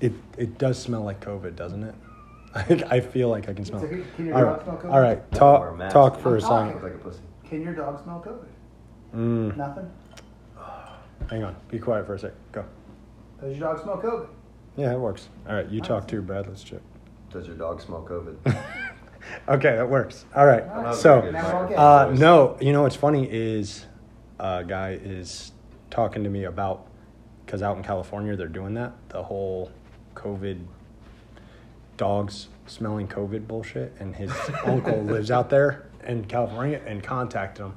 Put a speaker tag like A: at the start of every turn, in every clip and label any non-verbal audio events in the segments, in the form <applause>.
A: It it does smell like COVID, doesn't it? <laughs> I, I feel like I can smell.
B: It's
A: it.
B: like, can your
A: all
B: dog
A: right,
B: smell COVID?
A: all right.
C: Gotta wear a
A: Talk
C: mask.
A: talk for
B: I'm
A: a
B: talking.
A: second.
C: Like a pussy.
B: Can your dog smell COVID?
A: Mm,
B: Nothing.
A: hang on. Be quiet for a sec. Go.
B: Does your dog smell COVID?
A: Yeah, it works. All right, you talk too, Brad. Let's chip. <laughs>
C: Does your dog smell COVID?
A: okay, that works. All right.
B: All right.
A: So.
B: Now we're all good.
A: Uh, no, you know what's funny is a guy is talking to me about because out in California they're doing that the whole COVID dogs smelling COVID bullshit,
B: <laughs>
A: and his uncle lives out there in California and contacted him,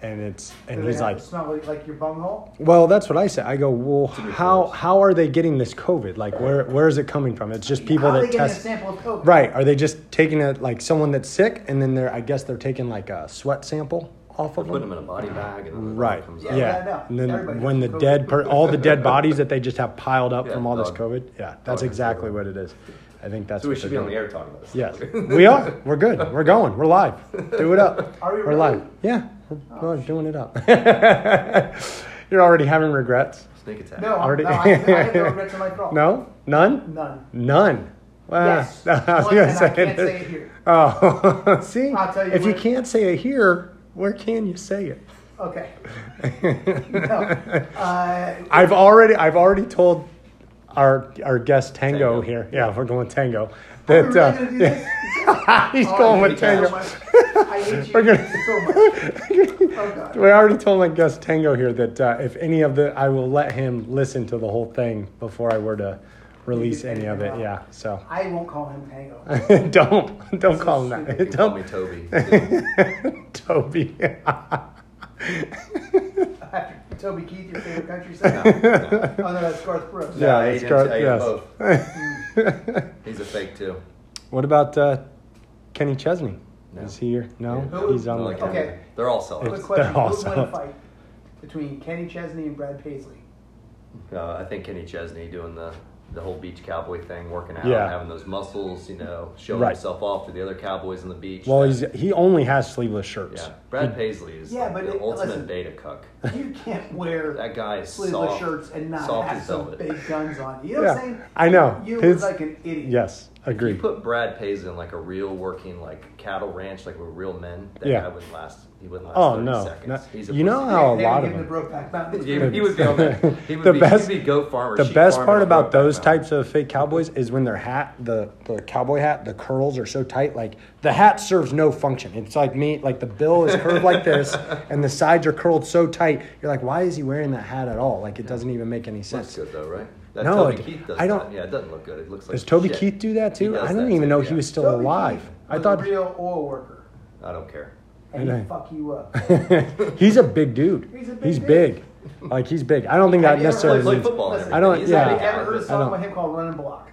A: and it's
B: Do
A: and
B: they
A: he's
B: have
A: like.
B: to smell like, like your bunghole?
A: Well, that's what I say. I go, well,
C: be
A: how
C: forced.
A: how are they getting this COVID? Like, where where is it coming from? It's just people
B: How are
A: that
B: they getting
A: test.
B: a sample of COVID?
A: Right. Are they just taking it like someone that's sick and then they're, I guess they're taking like a sweat sample off of
C: Put him
A: them?
C: in a body bag and then the dog
A: Right.
C: comes
A: Yeah.
C: out.
B: Yeah, no,
A: And then
B: everybody
A: when the
B: has COVID.
A: dead, per- all the dead bodies that they just have piled up
C: <laughs> Yeah,
A: from all this
C: dog.
A: COVID. Yeah. That's
C: has
A: exactly
C: COVID.
A: what it is. I think that's
C: So we
A: what
C: should be
A: they're
C: on the
A: doing.
C: air talking about this.
A: Yes. we are. We're good. We're going. We're live. Do it up.
B: Are we
A: We're live.
B: really? Oh,
A: Yeah. We're we're doing it up. <laughs> You're already having regrets.
C: Snake attack.
B: No,
A: Already-
B: Already. no I, I have no regrets
A: <laughs>
B: in my throat.
A: No? None?
B: None.
A: None. Wow.
B: Yes.
A: <laughs> I was
B: One,
A: gonna
B: and I
A: say
B: can't
A: there-
B: say it here.
A: Oh, <laughs> see,
B: I'll tell you
A: if you
B: what-
A: can't say it here, where can you say it? <laughs>
B: Okay. <laughs> No. Uh,
A: I've already, I've already told our our guest Tango,
C: Tango.
A: here. Yeah, we're going Tango.
B: are
A: That
B: we really
A: uh,
B: gonna do this?
A: <laughs> he's
B: Oh,
A: going
B: I
A: with
B: hate you so
A: Tango.
B: much. I hate you
A: <laughs> We're gonna-
B: so much. Oh, God.
A: <laughs> We already told my guest Tango here that uh, if any of the, I will let him listen to the whole thing before I were to release any of it. Yeah, so <laughs>
B: I won't call him Tango. <laughs>
A: don't don't call him
C: You
A: that.
C: can call
A: <laughs> Don't
C: me Toby.
A: <laughs> Toby.
B: Toby Keith, your favorite country singer?
A: <laughs>
B: Oh, no, that's Garth Brooks.
A: Yeah.
C: I
A: it's
C: ate him,
A: Garth-
C: I ate
A: yes.
C: both. He's a fake too.
A: <laughs> what about uh, Kenny Chesney?
C: No.
A: Is he here? No,
B: Who?
A: he's on
C: Not
A: the.
C: like him.
B: Okay.
C: They're all selling.
B: Quick
A: It's-
B: question.
A: they're
B: Who would
A: awesome.
B: win a fight between Kenny Chesney and Brad Paisley?
C: Uh, I think Kenny Chesney doing the the whole beach cowboy thing, working out,
A: Yeah.
C: having those muscles, you know, showing
A: Right.
C: himself off to the other cowboys on the beach.
A: Well, he's, he only has sleeveless shirts.
C: yeah, Brad Paisley is
B: Yeah,
C: like
B: but
C: the
B: it-
C: ultimate
B: listen.
C: beta cuck.
B: You can't wear
C: <laughs> That guy is
B: sleeveless
C: soft,
B: shirts and not
C: soft
B: have
C: as
B: some
C: velvet.
B: big guns on you. You know what
A: Yeah,
B: I'm saying?
A: I know.
B: You
A: His-
B: look like an idiot.
A: Yes,
C: If
A: agreed.
C: you put Brad Paisley in like a real working like cattle ranch, like with real men, that
A: Yeah.
C: guy wouldn't last. He wouldn't last.
A: Oh,
C: 30
A: no.
C: seconds.
A: No.
C: He's a
A: You know
C: pussy.
B: They-
A: how- Oh, a
B: they
A: lot
B: would
A: of
B: give him the Brokeback Mountain.
C: <laughs> He, he would be
A: <laughs>
C: on that. He would
A: The
C: be,
A: best-
C: he'd be goat farmer.
A: the
C: sheep
A: best
C: farmer
A: part
C: with
A: about
C: Brokeback
A: those
C: Mountain.
A: types of fake cowboys is when their hat, the, the cowboy hat, the curls are so tight. Like the hat serves no function. It's like me, like the bill is curved like this, and the sides are curled so tight. You're like, why is he wearing that hat at all? Like it doesn't even make any
C: That's
A: sense.
C: good though, right? That
A: No,
C: Toby
A: it-
C: Keith does
A: I don't-
C: That. Yeah, it doesn't look good. It looks like.
A: Does Toby
C: shit.
A: Keith do that
C: He
A: too?
C: does
A: I didn't
C: that
A: even
C: too,
A: know
C: yeah.
A: he was still
B: Toby
A: alive.
B: Keith
A: I
B: was
A: thought
B: a
A: <laughs>
B: real oil worker,
C: I don't care.
B: and
A: Okay.
B: he'd fuck you
A: <laughs>
B: up.
A: he's a big dude.
B: He's a big dude.
A: big. Like he's big. I don't think
B: Have
A: that
B: you ever
A: necessarily.
C: played
A: means-
C: football and
B: Listen,
A: I don't-
C: everything. He's not
A: yeah.
B: Have you ever heard a
C: a guy,
A: I
B: song
A: don't-
B: by him called "Running Block"?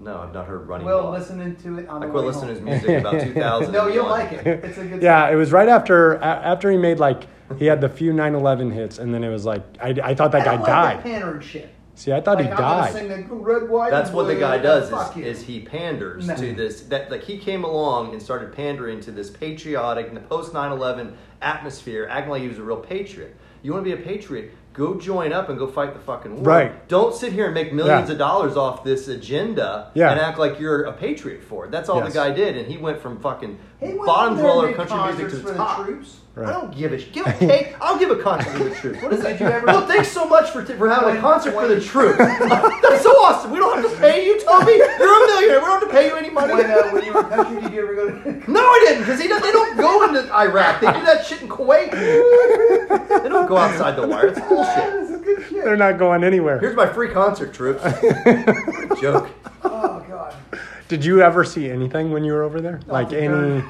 C: but- No, I've not heard running.
B: Well,
C: Block.
B: listening to it on
C: I
B: the
C: quit
B: way
C: listening to his
B: home.
A: <laughs>
C: music about 2000.
B: No, you'll like it. It's a good.
A: Yeah, it was right after a- after he made like he had the few 9/11 hits, and then it was like I, I thought that
B: I
A: guy
B: don't like that
A: died.
B: Tanner and shit.
A: See, I thought
B: Like,
A: he
B: I'm gonna
A: died.
B: sing the red, white,
C: That's
B: and
C: what the
B: blue,
C: guy
B: and
C: does
B: fuck you.
C: is, is he panders
B: No.
C: to this that like he came along and started pandering to this patriotic in the post 9/11 atmosphere, acting like he was a real patriot. You want to be a patriot? Go join up and go fight the fucking war.
A: Right.
C: Don't sit here and make millions
A: Yeah.
C: of dollars off this agenda
A: Yeah.
C: and act like you're a patriot for it. That's all
A: Yes.
C: the guy did, and he went from fucking
B: He went
C: bottom
B: out there and
C: dweller
B: made
C: country music
B: concerts
C: to
B: for
C: the
B: the
C: top.
B: troops.
A: Right.
C: I don't give a
A: <laughs>
C: shit. Give a cake. I'll give a concert for the troops. What is that?
B: Did you ever-
C: Well, thanks so much for, for having a
B: When-
C: concert for the
B: when-
C: troops. <laughs> That's so awesome. We don't have to pay you, Toby. You're a millionaire. We don't have to pay you any money.
B: When, uh, when you were in country, did you ever go to? <laughs>
C: No, I didn't, because they don't go into Iraq. They do that shit in Kuwait. They don't go outside the wire. It's bullshit.
B: this is good shit.
A: They're not going anywhere.
C: Here's my free
A: <laughs>
C: concert, troops. Joke.
B: Oh god.
A: Did you ever see anything when you were over there? Like any,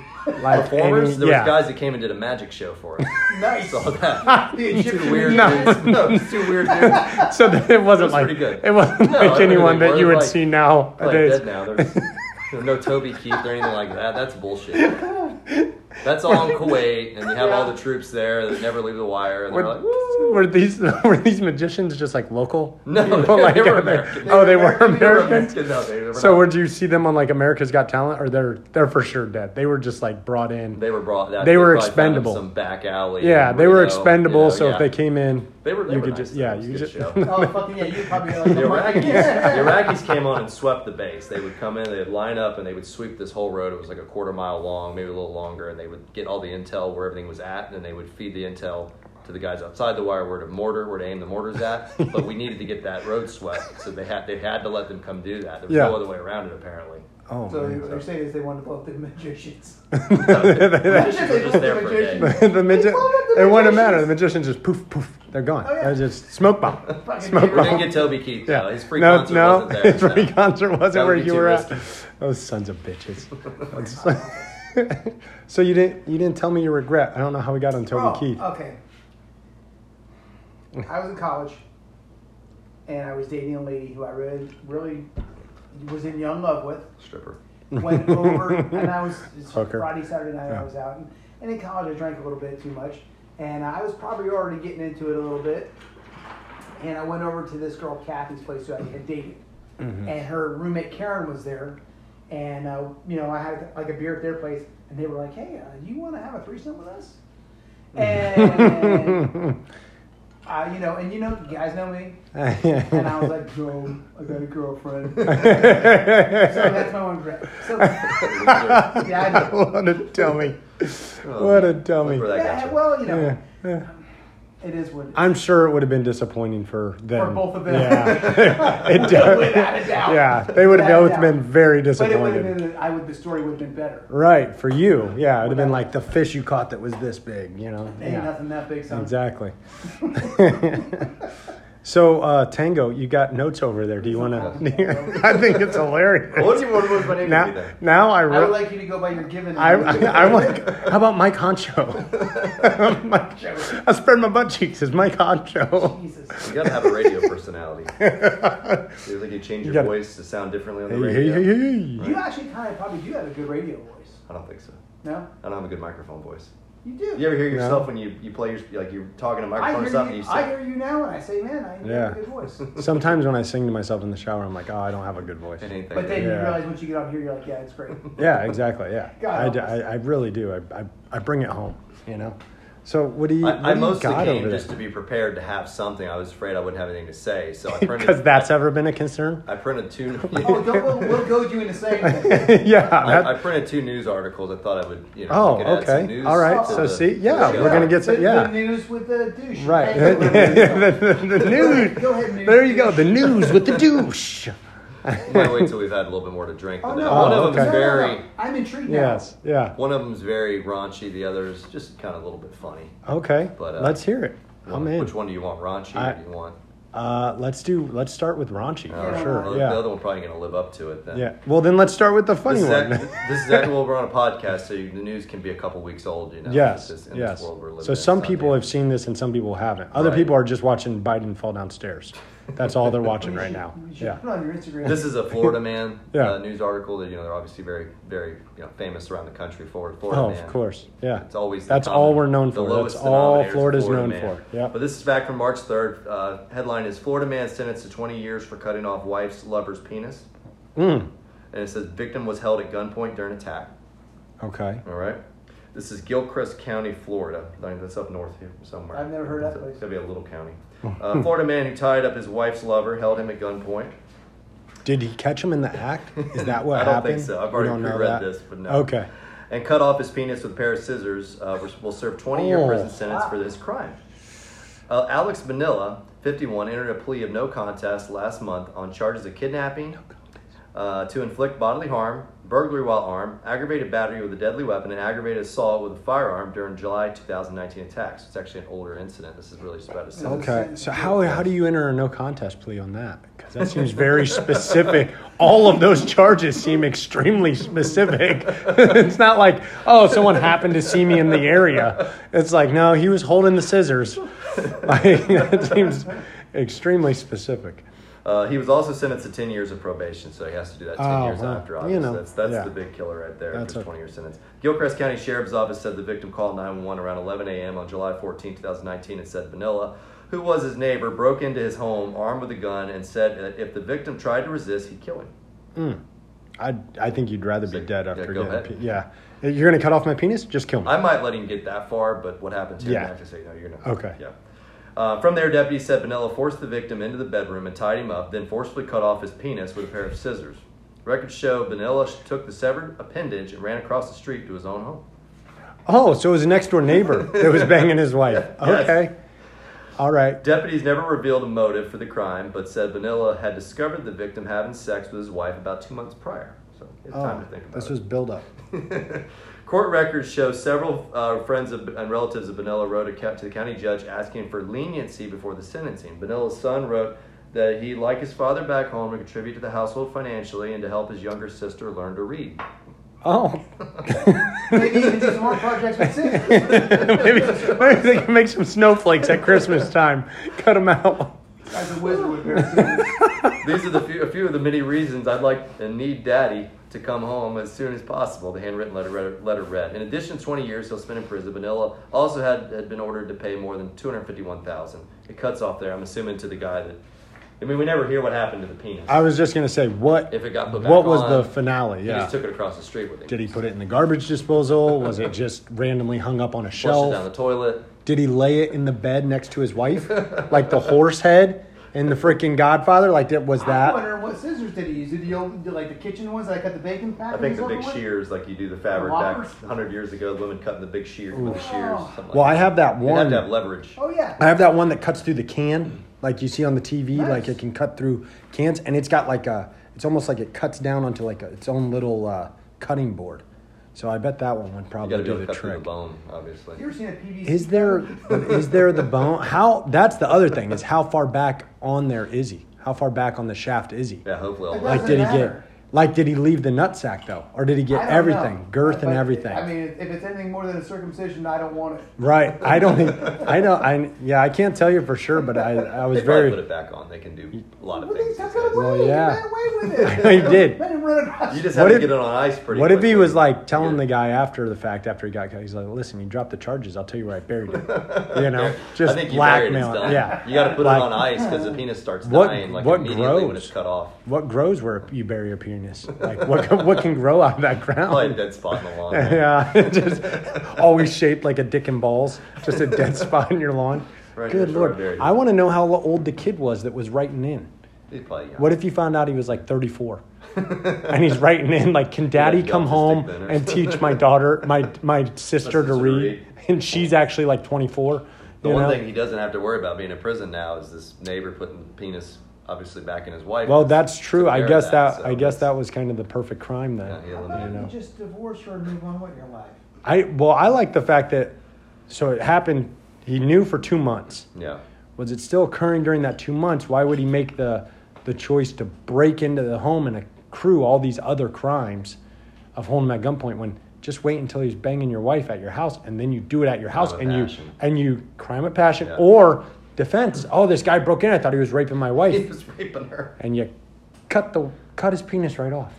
A: like
C: Performers,
A: any,
C: there
A: yeah.
C: was guys that came and did a magic show for us.
B: Nice. Oh,
A: <laughs>
C: Saw that.
B: The Egyptian
C: Two weird
A: No.
C: dudes. No, it's two weird
A: <laughs>
C: dudes.
A: so that it wasn't
C: was
A: like
C: pretty good.
A: it wasn't
C: No, I don't
A: like
C: think
A: anyone
C: they
A: that
C: were,
A: you would
C: like,
A: see
C: Like,
A: nowadays.
C: dead now. There's, there's no Toby Keith or anything like that. That's bullshit. That's
A: <laughs>
C: all in Kuwait, and you have all the troops there that never leave the wire, and they're
A: Were, <laughs>
C: like, "Woo."
A: were these <laughs> were these magicians just like local?
C: No,
A: You know,
C: they- they were
A: are they-
C: American.
A: Oh, they were
B: They were
A: Americans.
C: No, they were
A: So
C: not.
A: would you see them on like America's Got Talent, or they're they're for sure dead? They were just like brought in.
C: They were brought. That,
A: They were
C: probably found them
A: expendable.
C: Some back alley.
A: yeah,
C: in
A: they were
C: Reno,
A: expendable.
C: you know,
A: so
C: yeah.
A: if they came in,
C: They were- they
A: you
C: were
A: could
C: nice.
A: just
C: It
A: yeah,
C: was a
A: you
C: good
A: just
C: show.
B: Oh, fucking yeah, you probably like,
C: The Iraqis,
B: Yeah.
C: <laughs> the Iraqis came on and swept the base. They would come in, they'd line up, and they would sweep this whole road. It was like a quarter mile long, maybe a little longer, and they would get all the intel where everything was at, and then they would feed the intel to the guys outside the wire where to mortar, where to aim the
A: <laughs>
C: mortars at. But we needed to get that road swept, so they had they had to let them come do that. There was
A: Yeah.
C: no other way around it, apparently.
A: <laughs> oh,
B: So
A: man.
B: what
C: <laughs>
B: they're saying is they wanted to blow up the magicians.
A: <laughs>
C: They
B: They
C: were just there for a day.
B: magicians.
A: the midget.
B: pulled up the
A: It wouldn't matter. The
B: magicians.
A: magicians just poof poof, they're gone.
B: Oh, yeah.
A: They're just smoke bomb,
B: <laughs> Fucking
A: smoke
B: They were
C: We
A: bomb.
C: didn't get Toby Keith. though. His free
A: no,
C: concert
A: no, <laughs>
C: wasn't there.
A: his
C: so.
A: free concert wasn't
C: That would
A: where
C: be
A: you
C: too
A: were
C: risky.
A: at. Those sons of bitches. so <laughs> you didn't you didn't tell me your regret. I don't know how we got on Toby
B: Oh,
A: Keith.
B: Okay. I was in college, and I was dating a lady who I really, really was in young love with.
C: Stripper.
B: <laughs> Went over, and I was it's
A: Hooker.
B: Friday, Saturday night.
A: Yeah.
B: I was out, and, and in college I drank a little bit too much, and I was probably already getting into it a little bit. And I went over to this girl Kathy's place who I had dated,
A: Mm-hmm.
B: and her roommate Karen was there, and uh, you know I had like a beer at their place, and they were like, "Hey, uh, you want to have a threesome with us?" And
A: <laughs>
B: I, you know, and you know, you guys know me.
A: <laughs>
B: And I was like, "Yo, I got a girlfriend." so
A: <laughs>
B: that's my one regret. So, yeah, I
A: <laughs>
B: know.
A: what a dummy. What a dummy.
C: Look where Oh, that got
B: Yeah,
C: you.
B: well, you know,
A: Yeah, yeah.
B: it is what. it is.
A: I'm sure it would have been disappointing for them.
B: both of them. <laughs>
A: Yeah. <laughs> it did.
B: Without a doubt.
A: Yeah, they would have
B: Without a
A: both
B: doubt.
A: been very
B: But it would
A: disappointed.
B: have been. I would. The story would have been better.
A: Right, for you. Yeah, it would have been like the fish you caught that was this big, you know?
B: Ain't
A: Yeah.
B: nothing that big. Son.
A: Exactly. <laughs> so, uh, Tango, you got notes over there. Do you want <laughs> to? I think it's
C: I
A: hilarious.
C: wonder what was my name to be
A: Now,
C: there.
A: now I,
B: I
A: re-
B: would like you to go by your given.
A: I,
B: name.
A: <laughs> I, I want. How about Mike Honcho? <laughs> Mike, I spread my butt cheeks as Mike Honcho.
B: Jesus.
C: You gotta have a radio
A: <laughs>
C: personality. you think you change your
A: gotta-
C: voice to sound differently on the
A: Hey, hey,
C: radio?
A: hey, hey.
B: You actually kind of probably do have a good radio voice.
C: I don't think so.
B: No,
C: I don't have a good microphone voice.
B: you do.
C: You ever hear
A: No.
C: yourself when you, you play your like you're talking to
B: I
C: microphone or
B: hear
C: something?
B: you.
C: You
B: I
C: say,
B: hear you now, and I say, "Man, I
A: Yeah.
B: have a good voice."
A: <laughs> Sometimes when I sing to myself in the shower, I'm like, oh, I don't have a good voice.
C: it ain't that
B: But then
C: good.
B: you
A: Yeah.
B: realize once you get on here, you're like, "Yeah, it's
A: <laughs>
B: great."
A: Yeah, exactly. Yeah,
B: God
A: I,
B: help
A: d-
B: us.
A: I, I really do. I, I, I bring it home, you know. So what do you? what
C: I, I
A: do you
C: mostly
A: got
C: came
A: over
C: just to be prepared to have something. I was afraid I wouldn't have anything to
A: <laughs>
C: say, so I
A: Because
C: printed.
A: that's ever been a concern.
C: I printed two.
B: oh, don't we'll, we'll goad you into saying that.
A: <laughs> yeah. that-
C: <laughs> I, I printed two news articles. I thought I would, you know.
A: Oh,
C: we could add some
A: okay.
C: news
A: All right.
C: to
A: So
C: the-
A: see-
C: to the
A: yeah,
C: show.
A: we're gonna get
B: the,
A: some- yeah.
B: the news with the douche.
A: right.
B: Hey,
A: <laughs> the, the- the news.
B: Go ahead, news.
A: There you go. The news with the douche.
C: We might wait till we've had a little bit more to drink.
B: Oh
C: but
B: no!
C: then one
A: Oh,
C: of them's
A: okay.
C: very.
B: I'm intrigued now.
A: <laughs> Yes. Yeah.
C: One of them's very raunchy. The other's just kind of a little bit funny.
A: Okay.
C: But, uh,
A: let's hear it. I'm
C: One-
A: in.
C: Which one do you want, raunchy?
A: I-
C: or do you want?
A: Uh, let's do. Let's start with raunchy for
B: right.
A: sure.
C: Well, The other
A: Yeah.
C: one probably ain't gonna live up to it then.
A: Yeah. Well, then let's start with the funny
C: This is,
A: one. <laughs>
C: act, this is actually well, we're on a podcast, so you, the news can be a couple weeks old. You know.
A: yes.
C: It's just in
A: yes.
C: This world we're living
A: So
C: in,
A: some
C: it's not
A: people
C: the-
A: have seen this and some people haven't. Other
C: Right.
A: people are just watching Biden fall downstairs. That's all they're watching
B: You
A: right
C: <laughs>
B: should-
A: now.
B: You should
A: Yeah.
B: put it on your Instagram.
C: This is
A: <laughs>
C: a Florida man
A: Yeah.
C: uh, news article that you know they're obviously very, very you know famous around the country for Florida
A: Oh,
C: man.
A: of course. Yeah.
C: It's always the
A: that's
C: common-
A: all we're known
C: the
A: for.
C: lowest
A: That's all
C: denominator is
A: Florida's
C: Florida
A: known
C: man.
A: for. Yeah.
C: But this is back from March 3rd. Uh, headline is Florida man sentenced to 20 years for cutting off wife's lover's penis.
A: Mm.
C: And it says victim was held at gunpoint during attack.
A: Okay.
C: All right. This is Gilchrist County, Florida. I think that's up north here somewhere.
B: I've never heard that
C: It's
B: place.
C: gotta be a
A: <laughs>
C: little county. Uh, Florida man who tied up his wife's lover held him at gunpoint.
A: Did he catch him in the act? Is that what
C: <laughs> I don't
A: happened?
C: think so. I've
A: We
C: already
A: don't know
C: pre-read
A: that.
C: this, but no.
A: Okay.
C: And cut off his penis with a pair of scissors. Uh, which will serve 20 year
A: Oh.
C: prison sentence for this crime. Uh, Alex Manila, 51, entered a plea of no contest last month on charges of kidnapping, uh, to inflict bodily harm, burglary while armed, aggravated battery with a deadly weapon, and aggravated assault with a firearm during July 2019 attacks. It's actually an older incident. This is really just about a sentence.
A: Okay. So how how do you enter a no contest plea on that? Because that seems very specific. All of those charges seem extremely specific. <laughs> it's not like oh, someone happened to see me in the area. It's like no, <laughs> he was holding the scissors. Like, that seems extremely specific.
C: Uh, he was also sentenced to 10 years of probation, so he has to do that 10
A: Oh,
C: years
A: well,
C: after.
A: you
C: Obviously,
A: know,
C: that's that's
A: yeah.
C: the big killer right there.
A: That's
C: That's a
A: a-
C: 20 year sentence. Gilchrist County Sheriff's Office said the victim called 911 around 11 a.m. on July 14, 2019, and said Vanilla, who was his neighbor, broke into his home armed with a gun and said that if the victim tried to resist, he'd kill him.
A: Mm. I I think you'd rather be
C: So,
A: dead
C: yeah,
A: after
C: go
A: getting.
C: ahead.
A: Pe- yeah, If you're gonna cut off my penis? Just kill me.
C: I might let him get that far, but what happens here?
A: Yeah.
C: I have to say, no, you're not.
A: Okay.
C: Yeah. Uh, from there, deputies said Vanilla forced the victim into the bedroom and tied him up, then forcibly cut off his penis with a pair of scissors. Records show Vanilla sh- took the severed appendage and ran across the street to his own home.
A: oh, so it was a next door neighbor that was banging his wife.
C: <laughs> Yes.
A: Okay, all right.
C: Deputies never revealed a motive for the crime, but said Vanilla had discovered the victim having sex with his wife about two months prior. So he had time
A: Oh,
C: to think about
A: this
C: it.
A: was build up.
C: Court records show several uh, friends of, and relatives of Benella wrote a ca- to the county judge asking for leniency before the sentencing. Benella's son wrote that he, like his father back home, would contribute to the household financially and to help his younger sister learn to read.
A: Oh,
B: <laughs> Maybe even do some more projects with Sid.
A: <laughs>
C: <laughs>
A: maybe, maybe they can make some snowflakes at Christmas time. Cut them out.
B: As a wizard would wear Sid.
C: These are the few, a few of the many reasons I'd like and need Daddy to come home as soon as possible. The handwritten letter read. Letter read. In addition, to 20 years he'll spend in prison. Benella also had, had been ordered to pay more than 251,000. It cuts off there. I'm assuming to the guy that. I mean, we never hear what happened to the penis.
A: I was just gonna say what
C: If it got put back
A: what was
C: on,
A: the finale?
C: He
A: Yeah.
C: just took it across the street with him.
A: Did he put it in the garbage disposal? Was it just randomly hung up on a
C: Flushed it down
A: shelf?
C: the toilet.
A: Did he lay it in the bed next to his wife, like the horse head in the freaking Godfather? Like that was
B: I'm
A: that?
B: wondering what scissors did he use? Did he open, did, like the kitchen ones that I cut the bacon pack?
C: I think the big shears, like you do the fabric back
B: Loppers?
C: 100 years ago, women cutting the big shears with the shears. something like
A: Well, I
C: that.
A: have that
C: You have
A: one.
C: to have leverage.
B: Oh yeah.
A: I have that one that cuts through the can, like you see on the TV. Like
B: Nice.
A: it can cut through cans, and it's got like a. It's almost like it cuts down onto like a, its own little uh, cutting board. So I bet that one would
C: You got
A: probably
C: to be able
A: do
C: to
A: the
C: cut through the
A: trick.
C: bone, obviously.
B: You ever seen a PVC?
A: Is there is there the bone? How that's the other thing is how far back on there is he? How far back on the shaft is he?
C: Yeah, hopefully. I'll
B: Like
A: Like
B: Doesn't
A: did he
B: matter.
A: get? Like did he leave the nutsack though, or did he
B: I
A: get
B: don't
A: everything,
B: know.
A: girth and
B: But,
A: everything?
B: I mean, if if it's anything more than a circumcision, I don't want it.
A: right. I don't. think- I know. I yeah. I can't tell you for sure, but I I was
C: they probably
A: very.
C: put it back on. They can do a lot of
B: Well, they
C: things.
B: took it away.
A: Well,
B: They
A: yeah.
B: ran away
A: <laughs>
B: with
A: He
B: it.
A: did.
B: Let him run across.
C: You just
A: What
C: have to
A: if-
C: get it on ice pretty
A: What if he
C: quickly.
A: was like telling the
C: Yeah.
A: guy after the fact, after he got cut, he's like, "Listen, you dropped the charges. I'll tell you where I buried
C: <laughs>
A: it." You know, just
C: I think you buried it's
A: blackmail.
C: done.
A: Yeah.
C: You got to put
A: Like-
C: it on ice because the penis starts
A: What-
C: dying like
A: what
C: immediately when
A: grows?
C: it's cut off.
A: What grows where you bury a penis? Like what? can- what can grow out of that
C: Probably a
A: ground?
C: dead spot in the
A: <laughs>
C: lawn.
A: yeah, <laughs> just always shaped like a dick and balls, just a dead <laughs> spot in your lawn.
C: Right,
A: Good
C: that's where I
A: lord!
C: buried it.
A: I want to know how lo- old the kid was that was writing in.
C: He'd probably, yeah.
A: What if you found out he was like 34? and he's writing in like, "Can Daddy
C: got
A: come
C: autistic
A: home
C: then or
A: and
C: something."
A: teach my daughter, my
C: <laughs>
A: my sister to
C: sister to
A: read?"
C: read.
A: And she's actually like 24.
C: The
A: you
C: one
A: know?
C: thing he doesn't have to worry about being in prison now is this neighbor putting the penis obviously back in his wife.
A: well, that's true. I
C: bear
A: guess that,
C: that, so
A: I guess
C: that's-
A: that was kind of the perfect crime then.
C: Yeah, he
B: How
C: eliminated
B: about
A: you know.
B: you just divorce her and move on with your life?
A: I well, I like the fact that so it happened. He knew for two months.
C: Yeah.
A: Was it still occurring during that two months? Why would he make the the choice to break into the home and accrue all these other crimes of holding him at gunpoint when just wait until he's banging your wife at your house and then you do it at your house
C: of
A: and
C: passion.
A: you and you crime of passion
C: Yeah.
A: or defense. Oh, this guy broke in. I thought he was raping my
C: <laughs> He
A: wife,
C: was raping her.
A: and you cut the cut his penis right off.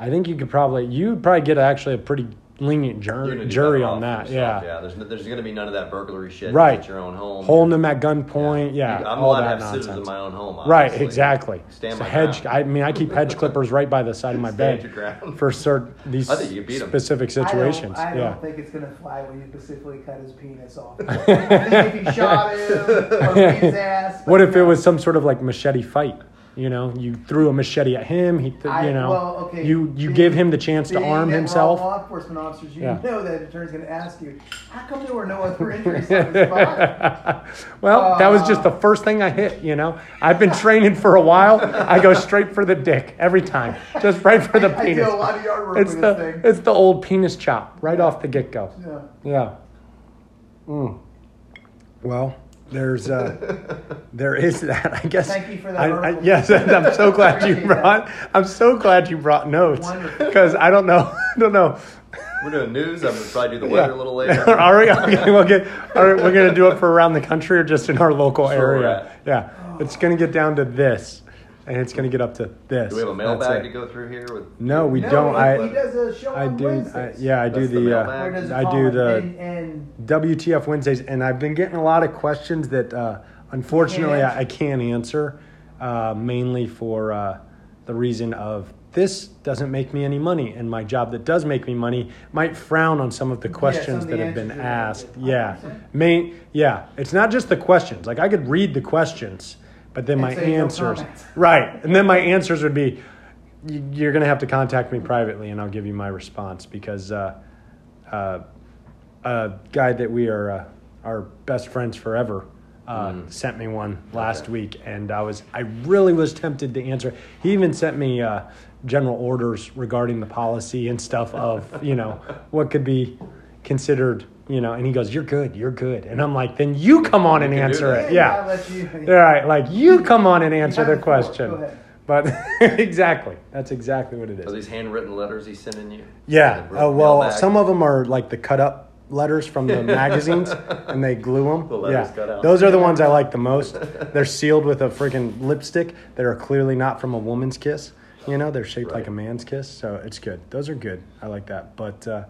A: I think you could probably you'd probably get actually a pretty lenient
C: You're gonna
A: jur-
C: do
A: jury
C: better
A: on
C: off
A: that.
C: for
A: Yeah.
C: yourself. Yeah. There's, there's going to be none of that burglary shit.
A: Right.
C: At your own home.
A: Holding him at gunpoint. Yeah.
C: I'm
A: all
C: allowed to
A: that
C: have
A: nonsense.
C: scissors in my own home.
A: Right,
C: obviously.
A: exactly.
C: Stand
A: So
C: my
A: hedge.
C: ground.
A: I mean, I
C: <laughs>
A: keep hedge clippers right by the side of my bed
C: Stand your ground.
A: for certain these
C: I think you beat 'em.
A: specific situations.
B: I don't, I
A: yeah.
B: don't think it's gonna fly when you specifically cut his penis off.
A: <laughs>
B: I think if you shot him or beat his ass. but
A: what if it
B: no.
A: was some sort of like machete fight? You know, you threw a machete at him. He, th-
B: I-
A: you know,
B: well, okay,
A: you you
B: being-
A: give him the chance to
B: being that
A: arm
B: we're all
A: himself.
B: Law enforcement officers, you
A: Yeah.
B: know that an attorney's gonna ask you, how come there were no other injuries on
A: <laughs>
B: his body?
A: Well, that was
B: Uh.
A: just the first thing I hit. You know, I've been training for a while. I go straight for the dick every time, just right for
B: <laughs>
A: the
B: I do
A: penis.
B: a lot of yard work
A: It's
B: with this
A: the
B: thing.
A: it's the old penis chop right off the get go.
B: Yeah.
A: Yeah.
B: Hmm.
A: Mm. Well,
B: <laughs>
A: there's uh, there is that. I guess.
B: Thank you for that
A: I- I-
B: article.
A: yes, and I'm
B: <laughs>
A: so glad you
B: Appreciate
A: brought. I'm so glad you brought notes
B: Wonderful.
A: because I don't know. <laughs> I don't know.
C: We're doing news. I'm going to probably do the
A: Yeah.
C: weather a little
A: <laughs>
C: later.
A: All right, okay, we'll get, all right, we're gonna do it for around the country or just in our local
C: where we're
A: area. Yeah, it's gonna get down to this. and it's going to get up to this.
C: Do we have a
A: That's
C: mailbag
A: it.
C: to go through here with?
A: No, we
B: No,
A: don't.
B: he-
A: I
B: he does a show
A: I
B: on
A: do. I,
B: Wednesdays.
A: yeah, I do
C: That's the
A: the uh,
C: mailbag.
B: Or does it
A: I
B: call
A: do
B: it-
A: the-
B: and, and
A: WTF Wednesdays, and I've been getting a lot of questions that uh, unfortunately
B: Can't
A: I, I can't answer, uh, mainly for uh, the reason of this doesn't make me any money, and my job that does make me money might frown on some of the questions
B: of the
A: that have been
B: answers you're gonna
A: asked.
B: get.
A: Yeah,
B: 100%.
A: main yeah, it's not just the questions. Like I could read the questions, but then
B: And
A: my
B: say no
A: answers
B: comment.
A: right, and then my answers would be. "You- You're gonna have to contact me privately, and I'll give you my response because uh, uh, a guy that we are uh, our best friends forever uh, sent me one last
C: Okay.
A: week, and I was I really was tempted to answer. He even sent me uh, general orders regarding the policy and stuff of you know what could be considered you know. And he goes, "You're good, you're good," and I'm like, "Then you come on and
C: can do
A: answer
C: that.
A: it,
B: I'll
A: yeah."
B: let you-
A: All right, like you come on and answer
B: have
A: the
B: the floor. Go
A: question.
B: ahead.
A: But <laughs> exactly, that's exactly what it is.
C: Are these handwritten letters he's sending you?
A: Yeah.
C: Like,
A: Oh well,
C: mailbag?
A: some of them are like the cut up letters from
C: <laughs>
A: the magazines, and they glue them.
C: The letters
A: yeah.
C: cut out.
A: Those are the ones I like the most. They're sealed with a freaking lipstick that are clearly not from a woman's kiss. You know, they're shaped like
C: Right.
A: a man's kiss, so it's good. Those are good. I like that. But uh,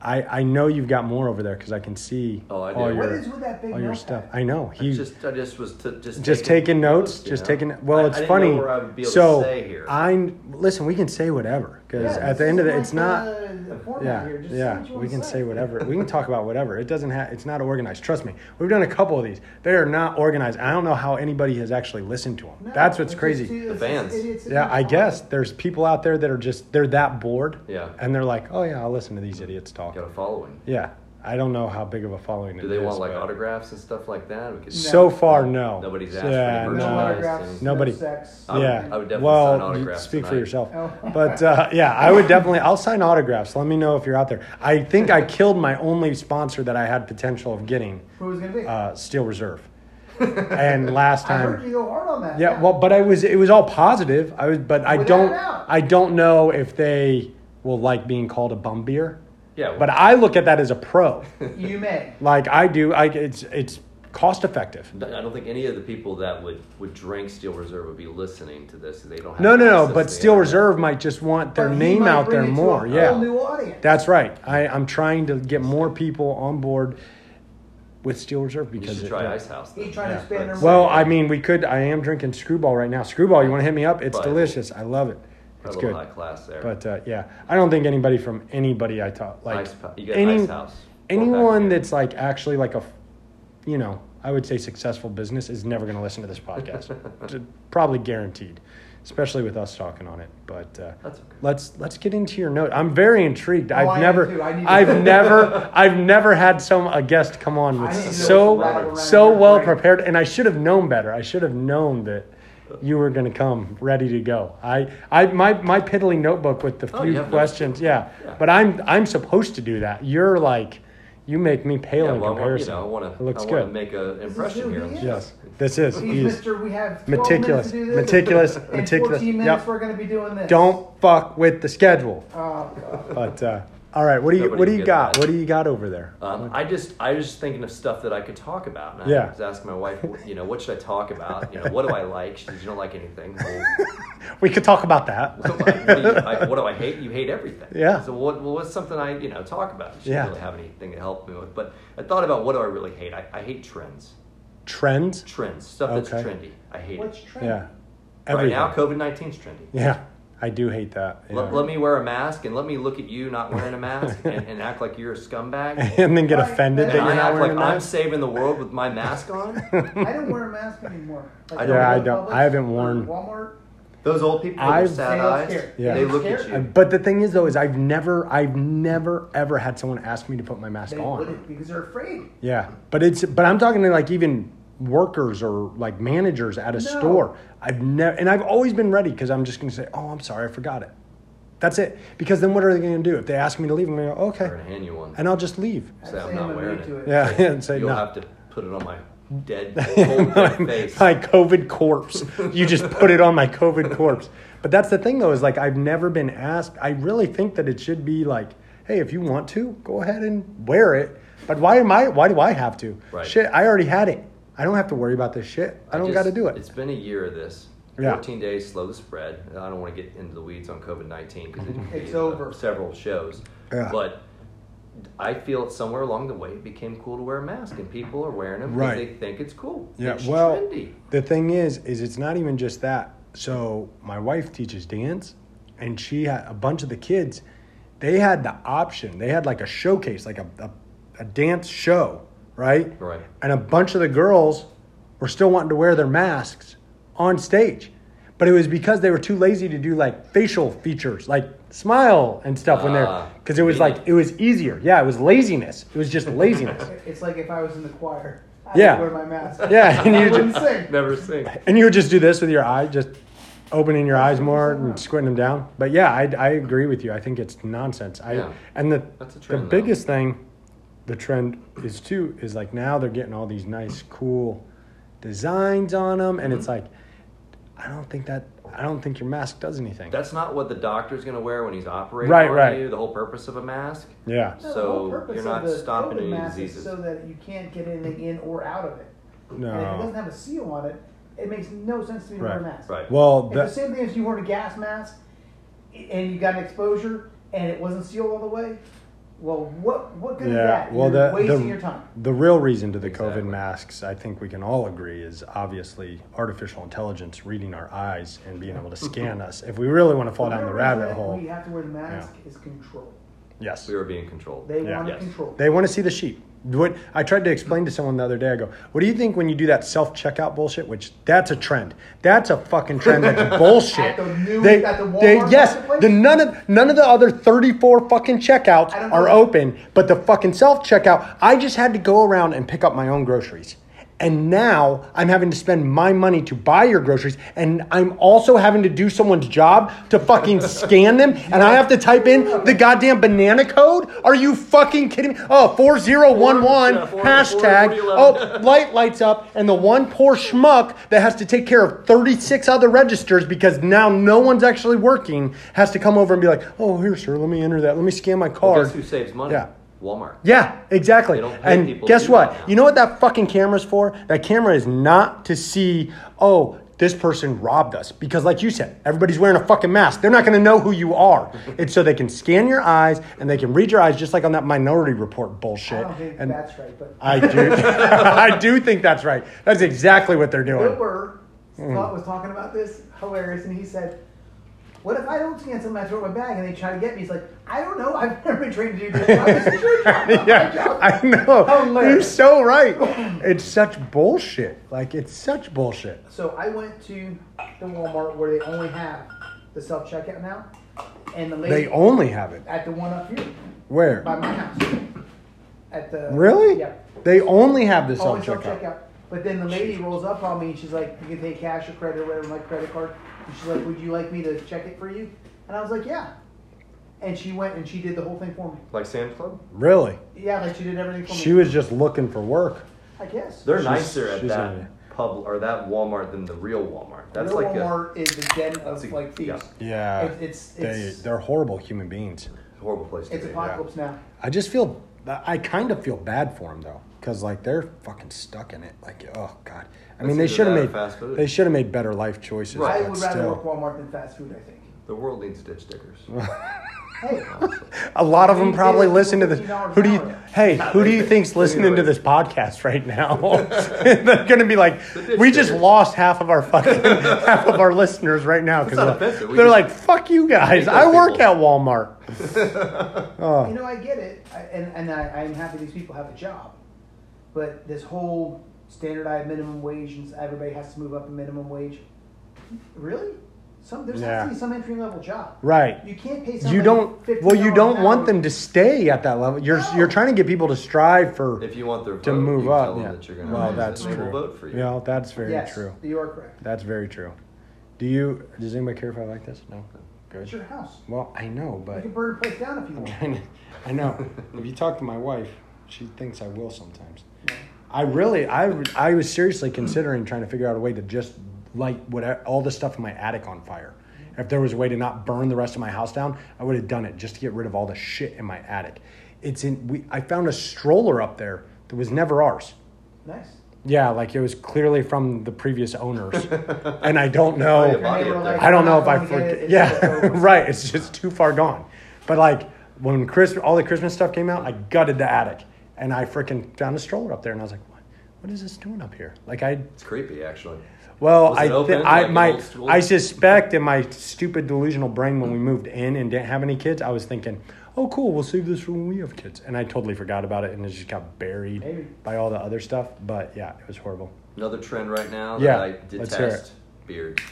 A: I I know you've got more over there because I can see
C: Oh, I do.
A: all your
B: What is with that big
A: all your
B: notepad?
A: stuff. I know
C: I
A: he
C: just I just was t- just
A: just taking notes,
C: you
A: just
C: know?
A: taking. Well,
C: I-
A: it's
C: I didn't know
A: funny.
C: where I would be able to
A: so
C: say here.
A: I listen. We can say whatever because
B: Yeah,
A: at the end of
B: this
A: it,
B: is
A: it's
B: like,
A: not.
B: uh, the format
A: Yeah,
B: here. Just say
A: yeah.
B: what you
A: We
B: wanna
A: can say whatever. We can talk about whatever. It doesn't have. It's not organized. Trust me. We've done a couple of these. They are not organized. I don't know how anybody has actually listened to them.
B: No,
A: That's what's
B: it's
A: crazy.
B: just- it's- it's-
C: fans.
B: it's-
A: yeah, I
B: it's-
A: guess there's people out there that are just they're that bored.
C: Yeah.
A: And they're like, oh yeah, I'll listen to these idiots talk.
C: Got a following.
A: Yeah. I don't know how big of a following.
C: Do
A: it
C: they
A: is,
C: want like
A: but-
C: autographs and stuff like that? We could,
A: So far, no.
C: Nobody's asked for
A: Yeah,
C: any
B: No
A: no.
B: autographs, no
A: Nobody-
B: sex.
C: I would-
A: yeah.
C: I would definitely
A: well,
C: sign autographs
A: you speak for
C: tonight.
A: yourself.
B: Oh.
A: <laughs> But uh, yeah, I would definitely. I'll sign autographs. Let me know if you're out there. I think I killed my only sponsor that I had potential of getting,
B: Who was gonna be?
A: uh,
B: <laughs>
A: Steel Reserve. and last
B: I heard
A: time,
B: you go hard on that.
A: yeah. Well, but I was. It was all positive. I was, but I
B: Without
A: don't.
B: a doubt.
A: I don't know if they will like being called a bum beer.
C: Yeah, well-
A: But I look at that as a pro.
B: <laughs> you may.
A: like I do. I it's it's cost effective.
C: I don't think any of the people that would, would drink Steel Reserve would be listening to this. They don't. Have
A: No, no,
C: access
A: no.
C: to
A: But
C: the
A: Steel
C: internet.
A: Reserve might just want their
B: But he
A: name
B: might
A: out
B: bring
A: there
B: it to
A: more.
B: a
A: Yeah,
B: whole new audience.
A: that's right. I, I'm trying to get more people on board with Steel Reserve
C: You
A: because
C: should
A: it-
C: try Ice House.
B: He's
C: then.
B: trying to
A: Yeah.
B: expand their
A: Well, I mean, we could. I am drinking Screwball right now. Screwball, you want to hit me up? It's
C: But-
A: delicious. I love it. It's
C: Probably a
A: good.
C: High class there.
A: But uh, yeah, I don't think anybody from anybody I talk like
C: Ice pa- you got
A: any-
C: Ice House. Four
A: anyone
C: pack.
A: that's like actually like a, f- you know, I would say successful business is never going to listen to this
C: <laughs>
A: podcast. T- Probably guaranteed, especially with us talking on it. But uh,
C: That's okay.
A: let's let's get into your note. I'm very intrigued.
B: Oh, I
A: I've
B: am
A: never,
B: too. I need to- <laughs>
A: I've never, I've never had some a guest come on
B: I need to know
A: with
B: what's rattled
A: so
B: around
A: so
B: your
A: well
B: brain.
A: prepared, and I should have known better. I should have known that. You were going to come ready to go. I, I, my, my piddly notebook with the
C: Oh,
A: few
C: you have notes too.
A: questions. Yeah,
C: Yeah.
A: but I'm I'm supposed to do that. You're like, you make me pale
C: yeah,
A: in
C: well, I want, you
A: comparison.
C: know, I want
A: It
C: to.
A: looks
C: I
A: good.
C: want to make an impression
B: who
C: here.
B: he is?
A: yes, this is
B: He's
A: he's
B: Mr. We have 12 minutes
A: meticulous,
B: to do this.
A: meticulous,
B: In
A: meticulous.
B: 14 minutes,
A: Yep.
B: we're going to be doing this.
A: Don't fuck with the schedule.
B: Oh, God.
A: But uh, all right, what do you
C: Nobody
A: what do
C: can
A: you
C: get
A: got?
C: that.
A: What do you got over there?
C: Um, I just I was just thinking of stuff that I could talk about. And
A: Yeah.
C: I was asking my wife, you know, what should I talk about? You know, what do I like? She says, you don't like anything. Well,
A: we could talk about that.
C: what, do I, what, do you, I, what do I hate? You hate everything.
A: Yeah.
C: So what, well, what's something I you know talk about? She
A: Yeah.
C: doesn't really have anything to help me with. But I thought about what do I really hate? I, I hate trends.
A: <laughs> Trends.
C: Trends. Stuff
A: Okay.
C: that's trendy. I hate
B: What's
C: it.
B: trending?
A: Yeah.
C: Right
A: Everything.
C: now, COVID 19 is trendy.
A: yeah, I do hate that.
C: Let,
A: Yeah.
C: let me wear a mask and let me look at you not wearing a mask and, and act like you're
A: <laughs>
C: a scumbag.
A: <laughs>
C: And,
A: and then get
B: Right,
A: offended
B: and
A: that you're
C: I
A: not
C: act like
A: wearing a
C: I'm
A: mask.
C: saving the world with my
A: <laughs>
C: mask on.
B: I don't wear a mask anymore. Like,
C: I
B: I
C: don't.
A: Yeah, I
B: go to
A: don't.
B: Publix,
A: I haven't worn-
B: Walmart.
C: Those old people
A: I've-
C: with
A: They
C: their sad
B: look
C: eyes,
B: scared.
A: Yeah.
C: they
B: They
C: look
B: look
C: at
B: scared.
C: you.
A: But the thing is, though, is I've never, I've never ever had someone ask me to put my mask
B: They
A: on.
B: wouldn't because they're afraid.
A: Yeah, but it's but I'm talking to like even workers or like managers at a store. I've never and I've always been ready because I'm just going to say, "Oh, I'm sorry, I forgot it." That's it. Because then what are they going to do if they ask me to leave? I'm going to go,
C: They're
A: "Okay,okay,"
C: gonna hand you one.
A: and I'll just leave.
B: I'd
C: Say I'm
B: say
C: not
B: I'm
C: wearing
B: immune
C: it.
B: to it.
A: Yeah, <laughs> and say
C: You'll
A: no.
C: have to put it on my dead,
A: <laughs>
C: cold, dead face.
A: my COVID corpse. You just put it on my COVID corpse. But that's the thing though, is like I've never been asked. I really think that it should be like, hey, if you want to, go ahead and wear it. But why am I? Why do I have to?
C: Right.
A: Shit, I already had it. I don't have to worry about this shit. I don't
C: just-
A: got to do
C: It's
A: it.
C: been a year of this.
A: Yeah.
C: 14 days, slow the spread. And I don't want to get into the weeds on COVID 19 because
B: It's over.
C: uh, Several shows.
A: Yeah.
C: But I feel somewhere along the way it became cool to wear a mask, and people are wearing them because
A: Right.
C: they think it's cool.
A: Yeah,
C: It's
A: well,
C: trendy.
A: the thing is, is it's not even just that. So my wife teaches dance, and she had a bunch of the kids. They had the option. They had like a showcase, like a a, a dance show, right?
B: <laughs>
C: Right.
A: And a bunch of the girls were still wanting to wear their masks on stage, but it was because they were too lazy to do like facial features, like smile and stuff when
C: Ah,
A: they're because it was like it was easier. Yeah, it was laziness. It was just laziness.
B: It's like if I was in the choir. I
A: Yeah.
B: would wear my mask.
A: yeah,
B: <laughs>
A: and
B: I
A: you
B: wouldn't
A: just.
B: sing.
C: Never sing.
A: And you would just do this with your eye, just opening your eyes more and squinting them down. But yeah, I, I agree with you. I think it's nonsense. I
C: Yeah.
A: and the
C: That's a
A: the
C: trend, though.
A: biggest thing, the trend is too is like now they're getting all these nice cool designs on them, and
C: Mm-hmm.
A: it's like I don't think that I don't think your mask does anything.
C: That's not what the doctor's going to wear when he's operating
A: Right,
C: on
A: right.
C: you. The whole purpose of a mask.
A: yeah,
B: No, the
C: So
B: whole purpose
C: you're not
B: of the
C: stopping
B: COVID
C: any
B: mask is
C: diseases.
B: So that you can't get anything in or out of it. And if it doesn't
A: no.
B: have a seal on it, it makes no sense to me to wear a
A: Right.
B: mask.
C: Right.
A: Well,
B: It's the
A: that,
B: same thing as you wore a gas mask and you got an exposure and it wasn't sealed all the way. Well, what what good
A: Yeah,
B: is that?
A: well,
B: You're
A: the-
B: wasting
A: the-
B: your time.
A: the real reason to the
C: Exactly.
A: COVID masks, I think we can all agree, is obviously artificial intelligence reading our eyes and being
B: <laughs>
A: able to scan us. If we really want to fall down the
B: real
A: rabbit
B: reason
A: hole,
B: We have to wear the mask is control.
A: Yes.
C: We were being controlled.
B: They
A: Yeah.
B: want
C: Yes.
B: to control.
A: They want to see the sheep. What I tried to explain to someone the other day, I go, "What do you think when you do that self-checkout bullshit? Which that's a trend. That's a fucking trend.
B: <laughs>
A: That's <laughs> bullshit.
B: At the new- at the Walmart
A: yes,
B: marketplace?
A: the none of none of the other thirty-four fucking checkouts
B: I don't
A: are
B: know.
A: open, but the fucking self-checkout. I just had to go around and pick up my own groceries." And now I'm having to spend my money to buy your groceries, and I'm also having to do someone's job to
C: <laughs>
A: fucking scan them, and I have to type in the goddamn banana code? Are you fucking kidding me? Oh, 4011
C: Yeah, four-
A: hashtag.
C: 4011.
A: Oh, light lights up, and the one poor schmuck that has to take care of 36 other registers because now no one's actually working has to come over and be like, oh, here, sir, let me enter that. Let me scan my card.
C: Guess who saves money?
A: Yeah.
C: Walmart.
A: Yeah, exactly.
C: don't pay
A: And
C: people
A: guess
C: to do
A: what?
C: that.
A: You know what that fucking camera's for? That camera is not to see, oh, this person robbed us. Because, like you said, everybody's wearing a fucking mask. They're not gonna know who you
C: <laughs>
A: are. it's so they can scan your eyes and they can read your eyes, just like on that minority report
B: I
A: bullshit.
B: don't think
A: and
B: that's right, but
A: I do. <laughs> I do think that's right. That's exactly what they're doing.
B: Wilbur
A: Mm-hmm.
B: thought was talking about this, hilarious, and he said, "What if I don't scan something? I throw it in my bag, and they try to get me." He's like, "I don't know. I've <laughs> never been trained to do this. I'm just a
A: <laughs>
B: street cop. Not my
A: <laughs> yeah,
B: job."
A: I know. You're
B: Hilarious.
A: so right. It's such bullshit. Like it's such bullshit.
B: So I went to the Walmart where they only have the self checkout now, and the lady
A: They only have it.
B: at the one up here
A: Where?
B: by my house at the
A: Really?
B: yeah
A: They only have the self
B: always self
A: checkout.
B: Oh, checkout. But then the lady rolls up on me and she's like, "You can pay cash or credit or whatever, my credit card." And she's like, "Would you like me to check it for you?" And I was like, "Yeah." And she went and she did the whole thing for me.
C: Like Sam's Club.
A: Really?
B: Yeah, like she did everything for
A: She
B: me.
A: was just looking for work.
B: I guess.
C: They're
A: She's-
C: nicer at
A: she's
C: that
A: a-
C: pub or that Walmart than the real Walmart. That's
B: Real
C: like
B: Walmart is the den of
C: a-
B: like thieves.
A: Yeah.
B: It- it's- it's-
A: they, they're horrible human beings.
C: a horrible place to
B: It's
C: be.
B: apocalypse now.
A: I just feel, I kind of feel bad for them though, because like they're fucking stuck in it. Like, oh god. I mean, they
C: either
A: should have
C: that or
A: made
C: fast food.
A: they should have made better life choices.
C: Right.
B: I
A: but
B: would rather
A: still.
B: work Walmart than fast food. I think.
C: The world needs ditch
A: <laughs>
C: diggers.
B: Hey,
A: A lot of
B: These
A: them
B: days,
A: probably
B: people
A: listen to this.
B: $15
A: Who do you?
B: an hour.
A: Hey, who do you
C: they-
A: think's
C: they
A: listening to
C: really-
A: this podcast right now?
C: <laughs>
A: They're going to be like,
C: ditch
A: we just
C: diggers."
A: lost half of our
C: <laughs>
A: fucking half of our listeners right now
C: not
A: because
C: offensive.
A: they're
C: We just-
A: like, fuck you guys.
C: those
A: I work
C: people.
A: at Walmart.
B: you know, I get it, I, and and I, I'm happy these people have a job, but this whole standardized minimum wage and everybody has to move up a minimum wage. Really? Some there's has
A: Yeah.
B: to be some entry level job.
A: Right.
B: You can't pay. Somebody
A: You don't. Well, you
B: $15
A: don't
B: an
A: want
B: hour.
A: them to stay at that level. You're you're
B: No.
A: trying to get people to strive for.
C: If you want their vote,
A: To move
C: you
A: up,
C: tell them
A: yeah.
C: that you're going to
A: Well,
C: vote,
A: that's
C: and they will
A: true.
C: vote for you.
A: Yeah, that's very
B: Yes,
A: true.
B: you are correct.
A: That's very true. Do you? Does anybody care if I like this? No.
B: It's your
A: Good.
B: house.
A: Well, I know, but
B: You can burn a place down if you want.
A: I know. <laughs> I know. if you talk to my wife, she thinks I will sometimes. I really, I, I was seriously considering trying to figure out a way to just light what all the stuff in my attic on fire. If there was a way to not burn the rest of my house down, I would have done it just to get rid of all the shit in my attic. It's in. We, I found a stroller up there that was never ours.
B: Nice.
A: Yeah, like it was clearly from the previous owners, and I don't
C: Probably
A: know.
C: a box. body
B: Your neighbor
C: up there.
B: like,
A: I don't know if I
B: "I'm gonna get it,"
A: forget.
B: it's
A: <laughs> Yeah,
B: over.
A: right. It's just too far gone. But like when Chris, all the Christmas stuff came out, I gutted the attic, and I freaking found a stroller up there, and I was like, what? What is this doing up here? Like I
C: It's creepy, actually.
A: Well,
C: Was it
A: I,
C: open,
A: th-
C: like
A: I
C: an
A: my
C: old school?
A: I suspect in my stupid delusional brain when we moved in and didn't have any kids, I was thinking, "Oh, cool, we'll save this for when we have kids," and I totally forgot about it, and it just got buried
B: Maybe.
A: by all the other stuff. But yeah, it was horrible.
C: Another trend right now that
A: Yeah,
C: I
A: let's hear
C: detest beards.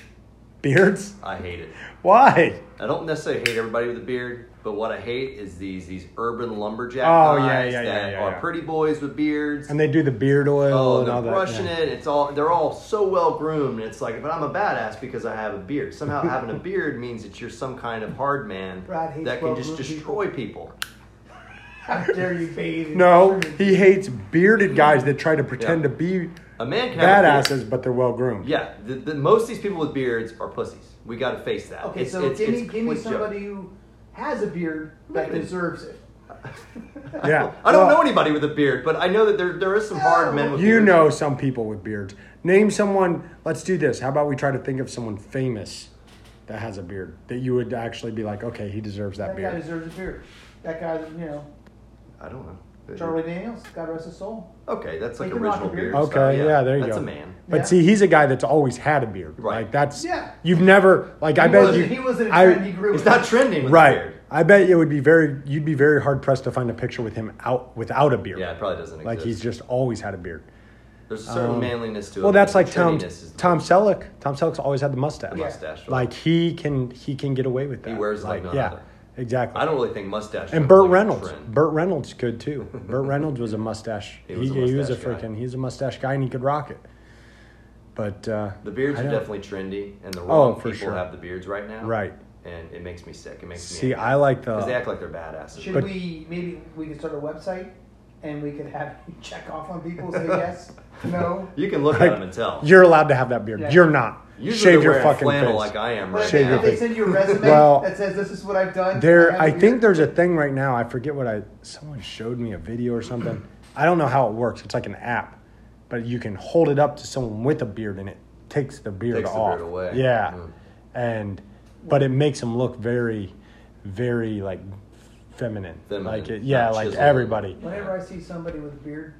A: Beards?
C: I hate it.
A: Why?
C: I don't necessarily hate everybody with a beard, but what I hate is these these urban lumberjack
A: Oh, yeah,
C: guys
A: yeah, yeah,
C: that
A: yeah,
C: are
A: yeah.
C: pretty boys with beards.
A: And they do the beard oil
C: Oh,
A: and
C: they're
A: all that.
C: brushing
A: yeah.
C: it. It's all they're all so well groomed. and It's like, but I'm a badass because I have a beard.
A: <laughs>
C: Somehow having a beard means that you're some kind of hard man
B: Brad hates
C: that can just
B: well-groomed
C: destroy people.
B: How dare you bathe? in
A: No,
B: urine?
A: he hates bearded guys that try to pretend
C: Yeah.
A: to be
C: A man can have a beard.
A: badasses, but they're well groomed.
C: Yeah, the, the, most of these people with beards are pussies. We got to face that.
B: Okay,
C: It's-
B: so
C: it's-
B: give me
C: it's
B: give me
C: complete joke.
B: somebody who has a beard that
C: Maybe.
B: deserves it.
A: yeah.
C: <laughs> I don't
A: Well,
C: know anybody with a beard, but I know that there there is some
B: Oh,
C: hard men with
A: You
C: beards.
A: know some people with beards. Name someone. Let's do this. How about we try to think of someone famous that has a beard that you would actually be like, okay, he deserves that
B: That guy
A: beard.
B: deserves a beard. That guy, you know,
C: I don't know.
B: Charlie Daniels. God rest his soul.
C: Okay, that's like
B: He can rock
C: original
B: a beard.
C: beard.
A: Okay,
C: style,
A: yeah, there you
C: that's
A: go.
B: <laughs>
C: a man.
A: But
B: Yeah.
A: see, he's a guy that's always had a beard.
C: Right.
A: Like that's
B: Yeah.
A: You've never like I
B: He
A: bet
B: wasn't-
A: you
B: he wasn't a
A: I-
B: trend he grew
C: He's
B: with.
C: not trending with a
A: right.
C: beard.
A: I bet it would be very you'd be very hard pressed to find a picture with him out without a beard.
C: Yeah, it probably doesn't
A: like he's
C: exist.
A: just always had a beard.
C: There's a certain manliness to it.
A: Well,
C: but
A: that's
C: the
A: like Tom
C: trendiness is-
A: Tom Selleck. Tom Selleck's always had the mustache.
C: The mustache, right.
A: Like he can he can get away with that.
C: He wears it like none
A: yeah,
C: other.
A: exactly.
C: I don't really think mustache.
A: and
C: is
A: Burt
C: like a
A: Reynolds.
C: trend.
A: Burt Reynolds could
C: <laughs>
A: too. Burt Reynolds was a mustache.
C: He was a mustache guy.
A: freaking. He's a mustache guy, and he could rock it. But uh,
C: The beards
A: I
C: are
A: don't-
C: definitely trendy, and the wrong
A: for
C: people
A: sure.
C: have the beards right now.
A: Right.
C: And it makes me sick. It makes me.
A: See, I like the-
C: because they act like they're badasses.
B: Should
A: But-
B: we maybe we could start a website and we could have you <laughs> check off on people say
A: <laughs>
B: yes, no.
C: you can look at them and tell.
A: You're allowed to have that beard.
B: Yeah.
A: You're not.
C: Usually
A: Shave
C: they're
A: your
C: wearing
A: fucking
C: flannel
A: face.
C: like I am
B: But
C: right
A: Shave
B: if
A: your
C: now.
B: they
A: face.
B: send you a resume
A: Well,
B: that says this is what I've done.
A: There,
B: have
A: I
B: a
A: think
B: beard."
A: there's a thing right now. I forget what I. Someone showed me a video or something. I don't know how it works. It's like an app, but you can hold it up to someone with a beard, and it takes the beard
C: Takes the
A: off.
C: beard away.
A: Yeah,
C: Mm.
A: and but it makes them look very, very like feminine.
C: Feminine,
A: Like it,
C: not
A: yeah, like
C: chiseled.
A: everybody.
B: Whenever I see somebody with a beard,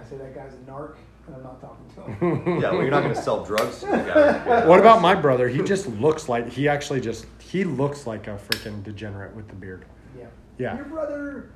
B: I say that guy's a narc, and I'm not talking to him.
A: <laughs>
C: <laughs> yeah, well, you're not going to sell drugs to the guy.
A: What about my brother? He just looks like he actually just he looks like a freaking degenerate with the beard.
B: yeah.
A: Yeah.
B: Your brother,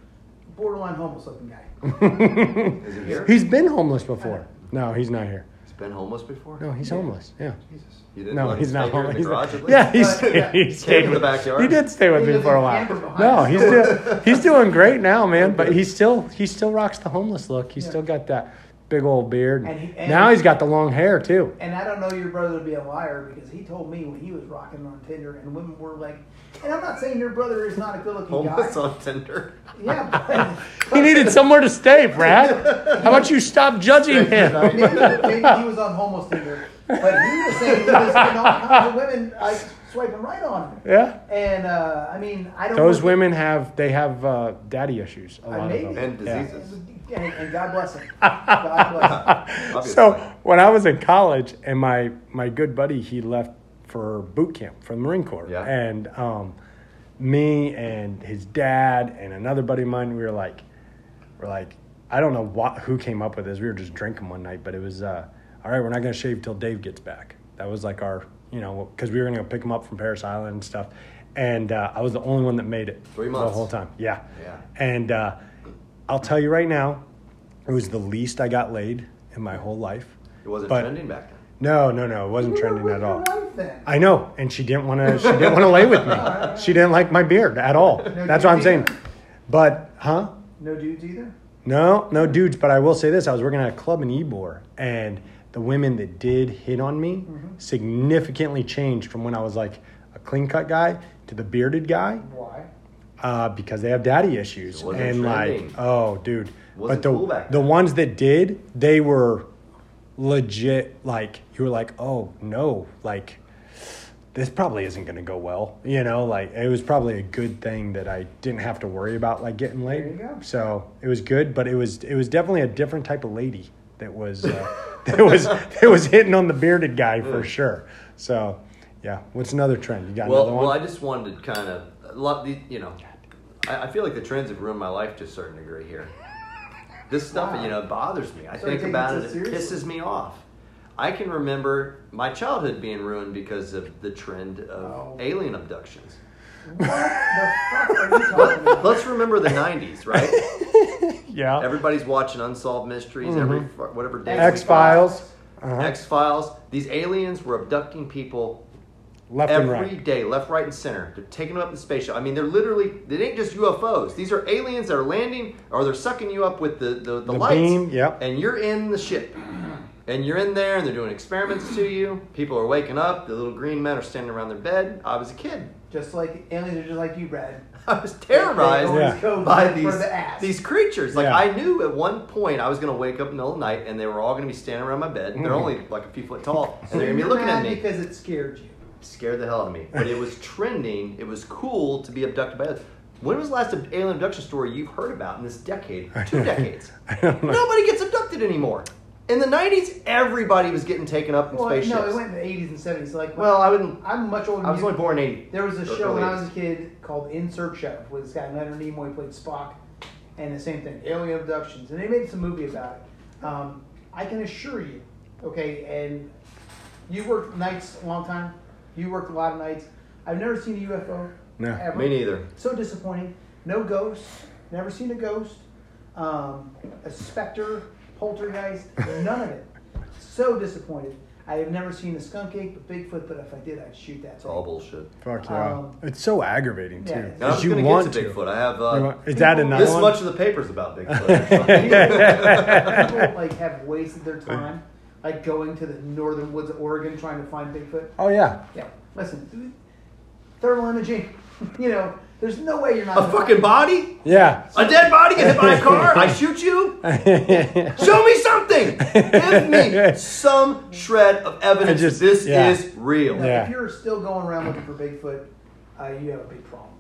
B: borderline homeless looking guy.
A: <laughs>
C: Is he here?
A: He's been homeless before. No, he's not here.
C: He's been homeless before.
A: No, he's homeless. Yeah.
C: Jesus. You didn't
A: No,
C: let
A: he's
C: him
A: not
C: stay here
A: home.
C: In the
A: He's
C: garage,
A: not,
C: at
A: <laughs>
C: least?
A: yeah, he
B: But, yeah.
A: stayed, he
C: Came
A: stayed
C: in the
A: with,
C: backyard.
A: He did stay with
B: He
A: me
B: lives
A: for a
B: in
A: while.
B: Tampa behind
A: No,
B: us.
A: he's doing <laughs> he's doing great now, man. But he's still he still rocks the homeless look. He's
B: Yeah.
A: still got that big old beard.
B: And he- and-
A: now he's got the long hair too.
B: And I don't know your brother to be a liar because he told me when he was rocking on Tinder and women were like, and I'm not saying your brother is not a good looking guy.
C: Homeless on
A: <laughs>
C: Tinder.
B: Yeah,
A: He needed somewhere to stay, Brad. How about you stop judging
B: but
A: him?
B: maybe, maybe he was on homeless Tinder. But he was saying he was getting all kinds of women like, swiping right on him.
A: Yeah.
B: And uh, I mean, I don't
A: Those
B: know-
A: women have they have uh, daddy issues. A
B: I
A: lot
B: maybe-
A: of them.
C: And
A: Yeah.
C: diseases.
B: And, and God bless him. God bless him.
A: <laughs>
C: Obviously.
A: So when I was in college, and my my good buddy he left for boot camp from the Marine Corps,
C: Yeah.
A: and um, me and his dad and another buddy of mine, we were like, we're like, I don't know what who came up with this. We were just drinking one night, but it was uh, all right. We're not gonna shave till Dave gets back. That was like our you know because we were gonna go pick him up from Paris Island and stuff, and uh, I was the only one that made it
C: Three months.
A: the whole time. Yeah,
C: Yeah.
A: and uh, I'll tell you right now, it was the least I got laid in my whole life.
C: it wasn't
A: but-
C: trending back then.
A: No, no, no, it wasn't
B: You were
A: trending
B: with
A: at
B: your
A: all.
B: wife then.
A: I know, and she didn't want to. She didn't want to lay with me. She didn't like my beard at all. That's what I'm saying. But huh?
B: No dudes either.
A: No, no dudes, but I will say this. I was working at a club in Ybor, and the women that did hit on me significantly changed from when I was like a clean cut guy to the bearded guy
B: Why?
A: uh, because they have daddy issues.
C: It wasn't
A: And
C: trending.
A: like, oh, dude. but
C: Wasn't
A: the,
C: cool back
A: the
C: then.
A: ones that did, they were legit, like, you were like, oh, no, like, this probably isn't going to go well. You know, like, it was probably a good thing that I didn't have to worry about, like, getting laid.
B: There you go.
A: So it was good, but it was, it was definitely a different type of lady that was uh, <laughs> that was that was hitting on the bearded guy for sure. So, yeah, what's another trend? You got
C: Well,
A: another one?
C: well, I just wanted to kind of a lot. the- You know, I, I feel like the trends have ruined my life to a certain degree here. This stuff, you know, bothers me. I
B: So you
C: think
B: take it
C: about
B: so
C: it; it
B: seriously?
C: pisses me off. I can remember my childhood being ruined because of the trend
B: Oh.
C: of alien abductions.
B: What the fuck are you talking
C: <laughs>
B: about?
C: Let's remember the
B: <laughs>
C: '90s, right?
A: yeah,
C: Everybody's watching Unsolved Mysteries every
B: Mm-hmm.
C: fr- whatever day.
A: X Files, uh
C: X Files. These aliens were abducting people
A: left
C: Every
A: and
C: day,
A: right.
C: left, right, and center. They're taking them up in the space shuttle. I mean, they're literally, they ain't just UFOs. These are aliens that are landing or they're sucking you up with the, the,
A: The
C: the, lights.
A: beam, yep.
C: And you're in the ship. And you're in there and they're doing experiments to you. People are waking up. The little green men are standing around their bed. I was a kid. <laughs>
B: Just like aliens are just like you, Brad.
C: I was
B: They
C: terrorized
B: always
A: Yeah.
B: code
C: by
B: for
C: these,
B: the ass.
C: these creatures. Like,
A: Yeah.
C: I knew at one point I was going to wake up in the middle of the night and they were all going to be standing around my bed.
A: Mm-hmm.
C: They're only like a few foot tall. And they're going to be
B: You're
C: looking at
B: mad
C: me.
B: because it scared you.
C: scared the hell out of me. But
A: <laughs>
C: it was trending. It was cool to be abducted by others. When was the last alien abduction story you've heard about in this decade? Two decades.
A: <laughs> I don't know.
C: Nobody gets abducted anymore. In the '90s, everybody was getting taken up in
B: Well,
C: spaceships.
B: no, it went in the 80s and 70s. Like, when-
C: well, I wouldn't.
B: I'm much older.
C: I
B: than
C: was
B: you.
C: only born in '80.
B: There was a
C: Or
B: show when I
C: early
B: was a kid called Insert Show with this guy Leonard Nimoy played Spock, and the same thing, alien abductions, and they made some movie about it. Um, I can assure you, okay, and you worked nights a long time. You worked a lot of nights. I've never seen a UFO.
A: No.
B: ever.
C: Me neither.
B: So disappointing. No ghosts. Never seen a ghost. Um, a specter, poltergeist. None of it. So disappointed. I have never seen a skunk ape, a Bigfoot, but if I did, I'd shoot that.
C: It's all bullshit.
A: Fuck yeah,
B: Um,
A: it's so aggravating too.
B: yeah.
C: And I
A: 'cause
C: was
A: you
C: gonna
A: want
C: get to Bigfoot. I have
A: You
C: uh,
A: want- Is that
B: This
A: another
C: this
A: one?
C: much of the papers about Bigfoot.
A: <laughs>
B: people like have wasted their time like going to the northern woods of Oregon trying to find Bigfoot.
A: oh yeah,
B: Yeah, listen, thermal imaging. <laughs> You know, there's no way you're not
C: a
B: gonna
C: fucking body?
A: yeah.
C: A dead body get hit
A: <laughs>
C: by a car? I shoot you? Show me something. Give me some shred of
A: I
C: evidence.
A: just-
C: this
A: yeah.
C: is real.
B: Now,
A: Yeah.
B: If you're still going around looking for Bigfoot, uh, you have a big problem.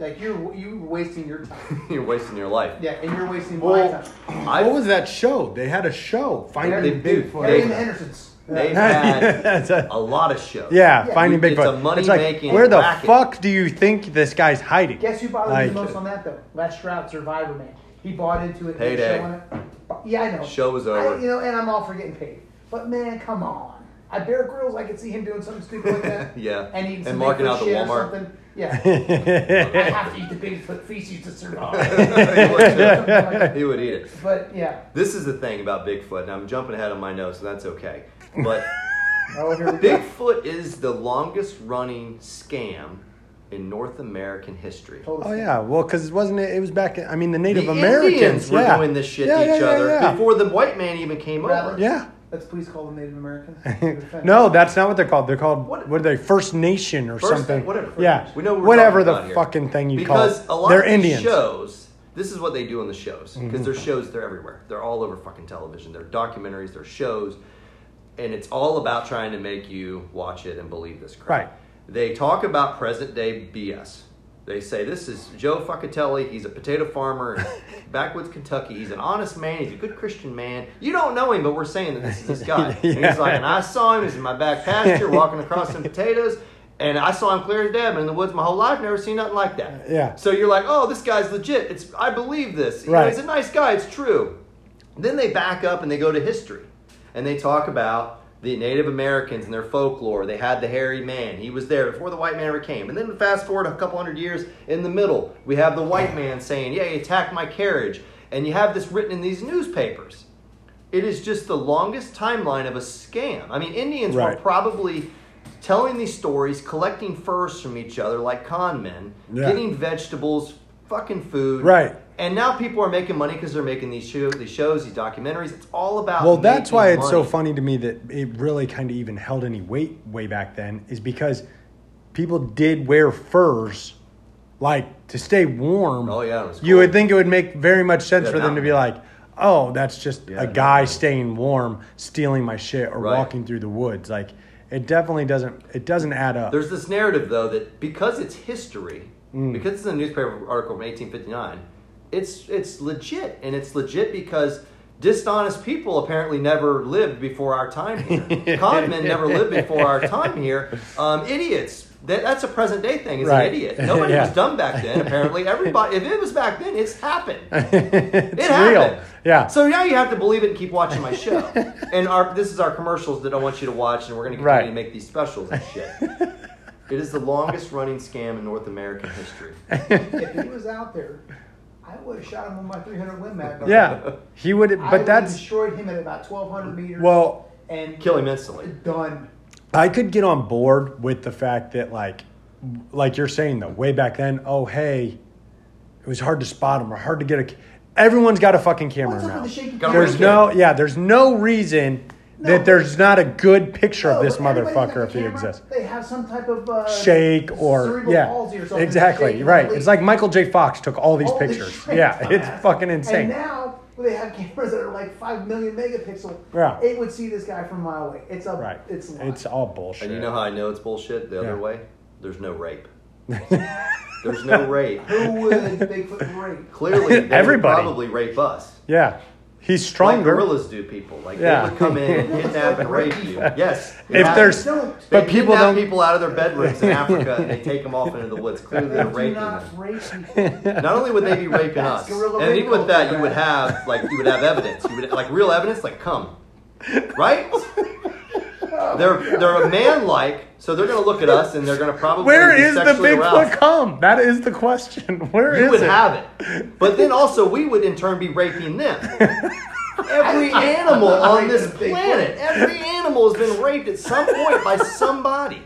B: Like you're you wasting your
A: <laughs>
B: time.
C: <laughs> You're wasting your life.
B: Yeah, and you're wasting my
A: Well,
B: time.
C: I-
A: what was that show? They had a show, Finding
C: They-
A: Bigfoot.
B: Harry and the
C: they-
B: Hendersons.
C: They've
B: Yeah.
A: <laughs> That's
C: had
A: a-
C: a lot of shows.
A: Yeah,
C: <laughs>
B: Yeah,
A: finding
C: it's
A: Bigfoot.
C: a money
A: like,
C: making
A: where the
C: racket.
A: fuck do you think this guy's hiding?
B: Guess who bothered
A: Like-
B: me most on that though? Les Stroud, Survivor Man. He bought into it.
C: Payday.
B: And showing it. Yeah, I know.
C: Show was over.
B: I, you know, and I'm all for getting paid. But man, come on. I Bear Grylls, I could see him doing something stupid like that.
C: <laughs> Yeah.
B: And eating some
C: And marking
B: Bigfoot
C: out the
B: shit or
C: Walmart.
B: something.
A: <laughs>
B: Yeah. I have to eat the Bigfoot feces to
C: <laughs>
B: survive. <laughs>
C: he, would too.
A: <laughs>
B: but
C: He would eat it.
B: yeah.
C: This is the thing about Bigfoot, and I'm jumping ahead of my notes, and that's okay.
A: <laughs>
C: But
B: Oh, here we
C: <laughs>
B: go.
C: Bigfoot is the longest running scam in North American history.
B: Total
A: Oh
B: scam.
A: yeah, well, because wasn't it? It was back. In, I mean, the Native
C: the
A: Americans
C: Indians were
A: yeah.
C: doing this shit
A: Yeah,
C: to
A: yeah,
C: each
A: yeah,
C: other
A: yeah.
C: before the white man even came
B: Rather-
C: over.
A: Yeah.
B: Let's please call them Native
A: <laughs>
B: Americans. They're offended.
A: No, that's not what they're called. They're called
C: What-
A: what, are they? First Nation or
C: First-
A: something?
C: whatever.
A: Yeah,
C: We know what we're
A: whatever
C: talking
A: the
C: about here.
A: fucking thing you
C: because
A: call.
C: a lot
A: they're
C: of these
A: Indians. Mm-hmm.
C: shows. This is what they do on the shows because their shows they're everywhere. They're all over fucking television. They're documentaries. They're shows, and it's all about trying to make you watch it and believe this crap.
A: Right.
C: They talk about present day BS. They say this is Joe Fucatelli. He's a potato farmer
A: <laughs>
C: in backwoods Kentucky. He's an honest man. He's a good Christian man. You don't know him, but we're saying that this is this
A: <laughs>
C: guy. And he's
A: Yeah.
C: like, <laughs> and I saw him. He's in my
A: <laughs>
C: back pasture walking across some potatoes. And I saw him clear as day. I've been in the woods my whole life. Never seen nothing like that.
A: Yeah.
C: So you're like, oh, this guy's legit. It's I believe this. You know,
A: Right.
C: he's a nice guy. It's true. Then they back up and they go to history, and they talk about the Native Americans and their folklore. They had the hairy man. He was there before the white man ever came. And then fast forward a couple hundred years in the middle, we have the white man saying, "Yeah, he attacked my carriage," and you have this written in these newspapers. It is just the longest timeline of a scam. I mean, Indians were
A: Right.
C: probably telling these stories, collecting furs from each other like con men,
A: Yeah.
C: getting vegetables, fucking food.
A: Right.
C: And now people are making money because they're making these, show, these shows, these documentaries. It's all about.
A: Well, that's
C: making
A: why it's so
C: money.
A: funny to me that it really kind of even held any weight way back then, is because people did wear furs, like to stay warm.
C: Oh, yeah, it was
A: you
C: cold.
A: would think it would make very much sense
C: Yeah,
A: for them
C: now-
A: to be like, "Oh, that's just
C: Yeah,
A: a
C: now-
A: guy staying warm, stealing my shit, or
C: Right.
A: walking through the woods." Like, it definitely doesn't. It doesn't add up.
C: There's this narrative, though, that because it's history,
A: Mm.
C: because it's a newspaper article from 1859, it's it's legit, and it's legit because dishonest people apparently never lived before our
A: <laughs>
C: time here. Con men never lived before our time here. Um, idiots. That, that's a present day thing. Is
A: Right.
C: an idiot.
A: <laughs>
C: Nobody
A: Yeah.
C: was dumb back then. Apparently, everybody. If it was back then, it's happened.
A: <laughs> it's
C: It happened.
A: real. Yeah.
C: So now you have to believe it and keep watching my
A: <laughs>
C: show. and our this is our commercials that I want you to watch, and we're going to continue
A: Right.
C: to make these specials and
A: <laughs>
C: shit. it is the longest running scam in North American history.
B: if he was out there, I would have shot him with my 300 Win Mag.
A: yeah. He would
B: I
A: but
B: would've
A: that's
B: destroyed him at about 1,200 meters.
A: well,
B: and
C: Kill him instantly.
B: Done.
A: I could get on board with the fact that like like you're saying though, way back then, oh hey, it was hard to spot him or hard to get a everyone's got a fucking camera
B: What's up
A: now.
B: with the shaky
C: Got
B: camera?
A: There's
C: Right.
A: no, yeah, there's no reason
B: No.
A: that there's not a good picture
B: No,
A: of this
B: but everybody's got
A: motherfucker
B: the
A: if he
B: camera,
A: exists.
B: They have some type of uh,
A: Shake or
B: cerebral palsy or
A: yeah,
B: something.
A: exactly
B: Shaking
A: right.
B: completely.
A: It's like Michael J. Fox took all these
B: All this
A: pictures.
B: shit.
A: yeah, it's fucking insane.
B: And now they have cameras that are like five million megapixel.
A: Yeah.
B: It would see this guy from a mile away. It's a.
A: right,
B: It's. a lot.
A: it's all bullshit.
C: And you know how I know it's bullshit the
A: Yeah.
C: other way? There's no
A: <laughs>
C: rape. There's no rape.
B: Who would Bigfoot rape?
C: Clearly, they
A: Everybody.
C: would probably rape us.
A: yeah, he's
C: Like
A: stronger.
C: gorillas do people. Like
A: Yeah.
C: they would come
A: <laughs>
C: in and kidnap and rape you. Yes. it
A: if
C: happens.
A: there's,
B: Don't.
C: They
A: but people
C: kidnap
A: don't.
C: people out of their bedrooms in Africa and they take them off into the woods. Clearly,
B: <laughs>
C: they're
B: Do
C: raping them.
B: not
C: <laughs>
B: rape people.
C: Not only would they be raping
B: That's
C: us,
B: guerrilla
C: and
B: rape
C: even with that, you
B: culture,
C: would
B: man.
C: have like you would have evidence, you would like real evidence, like come,
B: <laughs>
C: right? They're they're a man like, so they're gonna look at us and they're gonna probably
A: Where
C: be
A: is the
C: sexually
A: Bigfoot
C: aroused.
A: come? That is the question. <laughs> Where is
C: You would
A: it?
C: have it, but then also we would in turn be raping them.
B: <laughs>
C: Every animal on this
B: Raping Bigfoot.
C: planet, every animal has been raped at some point by somebody.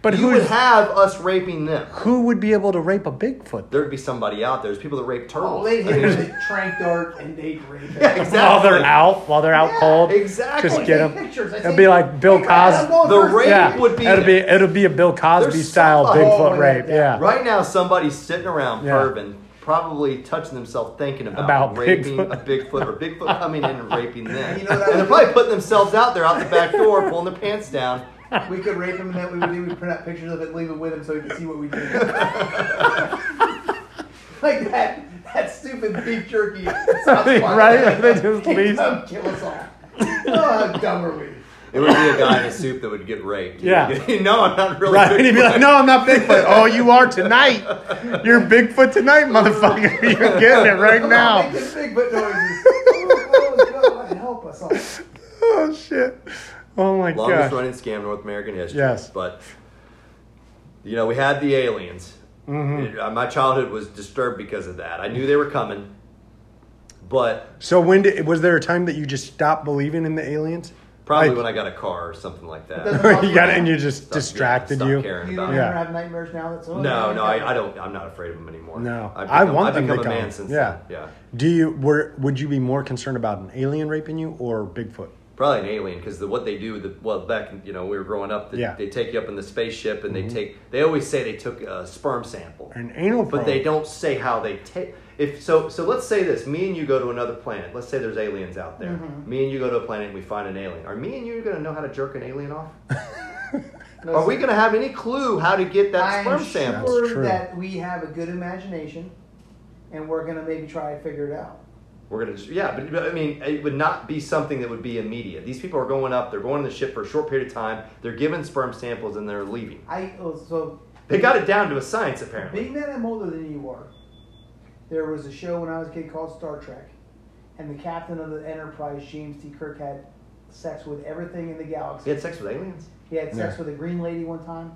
A: but
C: You would
A: who?
C: have us raping them.
A: Who would be able to rape a Bigfoot?
C: There'd be somebody out there. There's people that rape
B: Oh,
C: turtles.
B: they hit him with a <laughs> trank dart and they rape <laughs> him.
C: <laughs> Yeah, exactly.
A: While they're out, while they're out
C: Yeah,
A: cold,
C: exactly.
A: just get
B: Take
A: him.
B: pictures. I
A: It'd
B: take-
A: be like Bill
B: Hey, man, I'm
A: Cosby.
B: going
C: The
B: first.
C: rape
A: Yeah,
C: would be
A: it'll be
C: there.
A: it'll be a Bill Cosby
C: There's
A: style
C: somebody-
A: Bigfoot
B: Oh, yeah,
A: rape.
B: yeah.
A: Yeah, <laughs>
C: Right now, somebody's sitting around
A: Yeah.
C: perving, probably touching themselves, thinking about,
A: About
C: raping
A: Bigfoot.
C: a Bigfoot or Bigfoot coming in and raping
B: <laughs>
C: them.
B: You know what I
C: and they're
B: would
C: probably
B: do?
C: putting themselves out there, out the back door, pulling their pants down.
B: <laughs> We could rape him, and then we would do. We print out pictures of it, leave it with him, so he could see what we
A: <laughs>
B: did. like that, that stupid beef
A: <laughs>
B: jerky. South Park. <laughs>
A: Right? They just leave.
B: Come kill us all. Oh, how dumb are we?
C: It would be a guy in a suit that would get raped. <laughs>
A: Yeah.
C: no, I'm not really.
A: right. <laughs> And he'd be
C: Bigfoot.
A: like, "No, I'm not Bigfoot. oh, you are tonight. You're Bigfoot tonight, motherfucker. <laughs> You're getting it right
B: Come on,
A: now."
B: make this Bigfoot noises. <laughs> Oh, oh, God, help us all.
A: Oh shit. Oh my
C: Longest
A: god.
C: running scam in North American history.
A: Yes.
C: But, you know, we had the aliens.
A: Mm-hmm.
C: It- uh, my childhood was disturbed because of that. I knew they were coming, but
A: So when did was there a time that you just stopped believing in the aliens?
C: probably
A: Like-
C: when I got a car or something like that.
B: Doesn't-
A: <laughs> you got it, and you just
C: Stop- yeah,
A: distracted
C: stop
A: you.
C: caring
B: You
C: about
B: don't
C: it.
A: Yeah.
B: ever have nightmares now. That's oh,
C: <laughs> No,
B: yeah,
C: no, I, I don't. I'm not afraid of them anymore.
A: No,
C: I've
A: I
C: become,
A: want
C: I've
A: them to
C: become
A: come.
C: a man since
A: yeah.
C: then. Yeah,
A: Do you were would you be more concerned about an alien raping you or Bigfoot?
C: probably an alien because the, what they do. with The, well, back you know we were growing up. They,
A: Yeah. Mm-hmm.
C: they take you up in the spaceship and they take. They always say they took a sperm sample,
A: An anal probe.
C: but they don't say how they take. If so, so let's say this: me and you go to another planet. Let's say there's aliens out there.
B: Mm-hmm.
C: Me and you go to a planet and we find an alien. Are me and you going to know how to jerk an alien off?
B: No,
C: Are
B: sir.
C: we going to have any clue how to get
B: I'm
C: that sperm sample?
A: That's
B: sure
A: true.
B: that we have a good imagination, and we're gonna maybe try and figure it out.
C: We're gonna, just, yeah, but, but I mean, it would not be something that would be immediate. These people are going up, they're going to the ship for a short period of time, they're given sperm samples, and they're leaving.
B: I oh, so
C: They got it down to a science, apparently.
B: Being that I'm older than you are, there was a show when I was a kid called Star Trek, and the captain of the Enterprise, James T. Kirk, had sex with everything in the
C: They
B: galaxy.
C: had sex with aliens.
B: He had sex
A: Yeah.
B: with a green lady one time.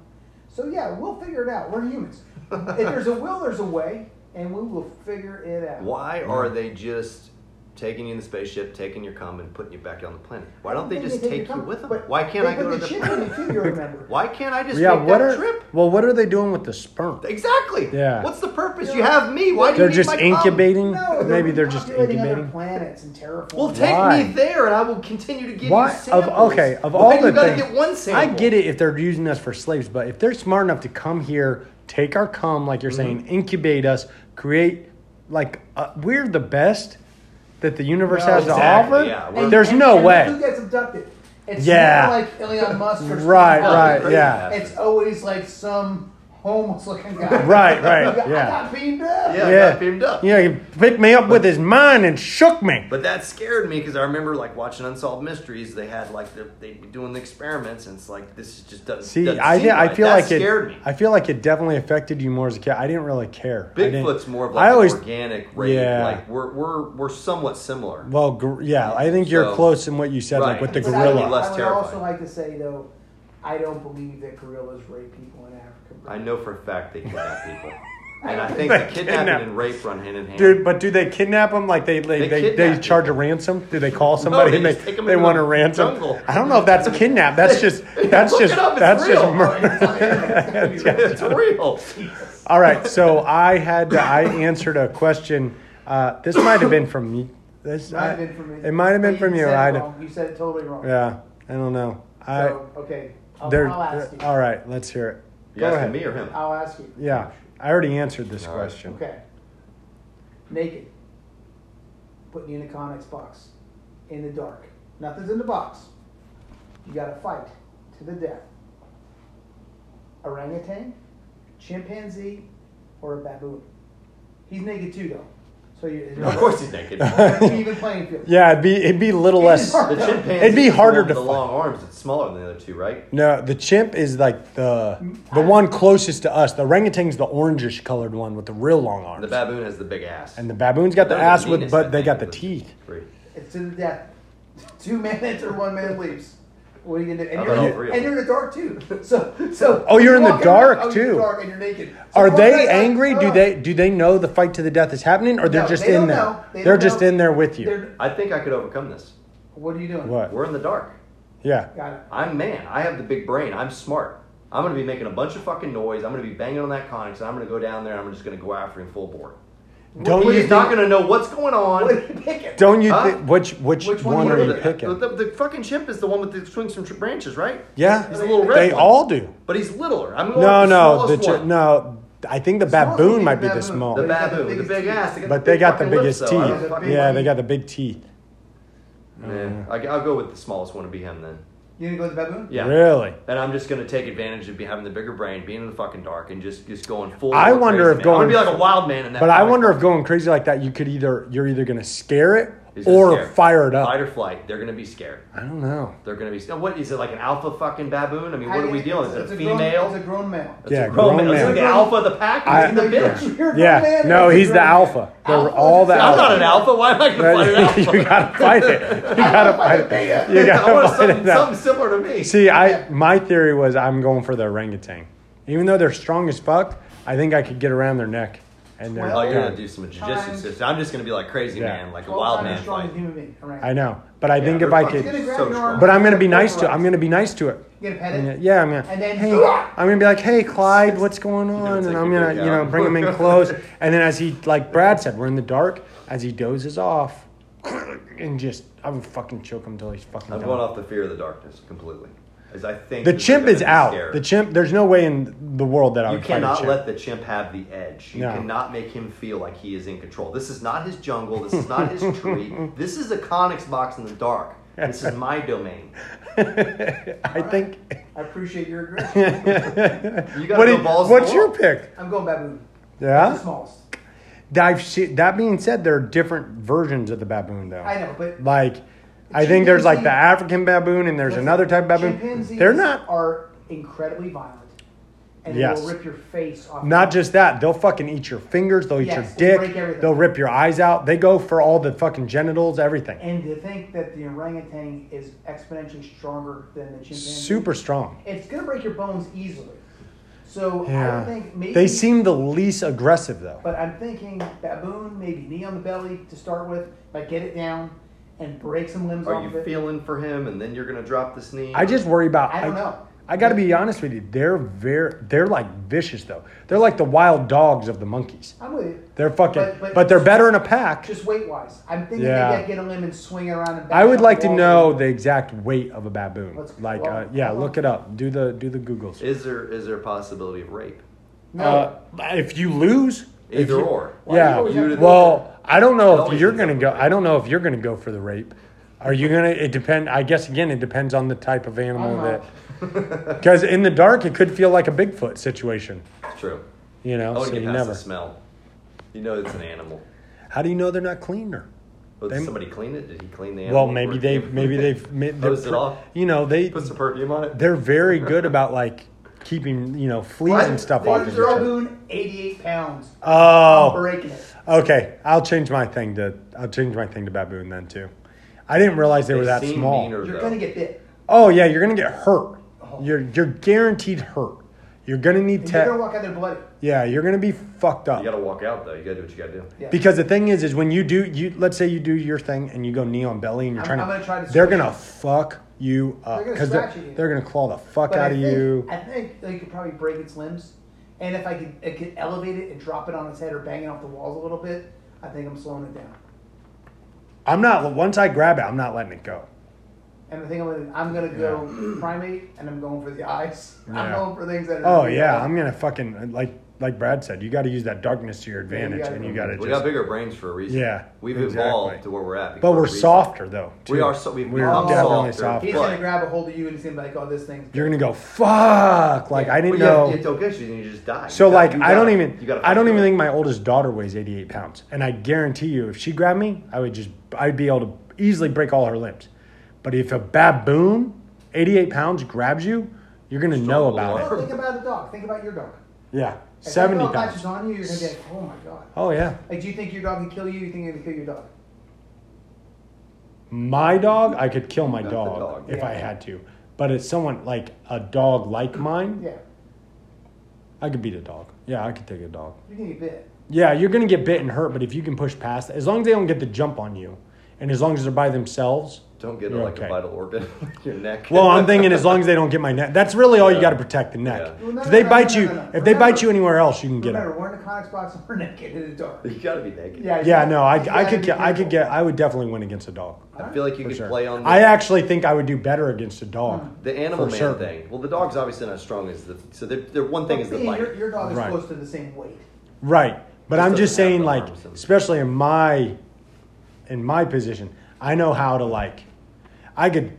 B: So yeah, we'll figure it out. We're
C: <laughs>
B: humans. if there's a will, there's a way, and we will figure it out.
C: Why are they just taking you in the spaceship, taking your cum, and putting you back on the planet? Why don't they
B: Then
C: just
B: they
C: take you
B: come-
C: with them?
B: but
C: Why can't
B: they
C: I go
B: put
C: to
B: the
C: the
B: chip in
C: planet?
B: you
C: <laughs>
B: too? You remember?
C: Why can't I just
A: Yeah,
C: make
A: what
C: that
A: are
C: trip?
A: well? What are they doing with the sperm?
C: Exactly.
A: Yeah.
C: What's the purpose? You have me. Why do you
A: They're
C: need
A: just
C: my cum?
A: incubating.
B: No,
A: Mm. Maybe they're just
B: repopulating
A: incubating.
B: other planets and terraforming.
C: Well, take
A: Why?
C: me there, and I will continue to give
A: Why
C: you
A: of
C: samples.
A: okay of
C: Why
A: all
C: do
A: the
C: you gotta
A: things?
C: get one sample.
A: I get it if they're using us for slaves, but if they're smart enough to come here, take our cum, like you're
C: Mm-hmm.
A: saying, incubate us, create like uh, we're the best that the universe
B: Well,
A: has
C: exactly,
A: to
C: yeah,
A: offer.
C: we're-
A: There's
B: and-
A: no
B: and
A: way.
B: Who gets abducted? It's
A: Yeah.
B: not like Elon Musk or Steve
A: Right,
B: Jobs.
A: right,
C: yeah.
B: It's always like some homeless looking guy.
A: <laughs> Right,
B: <laughs>
A: right,
B: I
A: yeah.
B: got beamed up.
C: Yeah, I
A: Yeah.
C: got beamed up.
A: Yeah, he picked me up with his mind and shook me.
C: But that scared me because I remember like watching Unsolved Mysteries. They had like the, they'd be doing the experiments, and it's like this is just doesn't.
A: See,
C: doesn't
A: I
C: seem
A: did, I
C: right.
A: feel
C: That
A: like
C: scared
A: it.
C: me.
A: I feel like it definitely affected you more as a kid. I didn't really care. I didn't-
C: Bigfoot's more of
A: I
C: like
A: always-
C: an organic raid.
A: Yeah.
C: Like we're we're we're somewhat similar.
A: Well, gr- yeah, I think you're
C: So-
A: close in what you said, like
C: Right.
A: with the
B: But
C: Exactly.
A: gorilla.
B: I would,
C: Less
B: I would
C: terrifying.
B: also like to say though, I don't believe that gorillas rape people in Africa. bro.
C: I know for a fact they kidnap people, and
A: <laughs>
C: I think the
A: kidnap.
C: kidnapping and rape run hand in hand.
A: Dude, but do they kidnap them? Like they they,
C: They
A: they, they
C: kidnap
A: charge a ransom? Do they call somebody
C: they
A: and they,
C: just take 'em
A: they
C: into
A: want
C: the
A: a ransom?
C: jungle.
A: I don't know if that's kidnap.
C: <laughs>
A: That's just that's
C: Look
A: just
C: it up, it's
A: that's just
C: real. <laughs>
A: murder. <laughs>
C: it's real.
A: All right, so I had to, I answered a question. Uh, this might have been from me. This,
B: Might have
A: I-
B: been from me.
A: It might have been
B: But
A: from you.
B: said it
A: I
B: wrong. you said it totally wrong.
A: yeah. I don't know. I
B: So, okay, I'll,
A: there.
B: I'll ask you.
A: All right, let's hear it.
C: You asking me or him?
B: I'll ask you.
A: Yeah, I already answered this
C: All right.
A: question.
B: Okay. Naked. Putting you in a comics box. In the dark. Nothing's in the box. You gotta fight to the death. Orangutan, chimpanzee, or a baboon. He's naked too though. So you
C: Of course he's
A: <laughs>
C: naked. The
B: <laughs> it's an even playing field.
A: Yeah, it'd be it'd be a little less.
B: The
C: chimpanzee.
A: It'd be
C: is the
A: harder
C: one with
A: to
C: the long arms. It's smaller than the other two, right?
A: No, the chimp is like the the one closest to us. The orangutan's the orangish colored one with the real long arms.
C: The baboon has the big ass.
A: and the baboon's got the
C: They're
A: ass with,
C: meanest, I
A: but they
C: think,
A: got the
C: of
A: teeth.
C: three.
B: It's to the death. <laughs> Two minutes or one minute leaves. What are you gonna do? And
C: How
B: you're,
C: about all
B: in-
C: three of
B: and
C: them?
B: you're in the dark too. <laughs> So so
A: Oh, you're in the
B: walking
A: dark,
B: around- oh, you're in
A: too.
B: the dark and you're naked. So
A: Are
B: one
A: they
B: night's like,
A: angry? Do
B: oh.
A: they do they know the fight to the death is happening, or they're
B: No,
A: just
B: they
A: in
B: don't
A: there?
B: know. They
A: are
B: don't
A: just
B: know.
A: in there with you.
B: They're-
C: I think I could overcome this.
B: What are you doing?
A: what?
C: We're in the dark.
A: Yeah.
C: <laughs>
B: Got it.
C: I'm man. I have the big brain. I'm smart. I'm gonna be making a bunch of fucking noise. I'm gonna be banging on that conics, and I'm gonna go down there. and I'm just gonna go after him full bore.
A: Don't
C: He's
A: you
C: not
A: think,
C: gonna know what's going on.
B: What are you picking?
A: don't you
C: Huh?
A: thi- which which,
B: Which
A: one,
B: one
A: are
B: do you
A: you
C: the,
A: picking?
C: The, the fucking chimp is the one with the swings from tr- branches, right?
A: yeah,
C: He's a little red.
A: they
C: one.
A: all do.
C: But he's littler. I'm going
A: No,
C: with the
A: no, the
C: smallest
A: chi-
C: one.
A: no. I think the
B: Smallest would
A: baboon
B: be
A: might
B: the
A: be the
B: baboon.
A: small.
C: The
B: They got the
C: baboon with the
B: biggest
C: big
B: teeth.
C: ass.
A: But they got the
C: fucking
A: biggest
C: lips, though. I don't
A: teeth.
C: fucking
A: Yeah,
C: like
A: they
C: it.
A: got the big teeth.
C: Yeah, I, I'll go with the smallest one to be him then.
B: You gonna go with the baboon?
C: Yeah.
A: Really?
C: And I'm just gonna take advantage of be having the bigger brain, being in the fucking dark, and just just going full.
A: I
C: on
A: wonder
C: crazy,
A: if
C: man. I'm
A: going-
C: gonna be like a wild man in that.
A: But I wonder
C: fucking-
A: if going crazy like that, you could either you're either gonna scare it
C: He's gonna
A: or
C: scare.
A: fire it up.
C: Fight or flight. They're gonna be scared.
A: I don't know.
C: They're gonna be. Now, What is it like? An alpha fucking baboon? I mean,
B: I-
C: what are we dealing? Is
B: it's-
C: it
B: it's
C: a
B: grown-
C: female?
B: it's a grown male.
C: It's a
A: Yeah, grown
C: grown man. It's
A: man.
C: like the alpha of the pack.
A: I-
C: <laughs> and He's the bitch.
B: You're a grown
A: Yeah,
B: man.
A: no,
B: You're a
A: he's the
B: grown man.
A: alpha. They're all the
B: I'm
C: I'm
A: alpha.
C: not an alpha. Why am I gonna fight an alpha?
A: <laughs> you gotta fight it. You gotta fight it. You
C: <laughs> I
A: gotta
C: want
A: fight
C: something,
A: it. out.
C: something similar to me.
A: See, I my theory was I'm going for the orangutan, even though they're strong as fuck. I think I could get around their neck and they're
B: Well-
C: oh, you're
A: done.
C: gonna do some jujitsu.
B: Times-
C: system. I'm just gonna be like crazy
A: Yeah.
C: man, like a
B: Twelve
C: wild
B: times
C: man
B: stronger
C: fight.
B: than human being. All right.
A: I know, but I think
C: Yeah,
A: if
C: they're
A: I
C: fucking
B: It's
A: could,
B: gonna grab
C: so
B: your
C: strong.
B: arm.
A: but I'm gonna be nice to it. I'm gonna be nice to it.
B: You gonna pet
A: Yeah,
B: it?
A: yeah, I'm gonna.
B: And then-
C: <laughs>
A: hey, I'm gonna be like, hey, Clyde, what's going on?
C: take
A: And
C: your
A: I'm gonna,
C: dick
A: you know,
C: out.
A: bring him
C: <laughs>
A: in close. And then as he, like Brad said, we're in the dark. As he dozes off, <clears throat> and just, I'm gonna fucking choke him until he's fucking
C: I'm
A: done.
C: going off the fear of the darkness completely, as I think
A: the
C: that they're
A: chimp
C: gonna
A: is
C: be
A: out.
C: scared.
A: The chimp. There's no way in the world that I
C: You
A: would fight a
C: cannot
A: chimp.
C: let the chimp have the edge. You
A: No.
C: cannot make him feel like he is in control. This is not his jungle. This is not his tree.
A: <laughs>
C: This is a conics box in the dark. This is my domain.
A: <laughs> I think.
B: I appreciate your aggression.
A: <laughs>
C: You
A: What
C: gotta
A: do
C: go
A: you-
C: balls. to
A: what's
C: the
A: your
C: wall.
A: pick?
B: I'm going baboon. It's the
A: Yeah.
B: smallest.
A: I've seen, that being said, there are different versions of the baboon, though.
B: I know, but
A: Like, I think there's like the
B: Chimpanzee-
A: African baboon, and there's
B: listen,
A: another type of baboon.
B: Chimpanzees
A: They're not
B: are incredibly violent, and
A: Yes.
B: they will rip your face off.
A: Not just that, they'll fucking eat your fingers, they'll eat
B: Yes,
A: your
B: they'll
A: dick,
B: break everything.
A: they'll rip your eyes out. They go for all the fucking genitals, everything.
B: And to think that the orangutan is exponentially stronger than the chimpanzee.
A: Super strong.
B: It's gonna break your bones easily. So I
A: Yeah.
B: would think maybe
A: They seem the least aggressive though.
B: But I'm thinking baboon, maybe knee on the belly to start with, like get it down and break some limbs
C: Are
B: off of
C: you
B: it.
C: feeling for him, and then you're gonna drop this knee?
A: I just worry about
B: I don't know.
A: I gotta be honest with you, they're very they're like vicious though. They're like the wild dogs of the monkeys.
B: I'm with you.
A: They're fucking but,
B: But- but-
A: they're better in a pack.
B: Just weight wise, I'm thinking
A: Yeah.
B: maybe I get a limb and swing it around. And back
A: I would
B: up
A: like
B: the
A: to
B: wall.
A: know uh, the exact weight of a baboon.
B: Let's-
A: like
B: well,
A: uh, yeah,
B: hold
A: look
B: on.
A: it up. Do the do the Googles.
C: Is there is there a possibility of rape?
B: No,
A: Uh, if you lose if
C: Either
A: you-
C: or.
B: Why
A: yeah.
B: do you always have to
A: Well, I don't know if
C: Always
A: you're
C: have
A: gonna
C: to
A: go.
C: go for
A: I don't know if you're gonna go for the rape. Are you gonna? It depend. I guess again, it depends on the type of animal
B: I'm
A: that.
B: out.
A: <laughs> Because in the dark, it could feel like a Bigfoot situation.
C: It's true.
A: You know,
C: I would
A: so
C: get
A: you
C: past
A: never.
C: the smell. You know it's an animal.
A: How do you know they're not cleaner?
C: Well,
A: They-
C: did somebody clean it? Did he clean the animal?
A: Well, maybe
C: before
A: they
C: he- <laughs>
A: maybe they've made they're
C: Hosed it
A: pre-
C: off.
A: You know, they
C: Put some perfume on it.
A: they're very good about like keeping you know fleas
C: What?
A: and stuff off.
B: One
A: of each other.
B: dragoon, 88 pounds. I'm
A: Oh,
B: breaking it.
A: okay. I'll change my thing to I'll change my thing to baboon then too. I didn't realize they,
C: They
A: were that
C: seem
A: small.
C: meaner,
B: You're
C: though.
B: going to get bit.
A: Oh yeah, you're gonna get hurt. You're you're guaranteed hurt. You're gonna need
B: And
A: te-
B: you're going to walk out there bloody.
A: Yeah, you're gonna be fucked up.
C: You gotta walk out though. You gotta do what you gotta do.
B: Yeah.
A: Because the thing is, is when you do you let's say you do your thing and you go knee on belly and you're
B: I'm-
A: trying
B: I'm
A: to,
B: gonna try to
A: they're
B: scratch
A: gonna
B: you.
A: fuck you up
B: They're gonna
A: because they're,
B: scratch you.
A: they're gonna claw the fuck
B: But I
A: out of
B: think,
A: you.
B: I think they could probably break its limbs. And if I could, I could elevate it and drop it on its head or bang it off the walls a little bit, I think I'm slowing it down.
A: I'm not once I grab it, I'm not letting it go.
B: And I think I'm gonna, I'm gonna go primate, and I'm going for the eyes. I'm
A: Yeah.
B: going for things that.
A: Oh yeah, I'm gonna fucking like like Brad said, you got to use that darkness to
B: Yeah,
A: your
B: you
A: advantage,
B: gotta-
A: and you got to
C: We
A: just.
C: got bigger brains for a reason.
A: Yeah,
C: We've
A: exactly.
C: evolved to where we're at. because
A: but
C: of
A: we're
C: reason.
A: softer though.
C: We
A: too.
C: are so- we've
A: we're
B: become
A: definitely
C: softer.
B: He's
A: softer.
C: But-
B: gonna grab a hold of you, and he's gonna be like, "Oh, this thing's."
A: You're gonna go fuck. Like I didn't
C: Well, you have-
A: know.
C: It don't get you, then you just die.
A: So
C: You gotta-
A: like
C: you
A: I don't
C: gotta-
A: even
C: You gotta
A: I don't
C: fight
A: even
C: through
A: think my oldest daughter weighs 88 pounds, and I guarantee you, if she grabbed me, I would just I'd be able to easily break all her limbs. But if a baboon 88 pounds grabs you, you're gonna know
C: Strong
A: about
C: little
A: it.
B: No, Oh, think about the dog. Think about your dog.
A: Yeah,
B: If that
A: 70
B: dog latches
A: pounds.
B: on you, you're gonna be like, "Oh my god."
A: Oh yeah,
B: Like, do you think your dog can kill you? You think you're gonna kill your dog?
A: my dog. I could kill my
C: Not the dog.
A: dog if
B: Yeah.
A: I had to, but it's someone like a dog like mine.
B: Yeah,
A: I could beat a dog. Yeah, I could take a dog.
B: you can get bit.
A: Yeah, you're gonna get bit and hurt, but if you can push past, as long as they don't get the jump on you, and as long as they're by themselves.
C: Don't get
A: You're
C: like a
A: okay.
C: vital organ, <laughs> like your neck.
A: Well, I'm
C: <laughs>
A: thinking as long as they don't get my neck. That's really all
C: Yeah.
A: you got to protect the neck.
C: Yeah.
B: Well, no,
A: if they
B: no, no,
A: bite
B: no,
A: you,
B: no, no.
A: if they bite
B: Remember-
A: you anywhere else, you can get
B: Remember,
A: them.
B: we're in the Conex box. <laughs> and We're naked in the dark.
C: You gotta be naked.
B: Yeah.
A: Yeah, no, I,
B: you
A: I
B: gotta
A: could
B: be
A: get, I could
B: careful.
A: get, I would definitely win against a dog.
C: I feel like you
A: For
C: could
A: sure.
C: play on the,
A: I actually think I would do better against a
B: Hmm.
A: dog.
C: the animal
A: for
C: man
A: sure.
C: thing. Well, the dog's obviously not as strong as the. So they're, they're, one thing is the
B: Yeah,
C: bite.
B: Your, your dog is
A: Right.
B: close to the same weight.
A: Right, but
C: Just
A: I'm just
C: doesn't have
A: saying,
C: the
A: like,
C: arms and-
A: especially in my, in my position, I know how to like, I could,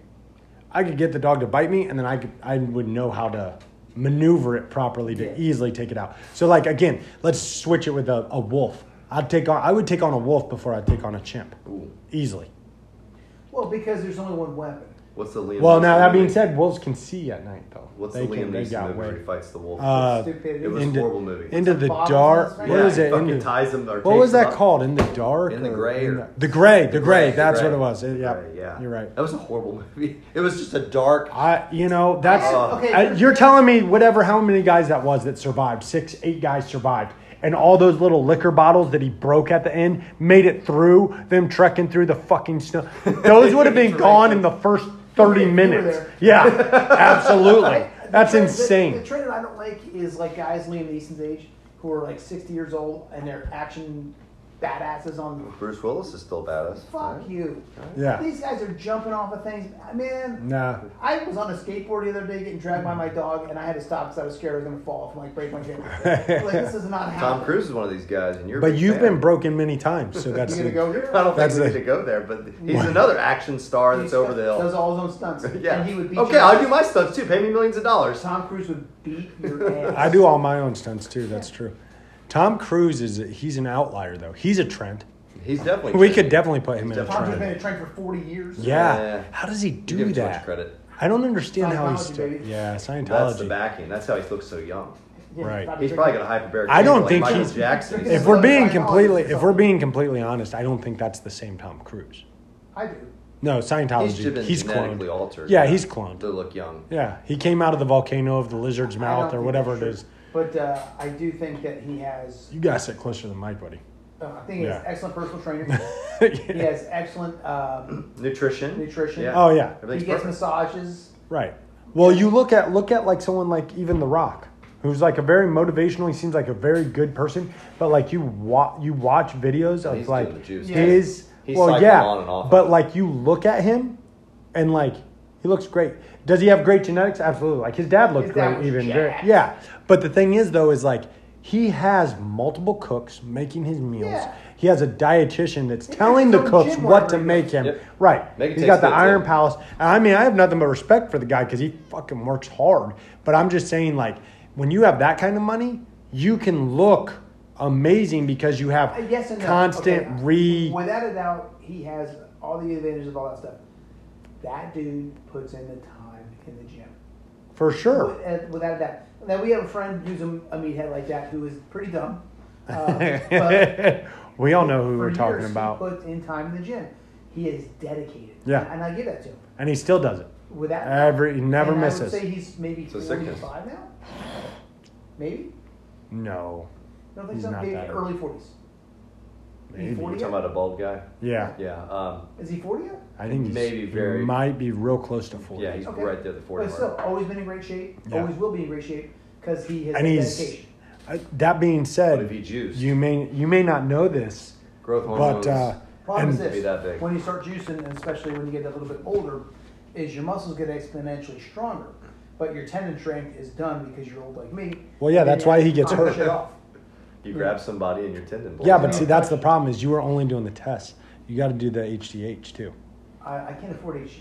A: I could get the dog to bite me, and then I could, I would know how to maneuver it properly to
B: Yeah.
A: easily take it out. So, like, again, let's switch it with a, a wolf. I'd take on, I would take on a wolf before I'd take on a chimp,
C: Ooh,
A: easily.
B: Well, because there's only one weapon.
C: what's the Liam?
A: Well, now
C: Neeson
A: that being
C: movie?
A: said, wolves can see at night though.
C: what's
A: They
C: the Liam
A: can- they
C: Neeson
A: got
C: movie where
A: way-
C: he fights the wolf?
A: Uh,
B: Stupid.
C: it was
A: into-
C: a horrible movie.
A: Into the
B: Bob
A: dark.
B: Ross,
A: What
B: right?
A: is
C: he
A: it?
C: Fucking
A: Into-
C: ties him. Or
A: What
C: takes
A: was
C: him
A: that
C: up.
A: called? In the dark?
C: In the
A: or-
C: gray
A: in
C: or-
A: the, the gray. The, gray.
C: The
A: That's
C: Gray.
A: what it was. It-
C: The
A: yeah.
C: Gray, yeah.
A: You're right.
C: That was a horrible <laughs> movie. It was just a dark. <laughs>
A: I, you know, that's.
C: Oh.
B: Uh, Okay,
A: I-
B: here's-
A: you're telling me whatever, how many guys that was that survived? Six, eight guys survived. And all those little liquor bottles that he broke at the end made it through them trekking through the fucking snow. Those would have
C: <laughs>
A: been gone in the first 30
B: You were
A: minutes.
B: there.
A: Yeah,
B: <laughs>
A: absolutely.
B: The
A: That's
B: trend- the- The,
A: insane.
B: trend that I don't like is like guys Liam Neeson's age who are like 60 years old and they're action badasses on.
C: Bruce Willis is still badass.
B: Fuck
C: right?
B: you.
A: Yeah.
B: These guys are jumping off of things. Man,
A: Nah.
B: I was on a skateboard the other day getting dragged by my dog and I had to stop because I was scared I was going to fall off and like break
A: <laughs>
B: my hip. like, this is not happening.
C: Tom Cruise is one of these guys, and you're. a
A: But
C: big
A: you've
C: fan.
A: been broken many
B: <laughs>
A: times, so that's.
B: You going to go here?
C: <laughs> I don't think
A: That's
C: we
A: a-
C: need to go
A: <laughs>
C: there, but he's another action star that's over the
B: Does
C: hill.
B: all his own stunts.
C: <laughs> Yeah.
B: And he would beat
C: okay,
B: your
C: I'll
B: ass.
C: do my stunts too. Pay me millions of dollars.
B: Tom Cruise would beat
A: <laughs>
B: your ass.
A: I do all my own stunts too. That's true. Tom Cruise is he's an outlier though. He's a trend.
C: He's definitely.
A: We could definitely put him in a
C: definitely-
B: Tom Cruise been
A: trend.
B: in a train for 40 years.
A: Yeah.
C: Yeah.
A: How does he
C: You
A: do
C: give him too
A: that?
C: much credit.
A: I don't understand how he's
B: Scientology,
A: still.
B: baby.
A: Yeah, Scientology.
C: That's the backing. That's how he looks so young.
B: Yeah,
A: Right.
C: He's probably got a hyperbaric.
A: I don't
C: chamber like
A: think
C: Michael
A: he's-
C: Jackson.
B: If
A: If
C: He's
A: we're
C: so-
A: being
B: Scientology.
A: completely if we're being completely honest, I don't think that's the same Tom Cruise.
B: I do.
A: No,
C: he's just
A: Scientology.
C: been
A: He's,
C: genetically
A: cloned.
C: altered.
A: Yeah, he's cloned.
C: To look young.
A: Yeah, he came out of the volcano of the lizard's
B: I don't
A: mouth or
B: think
A: whatever
B: that's
A: it is.
B: true. But uh, I do think that he has.
A: You gotta sit closer to the mic, buddy. <laughs>
B: Uh, I think he has
A: Yeah.
B: excellent personal trainer. he
A: <laughs>
B: has excellent. Um,
C: Nutrition.
B: Nutrition.
A: Oh yeah.
B: he
C: Everything's
B: gets
C: perfect.
B: massages.
A: Right. Well, you look at look at like someone like even The Rock, who's like a very motivational. He seems like a very good person, but like you wa- you watch videos of
C: He's
A: like
C: doing the juice.
B: Yeah.
A: his
C: He's
A: well
C: cycling
A: yeah,
C: on and off.
A: but like you look at him, and like he looks great. Does he have great genetics? Absolutely. Like his dad looked
B: His dad
A: great,
B: was
A: even
B: jacked.
A: very, yeah. But the thing is though, is like He has multiple cooks making his meals.
B: Yeah.
A: He has a dietitian that's
B: He
A: telling
B: makes
A: the
B: his own
A: cooks
B: gym
A: what
B: wherever
A: to
B: he
A: make
B: goes.
A: him.
C: Yep.
A: Right.
C: Make it
A: He's
C: taste
A: got the
C: good,
A: Iron
C: too.
A: Palace. And I mean, I have nothing but respect for the guy because he fucking works hard. But I'm just saying, like, when you have that kind of money, you can look amazing because you have
B: Uh, yes and no.
A: constant
B: Okay.
A: re.
B: Without a doubt, he has all the advantages of all that stuff. That dude puts in the time in the gym.
A: for sure.
B: Wi- uh, Without a doubt. Now we have a friend who's a, a meathead like that who is pretty dumb. Uh,
A: <laughs>
B: but
A: we all know who
B: for
A: we're talking
B: years, He
A: about.
B: puts in time in the gym. He is dedicated.
A: Yeah.
B: and I give that to him.
A: And he still does it.
B: Without
A: Every he never
B: and I would
A: misses.
B: say he's maybe
C: a sickness.
B: 45 now. Maybe.
A: No.
B: I don't think
A: He's
B: so.
A: not
B: Maybe
A: that
B: early 40s.
A: Maybe.
B: Is he 40
C: You're talking
B: yet?
C: about a bald guy?
A: Yeah.
C: Yeah. Um,
B: Is he 40 yet?
A: I think he's,
C: Maybe
A: he
C: very-
A: might be real close to 40.
C: yeah, he's
B: Okay.
C: right there at the 40
B: But
C: mark.
B: still, always been in great shape.
A: Yeah.
B: Always will be in great shape because he has
A: and
B: that
A: he's
B: dedication.
A: uh, that being said,
C: But if he juiced?
A: you may you may not know this,
C: Growth hormones.
A: but uh,
B: Problem is
A: and-
B: this:
C: Be that big.
B: when you start juicing, and especially when you get a little bit older, is your muscles get exponentially stronger, but your tendon strength is done because you're old like me.
A: Well, yeah,
B: and
A: that's
B: you
A: why
B: have
A: he
B: to
A: gets
B: knock
A: hurt.
B: shit off.
C: you grab somebody and your tendon. blows
A: yeah,
C: out.
A: but see that's the problem is you were only doing the tests. You got to do the HDH too.
B: I, I can't afford HGH.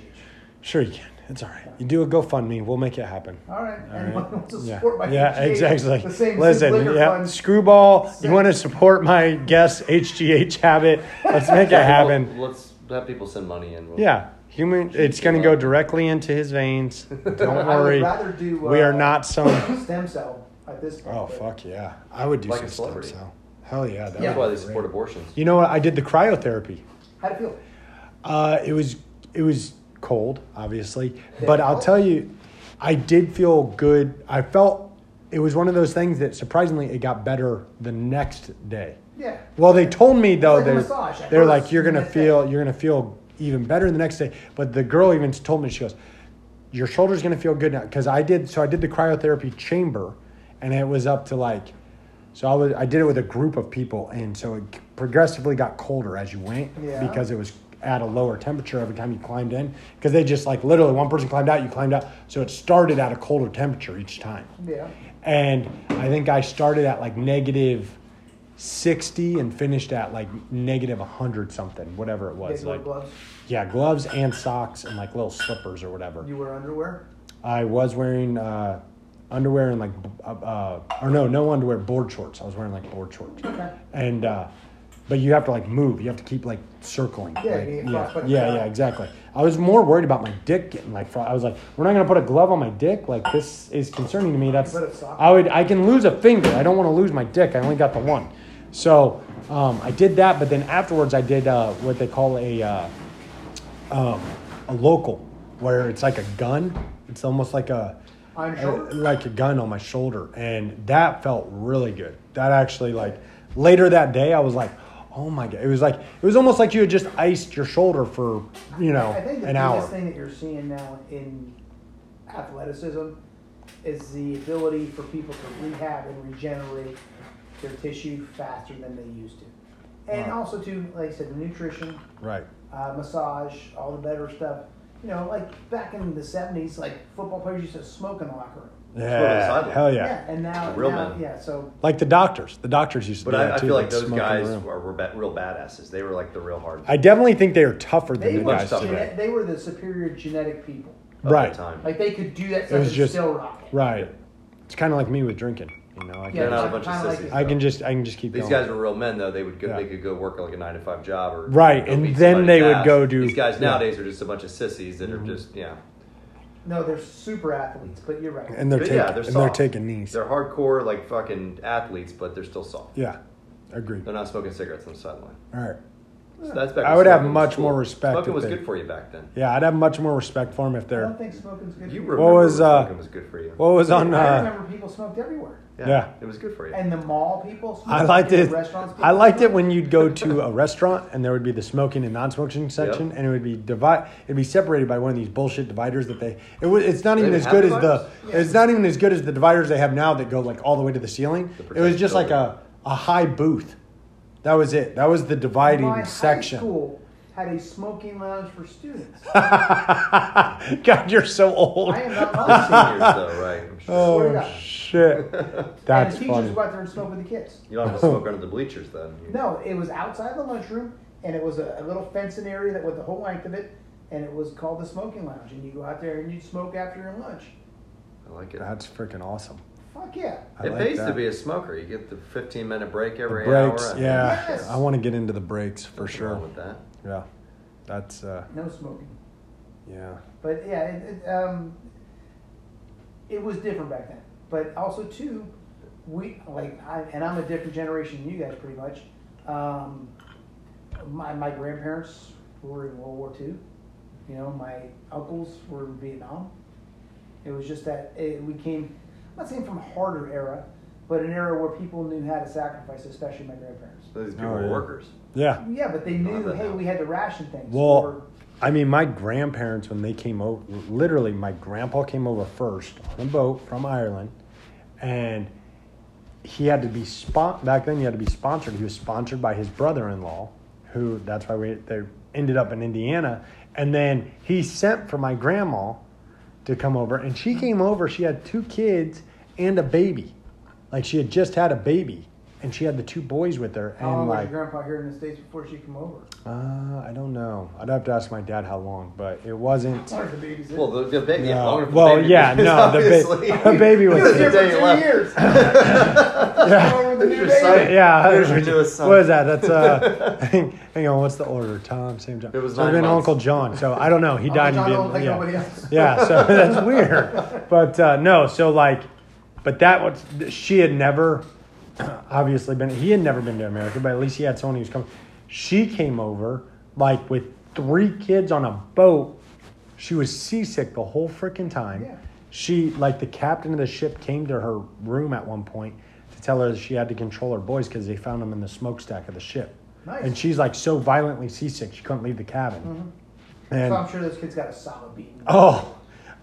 A: Sure you can. It's all right. You do a GoFundMe. We'll make
B: <laughs>
A: it happen.
B: All right, anyone wants to
A: Yeah,
B: support my
A: yeah,
B: HGH,
A: exactly.
B: The same
A: Listen,
B: liquor
A: yeah,
B: fund.
A: screwball. You want to support my guest HGH habit? Let's make
B: <laughs>
A: it
C: Well,
A: happen.
C: Let's have people send money in. We'll-
A: Yeah, human. It's going to go directly into
B: <laughs>
A: his veins. Don't
B: I would
A: worry.
B: rather do.
A: We
B: uh, <laughs>
A: are not some.
B: <coughs> stem cell at this point.
A: Oh
B: but-
A: fuck yeah! I would do
C: Like
A: some
C: a
A: stem
C: celebrity.
A: cell. Hell yeah! That
C: That's
A: would
C: why
A: be
C: they
A: great.
C: support abortions.
A: You know what? I did the cryotherapy.
B: How'd it feel?
A: Uh, it was it was cold, obviously, but I'll tell you, I did feel good. I felt it was one of those things that surprisingly it got better the next day.
B: Yeah.
A: Well, they told me though
B: like a
A: they're,
B: massage at
A: they're
B: first,
A: like you're
B: and
A: gonna
B: that's it.
A: feel you're gonna feel even better the next day. But the girl even told me she goes, your shoulder's gonna feel good now because I did so I did the cryotherapy chamber, and it was up to like, so I was I did it with a group of people, and so it progressively got colder as you went
B: Yeah.
A: because it was at a lower temperature every time you climbed in because they just like literally one person climbed out you climbed out so it started at a colder temperature each time
B: Yeah.
A: and I think I started at like negative sixty and finished at like negative hundred something, whatever it
B: Did
A: was.
B: you wear
A: like
B: gloves?
A: yeah, gloves and socks and like little slippers or whatever.
B: You wear underwear?
A: I was wearing uh, underwear and like b- uh, uh, or no, no underwear, board shorts. I was wearing like board shorts.
B: Okay.
A: And uh, but you have to like move. You have to keep like circling.
B: Yeah,
A: like,
B: you get
A: yeah,
B: frostbite.
A: yeah, yeah, exactly. I was more worried about my dick getting like. fro- I was like, we're not gonna put a glove on my dick. Like this is concerning to me. That's
B: Put a sock.
A: I would I can lose a finger. I don't want to lose my dick. I only got the one. So um, I did that, but then afterwards I did uh, what they call a. Uh, um, a local where it's like a gun. It's almost like a
B: On your shoulder?
A: uh, like a gun on my shoulder, and that felt really good. That actually like later that day, I was like, oh my god, it was like it was almost like you had just iced your shoulder for you know
B: I think the
A: an
B: biggest
A: hour.
B: thing that you're seeing now in athleticism is the ability for people to rehab and regenerate their tissue faster than they used to. And
A: Right.
B: also, too, like I said, the nutrition,
A: Right.
B: uh, massage, all the better stuff. You know, like back in the 70s, like football players used to smoke in the locker room.
A: Yeah.
C: sidewalk.
A: Hell yeah.
B: and now,
C: Real
B: now
C: men.
B: yeah, so
A: Like the doctors. The doctors used to
C: But
A: do
C: I,
A: that
C: I
A: too.
C: feel like
A: they'd
C: those
A: smoke in the
C: guys
A: room.
C: were, were ba- real badasses. They were like the real hard
A: I definitely think they are tougher than
B: they
A: the
B: were,
A: guys
C: tougher.
A: today.
B: gene- they were the superior genetic people.
C: of
A: Right.
C: the time.
B: Like they could do that
A: It
B: stuff
A: was
B: and
A: just
B: still rock it.
A: right. It's kind of like me with drinking. You know, I can,
B: Yeah,
C: They're not a
B: kinda
C: bunch of
B: like
C: sissies.
B: it.
A: I can just I can just keep
C: These
A: going.
C: guys were real men, though. They would go.
A: Yeah.
C: They could go work like a nine to five job, or
A: Right,
C: go
A: and
C: beat
A: then
C: somebody's
A: they would
C: ass.
A: go do-
C: These guys
A: yeah. Mm-hmm.
C: nowadays are just a bunch of sissies that are just yeah.
B: No, they're super athletes, but you're right.
A: and they're
C: But
A: taking
C: yeah, they're
A: and they're
C: soft.
A: taking knees.
C: They're hardcore like fucking athletes, but they're still soft.
A: Yeah, agreed.
C: They're not smoking cigarettes on the sideline.
A: All right.
C: So that's back.
A: I
C: when
A: would have
C: smoking was
A: much
C: cool.
A: more respect
C: Smoking
A: if
C: was
A: they-
C: good for you back then.
A: Yeah, I'd have much more respect for them if
B: I
A: they're.
B: don't think smoking's good.
C: You
B: for
C: remember
A: was,
C: when
A: uh,
C: smoking was good for you.
A: What was on?
B: I
A: Uh,
B: remember people smoked everywhere,
A: yeah.
C: it was good for you.
B: and the mall people. Smoked
A: I liked
B: and the
A: it.
B: Restaurants.
A: I liked it when you'd go to a restaurant and there would be the smoking and non-smoking section,
C: Yep.
A: and it would be divide. It'd be separated by one of these bullshit dividers that they. It was. It's not
C: They
A: even
C: would
A: as
C: have
A: good as the.
C: dividers?
A: It's not even as good as the dividers they have now that go like all the way to the ceiling.
C: The
A: it was just like
C: protective
A: a, a high booth. That was it. That was the dividing
B: My high
A: section.
B: school had had a smoking lounge for students.
A: <laughs> God, you're so old.
B: I am not
C: The
B: lying.
C: <laughs> seniors, though, right? I'm sure.
B: Swear to
A: <laughs> Oh
B: God.
A: shit,
B: And
A: that's
B: the teachers
A: funny.
B: go out there and smoke with the kids.
C: <laughs> You don't have to smoke under the bleachers then. You-
B: No, it was outside the lunchroom, and it was a, a little fencing area that went the whole length of it, and it was called the smoking lounge. And you go out there and you smoke after your lunch.
C: I like it.
D: That's freaking awesome.
B: Fuck yeah!
D: I
C: it
D: like
C: pays to
D: that.
C: be a smoker. You get the 15 minute break every
A: breaks,
C: hour. I
A: yeah.
B: Yes.
D: I want to get into the breaks for
C: think. Nothing wrong
D: sure.
C: With that.
D: Yeah, that's uh,
B: No smoking,
D: yeah.
B: but yeah, it, it, um, it was different back then. But also too, we like, I, and I'm a different generation than you guys, pretty much. Um, my my grandparents were in World War II. You know, my uncles were in Vietnam. It was just that it, we came, I'm not saying from a harder era, but an era where people knew how to sacrifice, especially my grandparents.
C: So these people
D: Oh,
C: are
D: yeah.
C: workers.
A: Yeah,
B: Yeah, but they
C: Not
B: knew,
C: that
B: hey,
C: now.
B: we had to ration things. or-
D: Well, I mean, my grandparents, when they came over, literally, my grandpa came over first on a boat from Ireland, and he had to be spon- back then. He had to be sponsored. He was sponsored by his brother-in-law, who that's why we they ended up in Indiana, and then he sent for my grandma to come over, and she came over. She had two kids and a baby, like she had just had a baby, and she had the two boys with her,
B: how
A: and
B: long was
A: like
B: your grandpa here in the States before she came over?
D: uh, I don't know. I'd have to ask my dad how long, but it
C: <laughs>
D: wasn't.
B: One of the babies.
C: Well, the, the baby.
D: No.
C: longer for
D: Well,
C: the baby
D: yeah,
C: because
D: no, the ba-
C: obviously-
D: the
C: <laughs>
D: baby was-
B: He was here for
C: The day you
B: two
C: left. <laughs>
B: years.
A: <laughs>
B: Over the
C: There's
B: new
C: your
B: baby.
C: son.
A: yeah.
C: There's your newest son.
A: What is that? That's
C: <laughs>
A: uh, <laughs> hang, hang on. What's the order? Tom, Sam, John.
C: It was
A: So it'd
C: nine
A: been
C: months.
A: Uncle John. So I don't know. He
C: <laughs>
B: Uncle
A: died.
B: John
A: and
B: don't
A: didn't,
B: like
A: yeah.
B: nobody else.
A: Yeah. So that's weird. But uh, no. So like, but that was she had never, <clears throat> obviously been. He had never been to America, but at least he had someone who was coming. She came over like with three kids on a boat. She was seasick the whole freaking time.
B: Yeah.
A: She like the captain of the ship came to her room at one point to tell her that she had to control her boys because they found them in the smokestack of the ship.
B: Nice. Mm-hmm.
A: And she's like so violently seasick she couldn't leave the cabin. <laughs> And
B: So I'm sure those kids got a solid beating.
A: Oh,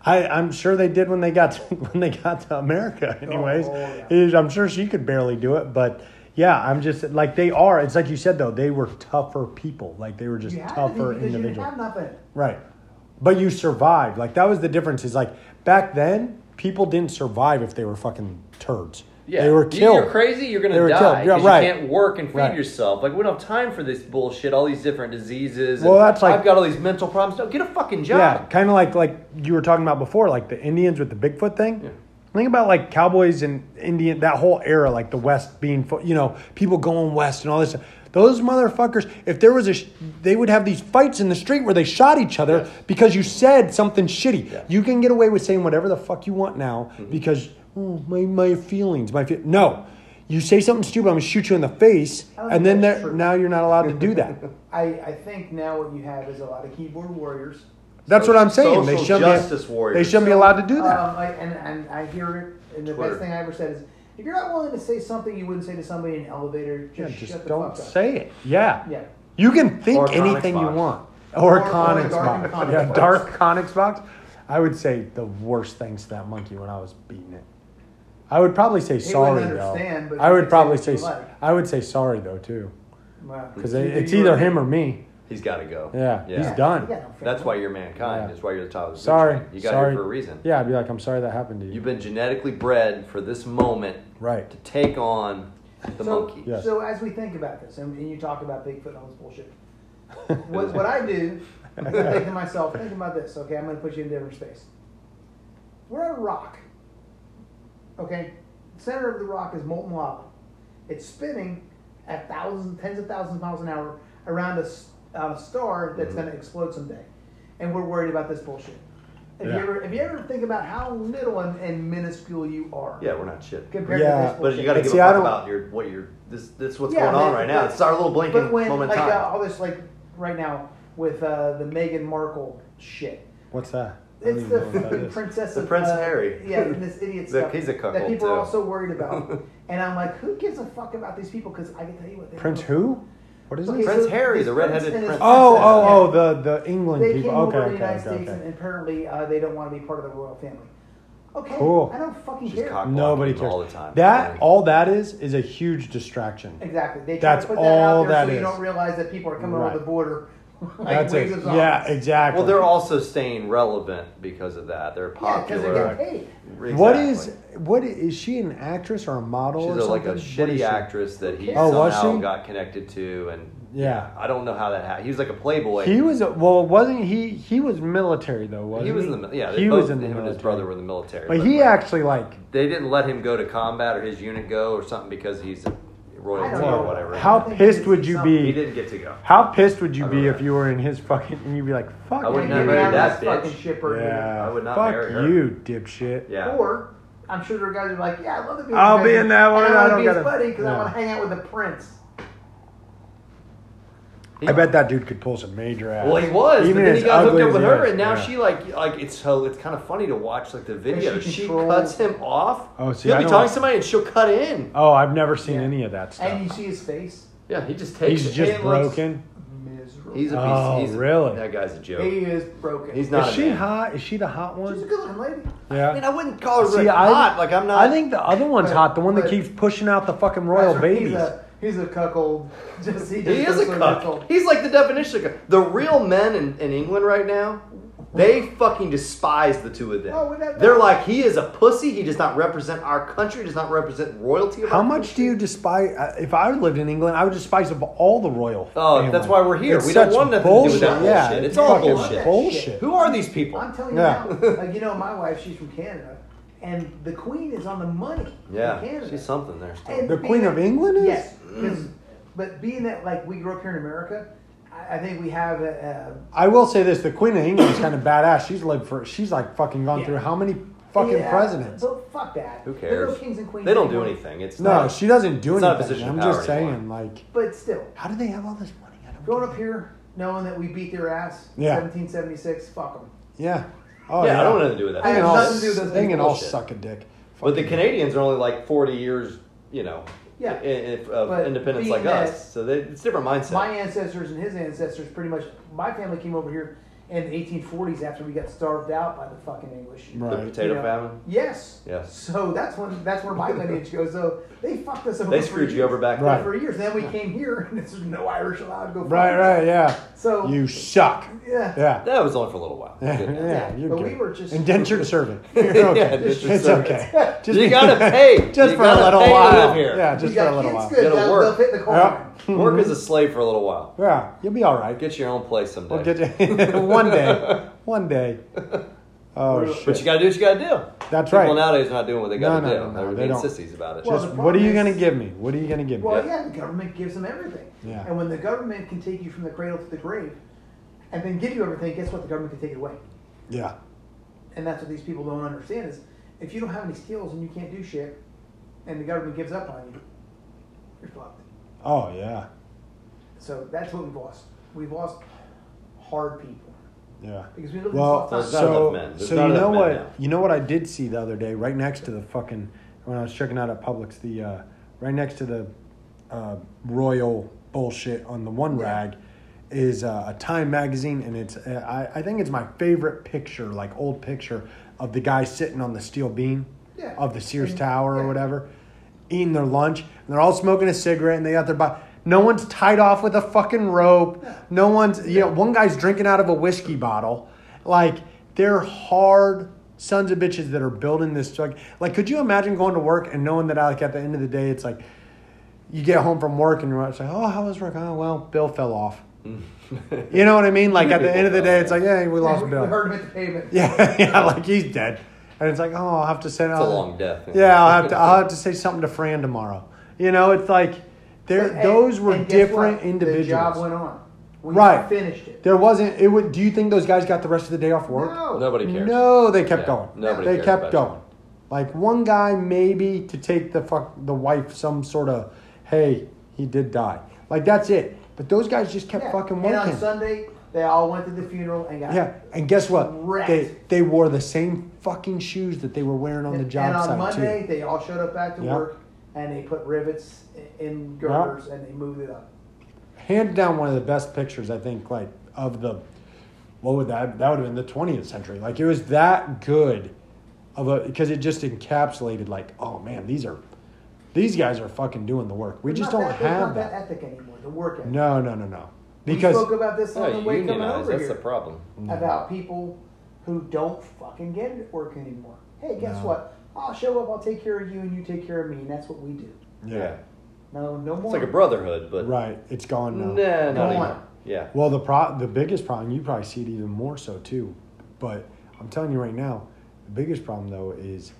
A: I, I'm sure they did when they got to, <laughs> when they got to America. Anyways,
B: Oh, yeah.
A: Is- I'm sure she could barely do it, but yeah, I'm just like they are. It's like you said though, they were tougher people. Like they were just
B: you had to be because
A: tougher
B: you didn't
A: individuals,
B: have nothing.
A: right? But you survived. Like that was the difference. Is like back then people didn't survive if they were fucking turds.
C: Yeah.
A: they were
C: You-
A: killed.
C: You're crazy. You're gonna
A: They were
C: die
A: killed. Yeah,
C: 'cause
A: right.
C: you can't work and feed
A: Right.
C: yourself. Like we don't have time for this bullshit. All these different diseases. and
A: Well, that's like-
C: I've got all these mental problems. No, get a fucking
A: Yeah,
C: job.
A: kind of like like you were talking about before, like the Indians with the Bigfoot thing. Think about like cowboys and Indian that whole era, like the West being, fo- you know, people going west and all this. stuff. Those motherfuckers, if there was a, sh- they would have these fights in the street where they shot each other because you said something shitty. You can get away with saying whatever the fuck you want now
C: Mm-hmm.
A: because oh, my my feelings, my fe-. no, you say something stupid, I'm gonna shoot you in the face,
B: I don't
A: and
B: think
A: then
B: that's
A: there
B: true.
A: now you're not allowed to do
C: <laughs>
A: that.
B: I, I think now what you have is a lot of keyboard warriors.
A: That's
C: So-
A: what I'm saying. They
C: social
A: shouldn't
C: justice
A: be,
C: warriors.
A: They shouldn't be allowed to do that.
B: Um, I, and, and I hear it, and the
C: Twitter.
B: best thing I ever said is, if you're not willing to say something you wouldn't say to somebody in an elevator, just,
A: Yeah,
B: shut
A: just
B: the
A: don't
B: fuck up.
A: say it. Yeah.
B: Yeah.
A: You can
C: Or a
A: think
C: Connex
A: anything you
C: box.
A: want. Or, a
B: Or- or a
A: Connex
B: dark
A: box.
B: Connex
A: yeah,
B: box.
A: <laughs>
B: <laughs>
A: dark Connex box. I would say the worst things to that monkey when I was beating it. I would probably say sorry though.
B: understand, but
A: I
B: you
A: would
B: could say
A: probably
B: what
A: say
B: you
A: s-
B: like.
A: I would say sorry though too,
B: Wow.
A: because
B: You-
A: it's
B: you
A: either
B: were-
A: him or me.
C: He's got to go.
A: Yeah,
C: Yeah.
A: he's done.
B: Yeah, no, fair
C: That's
B: enough.
C: why you're mankind.
A: Yeah.
C: That's why you're the top of the food
A: Sorry,
C: chain. You got
A: sorry
C: here for a reason.
A: Yeah, I'd be like, I'm sorry that happened to you.
C: You've been genetically bred for this moment
A: right. <laughs>
C: to take on the
B: so,
C: monkey.
A: Yes.
B: So as we think about this, and, and you talk about Bigfoot and all this bullshit, what, what I do is I think to myself, think about this. Okay, I'm going to put you in a different space. We're a rock. Okay, the center of the rock is molten lava. It's spinning at thousands, tens of thousands of miles an hour around a, s- on a star that's going to explode someday, and we're worried about this bullshit. If
A: Yeah.
B: you ever, if you ever think about how little and, and minuscule you are,
C: Yeah, we're not shit.
B: compared
A: Yeah.
B: to this
C: But
B: bullshit.
C: you got to
A: But
C: give
A: see,
C: a
A: I
C: fuck
A: don't-
C: about your what your this this what's
B: Yeah,
C: going on
B: but-
C: right now. It's our little blinking
B: But when,
C: moment in
B: like,
C: time.
B: uh, all this, like, right now with uh, the Meghan Markle shit.
A: What's that? I don't
B: It's
A: even
B: the
A: know what that
B: freaking
A: is.
B: princess
C: The
B: of
C: Prince
B: uh,
C: Harry.
B: Yeah, and this idiot
C: <laughs> The-
B: stuff
C: he's a cuckold,
B: that people
C: too.
B: are also worried
C: <laughs>
B: about. and I'm like, who gives a fuck about these people? Because I can tell you what they
A: Prince
B: don't-
A: who? What is
B: Okay,
A: it?
C: Prince
B: so
C: Harry,
B: this
C: the
B: prince
C: redheaded
B: and his
C: prince.
A: Oh,
B: princess-
A: oh,
B: Yeah.
A: oh, the the England
B: They
A: people.
B: came
A: Okay,
B: over to the
A: okay,
B: United
A: okay,
B: States
A: okay.
B: and apparently uh, they don't want to be part of the royal family. Okay,
A: Cool.
B: I don't fucking
C: She's
B: care.
C: cock-
A: Nobody
C: blocking
A: cares.
C: all the time.
A: That
C: Like-
A: all that is is a huge distraction.
B: Exactly. They try
A: That's
B: to put that out
A: all
B: there
A: that
B: so
A: is.
B: you don't realize that people are coming
A: Right.
B: over the border. <laughs> Like,
A: That's
B: raise
A: it.
B: his
A: Yeah,
B: odds.
A: exactly.
C: Well, they're also staying relevant because of that. They're
B: Yeah, because they
C: popular.
B: get paid.
C: Exactly.
A: What is what is, is she an actress or a model
C: She's
A: or
C: a,
A: something?
C: like a
A: What is
C: shitty
A: she?
C: actress that he
A: Oh, was
C: somehow
A: she?
C: got connected to, and
A: Yeah.
C: I don't know how that happened. He was like a playboy.
A: He was a, well, wasn't he? He was military though, wasn't
C: He
A: he?
C: was in the mi- yeah.
A: he
C: both,
A: was in the
C: him and
A: military.
C: his brother were in the military.
A: but he
C: like,
A: actually like
C: they didn't let him go to combat or his unit go or something because he's a
B: I
C: royalty
B: don't know.
C: or whatever.
A: How
B: I think
A: pissed
B: it's
A: would you
B: something-
C: he
A: be?
C: didn't get to go.
A: How pissed would you be
C: don't
A: if you were in his fucking and you'd be like, "Fuck,
C: I wouldn't
A: you.
C: have
B: Maybe
C: married
B: I'm
C: that
B: this fucking
C: bitch.
B: shipper.
A: Yeah,
C: I would not
A: fuck
C: marry her.
A: you, dipshit.
C: Yeah.
B: Or I'm sure there are guys who are like, yeah, I love to be.
A: I'll
B: his
A: be
B: buddy,
A: in that one,
B: And
A: I
B: I want
A: don't
B: to be his
A: gotta-
B: buddy because
A: Yeah.
B: I want to hang out with the prince.
C: He-
A: I bet that dude could pull some major ass.
C: Well, he was,
A: Even
C: but then
A: as
C: he got hooked
A: ugly
C: up
A: as
C: with
A: he
C: her,
A: is,
C: and now
A: yeah.
C: she like like it's so it's kind of funny to watch like the video.
B: And she
C: She,
B: controls-
C: cuts him off.
A: Oh, see,
C: he'll
A: I
C: be
A: don't-
C: talking to somebody and she'll cut in.
A: Oh, I've never seen
B: Yeah.
A: any of that
B: And you
A: stuff.
B: see his face.
C: Yeah, he just takes.
A: He's
C: it.
A: just
C: It looks-
A: broken.
B: Miserable.
C: He's a piece.
A: Oh,
C: he's a-
A: really?
C: That guy's a joke.
B: he is broken.
C: He's not.
A: Is
C: a
A: she
C: man.
A: hot? Is she the hot one?
B: She's a good looking lady.
A: yeah.
C: I mean, I wouldn't call her
A: See,
C: like,
A: I-
C: hot. Like I'm not.
A: I think the other one's
B: But-
A: hot, the one that
B: but-
A: keeps pushing out the fucking royal
B: That's right.
A: babies.
B: He's a, he's a cuckold. <laughs> Just, he, just
C: he is a
B: looks so
C: cuck.
B: cuckold.
C: He's like the definition of cuck. The real men in, in England right now, they fucking despise the two of them.
B: Oh, without
C: They're
B: doubt.
C: like, he is a pussy. He does not represent our country. Does not represent royalty. Of
A: How
C: our
A: much do you despise? uh, If I lived in England, I would despise of all the royal.
C: Oh,
A: family.
C: that's why we're here.
A: It's
C: We don't
A: such
C: want nothing to do with
A: bullshit.
C: that
A: yeah,
C: bullshit. It's all
A: fucking
C: bullshit.
A: Bullshit.
C: Who are these people?
B: I'm telling you
A: Yeah.
C: <laughs>
B: now. Like, you know, my wife, she's from Canada. And the queen is on the money in
C: yeah,
B: Canada.
C: she's something there. Still.
B: And
A: The
B: being
A: Queen
B: that-
A: of England is?
B: Yes. 'cause- But being that, like, we grew up here in America, I, I think we have a. a
A: I will say this: the Queen of England is kind of badass. She's lived for. She's like fucking gone
B: Yeah.
A: through how many fucking
B: yeah,
A: presidents?
B: But fuck that.
C: Who
B: There are no
C: cares?
B: kings and queens
C: They don't do
B: anymore.
C: anything. It's
A: No,
C: not-
A: she doesn't do
C: It's not a
A: anything.
C: position of
A: I'm
C: power
A: just
C: anymore.
A: saying, like,
B: But still,
A: how do they have all this money? I don't.
B: growing up
A: get
B: here, knowing that we beat their ass,
A: Yeah.
B: 1776, fuck them.
A: it. Yeah. Oh,
C: yeah, I don't want nothing to do with that.
A: They
B: I
A: can
B: have
A: all,
B: nothing to do with those
A: they can all
C: bullshit.
A: suck a dick.
C: But the
A: Fucking-
C: Canadians are only like 40 years, you know,
B: Yeah.
C: i- i- of
B: But
C: independence
B: being
C: like
B: that-
C: us. So they, it's a different mindset.
B: My ancestors and his ancestors, pretty much, my family came over here in the 1840s after we got starved out by the fucking English.
C: the
A: Right.
C: potato
B: You know?
C: famine.
B: Yes.
C: Yes.
B: So that's when that's where my lineage goes. So they fucked us over.
C: They
B: for
C: screwed you
B: years-
C: over back
A: Right.
B: for years. Then we came here, and there's no Irish allowed to go.
A: Right,
B: fuck.
A: right, yeah.
B: So
A: You suck.
B: yeah.
A: Yeah.
C: then. That was only for a
A: <laughs>
C: little while. Good.
A: Yeah, you're
B: but
A: good.
B: we were just-
A: indentured servant. You're okay.
C: Yeah,
A: it's
C: indentured servant.
A: okay. Just
C: You gotta pay.
A: Just
C: You
A: for
C: gotta
A: a little
C: pay to
A: while.
C: live here.
A: Yeah,
B: You
A: just for
B: got
A: a little
B: kids
A: while.
B: good.
C: Gotta
B: They'll,
C: work.
B: they'll fit the
A: Yeah.
B: corner.
C: Work as a slave for a little while.
A: Yeah, you'll be all right.
C: Get your own place someday.
A: We'll get you <laughs> one day. One day. Oh
C: but you
A: shit.
C: got to do what you got to do.
A: That's
C: People
A: right.
C: nowadays are not doing what they got
A: No,
C: to
A: no,
C: do.
A: no, no,
C: They're
A: they
C: being
A: don't.
C: sissies about it.
B: Well,
A: Just
B: the
A: what are you
B: problem
A: gonna
B: is-
A: give me? What are you gonna give me?
B: Well,
C: Yeah.
B: yeah. the government gives them everything.
A: Yeah.
B: And when the government can take you from the cradle to the grave, and then give you everything, guess what? The government can take it away.
A: Yeah.
B: And that's what these people don't understand is if you don't have any skills and you can't do shit, and the government gives up on you, you're fucked.
A: Oh yeah.
B: So that's what we've lost. We've lost hard people
A: Yeah.
B: because we live in
A: Well,
B: a
C: There's
B: soft
C: not
B: time.
A: so
C: enough men. There's
A: so
C: not
A: you
C: enough
A: know
C: men
A: what
C: now.
A: you know what I did see the other day right next to the fucking when I was checking out at Publix the uh, right next to the uh, royal bullshit on the one
B: Yeah.
A: rag is uh, a Time magazine and it's uh, I I think it's my favorite picture like old picture of the guy sitting on the steel beam
B: Yeah.
A: of the Sears
B: And-
A: Tower or
B: yeah.
A: whatever eating their lunch and they're all smoking a cigarette and they got their body. No one's tied off with a fucking rope. No one's, you know, one guy's drinking out of a whiskey bottle. Like, they're hard sons of bitches that are building this drug. Like, could you imagine going to work and knowing that, like, at the end of the day, it's like, you get home from work and you're like, oh, how was work? Oh, well, Bill fell off. you know what I mean? Like, at the end of the day, it's like, yeah, we lost
B: we, we
A: Bill.
B: heard him at the pavement.
A: <laughs> Yeah, yeah, like he's dead. And it's like, oh, I'll have to send
C: It's a long death.
A: Yeah, I'll have to. I'll have to say something to Fran tomorrow. You know, it's like there.
B: But- and-
A: those were
B: and guess
A: different
B: what?
A: individuals.
B: The job went on. We
A: Right.
B: finished it.
A: there wasn't. It would. Do you think those guys got the rest of the day off work?
B: No.
C: <laughs> Nobody cares.
A: No, they kept
C: Yeah,
A: going.
C: nobody
A: they
C: cares
A: kept
C: about you.
A: going. Like one guy maybe to take the fuck the wife some sort of hey he did die like that's it. But those guys just kept
B: Yeah.
A: fucking
B: And
A: working.
B: on Sunday, they all went to the funeral and got
A: Yeah, and guess what?
B: Wrecked.
A: They they wore the same fucking shoes that they were wearing on the
B: And-
A: job
B: And on
A: site
B: Monday,
A: too.
B: they all showed up back to
A: Yeah.
B: work and they put rivets i- in girders and they moved it up.
A: Hand down one of the best pictures I think like of the what would that that would have been the 20th century. Like it was that good of a because it just encapsulated like oh man these are these guys are fucking doing the work. We
B: It's
A: just
B: not
A: don't
B: that, it's
A: have
B: not that
A: that.
B: ethic anymore. The work ethic.
A: No no no no. Because-
B: we spoke about this on the
C: No,
B: way coming
C: unionized.
B: over
C: That's
B: here
C: the problem.
A: Mm-hmm.
B: about people who don't fucking get it at work anymore. Hey, guess
A: No.
B: what? I'll show up. I'll take care of you, and you take care of me, and that's what we do. No, no more.
C: It's like a brotherhood, but
A: Right. It's gone now.
C: Nah,
B: Go
C: not anymore.
B: on.
C: Yeah.
A: Well, the pro- the biggest problem you probably see it even more so too, but I'm telling you right now, the biggest problem though is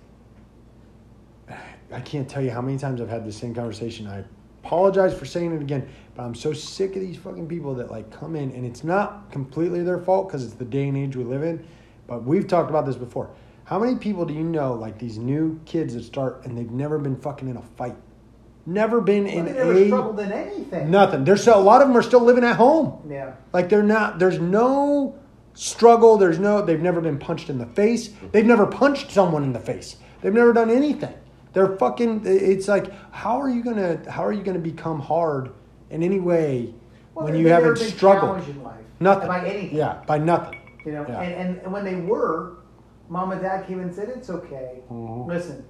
A: I can't tell you how many times I've had the same conversation. I apologize for saying it again, but I'm so sick of these fucking people that like come in and it's not completely their fault because it's the day and age we live in. But we've talked about this before. How many people do you know like these new kids that start and they've never been fucking in a fight, never been
B: Well,
A: in
B: they
A: a
B: never struggled in anything.
A: nothing. There's still, a lot of them are still living at home.
B: Yeah.
A: Like they're not. There's no struggle. There's no. They've never been punched in the face. They've never punched someone in the face. They've never done anything. They're fucking. It's like how are you gonna how are you gonna become hard in any way
B: Well,
A: when
B: they-
A: you
B: they've
A: haven't
B: never been
A: struggled?
B: challenged in life.
A: Nothing.
B: By anything.
A: Yeah, by nothing.
B: You know,
A: Yeah.
B: and, and, and when they were, mom and dad came and said, It's okay.
A: Mm-hmm.
B: Listen,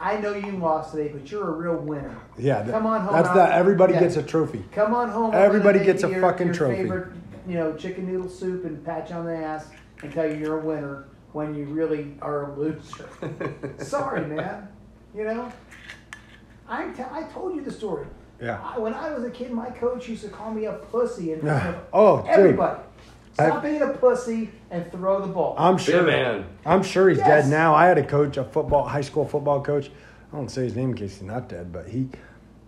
B: I know you lost today, but you're a real winner.
A: Yeah, th-
B: Come on home.
A: That's
B: I'll-
A: that. Everybody
B: yeah.
A: gets a trophy.
B: Come on home. I'm
A: everybody
B: gonna make
A: gets a
B: your-
A: fucking
B: your
A: trophy.
B: Favorite, you know, chicken noodle soup and pat you on the ass and tell you you're a winner when you really are a
A: <laughs>
B: loser. <laughs> Sorry, man. You know, I t- I told you the story.
D: Yeah.
B: I, when I was a kid, my coach used to call me a pussy and
A: Oh, dude.
B: everybody. Stop
A: I've-
B: being a pussy and throw the ball.
A: I'm
C: Be a
A: sure.
C: man.
A: I'm sure he's
B: Yes.
A: dead now. I had a coach, a football, high school football coach. I won't say his name in case he's not dead, but he,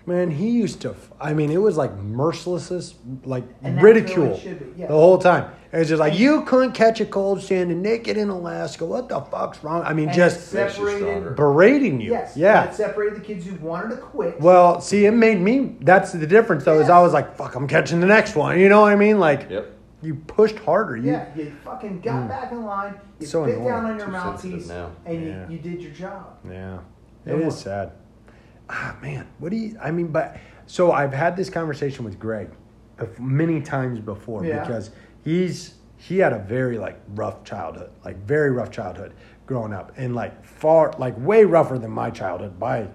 A: man, he used to. f- I mean, it was like merciless, like
B: And that's really
A: ridicule
B: it should be, yeah.
A: the whole time. It was just like you couldn't catch a cold standing naked in Alaska. What the fuck's wrong? I mean,
B: And
A: just
B: it
C: Makes you stronger.
B: separated.
A: berating you.
B: Yes. and
A: yeah.
B: It separated the kids who wanted to quit.
A: Well, see, it made me. That's the difference, though. Is I was like, "Fuck, I'm catching the next one." You know what I mean? Like,
C: Yep.
A: you pushed harder. You,
B: Yeah, you fucking got back in line. You
A: So
B: bit
A: annoying.
B: down on your
C: Too sensitive
B: mouthpiece,
C: now.
B: and
A: Yeah.
B: you, you did your job.
A: Yeah. it
B: No
A: is
B: more.
A: sad. Ah, man. What do you, I mean, but, so I've had this conversation with Greg bef- many times before
B: Yeah.
A: because he's, he had a very like rough childhood, like very rough childhood growing up and like far, like way rougher than my childhood by,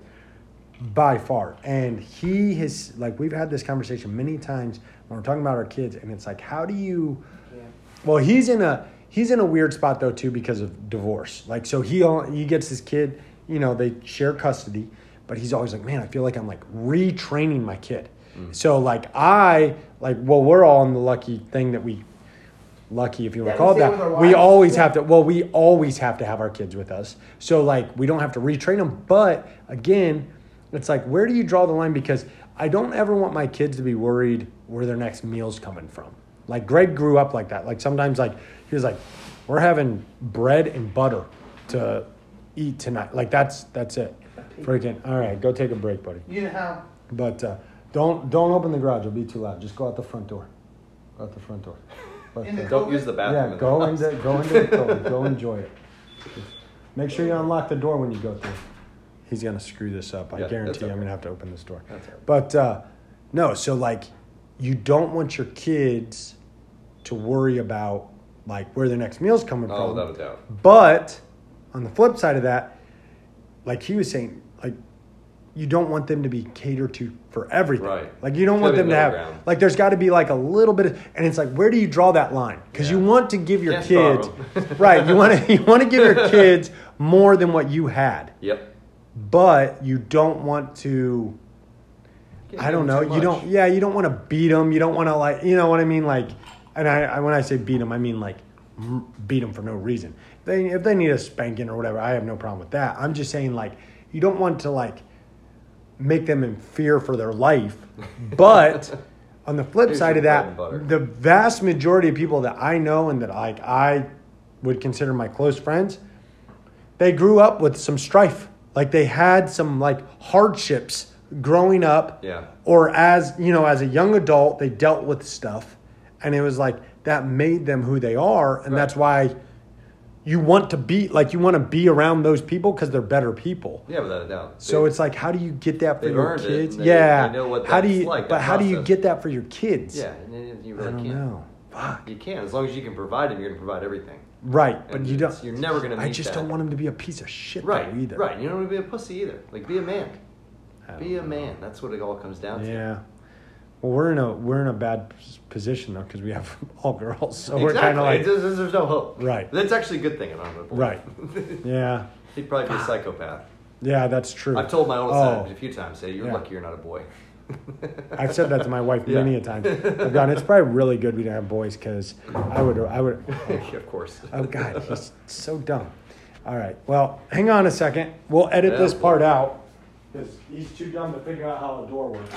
A: by far. And he has, like, we've had this conversation many times when we're talking about our kids and it's like, how do you,
B: Yeah.
A: well, he's in a he's in a weird spot though too because of divorce. Like so he al- he gets his kid, you know, they share custody, but he's always like, "Man, I feel like I'm like retraining my kid." So like I like well, we're all in the lucky thing that we lucky if you
B: Yeah, we
A: want to call it
B: stay with
A: that.
B: our
A: We
B: wives.
A: always
B: Yeah.
A: have to well, we always have to have our kids with us. So like we don't have to retrain them, but again, it's like where do you draw the line because I don't ever want my kids to be worried where their next meal's coming from. Like Greg grew up like that. Like sometimes like he was like we're having bread and butter to eat tonight. Like that's that's it. Freaking all right, go take a break, buddy.
B: You know how
A: But uh, don't don't open the garage. It'll be too loud. Just go out the front door. Go out the front door. But,
B: In the
A: uh,
C: Don't use the bathroom.
A: yeah,
C: in
A: go
C: the
A: into
C: house.
A: go into the code. Go enjoy it. Make sure you unlock the door when you go through. He's gonna screw this up. I
C: Yeah, that's
A: guarantee. I'm
C: okay.
A: gonna have to open this door.
C: That's all right.
A: But uh, no, so like, you don't want your kids to worry about like where their next meal's coming
C: Oh,
A: from.
C: without a doubt.
A: But on the flip side of that, like he was saying, like you don't want them to be catered to for everything.
C: Right.
A: Like you don't want them
C: Gotta be
A: to
C: middle
A: have
C: ground.
A: like there's got to be like a little bit of, and it's like where do you draw that line? Because you
C: Yeah.
A: want to give your
C: Can't
A: kids
C: starve 'em.
A: right. You
C: <laughs>
A: want to you want to give your kids more than what you had,
C: Yep.
A: but you don't want to.
C: Can't
A: I
C: give
A: don't
C: 'em
A: know.
C: too
A: You
C: much.
A: don't. Yeah, you don't want to beat them. You don't want to like. You know what I mean? Like, and I, I when I say beat them, I mean like m- beat them for no reason. They if they need a spanking or whatever, I have no problem with that. I'm just saying like you don't want to like make them in fear for their
C: <laughs>
A: life. But on the flip
C: Here's
A: side
C: your
A: of
C: bread
A: that,
C: and butter.
A: the vast majority of people that I know and that like I would consider my close friends, they grew up with some strife. Like they had some like hardships growing up.
C: Yeah.
A: Or as you know, as a young adult, they dealt with stuff, and it was like that made them who they are, and
C: Right.
A: that's why you want to be like you want to be around those people because they're better people.
C: Yeah, without a doubt.
A: So
C: They-
A: it's like, how do you get that for
C: They've
A: your
C: earned it,
A: kids?
C: and they-
A: yeah.
C: they know what
A: how do
C: that's
A: you?
C: like,
A: but
C: that
A: how do you
C: process.
A: get that for your kids?
C: Yeah, and then you
A: I
C: really
A: don't
C: can't.
A: know. Fuck.
C: You can, as long as you can provide them, you're gonna provide everything.
A: Right, but
C: And
A: you
C: it's-
A: don't.
C: You're never gonna. Meet
A: I just
C: that.
A: don't want him to be a piece of shit
C: Right.
A: though, either.
C: Right. You don't want to be a pussy either. Like, be a man.
A: I don't
C: Be a
A: know.
C: man. That's what it all comes down to.
A: Yeah.
D: Well, we're in a we're in a bad s- position though because we have <laughs> all girls, so we're
C: exactly.
D: kind of like
C: It- there's, there's no hope.
D: Right.
C: That's actually a good thing. If I'm a boy.
D: right. yeah,
C: <laughs> He'd probably be a psychopath.
D: yeah, that's true.
C: I've told my oldest
D: Oh.
C: son a few times, "Hey, you're
D: Yeah.
C: lucky you're not a
D: <laughs>
C: boy." <laughs>
D: I've said that to my wife
C: Yeah.
D: many a time. I've gone, it's probably really good we didn't have boys because I would, I would,
C: of course.
D: oh God, he's so dumb. All right, well, hang on a second. We'll edit
C: Yeah.
D: this part out. Because he's too dumb to figure out how a door works.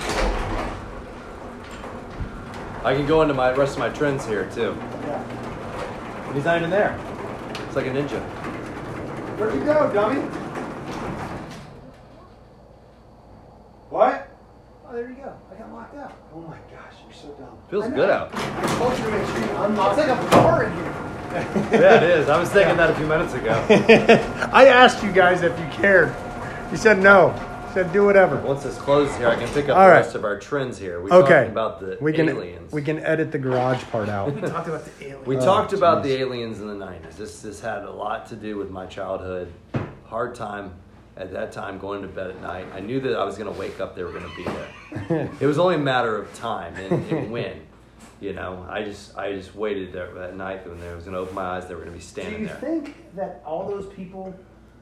C: I can go into my rest of my trends here too.
D: Yeah.
C: He's not even there. It's like a ninja.
D: Where'd you go, dummy? What? <laughs>
B: Oh, there you go. I got locked out.
D: Oh my gosh, you're so dumb.
C: Feels
B: I know.
C: good out.
B: I told you to make sure you unlock. It's like a bar in here.
C: yeah, it is. I was thinking that a few minutes ago.
A: I asked you guys if you cared. You said no. You said do whatever.
C: <laughs> Once this closes here, I can pick up
D: All
C: the
D: right.
C: rest of our trends here. We
D: Okay.
C: talked about the
D: we can
C: aliens.
D: we can edit the garage part out.
C: <laughs>
B: We talked about the alien.
C: We
D: Oh,
C: talked about
D: geez.
C: the aliens in the '90s. This this had a lot to do with my childhood. Hard time at that time going to bed at night. I knew that I was going to wake up. They were going to be
A: <laughs>
C: there. it was only a matter of time and, and when. You know, I just I just waited there that night when they was going to open my eyes. They were going to be
B: Do
C: standing
B: you
C: there.
B: think that all those people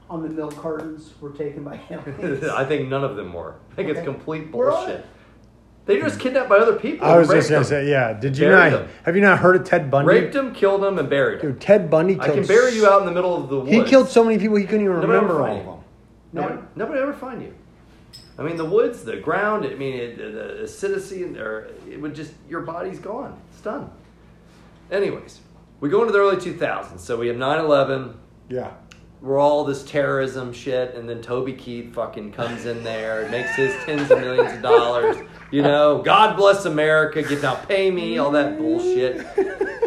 B: on the milk cartons were taken
C: <laughs>
B: by aliens?
C: I think none of them were. I think it's
B: Okay.
C: complete
B: We're all-
C: bullshit. They were just kidnapped by other people.
A: I was
C: and
A: just gonna
C: raped them.
A: say, yeah. Did you
C: Buried
A: not?
C: them.
A: Have you not heard of Ted Bundy?
C: raped them, killed them, and buried them.
A: Dude, Ted Bundy.
C: I
A: Killed
C: can bury you out in the middle of the woods.
A: He killed so many people he couldn't even
C: Nobody ever
A: remember all
C: find
A: of
C: you.
A: them.
C: Nobody,
B: No.
C: nobody ever find you. I mean, the woods, the ground. I mean, it, the acidity, and or it would just your body's gone. It's done. Anyways, we go into the early 2000s. So we have 9/11.
A: Yeah.
C: We're all this terrorism shit, and then Toby Keith fucking comes in there and makes his tens of millions of dollars. You know, God bless America, get out, pay me, all that bullshit.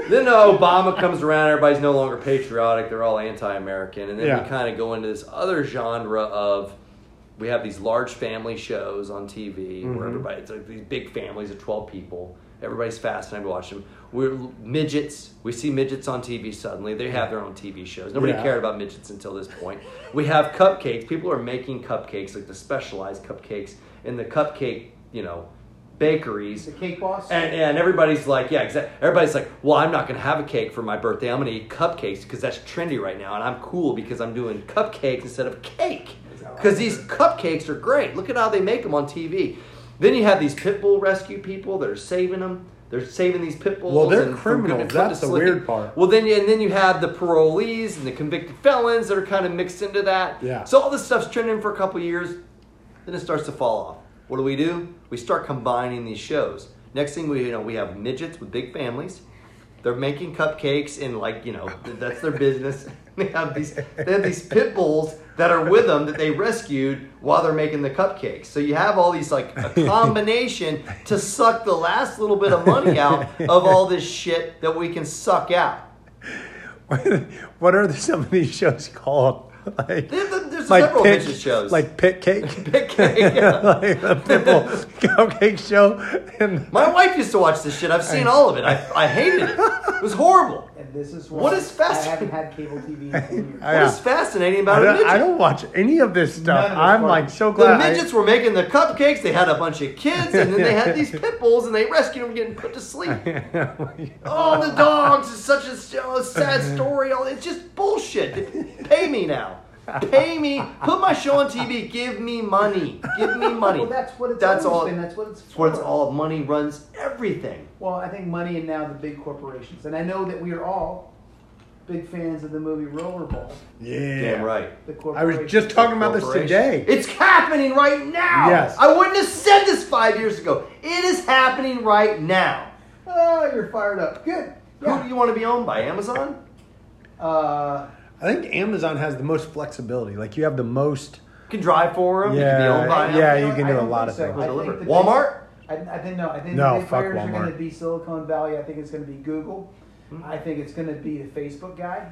C: Then uh, Obama comes around, everybody's no longer patriotic, they're all anti American. And then
A: Yeah.
C: we kind of go into this other genre of we have these large family shows on TV
A: Mm-hmm.
C: where everybody, it's like these big families of 12 people. Everybody's fascinated to watch them. We're midgets. We see midgets on TV suddenly. They have their own TV shows. Nobody
A: Yeah.
C: cared about midgets until this point. We have cupcakes. People are making cupcakes, like the specialized cupcakes, in the cupcake, you know, bakeries.
B: The cake boss?
C: And, and everybody's like, yeah, exactly. Everybody's like, well, I'm not going to have a cake for my birthday. I'm going to eat cupcakes because that's trendy right now. And I'm cool because I'm doing cupcakes instead of cake. Because these cupcakes are great. Look at how they make them on TV. Then you have these pit bull rescue people that are saving them. They're saving these pit bulls.
A: Well, they're
C: and from
A: criminals.
C: getting put to
A: That's the
C: sleep.
A: weird part.
C: Well, then and then you have the parolees and the convicted felons that are kind of mixed into that.
A: Yeah.
C: So all this stuff's trending for a couple years, then it starts to fall off. What do we do? We start combining these shows. Next thing we you know, we have midgets with big families. They're making cupcakes and like you know that's their business. <laughs> They have these they have these pit bulls that are with them that they rescued while they're making the cupcakes. So you have all these like a combination to suck the last little bit of money out of all this shit that we can suck out.
A: what are the, some of these shows called? <laughs> Like,
C: There- there- there's
A: like
C: several
A: pit,
C: midget
A: <laughs>
C: shows. <laughs>
A: Like pit cake.
C: Cupcake, yeah.
A: <laughs> like the pimple cupcake show. And
C: My wife used to watch this shit. I've seen all of it. I, I hated it. It was horrible.
B: and this is why
C: What is
B: I
C: fascinating?
B: haven't had cable TV in 10 years.
A: I-
C: What
A: Oh, Yeah.
C: is fascinating
A: I
C: about a
A: don't,
C: midget?
A: I don't watch any of this stuff.
B: None of it's
A: I'm
B: funny.
A: like so
C: the
A: glad. I-
C: midgets were making the cupcakes. They had a bunch of kids, and then they had
A: <laughs>
C: these pit bulls, and they rescued them, getting put to sleep. oh, the dogs! It's such a, so- a sad story. All it's just bullshit. Pay me now. Pay me. Put my show on TV. Give me money. Give me money.
B: Well, that's what it's
C: That's
B: always
C: all.
B: been. That's what it's
C: That's what it's
B: for.
C: all. Money runs everything.
B: Well, I think money and now the big corporations. And I know that we are all big fans of the movie Rollerball.
A: <laughs> yeah.
C: right.
B: The
A: I
B: corporation.
A: was just talking about this
C: Corporation.
A: today.
C: It's happening right now.
A: Yes.
C: I wouldn't have said this five years ago. It is happening right now.
B: Oh, you're fired up. Good.
C: Who
B: Yeah.
C: do you want to be owned by? Amazon?
B: Uh,
A: I think Amazon has the most flexibility. Like you have the most.
C: You can drive for them. you can be
A: Yeah,
C: owned by 'em.
A: yeah,
B: you know
A: you
B: what?
A: can
B: I
A: do a
B: don't
A: lot
B: think
A: of
B: so.
A: things.
B: I think
C: Deliver.
B: the big-
C: Walmart?
B: I, I think no. I think
A: No,
B: the big
A: fuck
B: players are going
A: Walmart.
B: to be Silicon Valley. I think it's going to be Google.
C: Hmm.
B: I think it's going to be the Facebook guy.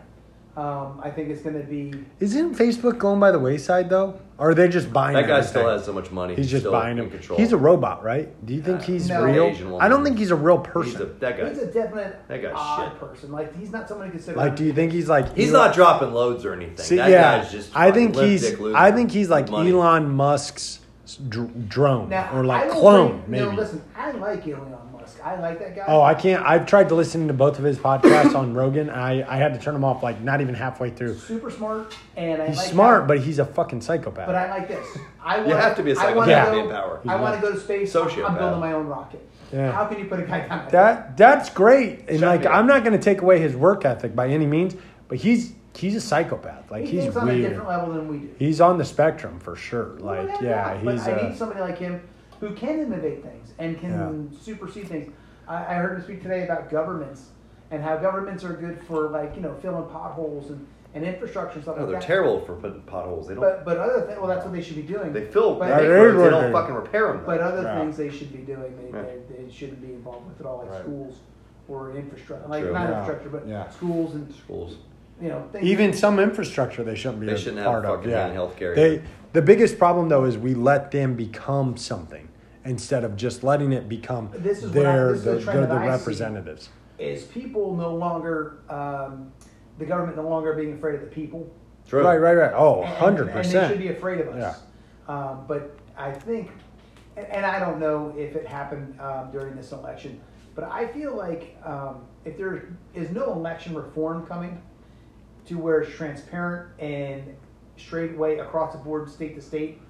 B: Um, I think it's going to be.
A: Isn't Facebook going by the wayside though? Or are they just buying?
C: That guy
A: everything?
C: still has so much money.
A: He's just
C: still
A: buying
C: in
A: him.
C: Control.
A: He's a robot, right? Do you think
C: Yeah.
A: he's
B: No.
A: real?
C: Asian woman.
A: I don't think he's a real
C: He's a,
A: person.
C: that guy.
B: He's a definite
C: That guy's
B: odd
C: shit.
B: person. Like he's not someone who can sit.
A: like,
B: around-
A: do you think he's like?
C: He's
A: Elon-
C: not dropping loads or anything.
A: See,
C: that
A: yeah,
C: guy's just.
A: I
C: fucking
A: think
C: limp
A: he's.
C: dick losing
A: I think he's like
C: money.
A: Elon Musk's s- dr- drone
B: Now,
A: or
B: I
A: like
B: will
A: clone,
B: bring-
A: maybe.
B: No, listen, I like Elon Musk. I like that guy.
A: Oh, I can't. I've tried to listen to both of his podcasts on Rogan. I, I had to turn them off like not even halfway through.
B: super smart, and I
A: He's
B: like
A: smart,
B: that.
A: but he's a fucking psychopath.
B: But I like this. I want,
C: have to be a
B: I wanna
A: psychopath
B: go-
A: to
C: be in power.
B: I want to go to space. I'm
C: Sociopath.
B: building my own rocket.
A: Yeah.
B: How can you put a guy down like
A: that that's great, and
C: Should
A: like
C: be.
A: I'm not going to take away his work ethic by any means, but he's he's a psychopath. Like
B: He
A: he's
B: thinks
A: weird.
B: on a different level than we do.
A: He's on the spectrum for sure.
B: Well,
A: Like
B: that's
A: yeah,
B: not,
A: he's.
B: But I
A: uh,
B: need somebody like him who can innovate things and can supersede things. I, I heard him speak today about governments and how governments are good for like you know filling potholes and, and infrastructure and stuff
C: No,
B: like
C: Oh, they're
B: that.
C: terrible for putting potholes. They don't.
B: But but other thing, well, that's what they should be doing.
C: they fill.
B: But,
C: They, make
A: They're
C: roads, they
A: everywhere.
C: don't fucking repair them.
B: but other
A: Yeah.
B: things they should be doing, they,
C: Yeah.
B: they, they shouldn't be involved with at all, like
A: Right.
B: schools or infrastructure, like
C: True.
B: not
A: Yeah.
B: infrastructure, but
A: Yeah.
B: schools and
C: schools.
B: you know things.
A: even some infrastructure they shouldn't be
C: They
A: a
C: shouldn't have
A: part of.
C: fucking
A: Yeah,
C: handheld carrier.
A: They the biggest problem though is we let them become something instead of just letting it become
B: This is what I-
A: their
B: this is the
A: the,
B: trend
A: they're
B: that
A: the
B: I see.
A: representatives.
B: is people no longer um, the government no longer being afraid of the people.
C: True.
A: Right, right, right. Oh,
B: And-
A: 100
B: And they should be
A: percent.
B: afraid of us. Um, but I think, and, and I don't know if it happened um, during this election, but I feel like um, if there is no election reform coming to where it's transparent and straightway across the board, state to state,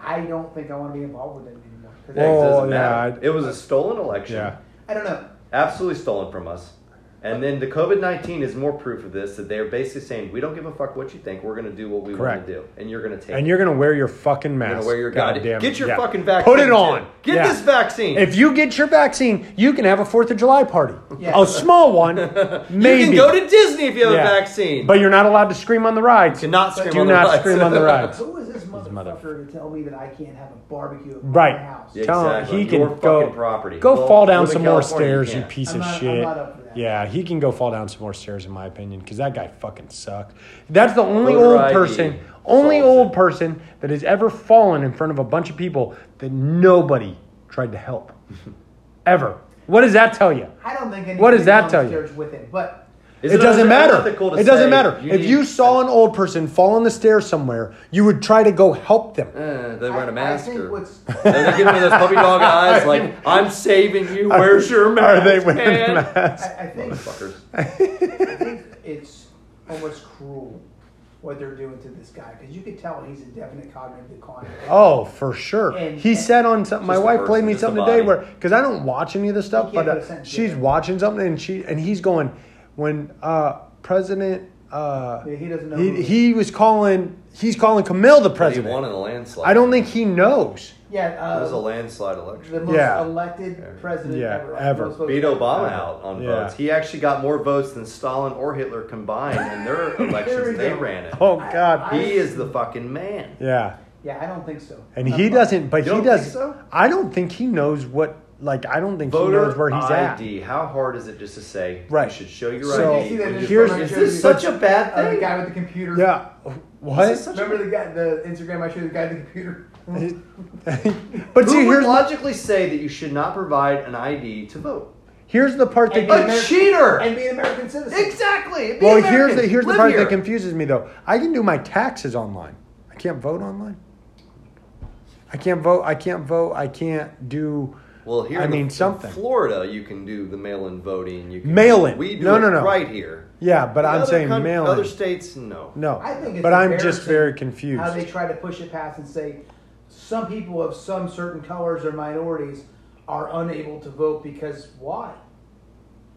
B: I don't think I want to be involved with it anymore. 'Cause
C: Yeah, 'cause it
A: Well,
C: doesn't
A: Oh, yeah,
C: matter.
A: I-
C: It was a stolen election.
A: Yeah.
B: I, I don't know.
C: Absolutely stolen from us. And then the COVID 19 is more proof of this that they're basically saying, we don't give a fuck what you think. We're going to do what we want
A: Correct.
C: to do. And you're going to take
A: And
C: it.
A: you're gonna wear your fucking mask.
C: You're gonna wear your
A: God
C: goddamn.
A: damn it.
C: Get your
A: Yeah.
C: fucking vaccine.
A: Put it
C: too.
A: on.
C: Get
A: Yeah.
C: this vaccine.
A: If you get your vaccine, you can have a Fourth of July party.
B: Yeah.
A: A
C: <laughs>
A: small one, maybe.
C: You can go to Disney if you have
A: Yeah.
C: a vaccine.
A: but you're not allowed to scream on the rides.
C: cannot scream
A: Do
C: on
A: not
C: the rides.
A: scream on the
C: <laughs>
A: rides.
B: Who is this
A: mother-
B: motherfucker to tell me that I can't have a barbecue at
A: Right.
B: my house?
C: Yeah,
A: Tell him
C: exactly.
A: he can
C: Your
A: go-
C: fucking property.
A: Go
C: Well,
A: fall down
C: live in
A: some more
C: California, you
A: stairs, you
C: can't.
A: piece
B: I'm
A: of
B: not- I'm
A: shit.
B: not up for that.
A: Yeah, he can go fall down some more stairs, in my opinion, because that guy fucking sucked. That's the only
C: Voter
A: old
C: ID
A: person, only
C: solves
A: old
C: it.
A: person that has ever fallen in front of a bunch of people that nobody tried to
C: <laughs>
A: help, ever. What does that tell you?
B: I don't think
A: What does
B: anybody
A: that
B: on
A: tell
B: the
A: you?
B: stairs with him, but
C: Is
A: it doesn't matter.
C: unethical to
A: It doesn't
C: say
A: matter. if
C: need-
A: you saw an old person fall on the stairs somewhere, you would try to go help them.
C: Uh, they're
B: I,
C: wearing a mask.
B: I think
C: or-
B: what's
C: <laughs> They're giving me those
A: <laughs>
C: puppy dog eyes like, I'm saving you. Where's
A: <laughs>
C: your
A: Are
C: mask?
A: they wearing
C: man?
A: masks?
B: I, I think
C: Fuckers.
B: I think it's almost cruel what they're doing to this guy because you could tell he's in definite cognitive decline.
A: Oh, for sure.
B: And-
A: he said on something. My
C: Just a
A: wife played
C: person,
A: me
C: just a
A: something today
C: body.
A: where because I don't watch any of this stuff,
B: You can't
A: but
B: put a
A: uh,
B: sentence
A: she's
B: together.
A: watching something and she and he's going when uh, President uh,
B: Yeah, he doesn't know who-
A: he, he was calling he's calling Camille the
C: But He
A: president.
C: won in a landslide.
A: I don't think he knows.
B: Yeah,
C: It was a
B: uh,
C: landslide election.
B: the most
A: Yeah.
B: elected president
A: Yeah,
B: ever.
A: ever.
B: Most votes
C: beat Obama
A: Yeah.
C: out on
A: Yeah.
C: votes. He actually got more votes than Stalin or Hitler combined
A: <laughs>
C: in their
B: There we
C: elections. they
B: go.
C: ran it.
A: Oh
B: I-
A: God.
B: I-
C: He is the fucking man.
A: yeah.
B: Yeah, I don't think so.
A: And
B: Not
A: he
B: fun.
A: doesn't. But
C: You don't
A: he
C: think
A: doesn't.
C: so?
A: I don't think he knows what. Like I don't think
C: Voter
A: he knows where he's at.
C: ID. How hard is it just to say
A: Right.
C: you should show your
A: So,
C: ID?
B: Did you see that
C: when you
A: here's-
C: vote?
B: Instagram I
C: is
B: showed
C: this
B: you?
C: such a bad
B: Uh, the
C: thing?
B: guy with the computer.
A: Yeah. What?
C: This is such
B: Remember the guy, the Instagram I showed you, the guy with the computer.
A: <laughs> but see,
C: Who would
A: here's
C: logically say that you should not provide an ID to vote?
A: here's the part that
B: And-
A: gets
C: A cheater!
B: and be an American citizen.
C: exactly. Be
A: Well,
C: American.
A: here's the here's the
C: Live
A: part
C: here.
A: that confuses me though. I can do my taxes online. I can't vote online. I can't vote. I can't vote. I can't do.
C: Well, here
A: I
C: in the-
A: mean
C: in
A: something.
C: Florida, you can do the mail-in voting. You can
A: Mail-in.
C: We do
A: No,
C: it
A: no, no.
C: right here.
A: yeah, but
C: In
A: I'm
C: other
A: saying
C: coun-
A: mail.
C: Other
A: in
C: states, no.
A: no,
B: I think it's
A: but I'm just
B: embarrassing
A: very confused.
B: How
C: <laughs>
B: they try to push it past and say some people of some certain colors or minorities are unable to vote because why?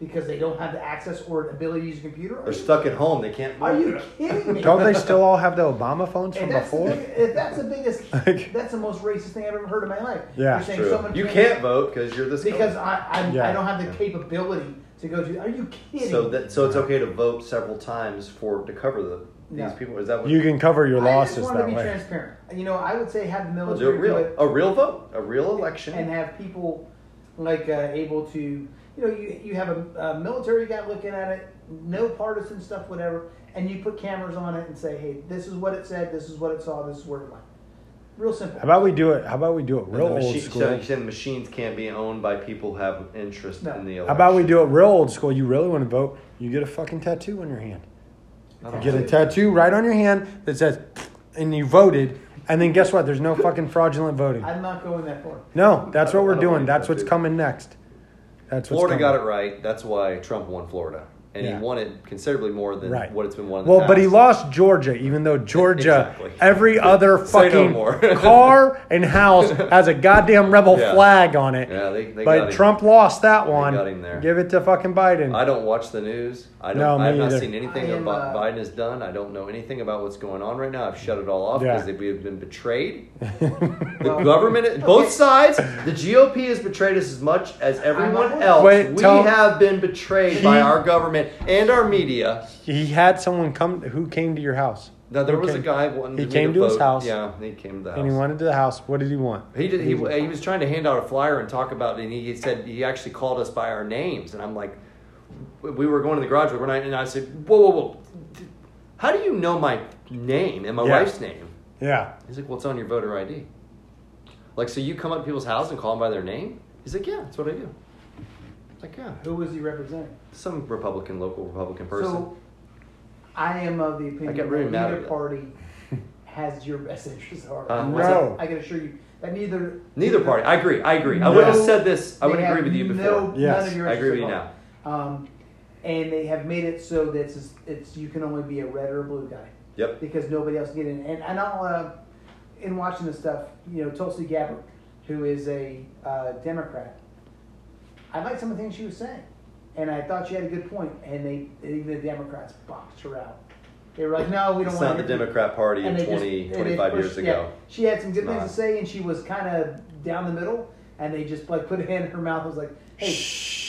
B: Because they don't have the access or ability to use a computer. Are
C: They're
B: you,
C: stuck at home. They can't.
B: are
C: vote.
B: you kidding me?
A: <laughs> Don't they still all have the Obama phones from
B: And that's, the
A: before?
B: big, if that's the biggest.
A: <laughs> Like-
B: that's the most racist thing I've ever heard in my life.
A: Yeah.
B: You're saying
C: True.
B: someone
C: You can't vote because you're this.
B: because
C: color.
B: I I'm, I
A: Yeah.
B: don't have the capability to go to. Are you kidding?
C: so that so it's okay to vote several times for to cover the these
B: Yeah.
C: people. Is that what
A: You can cover your
B: I just
A: losses
B: want to
A: that
B: be
A: way.
B: transparent. You know, I would say have the
C: Well,
B: military
C: do it
B: do
C: real
B: it
C: a real vote a real election?
B: and have people like uh, able to you know you, you have a, a military guy looking at it no partisan stuff whatever and you put cameras on it and say hey this is what it said this is what it saw this is where it went real simple
A: How about we do it? How about we do it
C: And
A: real
C: the
A: old
C: machine- so
A: school?
C: you said machines can't be owned by people who have interest
B: No.
C: in the election.
A: How about we do it real old school? You really want to vote? You get a fucking tattoo on your hand.
C: I
A: You
C: don't
A: get a
C: know.
A: tattoo right on your hand that says, and you voted, And then guess what? There's no fucking fraudulent voting.
B: I'm not going that far.
A: No, that's what
C: I
A: we're
C: don't
A: doing.
C: believe
A: That's
C: that,
A: what's
C: dude.
A: coming next. That's what's
C: Florida
A: coming.
C: got it right. That's why Trump won Florida, and
A: Yeah.
C: he won it considerably more than
A: Right.
C: what it's been won. In
A: Well,
C: the
A: but he
C: past.
A: lost Georgia, even though Georgia,
C: Exactly.
A: every other
C: <laughs> Say no
A: fucking
C: more. <laughs>
A: car and house has a goddamn rebel
C: Yeah.
A: flag on it.
C: Yeah, they- they got
A: but
C: him.
A: Trump lost that one.
C: got him there.
A: Give it to fucking Biden.
C: I don't watch the news. I don't.
A: No, me
C: I have
A: either.
C: not seen anything
B: I am,
C: about
B: uh,
C: Biden has done. I don't know anything about what's going on right now. I've shut it all off
A: Yeah.
C: because we have been
A: <laughs>
C: betrayed. the
B: Well-
C: government, both sides, the GOP has betrayed us as much as everyone else.
A: Wait,
C: we
A: tell-
C: have been betrayed
A: He-
C: by our government and our media.
A: He had someone come who came to your house.
C: Now there
A: Who
C: was a
A: came-
C: guy. One,
A: He came to his house.
C: Yeah, he came to the house.
A: and he wanted to the house. What did he want?
C: He did. He,
B: Mm-hmm.
C: he was trying to hand out a flyer and talk about, and he said he actually called us by our names, and I'm like, we were going to the garage, we were not, and I said, whoa, whoa, whoa, how do you know my name and my
A: Yeah.
C: wife's name?
A: Yeah.
C: He's like, what's on your voter ID? Like, so you come up to people's house and call them by their name? He's like, yeah, that's what I do. I'm like, yeah,
B: Who was he representing?
C: some Republican, local Republican person.
B: So, I am of the opinion
C: I got really
B: that
C: mad at
B: neither
C: that. <laughs>
B: party has your best interests at heart.
C: Uh,
B: I-
A: No.
B: I can assure you that neither
C: Neither party. I agree. I agree. I
B: No,
C: would have said this. I would
B: they
C: agree
B: have
C: with you before.
B: No,
A: Yes.
B: none of your
C: I agree with you
B: interests
C: now.
B: at all. Um, and they have made it so that it's, it's you can only be a red or a blue guy
C: Yep.
B: because nobody else can get in. And, and I'll, uh, in watching this stuff, you know, Tulsi Gabbard, who is a uh, Democrat, I liked some of the things she was saying. And I thought she had a good point, and they even the Democrats boxed her out. They were like, "No, we don't
C: It's
B: want."
C: not the
B: interfere."
C: Democrat Party
B: And
C: of
B: they just-
C: 20,
B: and they
C: 25 years
B: pushed- yeah.
C: ago.
B: She had some good things
C: Not.
B: to say, and she was kind of down the middle. And they just like put a hand in her mouth. and was like, "Hey,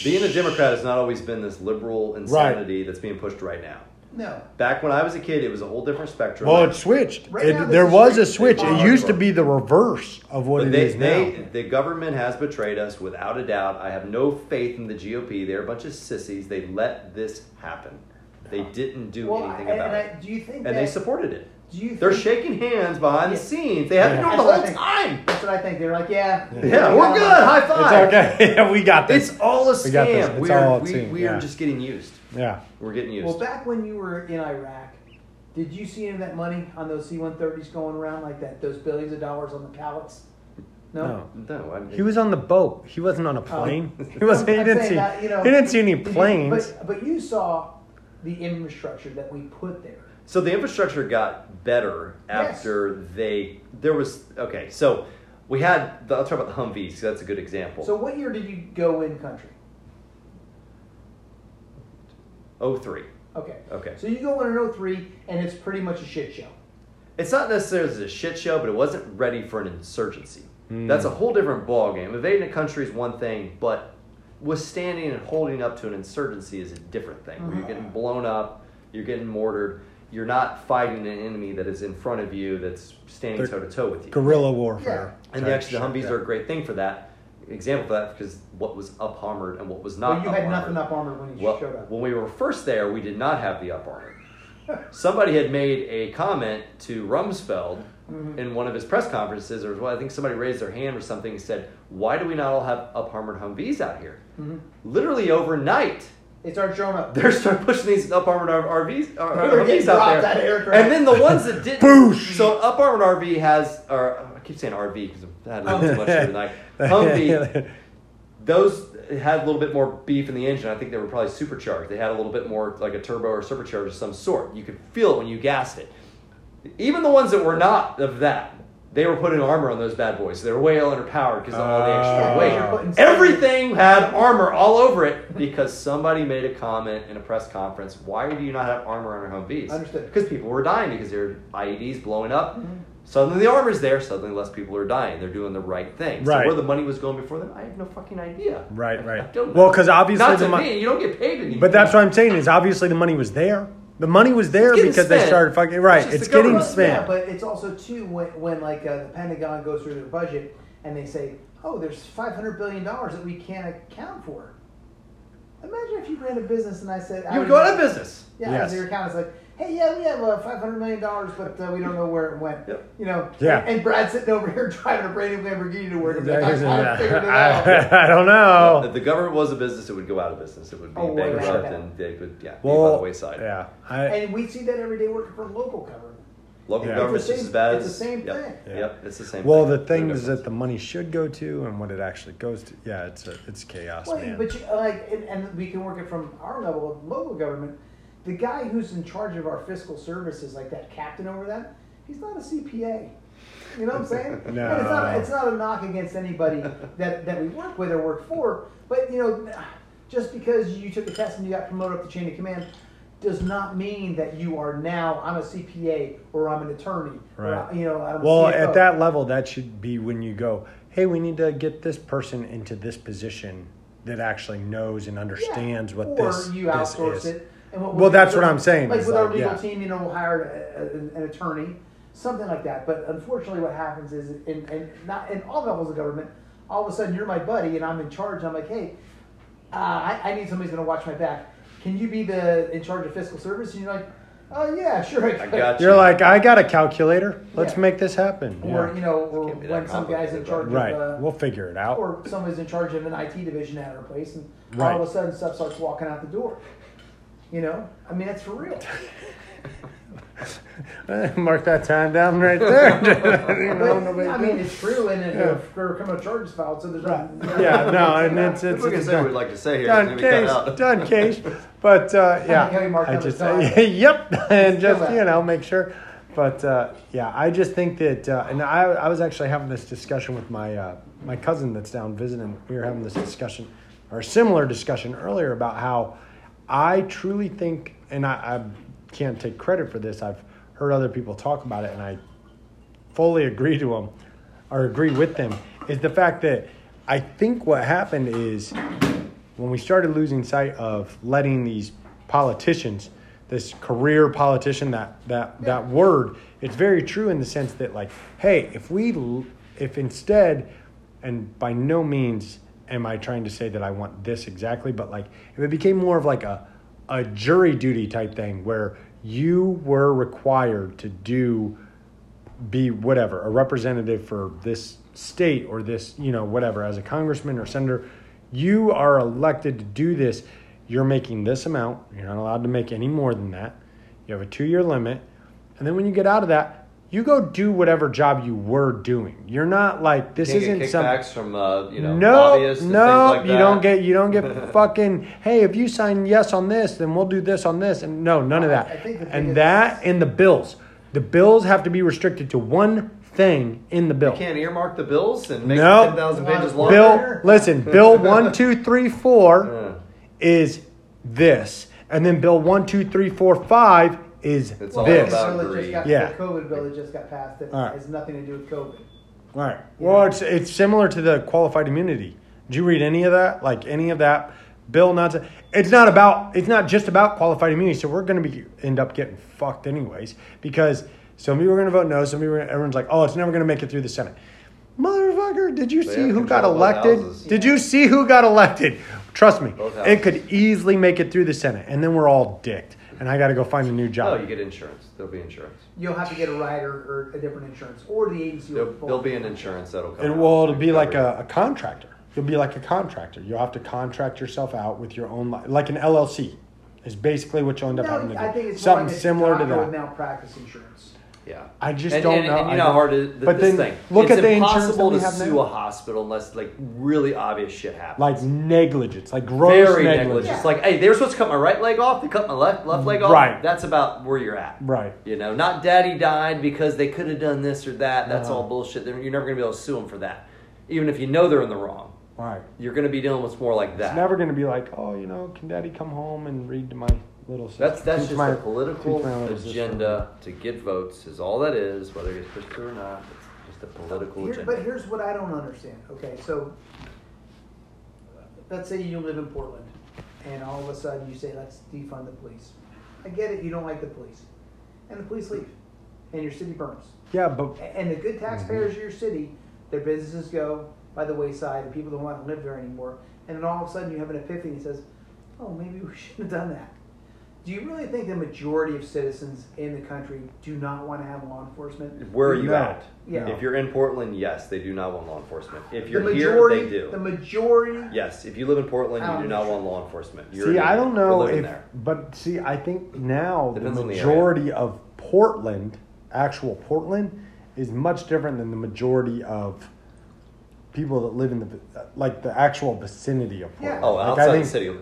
C: Being a Democrat has not always been this liberal insanity that's being pushed right now.
B: no."
C: Back when I was a kid, it was a whole different spectrum.
A: Well, it switched.
B: Right
A: It-
B: now,
A: there
B: this
A: was a
B: is straight-
A: switch. It used to be the reverse of what
C: but
A: it
C: they,
A: is
C: they, <laughs>
A: now.
C: the government has betrayed us without a doubt. I have no faith in the GOP. They're a bunch of sissies. They let this happen. They didn't do
B: Well, I,
C: anything
B: and
C: about
B: I,
C: it,
B: do you think
C: and
B: that,
C: they supported it.
B: Do you
C: They're
B: think,
C: shaking hands behind the
B: Yeah.
C: scenes. They have been
A: Yeah.
C: doing it the
B: That's
C: whole
B: what
C: time.
B: That's what I think. They're like, "Yeah,
C: Yeah, we're good. High five.
A: It's okay. <laughs> Yeah, we got this.
C: It's all a
A: We got this.
C: scam.
A: It's
C: We are,
A: all a
C: we,
A: team,
C: we
A: yeah.
C: are just getting used.
A: yeah.
C: We're getting used.
B: Well, back when you were in Iraq, did you see any of that money on those C-130s going around like that? Those billions of dollars on the pallets? No. Um,
A: No.
C: no, Oh. I mean,
A: He was on the boat. He wasn't on a
C: <laughs>
A: plane.
B: <laughs>
A: he wasn't. He
B: I'm
A: didn't
B: saying
A: see.
B: that, you know,
A: he didn't see any
B: did you-
A: planes.
B: but, but you saw the infrastructure that we put there.
C: So the infrastructure got better
B: Yes.
C: after they there was okay. So we had the, I'll talk about the Humvees. 'cause that's a good example.
B: So what year did you go in country?
C: oh three.
B: Okay.
C: Okay.
B: So you go in in 03, and it's pretty much a shit show.
C: It's not necessarily a shit show, but it wasn't ready for an insurgency. That's a whole different ballgame. Invading a country is one thing, but withstanding and holding up to an insurgency is a different thing. Where you're
B: Uh-huh.
C: getting blown up, you're getting mortared, you're not fighting an enemy that is in front of you that's standing
A: They're-
C: toe to toe with you.
A: Guerrilla warfare.
C: And
A: type
C: actually, the
A: shit,
C: Humvees
A: yeah.
C: are a great thing for that. Example for that because what was up armored and what was
B: Well,
C: not.
B: you had
C: up-armored.
B: nothing up armored when you
C: Uh, Well,
B: showed up.
C: when we were first there, we did not have the up armored. Somebody had made a comment to Rumsfeld
B: Mm-hmm.
C: in one of his press conferences, or well, I think somebody raised their hand or something and said, "Why do we not all have up armored Humvees out here?"
B: Mm-hmm.
C: Literally overnight,
B: It's our drone up.
C: <laughs> they're starting pushing these up armored RVs, uh,
B: They're getting
C: RVs out
B: dropped out of
C: there,
B: aircraft.
C: and then the
B: <laughs>
C: ones that didn't.
A: Boosh.
C: So up armored RV has, or uh, I keep saying RV because I've had too much
A: <laughs>
C: here tonight. Humvee, those had a little bit more beef in the engine. I think they were probably supercharged. They had a little bit more like a turbo or supercharged of some sort. You could feel it when you gassed it. Even the ones that were not of that, they were putting armor on those bad boys. They were way underpowered because of all the
A: Ah.
C: extra
B: Because
C: weight.
B: you're putting-
C: Everything had armor all over it because somebody made a comment in a press conference. Why do you not have armor on your Humvees?
B: Understood.
C: Because people were dying because their IEDs blowing up. Suddenly the armor's there. Suddenly less people are dying. They're doing the right thing. So
A: Right.
C: where the money was going before then, I have no fucking idea.
A: Right,
C: I
A: right.
C: don't know.
A: Well, because obviously
C: Not
A: the
C: to
A: mon-
C: me. You don't get paid anything.
A: <laughs> But that's what I'm saying is obviously the money was there. The money was there
C: getting
A: because they
C: spent.
A: started fucking right.
C: It's just
A: It's,
C: the
A: getting
C: government.
B: Yeah,
A: spent.
B: but it's also too when, when like uh, the Pentagon goes through their budget and they say, "Oh, there's 500 billion dollars that we can't account for." Imagine if you ran a business and I said, I
C: You would
B: was-
C: go out of business.
B: Yeah,
A: Yes.
B: yes. your account is like, "Hey, yeah, we have uh, 500 million dollars, but uh, we don't know where it went."
C: Yep.
B: You know.
A: Yeah.
B: And Brad sitting over here <laughs> driving a brand new Lamborghini to work. and being
A: That is-
B: Like, I,
D: <laughs>
B: I figured
A: <laughs>
B: it out.
A: I, I don't
C: If
A: know.
C: the government was a business, it would go out of business. It would be
B: Oh, well,
C: bankrupt
B: yeah.
C: and they would yeah, be by the
A: Well,
C: wayside.
A: yeah, I,
B: And we see that every day working for local government.
C: Local
D: Yeah.
C: government's
B: It's the
C: just as
B: same-
C: bad.
B: it's
C: as-
B: the same
C: yep,
B: thing.
D: Yeah.
C: Yep, it's the same.
D: Well,
C: thing.
D: the
C: No
D: things
C: difference.
D: that the money should go to and what it actually goes to. Yeah, it's a, it's chaos,
B: Well,
D: man.
B: but you, like, and, and we can work it from our level of local government. The guy who's in charge of our fiscal services, like that captain over that, he's not a CPA. You know what
D: <laughs>
B: I'm saying? And it's, not,
D: No.
B: it's not a knock against anybody that, that we work with or work for, but you know, just because you took a test and you got promoted up the chain of command does not mean that you are now I'm a CPA or I'm an attorney.
D: Right.
B: Or, you know, I'm a
D: well,
B: CFO.
D: at that level, that should be when you go, hey, we need to get this person into this position that actually knows and
B: Yeah.
D: understands what
B: or
D: this,
B: you
D: this
B: outsource
D: is.
B: it. And what
D: Well,
B: we-
D: that's what I'm saying,
B: Like
D: is
B: with our
D: like,
B: legal
D: yeah.
B: team, you know, we'll hire a, a, an- an attorney, something like that. But unfortunately, what happens is, in, in not in all levels of government, all of a sudden you're my buddy and I'm in charge. And I'm like, hey, uh, I, I need somebody who's going to watch my back. Can you be the in charge of fiscal service? And you're like, oh yeah, sure.
C: I
B: can."
C: got
D: You're like, I got a calculator. Let's
B: Yeah.
D: make this happen.
B: <laughs> Or
D: Yeah.
B: you know, or
C: Can't be that
B: when some guy's in
C: complicated,
B: charge
D: right.
B: of. Uh,
D: we'll figure it out. <laughs>
B: or someone's in charge of an IT division at our place, and all
D: Right.
B: of a sudden stuff starts walking out the door. You know, I mean that's for real.
A: Mark that time down right there.
B: <laughs> But, I mean it's true, and if there are criminal charges filed, so there's not.
A: yeah, no, and it's
C: If
A: it's,
C: we can
A: it's
C: say what
A: done,
C: we'd like to say here.
A: done
C: It's gonna be
A: case,
C: cut out.
A: done case. But uh,
B: like how you
A: yeah,
B: mark
A: I
B: up the
A: just
B: time.
A: <laughs> yep, and
B: Still
A: just
B: that.
A: you know make sure. But uh, yeah, I just think that, uh, and I, I was actually having this discussion with my uh, my cousin that's down visiting. We were having this discussion, or similar discussion earlier about how I truly think, and I, I can't take credit for this. I've heard other people talk about it, and I fully agree to them or agree with them is the fact that I think what happened is when we started losing sight of letting these politicians, this career politician, that that that word, it's very true in the sense that like, hey, if we l- if instead, and by no means am I trying to say that I want this exactly, but like if it became more of like a a jury duty type thing where you were required to do be whatever a representative for this state or this you know whatever as a congressman or senator you are elected to do this you're making this amount you're not allowed to make any more than that you have a two year limit and then when you get out of that you go do whatever job you were doing you're not like this
C: Can't
A: isn't
C: get
A: some
C: kickbacks from uh, you know
A: no,
C: lobbyists and
A: no,
C: things like
A: you
C: that.
A: don't get, you don't
C: <laughs>
A: get fucking. Hey, if you sign yes on this, then we'll do this on this, and no, none of
B: I
A: that.
B: think the biggest-
A: And that and the bills, the bills have to be restricted to one thing in the bill.
C: You can't earmark the bills and make
A: No.
C: ten thousand pages long.
A: Bill,
B: <laughs>
A: listen, Bill one two three
C: Yeah.
A: four is this, and then Bill one two three four five is
C: It's all
A: this.
C: about-
B: bill that just got,
A: Yeah.
B: the COVID bill that just got passed that
A: All right.
B: has nothing to do with COVID.
A: All right. Well, it's it's similar to the qualified immunity. Did you read any of that? Like any of that bill? Not to, it's not about. It's not just about qualified immunity. So we're going to be end up getting fucked anyways because some people are going to vote no. Some people, are, everyone's like, oh, it's never going to make it through the Senate. Motherfucker, did you
C: They
A: see
C: have
A: who got
C: control of both
A: elected?
C: houses.
A: Did you see who got elected? Trust me,
C: Both
A: it could
C: houses.
A: easily make it through the Senate, and then we're all dicked, and I got to go find a new
C: No,
A: job.
C: Oh, you get insurance. There'll be insurance.
B: You'll have to get a rider or a different insurance, or the agency. will
C: There'll,
B: pull-
C: there'll be an insurance that'll come.
A: It
C: out
A: will
C: to
A: it'll be like
C: cover
A: a, a contractor. You'll be like a contractor. You'll have to contract yourself out with your own, li- like an LLC, is basically what you'll end
B: No,
A: up having to do.
B: I think it's more
A: Something
B: like a
A: similar to
B: doctor
A: that.
B: with malpractice insurance.
C: it. Yeah.
A: I just
C: and,
A: don't
C: and,
A: know.
C: And
A: I
C: you know how
A: don't-
C: hard it,
A: but
C: but this
A: then
C: thing.
A: look
C: it's
A: at the insurance
C: impossible
A: that we
C: to
A: have now.
C: sue a hospital unless like really obvious shit happens.
A: Like negligence, like gross negligence.
C: very negligent.
B: negligent.
C: Like, hey, they're supposed to cut my right leg off. They cut my left left leg off.
A: Right.
C: That's about where you're at.
A: Right.
C: You know, not daddy died because they could have done this or that. That's
A: Uh-huh.
C: all bullshit. They're- You're never gonna be able to sue them for that, even if you know they're in the wrong.
A: Right.
C: You're gonna be dealing with more like that.
A: It's never going to be like, oh, you know, can daddy come home and read to my little sister?
C: That's that's
A: teach
C: just
A: my-
C: a political
A: teach my little sister?"
C: agenda to get votes is all that is, whether it gets pushed through or not. It's just a political
B: Here-
C: agenda.
B: but here's what I don't understand. Okay, so let's say you live in Portland, and all of a sudden you say, "Let's defund the police." I get it. You don't like the police, and the police leave, and your city burns.
A: Yeah, but
B: A- And the
C: Mm-hmm.
B: good taxpayers of your city, their businesses go by the wayside, and people don't want to live there anymore. And then all of a sudden, you have an epiphany that says, "Oh, maybe we <laughs> shouldn't have done that." Do you really think the majority of citizens in the country do not want to have law enforcement?
C: Where are you
A: No.
C: at?
B: Yeah.
C: If you're in Portland, yes, they do not want law enforcement. If you're
B: the
C: here,
B: majority,
C: they do.
B: The majority
C: Yes, if you live in Portland,
B: Um,
C: you do not want law enforcement. You're
A: see,
C: an
A: I don't
C: idiot for
A: know
C: living
A: if,
C: there.
A: but see, I think now
C: Depends
A: the
C: on the area.
A: majority of Portland actual Portland is much different than the majority of people that live in the like the actual vicinity of
B: Yeah.
A: Portland.
C: Oh,
A: Like, I
C: outside
A: think-
C: the city.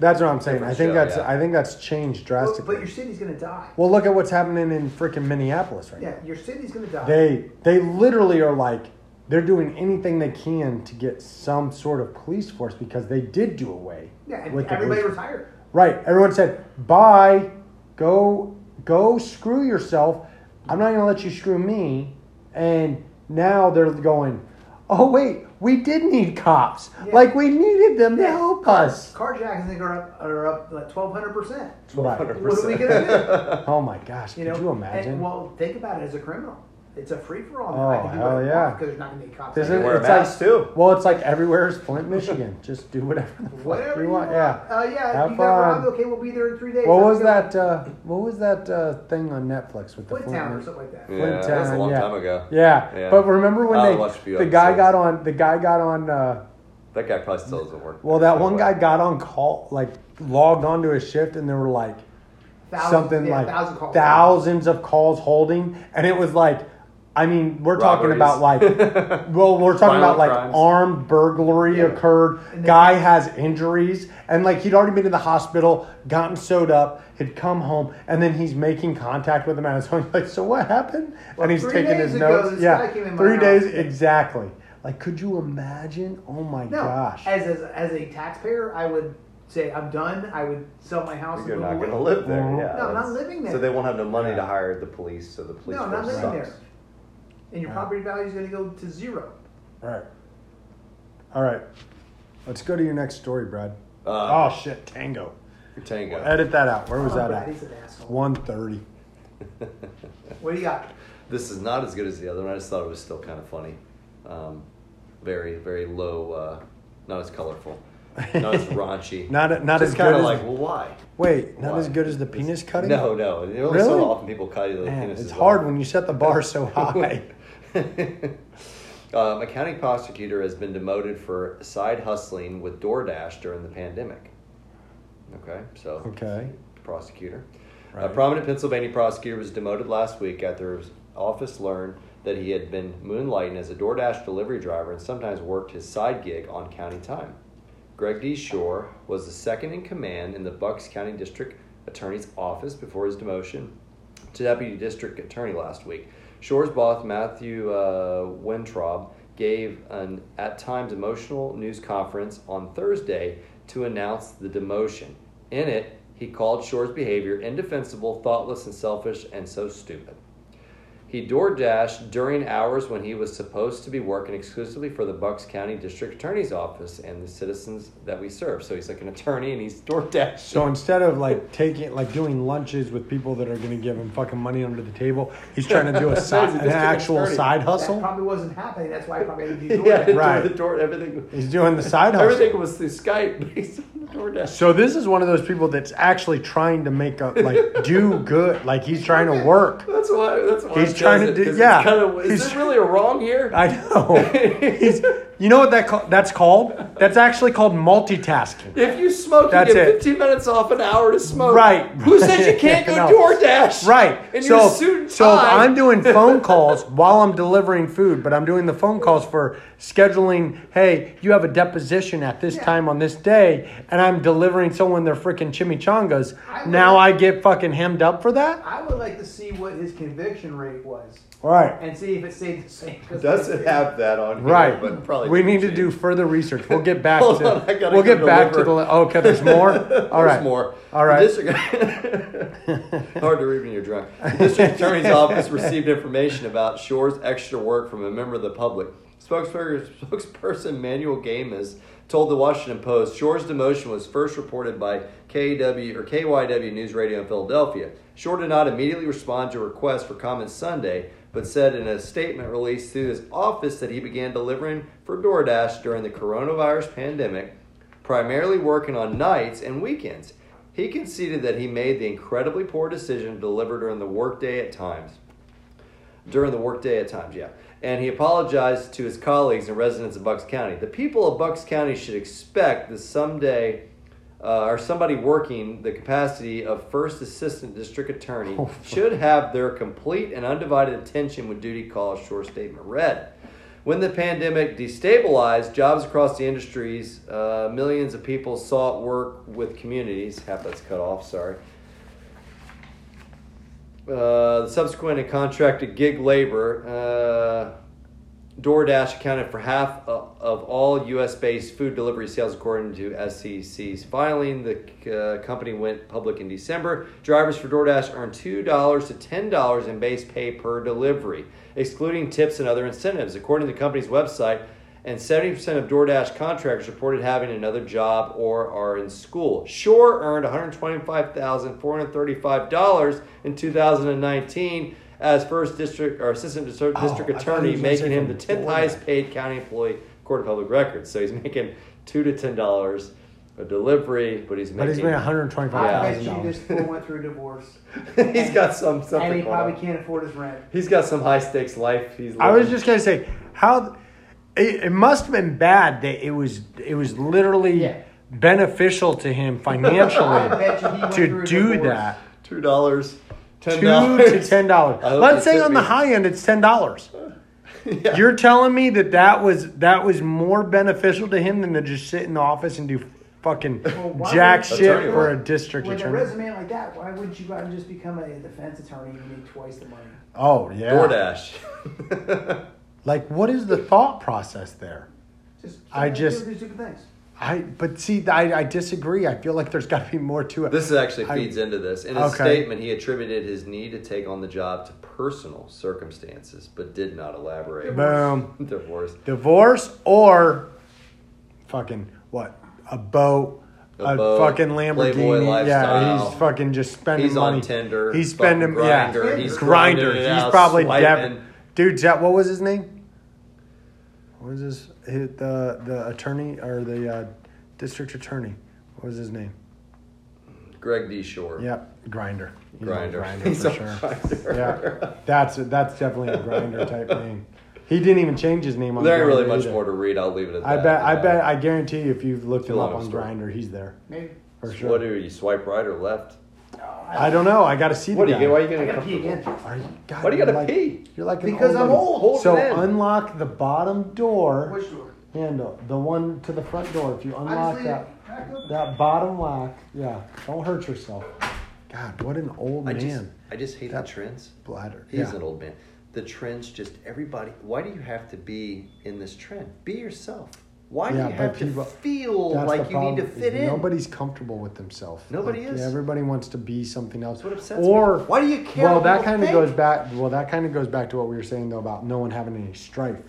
A: That's what I'm saying. I
C: Different
A: think
C: show,
A: that's
C: yeah.
A: I think that's changed
B: But,
A: drastically.
B: but your city's gonna die.
A: well, look at what's happening in freaking Minneapolis right now.
B: Yeah, your city's gonna die.
A: They they literally are like they're doing anything they can to get some sort of police force because they did do away
B: yeah, and
A: with the
B: everybody
A: police.
B: retired.
A: Right. Everyone said, "Bye. Go go screw yourself. I'm not going to let you screw me." And now they're going, "Oh wait, we did need cops.
B: Yeah.
A: Like we needed them to
B: Yeah.
A: help us."
B: Carjackings are up are up like twelve hundred percent.
A: Right.
B: What are we gonna
A: Oh my gosh.
B: do? You
A: Could
B: know,
A: you imagine?
B: And, well, think about it as a criminal. It's a free for all.
A: Oh, hell yeah.
B: Because there's not gonna be cops.
A: Isn't
B: anywhere.
C: Wear a
A: It's like-
C: mask too.
A: well, it's like everywhere is Flint, Michigan. <laughs> Just do whatever the fuck
B: Whatever
A: you want. Yeah.
B: Uh, yeah.
A: Have
B: you got robbed.
A: fun.
B: Okay, we'll be there in three days.
A: What
B: Have a
A: was
B: good
A: that? Uh, what was that uh, thing on Netflix with the
B: Flint
A: Flint?
B: Town or
A: Mich-
B: something like that.
C: Yeah, that was a
A: Town,
C: long
A: yeah.
C: time ago.
A: Yeah.
C: Yeah.
A: but remember when
C: I
A: they
C: watched a few
A: the guy
C: episodes.
A: got on the guy got on uh,
C: That guy probably still doesn't work.
A: well that one guy got on call like logged onto his shift and there were like
B: Thousands-
A: something
B: yeah,
A: like
B: thousand calls.
A: thousands of calls holding and it was like I mean we're talking
C: Robberies.
A: about
B: <laughs>
A: like well we're talking about
C: Violent
A: like
C: crimes.
A: armed burglary
B: Yeah.
A: occurred
B: And then-
A: guy has injuries and like he'd already been in the hospital gotten sewed up had come home and then he's making contact with him at his home like <laughs> so what happened
B: Well,
A: and he's
B: three
A: taking
B: days
A: his
B: ago,
A: notes
B: this
A: yeah
B: guy came in my
A: three days
B: house.
A: exactly like could you imagine oh my
B: No,
A: gosh
B: as, as as a taxpayer, I would say I'm done. I would sell my house.
C: You're
B: and
C: not
B: move
C: going to
B: away.
C: live there.
A: Mhm.
C: Yeah,
B: No, I'm not
C: that's-
B: living there.
C: So they won't have no money
A: Yeah.
C: to hire the police, so the police
B: No, I'm not
C: force
B: living
C: sucks.
B: there. And your property value is going to go to zero.
A: All right. All right. Let's go to your next story, Brad.
C: Uh,
A: oh shit, Tango.
C: Tango.
A: Edit that out. Where was
B: Oh,
A: that
B: Brad,
A: at?
B: he's an asshole.
A: 130.
B: What do you got?
C: <laughs> This is not as good as the other one. I just thought it was still kind of funny. Um, very, very low, uh, not as colorful, not as
A: <laughs>
C: raunchy.
A: Not not
C: just
A: as
C: kind
A: good
C: of
A: as
C: like, well, why?
A: Wait, not
C: Why?
A: as good as the penis cutting?
C: No, no. It only
A: Really?
C: so often people cut you the
A: Man,
C: penis.
A: it's hard when you set the bar
C: <laughs>
A: so high.
C: um, a county prosecutor has been demoted for side hustling with DoorDash during the pandemic. Okay, so
A: Okay.
C: prosecutor. A
A: Right.
C: prominent Pennsylvania prosecutor was demoted last week after his office learned that he had been moonlighting as a DoorDash delivery driver and sometimes worked his side gig on county time. Greg D. Shore was the second in command in the Bucks County District Attorney's office before his demotion to deputy district attorney last week. Shore's boss, Matthew uh, Wintraub, gave an at times emotional news conference on Thursday to announce the demotion. In it, he called Shore's behavior indefensible, thoughtless, and selfish, and so stupid. He door dashed during hours when he was supposed to be working exclusively for the Bucks County District Attorney's Office and the citizens that we serve. So he's like an attorney and he's door dashing.
A: So instead of like taking like doing lunches with people that are gonna give him fucking money under the table, he's trying to do
C: <laughs>
A: a side, an
C: district
A: actual
C: attorney.
A: side
B: That
A: hustle.
B: probably wasn't happening. That's why I probably had to do
C: <laughs> yeah,
B: DoorDash.
A: Right.
C: The door, everything.
A: He's doing the side hustle.
C: Everything was through Skype <laughs> based on the DoorDash.
A: So this is one of those people that's actually trying to make a like do good, like he's trying to work.
C: That's why. That's why
A: He's
C: it
A: trying to
C: does it,
A: do-
C: 'cause
A: yeah.
C: It's kind of, is
A: He's-
C: there really a wrong here?
A: I know. He's, you know what that ca- that's called? That's actually called multitasking.
C: if you smoke,
A: That's
C: you get
A: it.
C: 15 minutes off an hour to smoke.
A: Right.
C: Who says you
A: <laughs>
C: can't go
A: No.
C: DoorDash?
A: Right.
C: And
A: so
C: you're suit and
A: so if
C: tie.
B: <laughs>
A: I'm doing phone calls while I'm delivering food, but I'm doing the phone calls for scheduling, hey, you have a deposition at this
B: Yeah.
A: time on this day, and I'm delivering someone their freaking chimichangas.
B: I
A: now
B: would-
A: I get fucking hemmed up for that?
B: I would like to see what his conviction rate was
A: All right.
B: and see if it stayed the same. 'Cause
C: Doesn't have that on here,
A: Right.
C: But probably
A: we need to
C: didn't
A: do
C: change.
A: further research. We'll get back
C: Hold
A: to
C: on, I gotta
A: We'll
C: go
A: get back to the
C: deliver.
A: Oh, okay, there's
C: <laughs>
A: more. All right.
C: There's more.
A: All right.
C: The district- <laughs> Hard to read when you're drunk. The district
A: <laughs>
C: attorney's office received information about Shore's extra work from a member of the public. Spokesperson, spokesperson Manuel Gamas told the Washington Post Shore's demotion was first reported by KW or KYW News Radio in Philadelphia. Shore did not immediately respond to requests for comments Sunday, but said in a statement released through his office that he began delivering for DoorDash during the coronavirus pandemic primarily working on nights and weekends. He conceded that he made the incredibly poor decision to deliver during the workday at times. During the workday at times, yeah. And he apologized to his colleagues and residents of Bucks County. The people of Bucks County should expect that someday uh, or somebody working the capacity of first assistant district attorney should have their complete and undivided attention when duty calls, short statement read. When the pandemic destabilized jobs across the industries, uh, millions of people sought work with communities. Half that's cut off, sorry. Uh, the subsequent and contracted gig labor, uh, DoorDash accounted for half of, of all U.S. based food delivery sales, according to SEC's filing. The uh, company went public in December. Drivers for DoorDash earn two dollars to ten dollars in base pay per delivery, excluding tips and other incentives, according to the company's website. And 70% of DoorDash contractors reported having another job or are in school. Shore earned $125,435 in 2019 as first district or assistant district,
D: Oh,
C: district
D: I thought
C: attorney,
D: he was gonna
C: making
D: say
C: him the
D: from
C: 10th
D: DoorDash.
C: highest paid county employee, according to public records. So he's making 2 to $10 a delivery, but he's
A: But
C: making.
A: he's made one hundred twenty-five
B: I
A: thousand
B: bet you
A: dollars.
B: this fool went through a
A: <laughs>
B: divorce,
C: <laughs> he's got some something.
B: and he
C: going
B: probably
C: on.
B: can't afford his rent.
C: He's got some high stakes life. He's
A: I was
C: living.
A: just gonna say how it, it must have been bad that it was it was literally
B: Yeah.
A: beneficial to him
B: I bet you he
A: financially
B: <laughs> went through
A: to
B: a
A: do
B: divorce.
A: that.
C: two dollars, ten
A: Two to ten dollars.
C: I hope
A: Let's
C: they
A: say
C: took
A: on the
C: me.
A: high end, it's ten dollars.
C: <laughs> Yeah.
A: You're telling me that that was that was more beneficial to him than to just sit in the office and do fucking
B: why
A: jack
B: would-
A: shit
C: Attorney
A: for
C: work.
A: a district
B: With a
A: attorney.
B: resume like that, why wouldn't you go out and just become a defense attorney and make twice the money?
A: Oh yeah.
C: DoorDash. <laughs>
A: Like, what is the thought process there?
B: Just
A: I
B: do
A: just-
B: do stupid things.
A: I but see, I, I disagree. I feel like there's got to be more to it.
C: this is actually
A: I-
C: feeds into this. In his
A: Okay.
C: statement, he attributed his need to take on the job to personal circumstances, but did not elaborate.
A: Boom.
C: <laughs> Divorce.
A: divorce or fucking what a boat
C: A
A: a,
C: boat,
A: fucking
C: Playboy
A: Lamborghini
C: lifestyle.
A: yeah he's fucking just spending
C: He's on
A: money
C: Tinder,
A: he's
C: fucking
A: spending
C: Grindr,
A: yeah
B: he's
C: grinding it
A: he's
C: out,
A: probably
C: swiping.
A: dev- dude that what was his name what was his hit the the attorney or the uh, district attorney what was his name
C: Greg D. Shore.
A: yep grinder he's
C: Grinder.
A: on
C: <laughs>
A: grinder for sure
C: Grindr. <laughs>
A: yeah that's that's definitely a grinder type name he didn't even change his name on
C: There ain't really
A: Grindr
C: much
A: either.
C: more to read. I'll leave it at
A: I
C: that.
A: bet. I
C: Yeah.
A: bet. I guarantee you, if you've looked
C: Too
A: him
C: long
A: up
C: of a
A: on
C: story.
A: Grinder, he's there
B: Maybe.
A: for
C: What
A: sure.
C: do you swipe right or left?
A: I don't know. I got to see
C: What
A: the
C: do you?
A: guy.
C: Why are you
B: I
C: getting
B: gotta pee again.
C: uncomfortable?
A: Are you- God,
C: Why do you
A: you're
C: gotta
A: like-
C: pee?
A: You're like an
B: Because
A: old
B: I'm
A: lady.
B: old.
C: Hold it
A: So
C: in.
A: unlock the bottom door
B: Which door?
A: handle, the one to the front door. If you
B: I just
A: unlock
B: leave it
A: that
B: cracked open.
A: that bottom lock, yeah, don't hurt yourself. God, what an old
C: I
A: man
C: just, I just hate
A: That-
C: the trends.
A: bladder.
C: He's
A: yeah.
C: an old man. The trends just everybody. Why do you have to be in this trend? Be yourself. Why do
A: Yeah,
C: you
A: but
C: have to
A: people-
C: feel
A: That's
C: like
A: the
C: you need to
A: problem, is
C: fit in?
A: Nobody's comfortable with themselves.
C: Nobody
A: Like,
C: is.
A: Everybody wants to be something else.
C: That's what upsets me.
A: or
C: Why do you care
A: Well,
C: what
A: that
C: people
A: kind of
C: think?
A: goes back. Well, that kind of goes back to what we were saying though about no one having any strife.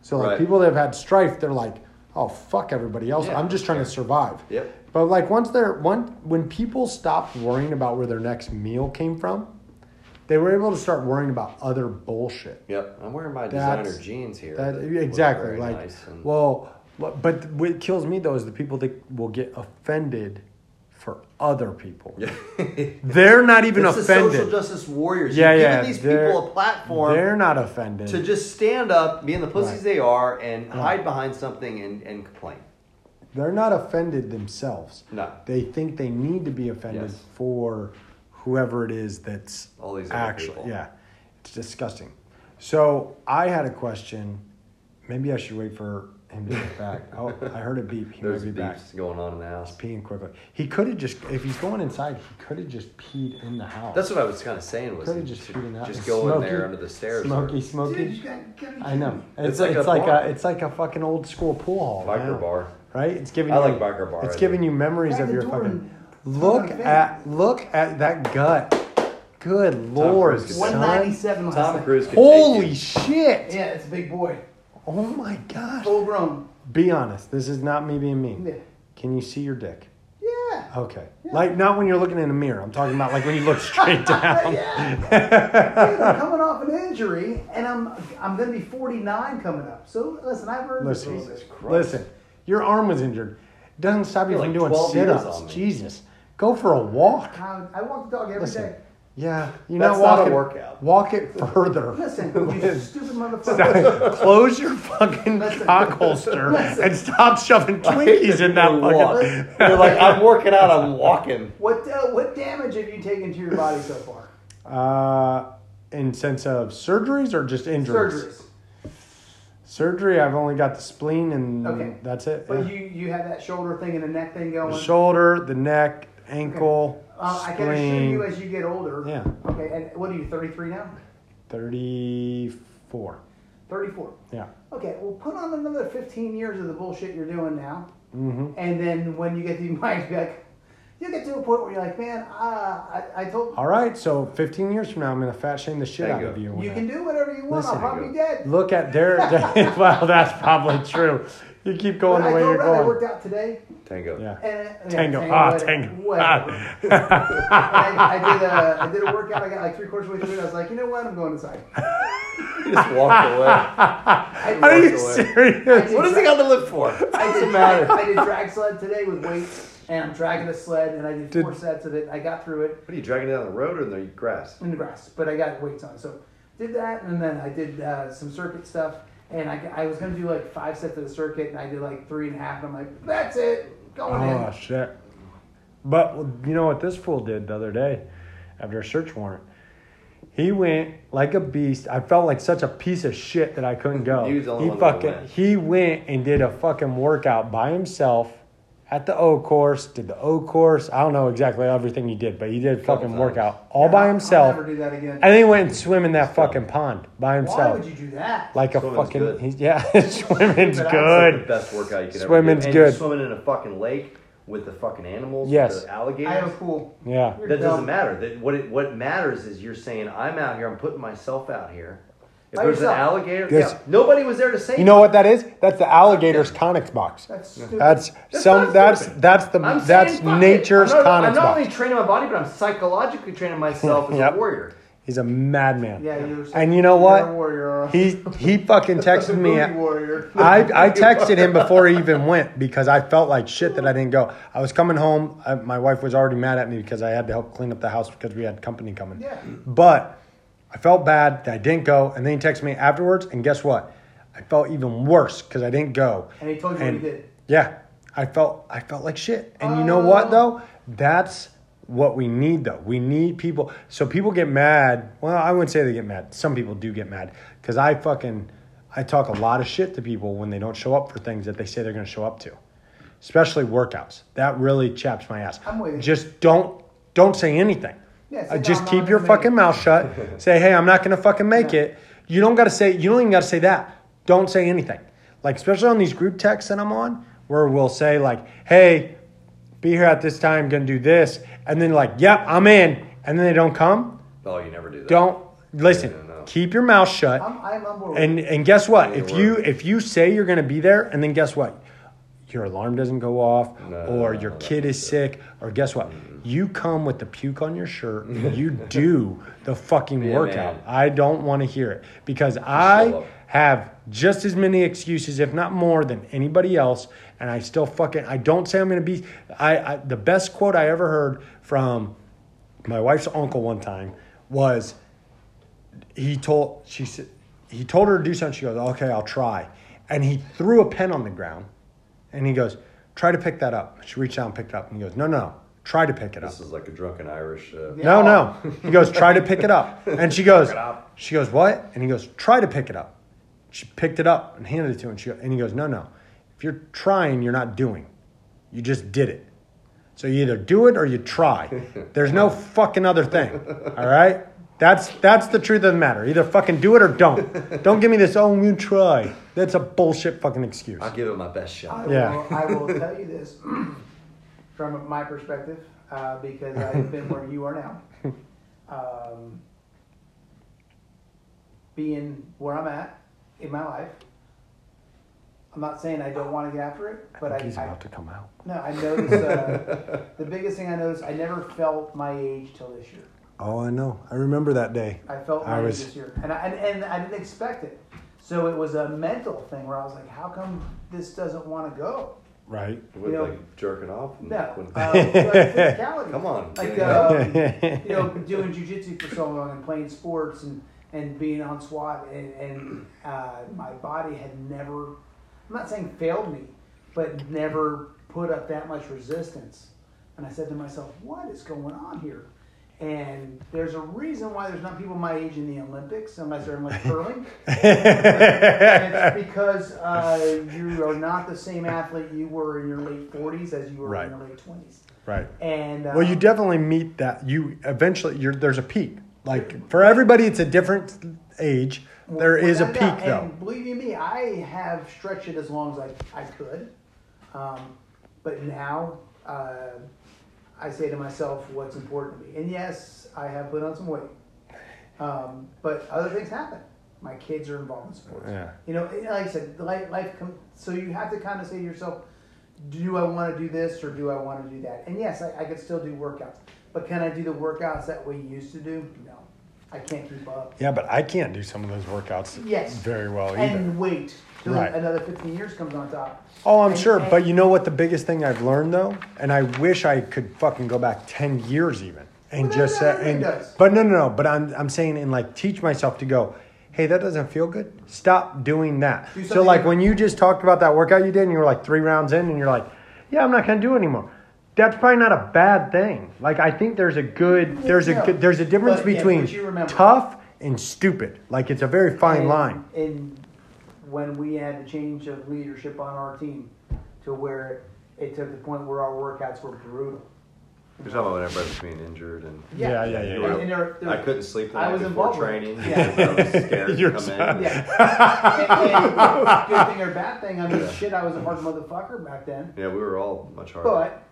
A: So like
C: Right.
A: people that have had strife, they're like, oh fuck everybody else.
C: Yeah,
A: I'm just trying
C: yeah.
A: to survive.
C: Yep.
A: But like once they're one when people stopped worrying about where their next meal came from, they were able to start worrying about other bullshit.
C: Yep, I'm wearing my designer
A: That's-
C: jeans here.
A: That,
C: look
A: exactly.
C: very
A: Like,
C: nice <laughs> and-
A: well, but- but what kills me though is the people that will get offended for other people. They're not even
C: It's the social
A: offended.
C: justice warriors.
A: yeah,
C: You've
A: yeah.
C: given these
A: they're-
C: people a platform
A: They're not offended.
C: to just stand up, being the pussies
A: Right.
C: they are, and hide behind something and, and complain.
A: they're not offended themselves.
C: No.
A: They think they need to be offended
C: Yes.
A: for whoever it is that's
C: All these other
A: actually.
C: people.
A: Yeah. It's disgusting. So I had a question. Maybe I should wait for him to get
C: <laughs>
A: back. Oh, I heard a beep. He
C: There's
A: might be back.
C: beefs going on in the house.
A: peeing quickly. He could have just, if he's going inside, he could have just peed in the house.
C: That's what I was kind of saying was
A: Could have just peed in the house.
C: just go in there
A: Smoky-
C: under the stairs. or-
A: Smoky,
B: Dude, you
A: smoky.
B: gotta, gotta
A: I know. It's,
C: It's like
A: like,
C: a
A: it's like
C: bar.
A: a it's like a fucking old school pool hall.
C: Biker
A: now,
C: bar.
A: right? It's giving.
C: I
A: you,
C: like biker bar,
A: It's
C: I
A: giving
C: do.
A: you memories
B: Crack
A: of
B: the
A: your
B: door
A: fucking.
B: and-
A: Look
B: Fuck
A: at look at that gut. Good lord,
C: Cruise could
A: son.
B: 197 last
C: Tom
B: night.
C: Cruise. Could
A: Holy
C: <laughs> Take
A: shit!
B: Yeah, it's a big boy.
A: Oh my god.
B: Full grown.
A: Be honest. This is not me being mean.
B: Yeah.
A: Can you see your dick?
B: Yeah.
A: Okay. Like not when you're looking in a mirror. I'm talking about like when you look straight
C: <laughs>
A: down. <laughs>
B: Dude, I'm coming off an injury, and I'm I'm gonna be 49 coming up. So listen, I've earned this a
A: Listen,
B: little bit.
A: listen. Your arm was injured. Doesn't stop you
C: You're
A: from
C: like
A: doing
C: 12 years
A: sit-ups.
C: on me.
A: Jesus, go for a walk.
B: I, I walk the dog every day.
A: Listen, Yeah, you're
C: That's
A: not
C: not a
A: walking.
C: workout.
A: Walk it further.
C: <laughs>
A: <laughs>
B: Listen, you stupid motherfucker.
A: Stop- <laughs> Close your fucking
B: <laughs>
A: cock holster and stop shoving Twinkies in that
C: You <laughs>
A: fucking.
C: walk. You're like, I'm working out, I'm walking.
B: What uh, what damage have you taken to your body so far?
A: Uh, in sense of surgeries or just injuries?
B: Surgeries.
A: Surgery. I've only got the spleen and
B: Okay.
A: that's it.
B: But
A: yeah.
B: you you had that shoulder thing and the neck thing
A: the
B: going.
A: shoulder, the neck, ankle,
B: Uh, I can assure
A: spleen.
B: you, as you get older.
A: Yeah.
B: Okay, and what are you? Thirty three now?
A: Thirty-four.
B: Thirty four.
A: Yeah.
B: Okay, well, put on another 15 years of the bullshit you're doing now.
A: Mm-hmm.
B: And then when you get to <laughs> your mind, you're like, you get to a point where you're like, man, uh, I, I told
A: All right. So 15 years from now, I'm gonna fat shame the shit
C: There
A: out
C: you
A: of
C: go.
A: you.
B: you
A: when
B: can
A: I-
B: do whatever you want.
A: Listen,
B: I'll probably be
C: you
B: dead.
A: Look
B: <laughs>
A: at their. <laughs> well, that's probably true. You keep
B: But
A: going
B: I
A: the way
B: told
A: you're
B: Brad I worked
A: going.
B: out today.
C: Tango.
A: Yeah.
B: <laughs> And, yeah,
A: Tango. Ah, tango.
B: Whatever.
A: Ah.
B: <laughs> I, I, did a, I did a workout. I got like three quarters of the way through. it. I was like, you know what? I'm going
A: <laughs>
B: inside.
C: <laughs> He just walked away.
A: Are you
C: Walked away.
A: serious?
C: What does he got to live
A: <laughs>
C: for?
B: I
C: What's the
B: did,
C: matter?
B: I did drag sled today with weights, and I'm dragging a sled, and I did, four sets of it. I got through it
C: What are you dragging it down the road or in the grass?
B: in the grass, but I got weights on. So did that, and then I did uh, some circuit stuff, and I, I was gonna do like five sets of the circuit, and I did like three and a half, and I'm like, that's it, going
A: Oh
B: in.
A: shit! But you know what this fool did the other day, after a search warrant, he went like a beast. I felt like such a piece of shit that I couldn't go.
C: He was the only
A: he
C: one that
A: fucking
C: went.
A: he went and did a fucking workout by himself at the O course. Did the O course? I don't know exactly everything he did, but he did a
C: Couple
A: fucking
C: times.
A: workout all by
B: I'll-
A: himself.
B: I'll never do that again.
A: and then he went and swim in that fucking pond by
B: Why
A: himself.
B: would you do that?
A: like a
C: Swimming's
A: fucking
C: good.
A: he's, yeah, <laughs> swimming's
B: But I-
C: It's like
A: good.
C: the best workout you could
A: Swimming's
C: ever do. And you're
A: good.
C: Swimming in a fucking lake with the fucking animals,
A: Yes.
C: the
B: I have a
C: alligators.
B: pool.
A: Yeah.
B: You're
C: That
B: dumb.
C: doesn't matter. That what it what matters is you're saying I'm out here. I'm putting myself out here. If
B: By
C: there's
B: yourself.
C: an alligator,
A: There's-
C: yeah, nobody was there to save
A: You know what that is? That's the alligator's tonics box.
B: That's stupid.
A: That's
C: That's
A: some.
C: not
A: That's
C: stupid.
A: that's the
C: I'm
A: that's
C: saying, fuck it.
A: nature's
C: I'm not, I'm
A: tonics
C: not
A: box.
C: only training my body, but I'm psychologically training myself
A: <laughs>
C: as
A: Yep.
C: a warrior.
A: He's a madman.
B: yeah, you're
A: And you know
B: you're
A: what?
B: a warrior.
A: He
B: <laughs>
A: he fucking texted me.
B: Booty warrior.
A: I, I texted him before he
B: <laughs>
A: even went because I felt like shit that I didn't go. I was coming home. I, my wife was already mad at me because I had to help clean up the house because we had company coming.
B: Yeah.
A: But I felt bad that I didn't go. And then he texted me afterwards. And guess what? I felt even worse because I didn't go.
B: And he told you
A: And-
B: what he did.
A: Yeah, I felt I felt like shit. And you know what though? That's what we need though. We need people. So people get mad. Well, I wouldn't say they get mad. Some people do get mad because I fucking I talk a lot of shit to people when they don't show up for things that they say they're going to show up to, especially workouts. That really chaps my ass.
B: I'm with you.
A: Just don't don't say anything.
B: Yeah, say,
A: Uh,
B: "No,
A: just
B: I'm not
A: keep
B: gonna
A: your
B: make
A: fucking
B: it." <laughs>
A: mouth shut. say, hey, I'm not gonna fucking make
B: Yeah.
A: it. You don't gotta say. You don't even gotta say that. Don't say anything. Like especially on these group texts that I'm on, where we'll say like, hey, be here at this time. Gonna do this, and then like, yep, I'm in, and then they don't come.
C: Oh, you never do that.
A: Don't listen.
C: Yeah, no.
A: Keep your mouth shut.
B: I'm, I'm on board.
A: And and guess what?
C: Yeah,
A: If
C: we're-
A: you if you say you're going to be there, and then guess what? Your alarm doesn't go off,
C: No, Mm-hmm.
A: or
C: no,
A: your
C: no,
A: kid is sick, or guess what? You come with the puke on your
C: <laughs>
A: shirt. and you do the fucking
C: Yeah,
A: workout.
C: man.
A: I don't want to hear it because I
C: up.
A: have just as many excuses, if not more, than anybody else, and I still fucking I don't say I'm going to be. I, I the best quote I ever heard from my wife's uncle one time was he told she said he told her to do something. She goes, "Okay, I'll try." And he threw a pen on the ground, and he goes, "Try to pick that up." She reached out and picked it up, and he goes, "No, no, try to pick it up."
C: This is like a drunken Irish. Uh,
A: No, no. He goes, "Try to pick it up," and she goes, "She goes what?" And he goes, "Try to pick it up." She picked it up and handed it to him. And, she, and he goes, "No, no. If you're trying, you're not doing. You just did it. So you either do it or you try. There's no fucking other thing. All right." That's that's the truth of the matter. Either fucking do it or don't. Don't give me this. Oh, you try. That's a bullshit fucking excuse.
C: I'll give it my best
B: I
C: shot.
B: will,
A: Yeah.
B: I will tell you this <clears throat> from my perspective, uh, because I've been where you are now. Um, being where I'm at in my life, I'm not saying I don't want to get after it, but I,
A: He's
B: I,
A: about to come out.
B: no, I noticed uh, the biggest thing I noticed. I never felt my age till this year.
A: Oh, I know. I remember that day.
B: I felt
A: I
B: my age
A: was-
B: this year, and I, and, and I didn't expect it. So it was a mental thing where I was like, "How come this doesn't want to go?"
A: right?
C: With
B: You know-
C: like jerking off. and-
B: No.
C: when- <laughs>
B: Uh, but physicality.
C: Come on.
B: Like,
C: Yeah.
B: uh, you know, doing jujitsu for so long and playing sports and, and being on SWAT and, and uh, my body had never, I'm not saying failed me, but never put up that much resistance. And I said to myself, what is going on here? And there's a reason why there's not people my age in the Olympics unless they're in like curling. <laughs> And it's because
A: <laughs>
B: uh, you are not the same athlete you were in your late 40s as you were
D: Right.
B: in your late 20s.
A: Right.
B: And uh,
A: Well, you definitely meet that. You eventually, you're, there's a peak. Like for everybody, it's a different age. There is a
B: without
A: peak
B: doubt.
A: though.
B: And believe you me, I have stretched it as long as I, I could. Um, but now uh, I say to myself, what's important to me? And yes, I have put on some weight. Um, but other things happen. My kids are involved in sports.
A: Yeah.
B: You know, and like I said, life, life com- so you have to kind of say to yourself, do I want to do this or do I want to do that? And yes, I, I could still do workouts. But can I do the workouts that we used to do? No. I can't keep up.
A: Yeah, but I can't do some of those workouts
B: Yes.
A: very well Oh, either.
B: and wait till
A: Right.
B: another 15 years comes on top.
A: Oh, I'm
B: And-
A: sure.
B: and-
A: But you know what the biggest thing I've learned though, and I wish I could fucking go back ten years even and
B: Well, no,
A: just
B: no,
A: say,
B: everybody
A: and,
B: does.
A: but no, no, no. But I'm I'm saying and like teach myself to go. Hey, that doesn't feel good. Stop doing that.
B: Do
A: so
B: something
A: like
B: different.
A: when you just talked about that workout you did, and you were like three rounds in, and you're like, yeah, I'm not gonna do it anymore. That's probably not a bad thing. Like I think there's a good there's a
B: No.
A: good, there's a difference
B: But, yeah,
A: between
B: but you remember-
A: tough and stupid. Like it's a very fine
B: and-
A: line.
B: And when we had the change of leadership on our team to where it took the point where our workouts were brutal.
C: You're talking about when everybody's being injured and.
A: Yeah, yeah, yeah,
B: And-
C: yeah.
B: and there- there-
C: I couldn't sleep the
B: I
C: night
B: was
C: before
B: involved with it.
C: training.
B: Yeah.
C: because I was
A: <laughs>
C: scared
A: You're
C: to come
A: sorry.
C: in.
B: Yeah. And- and good thing or bad thing, I mean,
C: Yeah.
B: shit, I was a hard motherfucker back then.
C: Yeah, we were all much harder.
B: But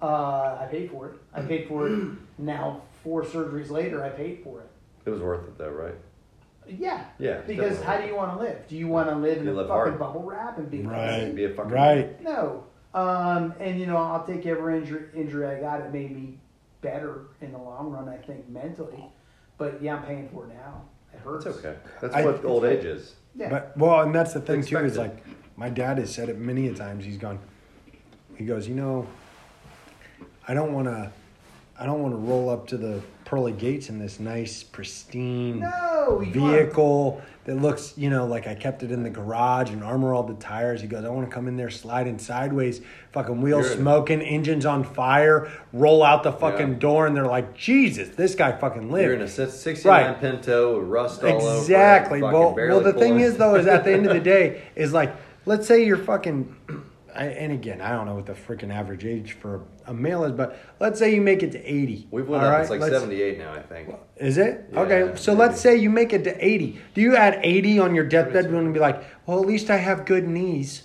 B: uh, I paid for it. I paid for it now, four surgeries later, I paid for it.
C: it was worth it though, right?
B: Yeah.
C: Yeah,
B: Because
C: definitely.
B: how do you want to live? Do you want to live in a
C: You live
B: fucking
C: hard.
B: bubble wrap and be
A: Right.
C: Be a fucking
A: Right.
B: No. Um, and you know, I'll take every injury, injury I got. It made me better in the long run, I think, mentally. But yeah, I'm paying for it now. It hurts.
C: That's okay. That's
A: I-
C: what old age is.
B: Yeah.
A: But well, and that's the thing too is like
C: Expected.
A: my dad has said it many a times. He's gone. He goes, you know, I don't want to, I don't want to roll up to the pearly gates in this nice pristine
B: no, you want-
A: vehicle that looks, you know, like I kept it in the garage and armor all the tires. He goes, I want to come in there sliding sideways, fucking wheels
C: You're in-
A: smoking, engines on fire, roll out the fucking
C: Yeah.
A: door, and they're like, Jesus, this guy fucking lived.
C: You're in a si- 69
A: Right.
C: Pinto with rust all over. it,
A: Exactly.
C: fucking
A: Well,
C: barely
A: well, the thing
C: pulling.
A: is though, is at the
C: <laughs>
A: end of the day, is like, let's say you're fucking, <clears throat> I, and again, I don't know what the freaking average age for a male is, but let's say you make it to eighty.
C: We've went
A: all
C: up.
A: right?
C: It's like
A: Let's-
C: 78 now, I think.
A: Is it
C: Yeah,
A: okay? So
C: maybe.
A: let's say you make it to eighty. Do you add eighty on your deathbed and be like, well, at least I have good knees?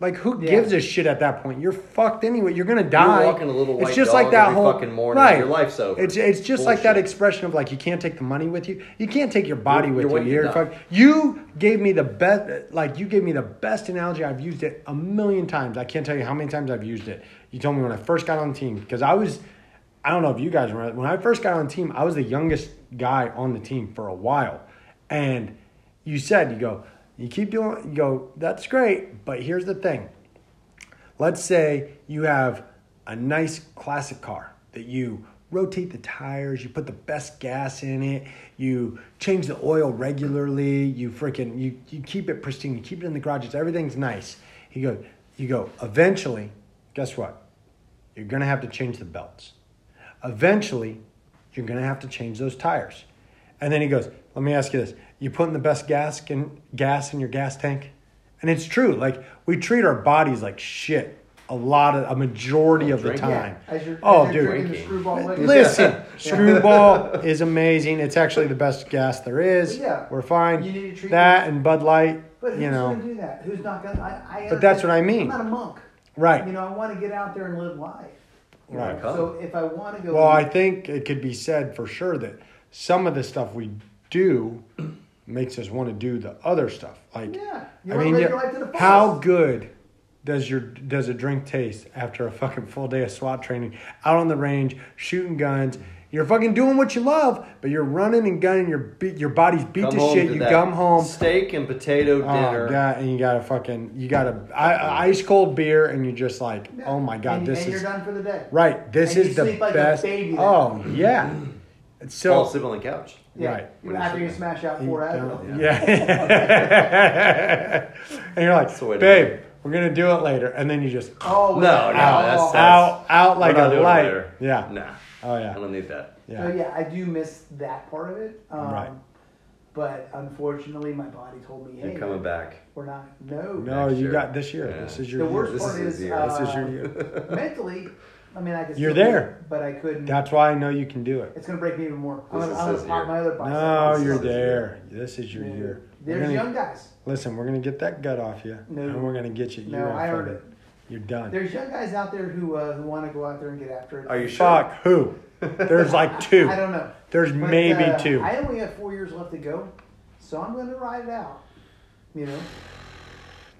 A: Like, who
B: Yeah.
A: gives a shit at that point? You're fucked anyway. You're gonna die.
C: walking a little
A: it's
C: white
A: just
C: dog
A: like that
C: every
A: whole
C: fucking morning.
A: Right.
C: Your life's over.
A: It's it's just like that
C: Bullshit.
A: expression of like you can't take the money with you. You can't take your body
C: You're-
A: with
C: you're
A: you. You're
C: waking up.
A: fuck- You gave me the best. Like you gave me the best analogy. I've used it a million times. I can't tell you how many times I've used it. You told me when I first got on the team because I was. I don't know if you guys remember. When I first got on the team, I was the youngest guy on the team for a while, and you said you go. You keep doing. You go. That's great, but here's the thing let's say you have a nice classic car that you rotate the tires, you put the best gas in it, you change the oil regularly, you freaking you you keep it pristine, you keep it in the garage, it's, everything's nice. You go, you go, eventually, guess what? You're gonna have to change the belts. Eventually, you're gonna have to change those tires. And then he goes, Let me ask you this. You putting the best gas in gas in your gas tank? And it's true. Like we treat our bodies like shit a lot of a majority of the
C: Drinking.
A: time.
B: Yeah, as you're,
A: oh,
B: as
A: dude.
B: you're drinking the
C: Drinking.
B: screwball liquor.
A: Listen, Screwball is amazing. It's actually the best gas there is.
B: Yeah.
A: We're fine.
B: You need to treat
A: that and Bud Light,
B: <laughs> But who's
A: you
B: gonna
A: know.
B: do that? Who's not gonna? I, I
A: But that's what I
B: I'm
A: mean.
B: not a monk,
A: Right.
B: You know, I want to get out there and live life.
A: Right.
C: Come.
B: So if I want to go,
A: Well, I think it could be said for sure that some of the stuff we do <clears throat> makes us want to do the other stuff. Like,
B: Yeah. You
A: I
B: wanna
A: mean,
B: live
A: yeah,
B: your life to the
A: how
B: fullest.
A: good does your does a drink taste after a fucking full day of SWAT training out on the range shooting guns? You're fucking doing what you love, but you're running and gunning. Your beat, your body's beat
C: Come
A: to
C: home
A: shit.
C: to
A: you
C: that
A: come home.
C: Steak and potato dinner.
A: Oh, God, and you got to fucking, you got to ice cold beer, and you're just like, oh my god,
B: and,
A: this
B: and
A: is
B: you're done for the day.
A: right. This
B: And you
A: is the
B: sleep like a
A: best.
B: baby then.
A: oh yeah. So
C: Fall asleep on the couch.
B: Yeah.
A: right.
B: You- After you smash out four Advil.
A: Yeah. <laughs> and you're like,
C: the way to do
A: babe, we're gonna do it later, and then you just
B: Oh,
C: No,
B: wait.
C: no,
B: Oh.
C: that's
B: Oh.
C: sad.
A: out, out
C: We're
A: like
C: not
A: a
C: doing it
A: light.
C: later.
A: Yeah.
C: Nah.
A: Oh
C: I
A: yeah.
C: don't need that.
A: Yeah.
B: So yeah, I do miss that part of it. Um,
A: Right.
B: But unfortunately, my body told me, "Hey,
C: You're coming back.
B: we're not. No,
A: No,
C: Next
A: you
C: year.
A: got this year.
C: Yeah.
A: This is your
B: The
A: year.
B: worst
C: This
B: part
C: is
B: is,
C: his year.
B: uh,
A: this is
B: <laughs>
A: your year. <laughs>
B: mentally. I mean, I could.
A: You're
B: still do
A: there.
B: it, but I couldn't.
A: That's why I know you can do it.
B: it's gonna break me even more. I'm
C: This
B: gonna,
C: is
B: I'm
C: his
B: gonna pop
C: year.
B: my other bicep.
A: No,
B: This
A: you're
B: is his year.
A: there. This is your
B: Yeah.
A: year. We're
B: There's
A: gonna-
B: young guys.
A: Listen, we're gonna get that gut off you,
B: No.
A: and we're gonna get you.
B: No,
A: You're
B: I
A: off
B: earned
A: of
B: it.
A: You're done.
B: There's young guys out there who uh, who want to go out there and get after it.
C: Are you sure?
A: Fuck who? There's like two.
B: I don't know.
A: There's
B: But,
A: maybe
B: uh,
A: two.
B: I only have four years left to go, so I'm gonna ride it out. You know.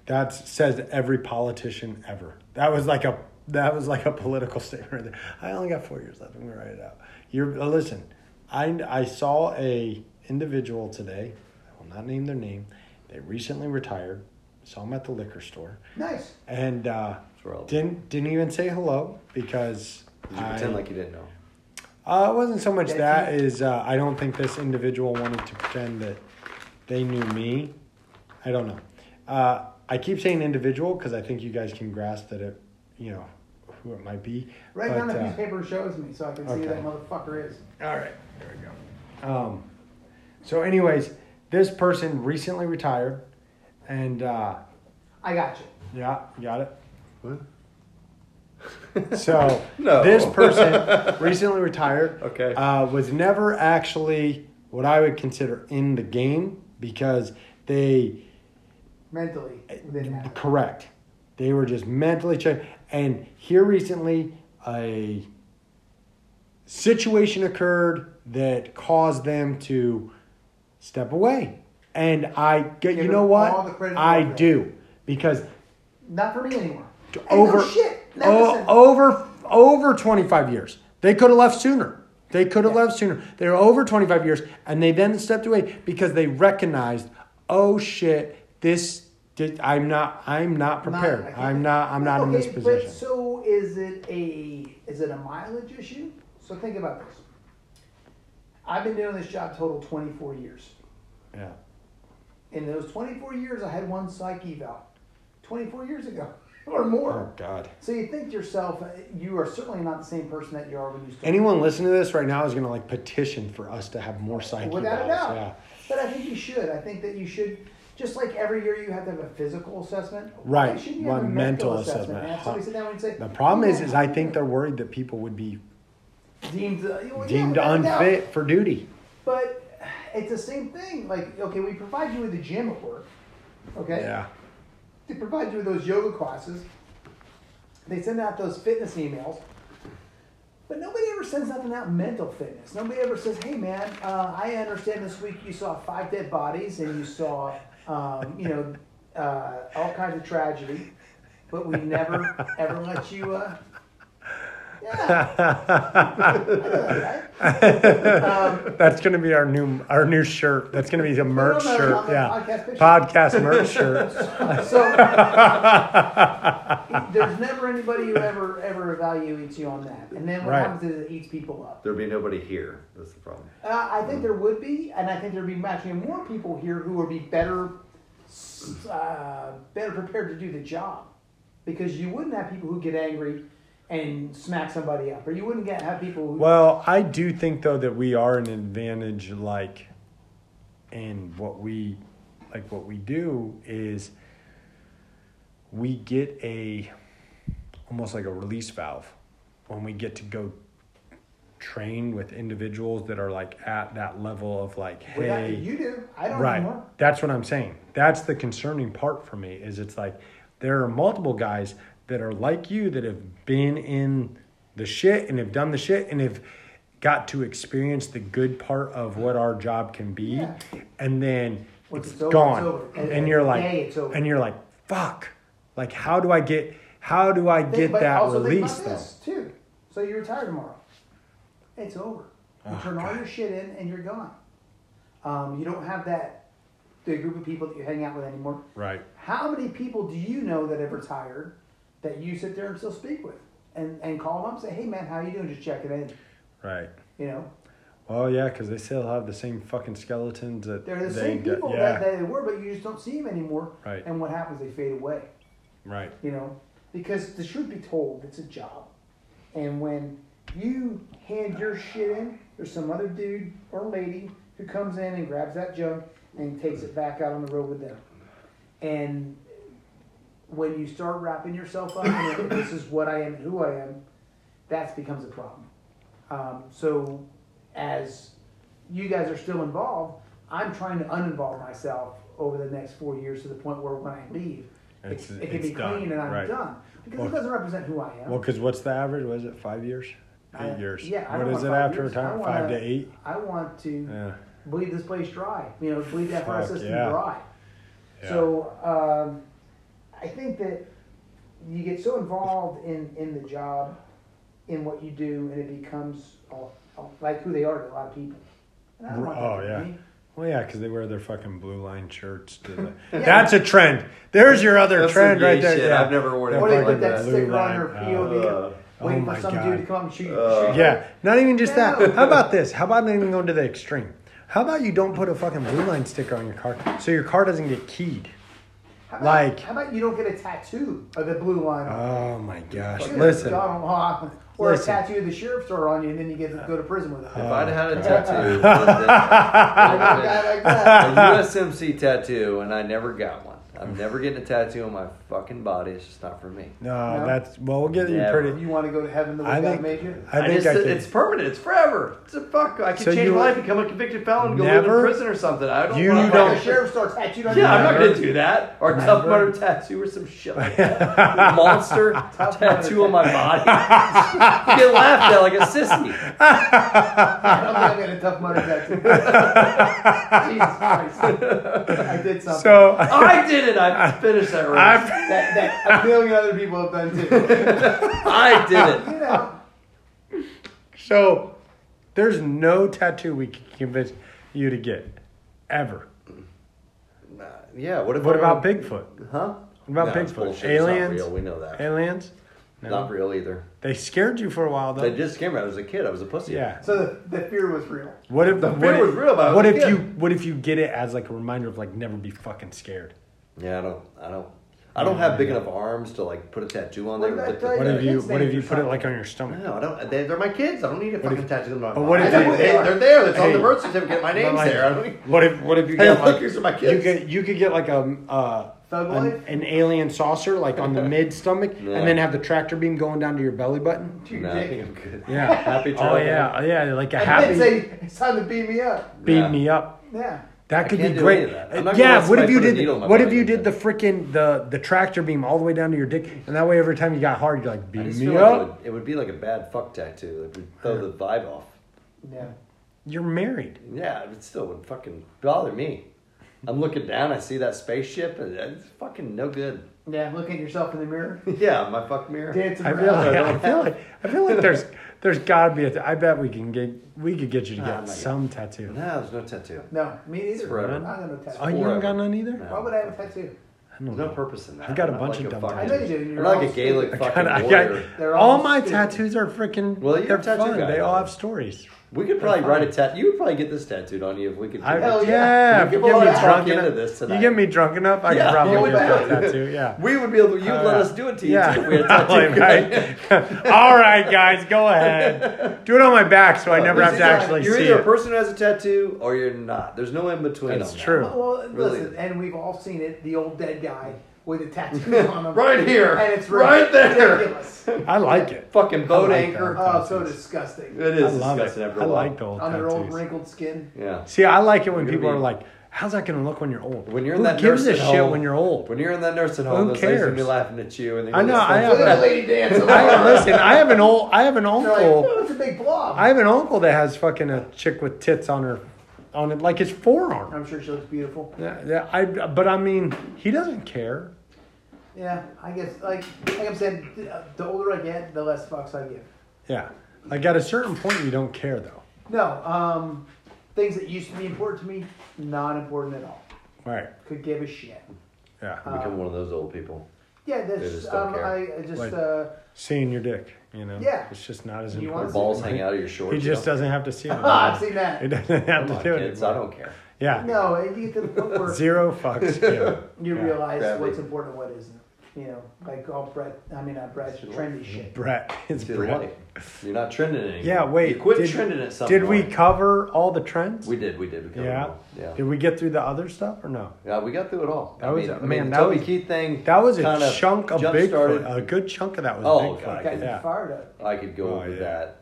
A: That says every politician ever. That was like a that was like a political <laughs> statement right there. I only got four years left. I'm gonna write it out. You're uh, listen. I I saw a individual today. I will not name their name. They recently retired. Saw them at the liquor store
B: Nice.
A: and uh,
C: That's where I'll be.
A: didn't didn't even say hello because
C: Did you
A: I-
C: pretend like you didn't know?
A: uh, it wasn't so much
B: Yeah,
A: that
B: he-
A: is uh, I don't think this individual wanted to pretend that they knew me. I don't know. Uh, I keep saying individual because I think you guys can grasp that it, you know, who it might be.
B: Right
A: But,
B: now, the
A: uh,
B: newspaper shows me, so I can see
A: okay.
B: who that motherfucker is.
A: all right, there we go. Um, so, anyways, this person recently retired, and uh,
B: I got you.
A: yeah, you got it.
C: What?
B: <laughs>
A: <laughs> So
C: No.
A: this person recently retired.
C: Okay.
A: Uh, was never actually what I would consider in the game because they
B: Mentally, it didn't happen.
A: correct. They were just mentally checked. And here recently, a situation occurred that caused them to step away. And I get
B: Give
A: you know
B: them
A: what
B: all the credit
A: I
B: for that.
A: do because
B: Not for me anymore. Hey, no
A: over oh,
B: shit. Now
A: o-
B: listen.
A: over over 25 years. They could have left sooner. They could have
B: Yeah.
A: left sooner. They were over 25 years and they then stepped away because they recognized, "Oh shit, this did, I'm not I'm not
B: Not-
A: prepared.
B: I think that-
A: I'm not I'm not in this
B: Okay,
A: position."
B: But so is it a is it a mileage issue? So think about this. I've been doing this job total 24 years.
A: yeah.
B: In those 24 years, I had one psych eval, 24 years ago <laughs> or more.
A: Oh god.
B: So you think to yourself, uh, you are certainly not the same person that you are when you started.
A: Anyone listening to this right now is going to like petition for us to have more psyche
B: Without a
A: valves.
B: doubt.
A: Yeah.
B: But I think you should. I think that you should, just like every year you have to have a physical assessment.
A: Right,
B: Why shouldn't you
A: one
B: have a
A: mental
B: mental assessment?
A: assessment.
B: And have somebody sit down and say,
A: The problem
B: "You
A: is
B: know,
A: is I think they're worried that people would be
B: deemed, uh, well, yeah,
A: deemed
B: without a doubt.
A: unfit for duty.
B: But it's the same thing. Like, okay, we provide you with a gym at work. Okay?
A: Yeah.
B: They provide you with those yoga classes. They send out those fitness emails. But nobody ever sends nothing out mental fitness. Nobody ever says, hey, man, uh, I understand this week you saw five dead bodies and you saw, um, you know, uh, all kinds of tragedy. But we never, ever let you.
A: <laughs>
B: Uh, yeah. I know that, right?
A: That's gonna be our new our new shirt. That's gonna be the merch
B: no, no,
A: shirt.
B: I'm a
A: yeah,
B: podcast picture.
A: podcast merch shirt. <laughs>
B: So <laughs> there's never anybody who ever ever evaluates you on that. And then what
A: Right.
B: happens is it eats people up.
C: There'd be nobody here. That's the problem.
B: Uh, I think there would be, and I think there'd be actually more people here who would be better s- uh, better prepared to do the job because you wouldn't have people who get angry and smack somebody up, or you wouldn't get have people who
A: Well, I do think though that we are an advantage. Like, in what we like, what we do is we get a almost like a release valve when we get to go train with individuals that are like at that level of like, hey,
B: Without- you do. I don't
A: Right.
B: anymore.
A: That's what I'm saying. That's the concerning part for me is it's like there are multiple guys that are like you that have been in the shit and have done the shit and have got to experience the good part of what our job can be
B: Yeah.
A: and then
B: Once
A: it's
B: it's over, it's
A: gone
B: over.
A: And,
B: And-
A: you're
B: and
A: like
B: day, it's over.
A: and you're like fuck like how do I get how do I
B: Think-
A: get
B: but
A: that
B: also think about
A: release though
B: this, too. So you retire tomorrow. It's over. You
D: Ah,
B: turn all your shit in and you're gone. Um, you don't have that the group of people that you hang out with anymore.
D: Right.
B: How many people do you know that have retired that you sit there and still speak with and and call them up and say, hey man, how you doing? Just checking in.
D: Right.
B: You know,
D: Well, yeah, because they still have the same fucking skeletons that
B: they're the
D: they
B: same
D: got-
B: people
D: yeah.
B: that they were, but you just don't see them anymore.
D: Right.
B: And what happens? They fade away.
D: right.
B: you know because the truth be told it's a job and when you hand your shit in there's some other dude or lady who comes in and grabs that junk and takes it back out on the road with them and when you start wrapping yourself up in this is what i am and who i am that becomes a problem um, so as you guys are still involved i'm trying to uninvolve myself over the next four years to the point where when i leave
D: It's-
B: it can
D: it's
B: be
D: done,
B: clean and I'm
D: right.
B: done because
D: Well-
B: it doesn't represent who I am.
D: Well, because what's the average? Was it five years?
B: I-
D: Eight years.
B: Uh, yeah, I
D: What
B: don't
D: is it
B: want five
D: after
B: years. I
D: retirement?
B: wanna-
D: Five to eight.
B: I want to
D: Yeah.
B: bleed this place dry. You know, bleed that fire
D: Fuck,
B: system
D: yeah.
B: dry.
D: Yeah.
B: So um, I think that you get so involved in in the job, in what you do, and it becomes uh, like who they are to a lot of people. And I don't want that
D: Oh
B: to
D: yeah.
B: be me.
D: Well, yeah, because they wear their fucking blue line shirts. To
B: <laughs>
D: the,
A: That's a trend. There's your other
C: That's
A: trend
C: some
A: right
C: gay
A: there.
C: shit.
A: Yeah.
C: I've never worn
D: Yeah,
B: Or
C: anything
D: fuck
B: they put
C: like
D: that.
B: that
D: Blue
B: sticker on
D: line,
B: their
D: uh,
B: POV,
C: uh,
B: waiting
D: oh
B: for
D: my
B: some
D: God.
B: dude to come and shoot you.
C: Uh,
B: shoot you.
A: Oh. Yeah. Not even just that.
B: No.
A: How about this? How about not even going to the extreme? How about you don't put a fucking blue line sticker on your car so your car doesn't get keyed?
B: How about,
A: like-
B: how about you don't get a tattoo of the blue line? on
A: Oh my gosh.
B: Good
A: Listen.
B: God, oh, oh, Or
A: Listen. Uh,
B: a tattoo of the sheriff's store on you, and then you get to go to prison with it.
A: Oh,
C: If I'd had
A: <laughs>
C: a tattoo, with this-
B: <laughs> Like that.
C: a USMC tattoo, and I never got one. I'm never getting a tattoo on my fucking body. It's just not for me.
A: No,
B: No.
A: that's well we'll get you
C: Never.
A: pretty
B: You want to go to heaven the way
A: I
B: God
A: think
B: made you?
A: I think
C: just,
A: I could
C: it's permanent. It's forever. It's a fuck. I can
A: So
C: change
A: you-
C: my life, become a convicted felon, go live
A: Never?
C: in prison or something. I don't.
A: You
C: wanna-
B: Like
A: don't-
B: a sheriff's store tattooed on
C: Yeah, I'm not
B: you.
C: gonna do that. Or a tough mudder tattoo or some shit
A: <laughs>
C: like that. Monster tattoo on my body. you get laughed at like a sissy.
B: I'm not getting a tough mudder
A: <laughs>
B: tattoo. Jesus Christ. I did something.
A: so <laughs>
C: I did it. I finished that race.
A: I've
B: that, that a million other people have done too.
C: I did
B: You
C: it.
B: know,
A: so there's no tattoo we can convince you to get. Ever.
C: Nah, yeah. What, if
A: What
C: I-
A: about Bigfoot?
C: Huh?
A: What about
C: No, it's
A: Bigfoot?
C: bullshit. It's not
A: Aliens?
C: real. We know that.
A: Aliens?
C: Not real either.
A: They scared you for a while though.
C: They just came out. I was a kid. I was a pussy.
A: Oh. yeah.
B: so the, the fear was real.
A: What if the
C: fear
A: what
C: was
A: if,
C: real, but I was
A: what
C: a
A: if
C: kid.
A: you what if you get it as like a reminder of like never be fucking scared?
C: Yeah. I don't. I don't. I don't have big enough arms to like put a tattoo on
B: What
C: there.
B: about
C: Look at-
B: that-
A: What
B: Yeah,
A: if you
B: kids
A: what if
B: names
A: you
B: or
A: put it
B: something.
A: like on your
C: <laughs>
A: stomach?
C: No, I don't. They, they're my kids. I don't need a fucking tattoo on my
A: But what
C: body.
A: if
C: I know
A: you-
C: they, are there. It's on the
A: Hey.
C: birth certificate. My name's
A: like,
C: there. I don't need,
A: What if what if you
C: hey,
A: get
C: look,
A: like
C: here's my kids.
A: you could you could get like a uh,
B: Thug
A: an,
B: life?
A: an alien saucer like on
C: <laughs>
A: the mid stomach
C: Yeah.
A: and then have the tractor beam going down to your belly button?
B: Dude,
C: no, I think
B: dick.
C: I'm good.
A: Yeah.
C: Happy
A: Oh
C: traveling.
A: yeah, oh, yeah, like a
B: I did
A: happy
B: say it's time to beat me up.
A: beam
C: Yeah.
A: me up.
B: Yeah.
A: That could be
C: can't do
A: great. Uh,
C: any of that. I'm not gonna
A: Yeah,
C: let
A: what if
C: somebody
A: you
C: put a
A: did
C: needle in my
A: what if
C: belly
A: you
C: and
A: did the freaking the the tractor beam all the way down to your dick and that way every time you got hard you're like
C: I
A: beam
C: just
A: me
C: feel like it,
A: up.
C: would, it would be like a bad fuck tattoo. It would throw the vibe off.
B: Yeah.
A: You're married.
C: Yeah, it still would fucking bother me. I'm looking down. I see that spaceship. And it's fucking no good. <laughs>
B: Yeah. Looking at yourself in the mirror.
C: Yeah, my fuck mirror.
B: Dancing
A: I
B: around.
A: feel
C: <laughs>
A: like I feel like I feel like there's there's gotta be a. I bet we can get we could get you to
C: Nah, I'm
A: get
C: not
A: some tattoo.
C: No, there's no tattoo.
B: No, me neither.
C: forever.
B: I'm not gonna tattoo.
A: Oh, you haven't got none either.
C: No.
B: Why would I have a tattoo?
A: I don't
C: There's no
A: know. <laughs>
C: purpose in that.
A: I've got a
C: I'm not
A: bunch of
C: like a
A: dumb
C: fucking-
B: I know you do. You're
C: I'm not like
B: all
C: a Gaelic
B: stupid.
C: fucking
A: God, I
C: warrior.
A: got-
B: They're
A: all
B: all
A: my
B: stupid.
A: tattoos are freaking.
C: Well, you're a
A: they're
C: tattoo
A: fun.
C: guy,
A: they
C: though.
A: all have stories.
C: We could probably write a tattoo. You would probably get this tattooed on you if we could.
A: I,
B: Hell
A: yeah,
B: yeah.
A: if
C: You
A: you
C: people
A: get
C: wanna
A: me
C: talk
A: drunk
C: into
A: enough.
C: this tonight.
A: you get me drunk enough, I
C: Yeah,
A: could
C: you
A: probably
C: would
A: get a
C: have.
A: tattoo.
C: <laughs>
A: Yeah.
C: we would be able. To, you would
A: Uh,
C: let us do it
A: <laughs>
C: to you too if we had a tattoo.
A: Yeah. Like, <laughs> all right, guys, go ahead. Do it on my back, so I never have to
C: You're either-
A: actually
C: You're
A: see
C: either a
A: it.
C: person who has a tattoo or you're not. There's no in between.
A: That's
C: on that.
A: true.
B: Well,
C: Really.
B: listen, and we've all seen it the old dead guy with the tattoos on him.
C: Right here.
B: And it's
C: Right there.
B: ridiculous.
A: I like it.
C: Fucking boat
A: like
C: anchor.
B: Oh, so disgusting.
C: It
A: I
C: is
A: love it.
C: disgusting after
A: I
C: a while.
A: like the old
B: on their old
A: tattoos.
B: wrinkled skin.
C: Yeah.
A: See, I like it when
C: You're
A: people
C: gonna
A: are
C: be-
A: like, "How's that going to look when you're old?"
C: When you're in
A: Who
C: that
A: gives a
C: nursing
A: shit
C: home-
A: when you're old?
C: When you're in that nursing
A: Who
C: home, those ladies would
A: cares?
C: be laughing at you, and they're
A: I know,
C: gonna
A: I
C: say,
A: have
B: Look at
A: Yeah.
B: that
A: <laughs>
B: lady dancing.
A: I,
B: They're
A: listen, I have an old, I have an
B: like,
A: uncle,
B: oh, it's a big blob.
A: I have an uncle that has fucking a chick with tits on her, on it like his forearm.
B: I'm sure she looks beautiful.
A: Yeah, yeah, I, but I mean, he doesn't care.
B: Yeah, I guess, like, like I'm saying, th- uh, the older I get, the less fucks I give.
A: Yeah, like at a certain point, you don't care though.
B: No, um, things that used to be important to me, not important at all.
A: All right.
B: Could give a shit.
A: Yeah.
C: Become one of those old people.
B: Yeah, that's
C: They
B: just,
C: just don't
B: um,
C: care.
B: I, I just
A: Like-
B: uh,
A: Seeing your dick, you know.
B: Yeah.
A: It's just not as
B: You
A: important.
B: want-
C: Your balls hang out of your shorts.
A: He just
C: you know?
A: doesn't have
B: <laughs>
A: to see it.
B: ah, I've
A: anymore.
B: seen that.
A: He doesn't have
C: Come
A: to
C: on,
A: do
C: kids,
A: it.
C: I
A: anymore.
C: don't care.
A: Yeah.
B: No, and you get to the point
A: <laughs>
B: where
A: Zero
B: <laughs>
A: fucks given.
B: you
A: Yeah.
B: realize
C: Gravity.
B: what's important and what isn't. You know, like all Brett. I mean, not Brett. Trendy shit.
A: Brett. It's
C: To the
A: Brett.
C: light. You're not trending anymore.
A: Yeah. Wait.
C: You quit
A: did,
C: trending at some
A: Did we
C: point.
A: cover all the trends?
C: We did. We did. We covered it
A: yeah.
C: all. Yeah.
A: Did we get through the other stuff or no?
C: Yeah, we got through it all.
A: That
C: I
A: was
C: mean,
A: a-
C: I mean,
A: man,
C: the
A: that
C: Toby
A: was-
C: Keith thing.
A: That was a
C: kind of
A: chunk of Bigfoot.
C: jump-started-
A: A good chunk of that was
C: Oh,
A: Bigfoot.
C: God,
B: Got you
A: Yeah.
B: fired up.
C: I could go
A: Oh,
C: over
A: yeah.
C: that.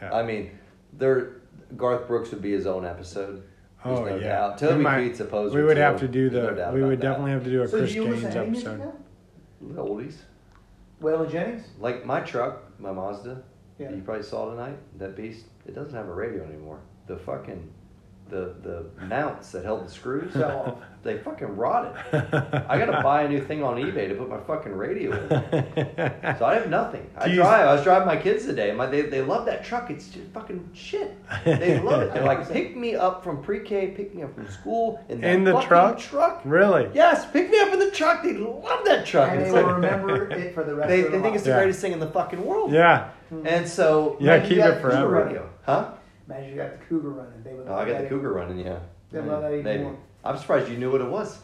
A: Yeah.
C: I mean, there Garth Brooks would be his own episode. There's
A: Oh
C: no
A: yeah.
C: doubt.
A: We
C: Toby
A: might-
C: Keith's a poser.
A: We would
C: too.
A: have to do
C: There's
A: the.
C: no doubt
A: we
C: about
A: would
C: that.
A: definitely have to do a
B: So do
A: Chris
B: you listen
A: Gaines
B: to any music now?
A: episode.
C: the oldies.
B: Waylon Jennings.
C: Like my truck, my Mazda.
B: Yeah.
C: that You probably saw tonight that beast. It doesn't have a radio anymore. The fucking, the the mounts that held the screws,
B: Fell off.
C: they fucking rotted. I
A: <laughs>
C: gotta buy a new thing on eBay to put my fucking radio in. So I have nothing.
A: <laughs>
C: I
A: Do you-
C: drive. I was driving my kids today. My they, they love that truck. It's just fucking shit.
A: <laughs>
C: They love it. They're like, pick me up from pre-K, pick me up from school, in, that
A: In the
C: fucking
A: truck?
C: Truck.
A: <laughs> really?
C: Yes, pick me up in the truck. They love that truck.
B: And
C: It's
B: they
C: like-
B: will remember it for the rest of
C: they,
B: their
C: they think it's
B: lives.
C: the
A: Yeah.
C: greatest thing in the fucking world.
A: Yeah.
C: And so
A: Yeah.
B: you
A: Keep
B: got
A: it forever.
B: radio.
C: Huh?
B: <laughs> Imagine you got the cougar running. They would.
C: Oh, I got the
B: they-
C: cougar running. Yeah.
B: They love that even
C: Maybe.
B: more.
C: I'm surprised you knew what it was.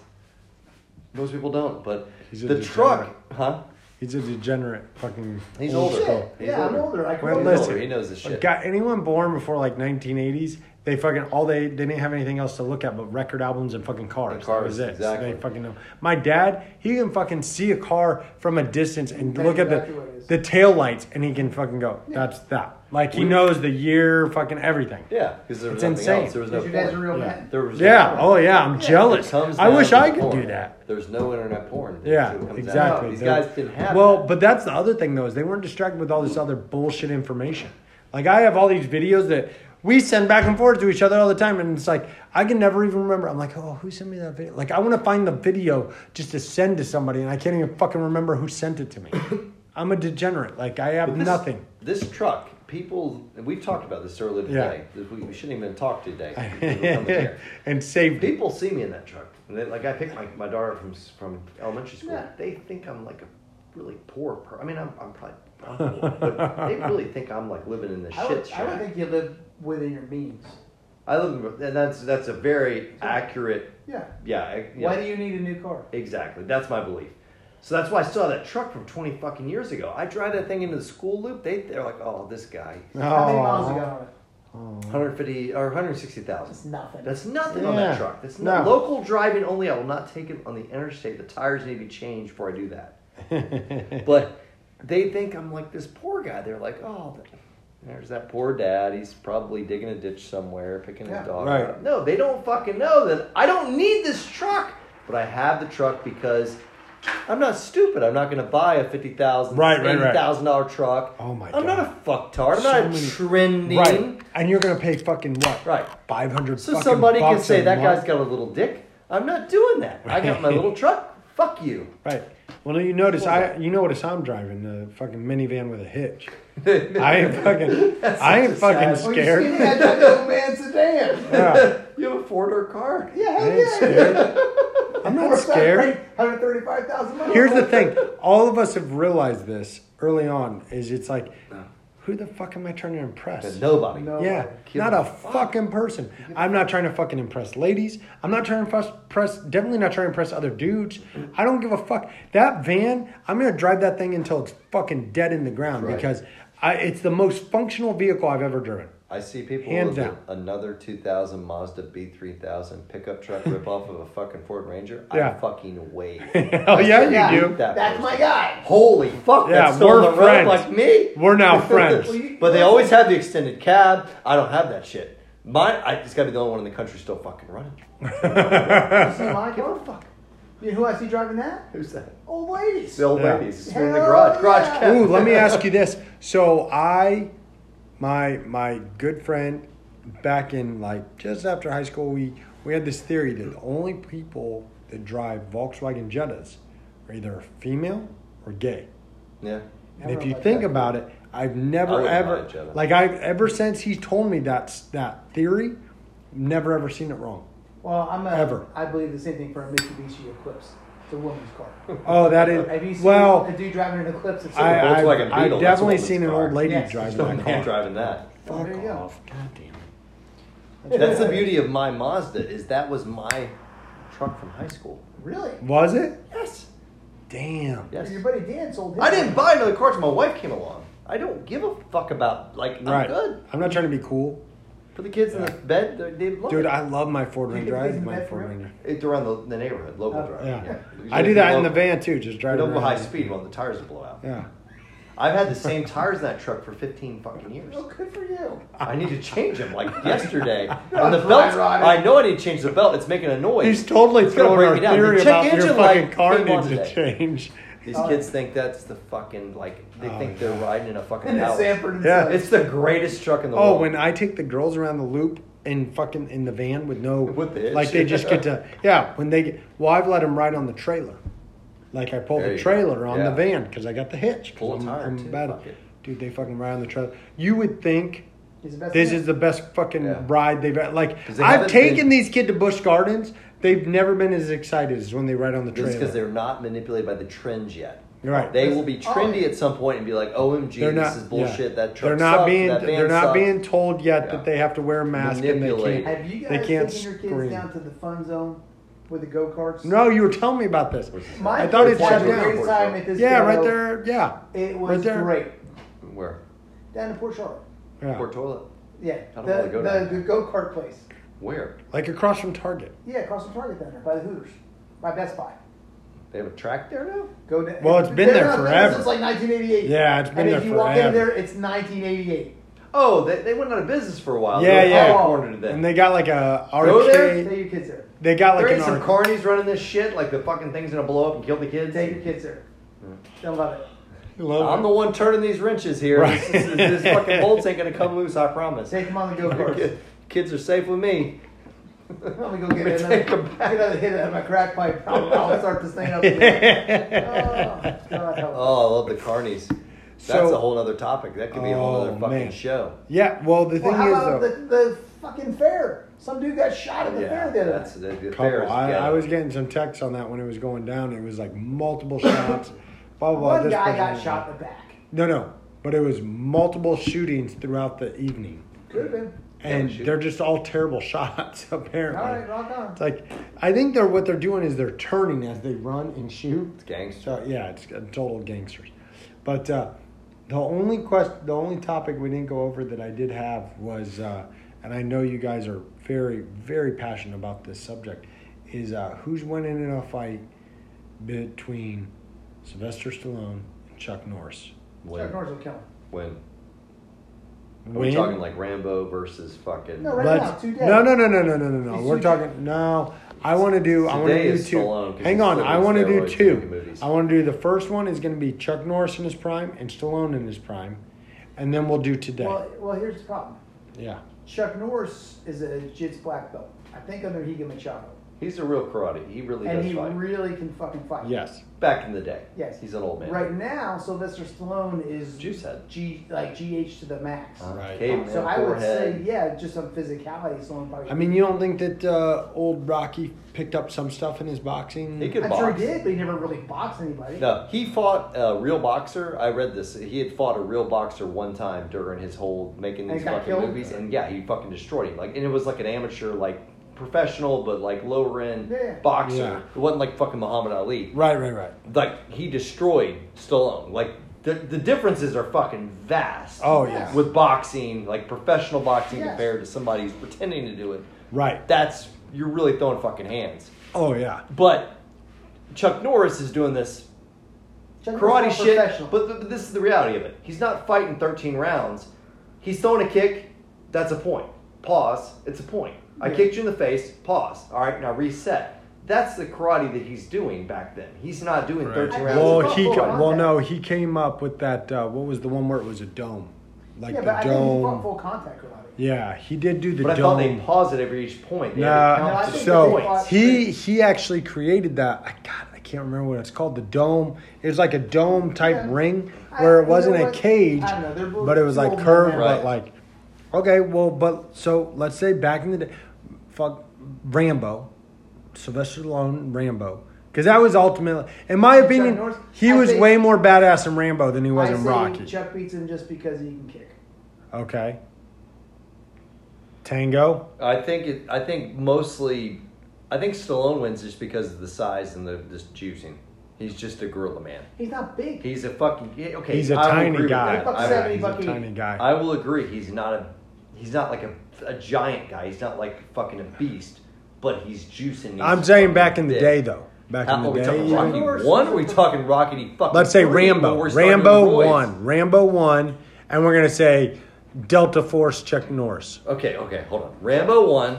C: Most people don't, but
A: He's a
C: the truck,
A: degenerate.
C: huh?
A: He's a degenerate fucking.
C: He's
A: old
C: older.
A: school.
B: Shit.
C: He's
B: yeah, I'm older.
C: older.
B: I
A: Well,
B: can
C: He's older.
A: listen.
C: He knows this shit.
A: Got anyone born before like 1980s? They fucking all they, they didn't have anything else to look at but record albums and fucking cars.
C: And cars,
A: that was it. So
C: exactly.
A: they fucking know. My dad, he can fucking see a car from a distance and
B: Know
A: look at
B: exactly what it
A: the
B: is.
A: the tail lights and he can fucking go. That's that. Like he
C: We-
A: knows the year, fucking everything.
C: Yeah, because there was
A: It's
C: nothing
A: insane.
C: else. There was no
B: Because you guys are
C: porn.
B: real
A: Yeah.
B: men.
C: There was no
A: Yeah.
C: porn.
A: Oh yeah. I'm
C: It
A: jealous.
C: comes
A: I
C: down
A: wish
C: to
A: I could
C: porn.
A: do that.
C: There's no internet porn.
A: Yeah,
C: That's what comes out.
A: exactly.
C: These
A: They're-
C: guys didn't have.
A: Well,
C: that.
A: but that's the other thing though is they weren't distracted with all this other bullshit information. Like I have all these videos that we send back and forth to each other all the time, and it's like I can never even remember. I'm like, oh, who sent me that video? Like I want to find the video just to send to somebody, and I can't even fucking remember who sent it to me. <coughs> I'm a degenerate. Like I have
C: But this- <laughs>
A: nothing.
C: This truck, people, and we've talked about this earlier
A: Yeah.
C: today. We, we shouldn't even talk
A: <laughs>
C: today. We're coming here.
A: and saved it.
C: People see me in that truck. And they, like I picked my, my daughter from s- from elementary school.
B: Yeah.
C: They think I'm like a really poor person. I mean, I'm, I'm probably I'm poor,
B: <laughs>
C: but they really think I'm like living in this
B: I
C: shit
B: would, I would
C: shack.
B: think you live within your means.
C: I live, in, and that's that's a very accurate.
B: Yeah.
C: Yeah. I- yeah.
B: Why do you need a new car?
C: Exactly. That's my belief. So that's why I saw that truck from 20 fucking years ago. I drive that thing into the school loop. They, they're like, oh, this guy.
B: How many miles you got on it?
C: 150 or
B: It's
C: 160,000.
B: nothing.
C: That's nothing on that
A: Yeah.
C: truck. That's not
A: No.
C: local driving only. I will not take it on the interstate. The tires need to be changed before I do
A: <laughs>
C: that. but they think I'm like this poor guy. They're like, oh, th- there's that poor dad. He's probably digging a ditch somewhere, picking
B: Yeah.
C: his dog
A: Right.
C: up. No, they don't fucking know that I don't need this truck, but I have the truck because. I'm not stupid. I'm not going to buy a fifty thousand,
A: Right, right, right.
C: dollar truck.
A: Oh my
C: I'm not
A: God.
C: a fucktard. I'm
A: So
C: not a
A: many-
C: trending.
A: Right. And you're gonna pay fucking what?
C: Right.
A: Five hundred.
C: So somebody can say that guy's got a little dick. I'm not doing that. I got my <laughs> little truck. Fuck you.
A: Right. Well, you notice I you notice I'm driving the fucking minivan with a
C: <laughs>
A: hitch. I ain't fucking I ain't
C: such
B: Well, you
A: fucking
C: a sad-
B: see,
A: scared.
B: they had that old man <laughs> sedan.
A: <laughs> Yeah,
C: You have a four door car.
B: Yeah,
A: I
C: <laughs>
B: hell
A: ain't
B: yeah.
A: scared. I'm not scared.
B: 135,000 miles.
A: Here's the thing: all of us have realized this early on. Is it's like, who the fuck am I trying to impress?
C: But nobody.
B: No.
A: Yeah,
C: Give
A: not
C: a
A: a fucking person. I'm not trying to fucking impress ladies. I'm not trying to impress, press, definitely not trying to impress other dudes. I don't give a fuck. That van, I'm gonna drive that thing until it's fucking dead in the ground
C: Right.
A: because I, it's the most functional vehicle I've ever driven.
C: I see people
A: Hands
C: with a-
A: down.
C: another 2000 Mazda B3000 pickup truck rip off of a fucking Ford Ranger. I
A: Yeah.
C: fucking wave.
A: <laughs> Oh yeah, you
B: Yeah.
A: do.
C: That
B: That's
C: person.
B: my guy.
C: Holy fuck!
A: Yeah,
C: that's still
A: we're
C: on the road
A: friends.
C: like me.
A: We're
C: <laughs>
A: now friends.
B: Well, you-
C: but they always have the extended cab. I don't have that shit. Mine, I, it's got to be the only one in the country still fucking running.
B: You see my car? Fuck. You know who I see driving that?
C: Who's that?
B: Old ladies.
C: The old
A: Yeah.
C: ladies just in the
B: Hell
C: garage. Garage
B: yeah.
C: cab.
A: Ooh, let me
C: <laughs>
A: ask you this. So I, my my good friend, back in like just after high school, we we had this theory that the only people that drive Volkswagen Jettas are either female or gay.
C: Yeah.
A: And if you
B: Everyone
A: think
B: like
A: about it, I've
C: I
A: never
C: wouldn't
A: ever
C: mind, Kevin.
A: like I ever since he told me that that theory, never ever seen it wrong.
B: Well, I'm a,
A: Ever.
B: I believe the same thing for a Mitsubishi Eclipse. It's a woman's car.
A: Oh, that
B: Have you
A: is
B: seen
A: well.
B: a dude driving an Eclipse? It's a-
A: I, I've,
C: Volkswagen
A: I've
C: Beetle, that's
A: definitely
C: what it's
A: seen an
C: called.
A: old lady
B: Yes,
A: driving
C: No
A: that
C: man
A: car.
C: driving that.
A: uh, Fuck
B: There you go.
A: off! God damn it!
C: That's the beauty of my Mazda is that was my truck from high school.
B: really?
A: Was it?
C: Yes.
A: Damn.
C: Yes.
B: Your buddy Dan sold his.
C: I didn't buy another car till my wife came along. I don't give a fuck about like I'm
A: right.
C: good
A: I'm not trying to be cool,
C: for the kids in the bed. They, they love
A: dude.
C: it.
A: I love my Ford
B: You
A: Ring
B: can
A: Drive.
B: leave
A: My
B: that
A: Ford
B: for
A: Ring
B: it.
A: Drive.
C: It- Around the, the neighborhood, local
B: Oh,
C: drive.
A: Yeah.
C: yeah.
A: I do that in the
C: Local-
A: van too, just
C: We
A: driving.
C: don't go high
A: around.
C: speed while the tires will blow out.
A: Yeah.
C: I've had the same tires in that truck for 15 fucking years.
B: Oh, good for you.
C: I need to change them like
A: <laughs>
C: yesterday. and the
B: Dry
C: belt,
B: rotted.
C: I know I need to change the belt. It's making a noise.
A: He's totally
C: It's gonna
A: throwing
C: break
A: our
C: me down. The
A: theory
C: check
A: about your
C: engine
A: fucking
C: light
A: car
C: came on
A: needs to
C: today.
A: change.
C: These
B: Oh.
C: kids think that's the fucking like they
A: Oh,
C: think they're riding in a fucking
B: And the
C: house.
B: Sanford. and
A: Yeah.
B: Son.
C: It's the greatest truck in the
A: Oh,
C: world.
A: when I take the girls around the loop and fucking in the van with no,
C: With the hitch.
A: like they just get
C: <laughs>
A: to yeah. When they get, well, I've let them ride on the trailer. Like I pull
C: There
A: the
C: you go.
A: trailer on
C: Yeah.
A: the van because I got the hitch. 'cause
C: Pull a
A: I'm-
C: tire,
A: I'm
C: too.
A: bad at-
C: Fuck it.
A: Dude, they fucking ride on the trailer. You would think
B: He's the best
A: this
B: man.
A: is the best fucking
C: Yeah.
A: ride they've had. Like
C: 'Cause they
A: I've
C: haven't been-
A: taken these kids to Busch Gardens. They've never been as excited as when they ride on the
C: it's because
A: trailer.
C: they're not manipulated by the trends yet.
A: Right.
C: They will be
B: Oh.
C: trendy at some point and be like, "OMG,
A: They're
C: this is bullshit."
A: yeah.
C: That truck
A: They're not
C: sucked.
A: being.
C: That van
A: They're not
C: sucked."
A: being told yet
C: Yeah.
A: that they have to wear a mask and they
C: Manipulate.
A: can't.
B: Have you
A: they
B: guys
A: can't
B: taken your kids
A: scream.
B: down to the fun zone with the go karts?
A: No, you were telling me about this.
B: My
A: I thought it
B: kids
A: shut
B: had a
A: down.
B: great time at this.
A: Yeah,
B: go.
A: right there. Yeah.
B: It was
A: Right there.
B: great.
C: Where?
B: Down in Port Charlotte.
A: Yeah.
C: Port toilet.
B: Yeah,
C: I don't
B: the
C: wanna go down
B: the,
C: there.
B: the go kart place.
C: Where?
A: Like across from Target.
B: Yeah, across from Target down there by the Hooters, by Best Buy.
C: They have a track there now.
B: Go down.
A: Well, it's been
B: they've
A: there
B: on business
A: forever.
B: Since like 1988.
A: Yeah, it's been
B: and
A: there
B: if you walk in
A: forever.
B: there, it's 1988.
C: Oh, they, they went out of business for a while.
A: Yeah,
C: they were
A: yeah.
C: popcorned to death.
A: And they got like a
C: Go there,
B: Take
A: arcade.
B: your kids there.
A: They got like
C: there
A: an
C: ain't some
A: arcade.
C: carnies running this shit like the fucking thing's gonna blow up and kill the kids.
B: Take your kids there.
C: Hmm.
B: They'll love it.
C: I'm the one turning these wrenches here.
A: Right.
C: This,
B: <laughs>
C: this, this fucking bolts ain't gonna come loose. I promise.
B: Take
C: <laughs>
B: them on the go
C: Your
B: karts.
C: kid- Kids are safe with me.
B: Let me go get another,
C: Take
B: get
C: 'em back.
B: another hit out of my crack pipe. I'll, I'll start this thing up again. oh, God help us.
C: Oh, I love the carnies. That's
A: So-
C: a whole other topic. That could be a whole
A: Oh,
C: other fucking
A: man.
C: show.
A: Yeah. Well, the
B: Well,
A: thing
B: how
A: is
B: about
A: though,
B: the, the fucking fair? Some dude got shot at the fair the other
C: that's
B: night.
C: the, the fair
A: couple,
C: is
A: I,
C: together.
A: I was getting some texts on that when it was going down. It was like multiple shots. Blah blah. blah.
B: One
A: This
B: guy
A: person-
B: got shot in the back.
A: No, no. But it was multiple shootings throughout the evening,
B: Could have been.
A: and
C: shoot.
A: they're just all terrible <laughs> shots
B: All
A: apparently.
B: right, rock on.
A: It's like I think they're what they're doing is they're turning as they run and shoot.
C: It's gangster.
A: So yeah, it's uh, total gangsters. But uh, the only question, the only topic we didn't go over that I did have was, uh, and I know you guys are very, very passionate about this subject, is uh, who's winning in a fight between Sylvester Stallone and Chuck Norris?
C: When?
B: Chuck Norris will kill him.
C: when? Are we
A: Win?
C: talking like Rambo versus fucking?
B: No, right
A: Let's-
B: now, today.
A: no, no, no, no, no, no, no, no.
B: It's
A: We're
B: two
A: talking no. I want to do. I want to
C: Today
A: do
C: is
A: two.
C: Stallone, 'cause
A: Hang
C: he's
A: on.
C: still
A: I
C: doing
A: want to do
C: steroids to make
A: two.
C: movies.
A: I want to do the first one is going to be Chuck Norris in his prime and Stallone in his prime, and then we'll do today.
B: Well, well, here's the problem.
A: yeah.
B: Chuck Norris is a jits black belt. I think under Higa Machado.
C: He's a real karate. He really
B: and
C: does
B: he
C: fight.
B: really can fucking fight.
A: Yes.
C: Back in the day.
B: Yes.
C: He's an old man.
B: Right now, Sylvester Stallone is
C: Juicehead.
B: G like GH to the max.
C: Uh,
A: Right.
C: Caveman,
B: so I would
C: forehead.
B: say, yeah, just on physicality, Stallone probably.
A: I mean, you don't think that uh, old Rocky picked up some stuff in his boxing?
C: He could
B: I'm
C: box.
B: sure he did, but he never really boxed anybody.
C: No, he fought a real boxer. I read this. He had fought a real boxer one time during his whole making
B: And
C: these
B: got
C: fucking
B: killed?
C: movies, and yeah, he fucking destroyed him. Like, and it was like an amateur, like professional, but like lower end
B: Yeah.
C: boxer.
A: Yeah.
C: It wasn't like fucking Muhammad Ali.
A: Right. Right. Right.
C: Like he destroyed Stallone. Like the the differences are fucking vast.
A: Oh, yeah.
C: with boxing, like professional boxing
B: Yes.
C: compared to somebody who's pretending to do it.
A: Right.
C: That's you're really throwing fucking hands.
A: Oh yeah.
C: But Chuck Norris is doing this
B: Chuck
C: karate
B: Norris is
C: shit.
B: not professional.
C: But, th- but this is the reality of it. He's not fighting 13 rounds. He's throwing a kick. That's a point. Pause. It's a point. I
B: Yeah.
C: kicked you in the face. Pause. All right, now reset. That's the karate that he's doing back then. He's not doing 13
B: I-
C: rounds.
A: Well,
B: It's a
A: he
B: full
A: ca- well
B: contact.
A: no, he came up with that. Uh, what was the one where it was a dome, like
B: yeah,
A: the
B: but I think he
A: dome?
B: fought full contact karate.
A: yeah, he did do the
C: but I
A: dome.
C: thought they pause it every each point. They had to
A: Nah,
C: count
B: No, I
C: to
B: think
C: the
B: they
A: so
B: fought
C: points.
A: he he actually created that. I God, I can't can't remember what it's called. The dome. It was like a dome type ring where
B: I-
A: it wasn't
B: you know
A: a
B: what?
A: cage,
B: I don't know. They're both-
A: but it was
B: they're
A: like
B: both
A: curved,
B: different.
A: but like okay, well, but so let's say back in the day, fuck Rambo, Sylvester Stallone, Rambo. Because that was ultimately, in my opinion,
B: Norris-
A: he
B: I
A: was
B: think-
A: way more badass in Rambo than he was
B: I
A: in
B: say
A: Rocky.
B: Chuck beats him just because he can kick.
A: Okay. Tango.
C: I think it, I think mostly, I think Stallone wins just because of the size and the just juicing. He's just a gorilla man.
B: He's not big.
C: He's a fucking yeah, okay.
A: He's a
C: I will agree
A: tiny
C: with
A: guy.
C: that.
B: Buck
C: I-
B: seventy,
A: he's a
B: buck eighty.
A: tiny guy.
C: I will agree. He's not a he's not like a, a giant guy. He's not like fucking a beast, but he's juicing. He's
A: I'm saying
C: fucking
A: back in the
C: big.
A: day, though. Back
C: How-
A: in
C: are
A: the
C: we
A: day.
C: talking
A: even-
C: Rocky one? Or are we talking Rocky fucking?
A: Let's say
C: three? Well,
A: Rambo.
C: we're starting with
A: Rambo
C: boys.
A: one. Rambo one, and we're gonna say Delta Force Chuck Norris.
C: Okay, okay, hold on. Rambo one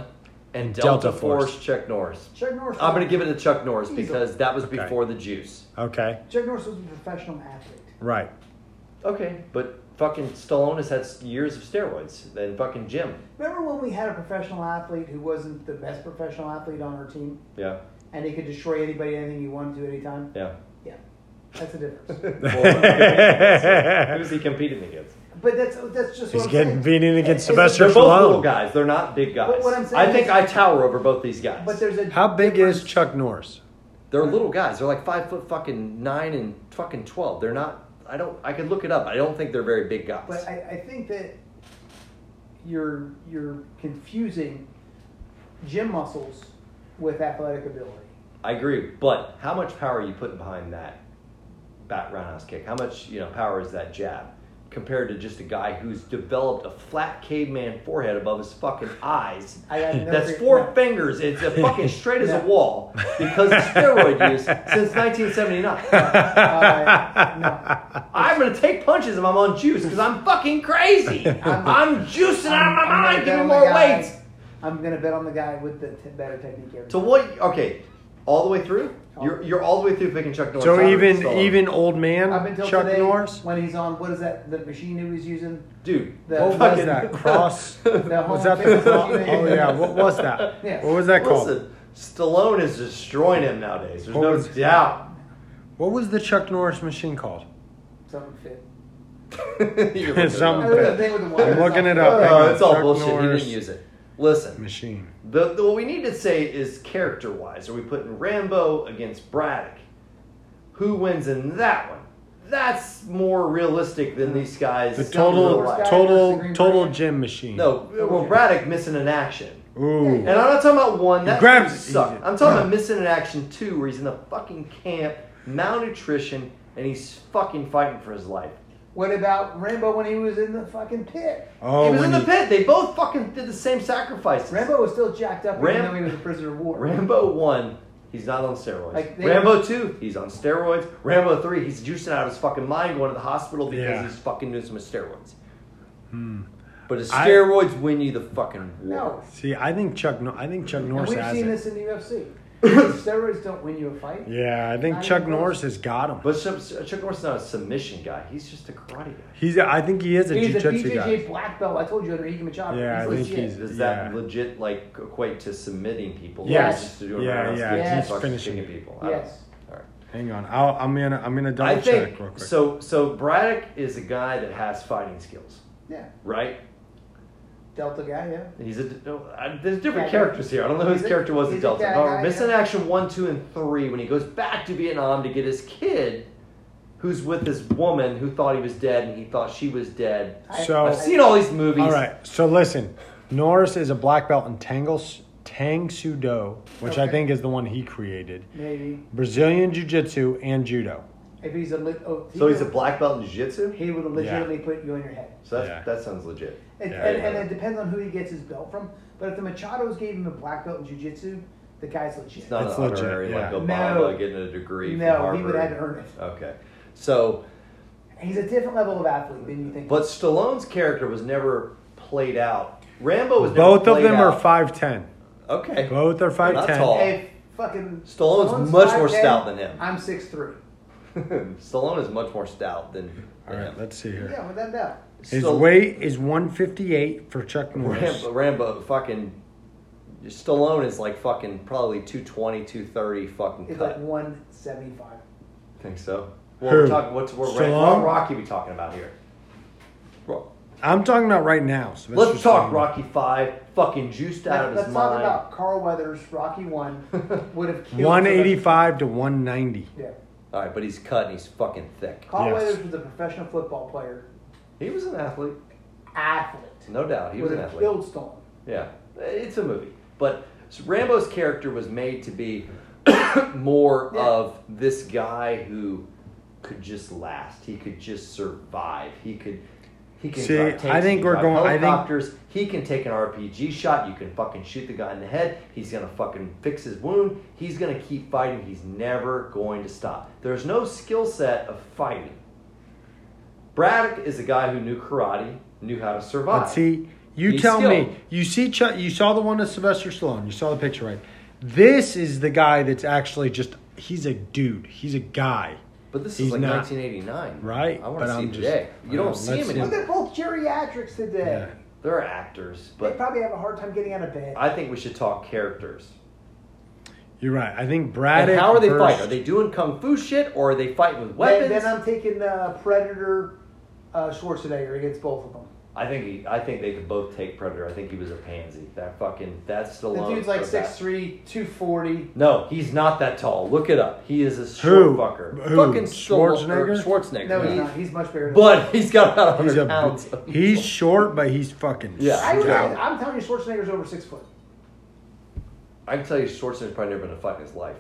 C: and Delta,
A: Delta
C: Force.
A: Force.
C: Chuck Norris.
B: Chuck Norris.
C: I'm gonna give it to Chuck Norris
B: Easily.
C: because that was
A: Okay.
C: before the juice.
A: Okay,
B: Chuck Norris was a professional athlete.
A: right.
C: Okay, but fucking Stallone has had s- years of steroids. Then fucking Jim.
B: Remember when we had a professional athlete who wasn't the best professional athlete on our team,
C: Yeah,
B: and he could destroy anybody, anything he wanted to, anytime.
A: <laughs>
C: yeah.
B: Yeah, that's the difference. <laughs>
C: Well, who's he competing against?
B: but that's that's just
A: He's
B: what I'm
A: getting
B: saying.
A: beaten
B: It's-
A: against
B: it's-
A: Sylvester
C: They're both little
A: Stallone.
C: guys. They're not big guys.
B: But what I'm
C: I
B: saying
C: think
B: is-
C: I tower over both these guys.
B: But there's a
A: How big is
B: difference.
A: Chuck Norris?
C: They're little guys. They're like five foot fucking nine and fucking twelve. They're not. I don't. I could look it up. I don't think they're very big guys.
B: But I, I think that you're you're confusing gym muscles with athletic
A: <laughs>
B: ability.
C: I agree. But how much power are you putting behind that back roundhouse kick? How much you know power is that jab compared to just a guy who's developed a flat caveman forehead above his fucking eyes?
B: I got no
C: That's
B: fig-
C: four
B: no.
C: fingers. It's a fucking straight as a
B: <laughs> No.
C: wall because of steroid
B: <laughs>
C: use since 1979.
B: Uh,
C: I'm gonna take punches if I'm on juice because I'm fucking
A: <laughs>
C: crazy. I'm, juicing out of
B: I'm
C: my
B: gonna
C: mind. Give
B: bet
C: me
B: on the
C: more
B: guy-
C: weight.
B: I'm gonna bet on the guy with the t- better technique. Every
C: So
B: time.
C: what? Okay, all the way through. You're you're all the way through picking Chuck Norris.
A: So
C: Not
A: even
C: Stallone.
A: even old
B: up
A: man
B: until
A: Chuck
B: today,
A: Norris.
B: when he's on what is that the machine he was using?
C: dude,
B: The-
A: What was
B: fucking-
A: that <laughs> cross?
B: <laughs> The home
A: Was that
C: <laughs>
A: the?
B: fitness
A: Cross?
B: machine.
A: Oh yeah. What was that?
B: Yeah.
A: What was that called?
C: Listen, Stallone is destroying him nowadays. There's
A: What
C: no
A: was-
C: doubt.
A: <laughs> What was the Chuck Norris machine called?
B: Something fit.
C: <laughs> You're looking
A: <laughs>
C: it
A: Something
B: I
C: up.
B: look at the thing with the water.
A: I'm looking it up. Hang
C: Oh,
A: on.
C: it's <laughs> all
A: Chuck
C: bullshit. He
A: Norris
C: didn't use it. Listen,
A: Machine.
C: the, the, what we need to say is character wise. Are we putting Rambo against Braddock? Who wins in that one? That's more realistic than these guys.
A: The
C: in
A: total
C: real life.
B: versus the
A: total
B: Green
A: total
B: Beret?
A: gym machine.
C: No, well, Braddock missing an action.
A: Ooh.
C: And I'm not talking about one. That
A: grabs
C: dude
A: it
C: sucked.
A: easy.
C: I'm talking about missing an action two, where he's in the fucking camp, malnutrition, and he's fucking fighting for his life.
B: What about Rambo when he was in the fucking pit?
A: Oh,
C: he was
A: when
C: in the
A: he-
C: pit. They both fucking did the same sacrifices.
B: Rambo was still jacked up,
C: Ram-
B: even though he was a prisoner of war.
C: Rambo one, he's not on steroids.
B: Like, they-
C: Rambo two, he's on steroids. Rambo three, he's juicing out of his fucking mind, going to the hospital because
A: Yeah. Hmm.
C: he's fucking doing some steroids. But his
A: I-
C: steroids win you the fucking war.
B: no,
A: See, I think Chuck. No, I think Chuck
B: and
A: Norris
B: we've
A: has
B: seen
A: it.
B: this in the
A: <coughs>
B: UFC. steroids don't win you a fight.
A: Yeah, I think
B: Not
A: Chuck
B: even
A: Norris has got him.
C: But Chuck Chuck Norris is not a submission guy. He's just a karate guy.
A: He's. I think he is a
B: He's a
A: jiu-jitsu
B: BJJ
A: guy.
B: black belt. I told you under Ike Machado.
A: Yeah, I
B: he's
A: think
B: legit.
A: he's-
C: Does that
A: Yeah.
C: legit like equate to submitting people?
A: Yes.
C: Or just to doing
A: Yeah,
C: roundhouse
A: yeah,
C: kicks and
B: he's
C: fucking
A: finishing.
C: kicking people. I don't
B: Yes.
C: know. All right.
A: Hang on, I'll, I'm gonna. I'm gonna double
C: I
A: check
C: think
A: real quick.
C: so. So Braddock is a guy that has fighting skills,
B: Yeah.
C: right?
B: Delta guy, yeah.
C: He's a no, I, there's different
B: Yeah,
C: characters here. I don't know whose
B: he's a-
C: character was in
B: he's a
C: Delta.
B: bad
C: No,
B: guy,
C: missing
B: yeah.
C: action one, two, and three when he goes back to Vietnam to get his kid, who's with this woman who thought he was dead and he thought she was dead.
B: I-
A: So-
C: I've seen all these movies.
A: Oh. All right. So listen, Norris is a black belt in Tangles, Tang Soo Do, which I
B: Okay.
A: think is the one he created.
B: maybe
A: Brazilian Jiu-Jitsu and Judo.
B: if he's a lit, oh, he
C: So he's a
B: would-
C: black belt in jiu-jitsu.
B: He would legitimately put you on your head.
C: So that's,
A: Yeah.
C: that sounds legit.
B: And,
A: Yeah.
B: and, and it depends on who he gets his belt from. But if the Machados gave him a black belt in jiu-jitsu, the guy's legit.
C: It's not
A: It's
C: an
A: legit,
C: honorary like
A: yeah.
C: Obama
B: No.
C: getting a degree.
B: No, he
C: from Harvard.
B: would have to earn it.
C: Okay, so
B: He's a different level of athlete than you think.
C: but Stallone's character was never played out. Rambo was never
A: Both of
C: played
A: them are
C: out.
A: five ten.
C: Okay,
A: Both are five
C: Not
A: ten.
C: tall.
B: hey, fucking
C: Stallone's much more stout than him.
B: I'm six three.
C: <laughs> Stallone is much more stout than,
A: All
C: than
A: right.
C: him.
A: Let's see here.
B: Yeah, without doubt.
A: His
C: Stall-
A: weight is 158 for Chuck Norris.
C: Rambo, Rambo, fucking Your Stallone is like fucking probably 220, 230 fucking
B: It's like
C: cut.
B: one seventy five.
C: think so. Well, we're
A: Who?
C: talking, what's we're
A: Stallone?
C: what Rocky we talking about here? Ro-
A: I'm talking about right now. Sylvester
C: Let's talk
A: Stallone.
C: Rocky Five, fucking juiced out of
B: Let's
C: his
B: talk
C: mind.
B: about Carl Weathers. Rocky
C: <laughs>
B: one would have killed.
A: 185 to 190.
B: Yeah.
C: All right, but he's cut and he's fucking thick.
B: Carl
A: Yes.
B: Weathers was a professional football player,
C: He was an athlete,
B: athlete.
C: no doubt. He was
B: would
C: an
B: have
C: athlete.
B: killed Stone.
C: Yeah, Uh, it's a movie, but Rambo's character was made to be <coughs> more
B: Yeah.
C: of this guy who could just last. He could just survive. He could. He can
A: See,
C: drive tanks,
A: I think
C: he can
A: we're
C: drive
A: going- I think-
C: Helicopters. he can take an RPG shot. You can fucking shoot the guy in the head. He's gonna fucking fix his wound. He's gonna keep fighting. He's never going to stop. There's no skill set of fighting. Braddock is a guy who knew karate, knew how to survive.
A: But see, you
C: He's
A: tell
C: skilled.
A: me. You see, Chuck, you saw the one of Sylvester Stallone. You saw the picture, right? This is the guy that's actually just. He's a dude. He's a guy.
C: But this is
A: He's
C: like
A: not-
C: 1989,
A: Right,
C: I want
A: but
C: to see
A: I'm
C: him
A: just-
C: today. You don't
A: uh,
C: see him
A: let's
B: But
A: see.
C: anymore.
B: they're both geriatrics today.
A: Yeah.
C: They're actors,
B: they
C: but
B: probably have a hard time getting out of bed.
C: I think we should talk characters.
A: You're right. I think
C: And
A: Braddock.
C: how are they
A: versus-
C: fighting? Are they doing kung fu shit, or are they fighting with
B: Then,
C: weapons?
B: then I'm taking uh, Predator uh, Schwarzenegger against both of them.
C: I think he, I think they could both take Predator. I think he was a pansy. That fucking that's the
B: The dude's like 6'3", 240.
C: No, he's not that tall. Look it up. He is a short
A: Who?
C: fucker.
A: Who?
C: Fucking Stallone-
A: Schwarzenegger?
C: or Schwarzenegger.
B: No, he's
C: yeah.
B: not. He's much bigger. Than
C: But he's got about 100
A: He's a.
C: pounds.
A: He's short, but he's fucking.
C: Yeah.
B: I would,
A: stout.
B: I'm telling you, Schwarzenegger's over six foot.
C: I can tell you, Schwarzenegger's probably never been a fight in his life.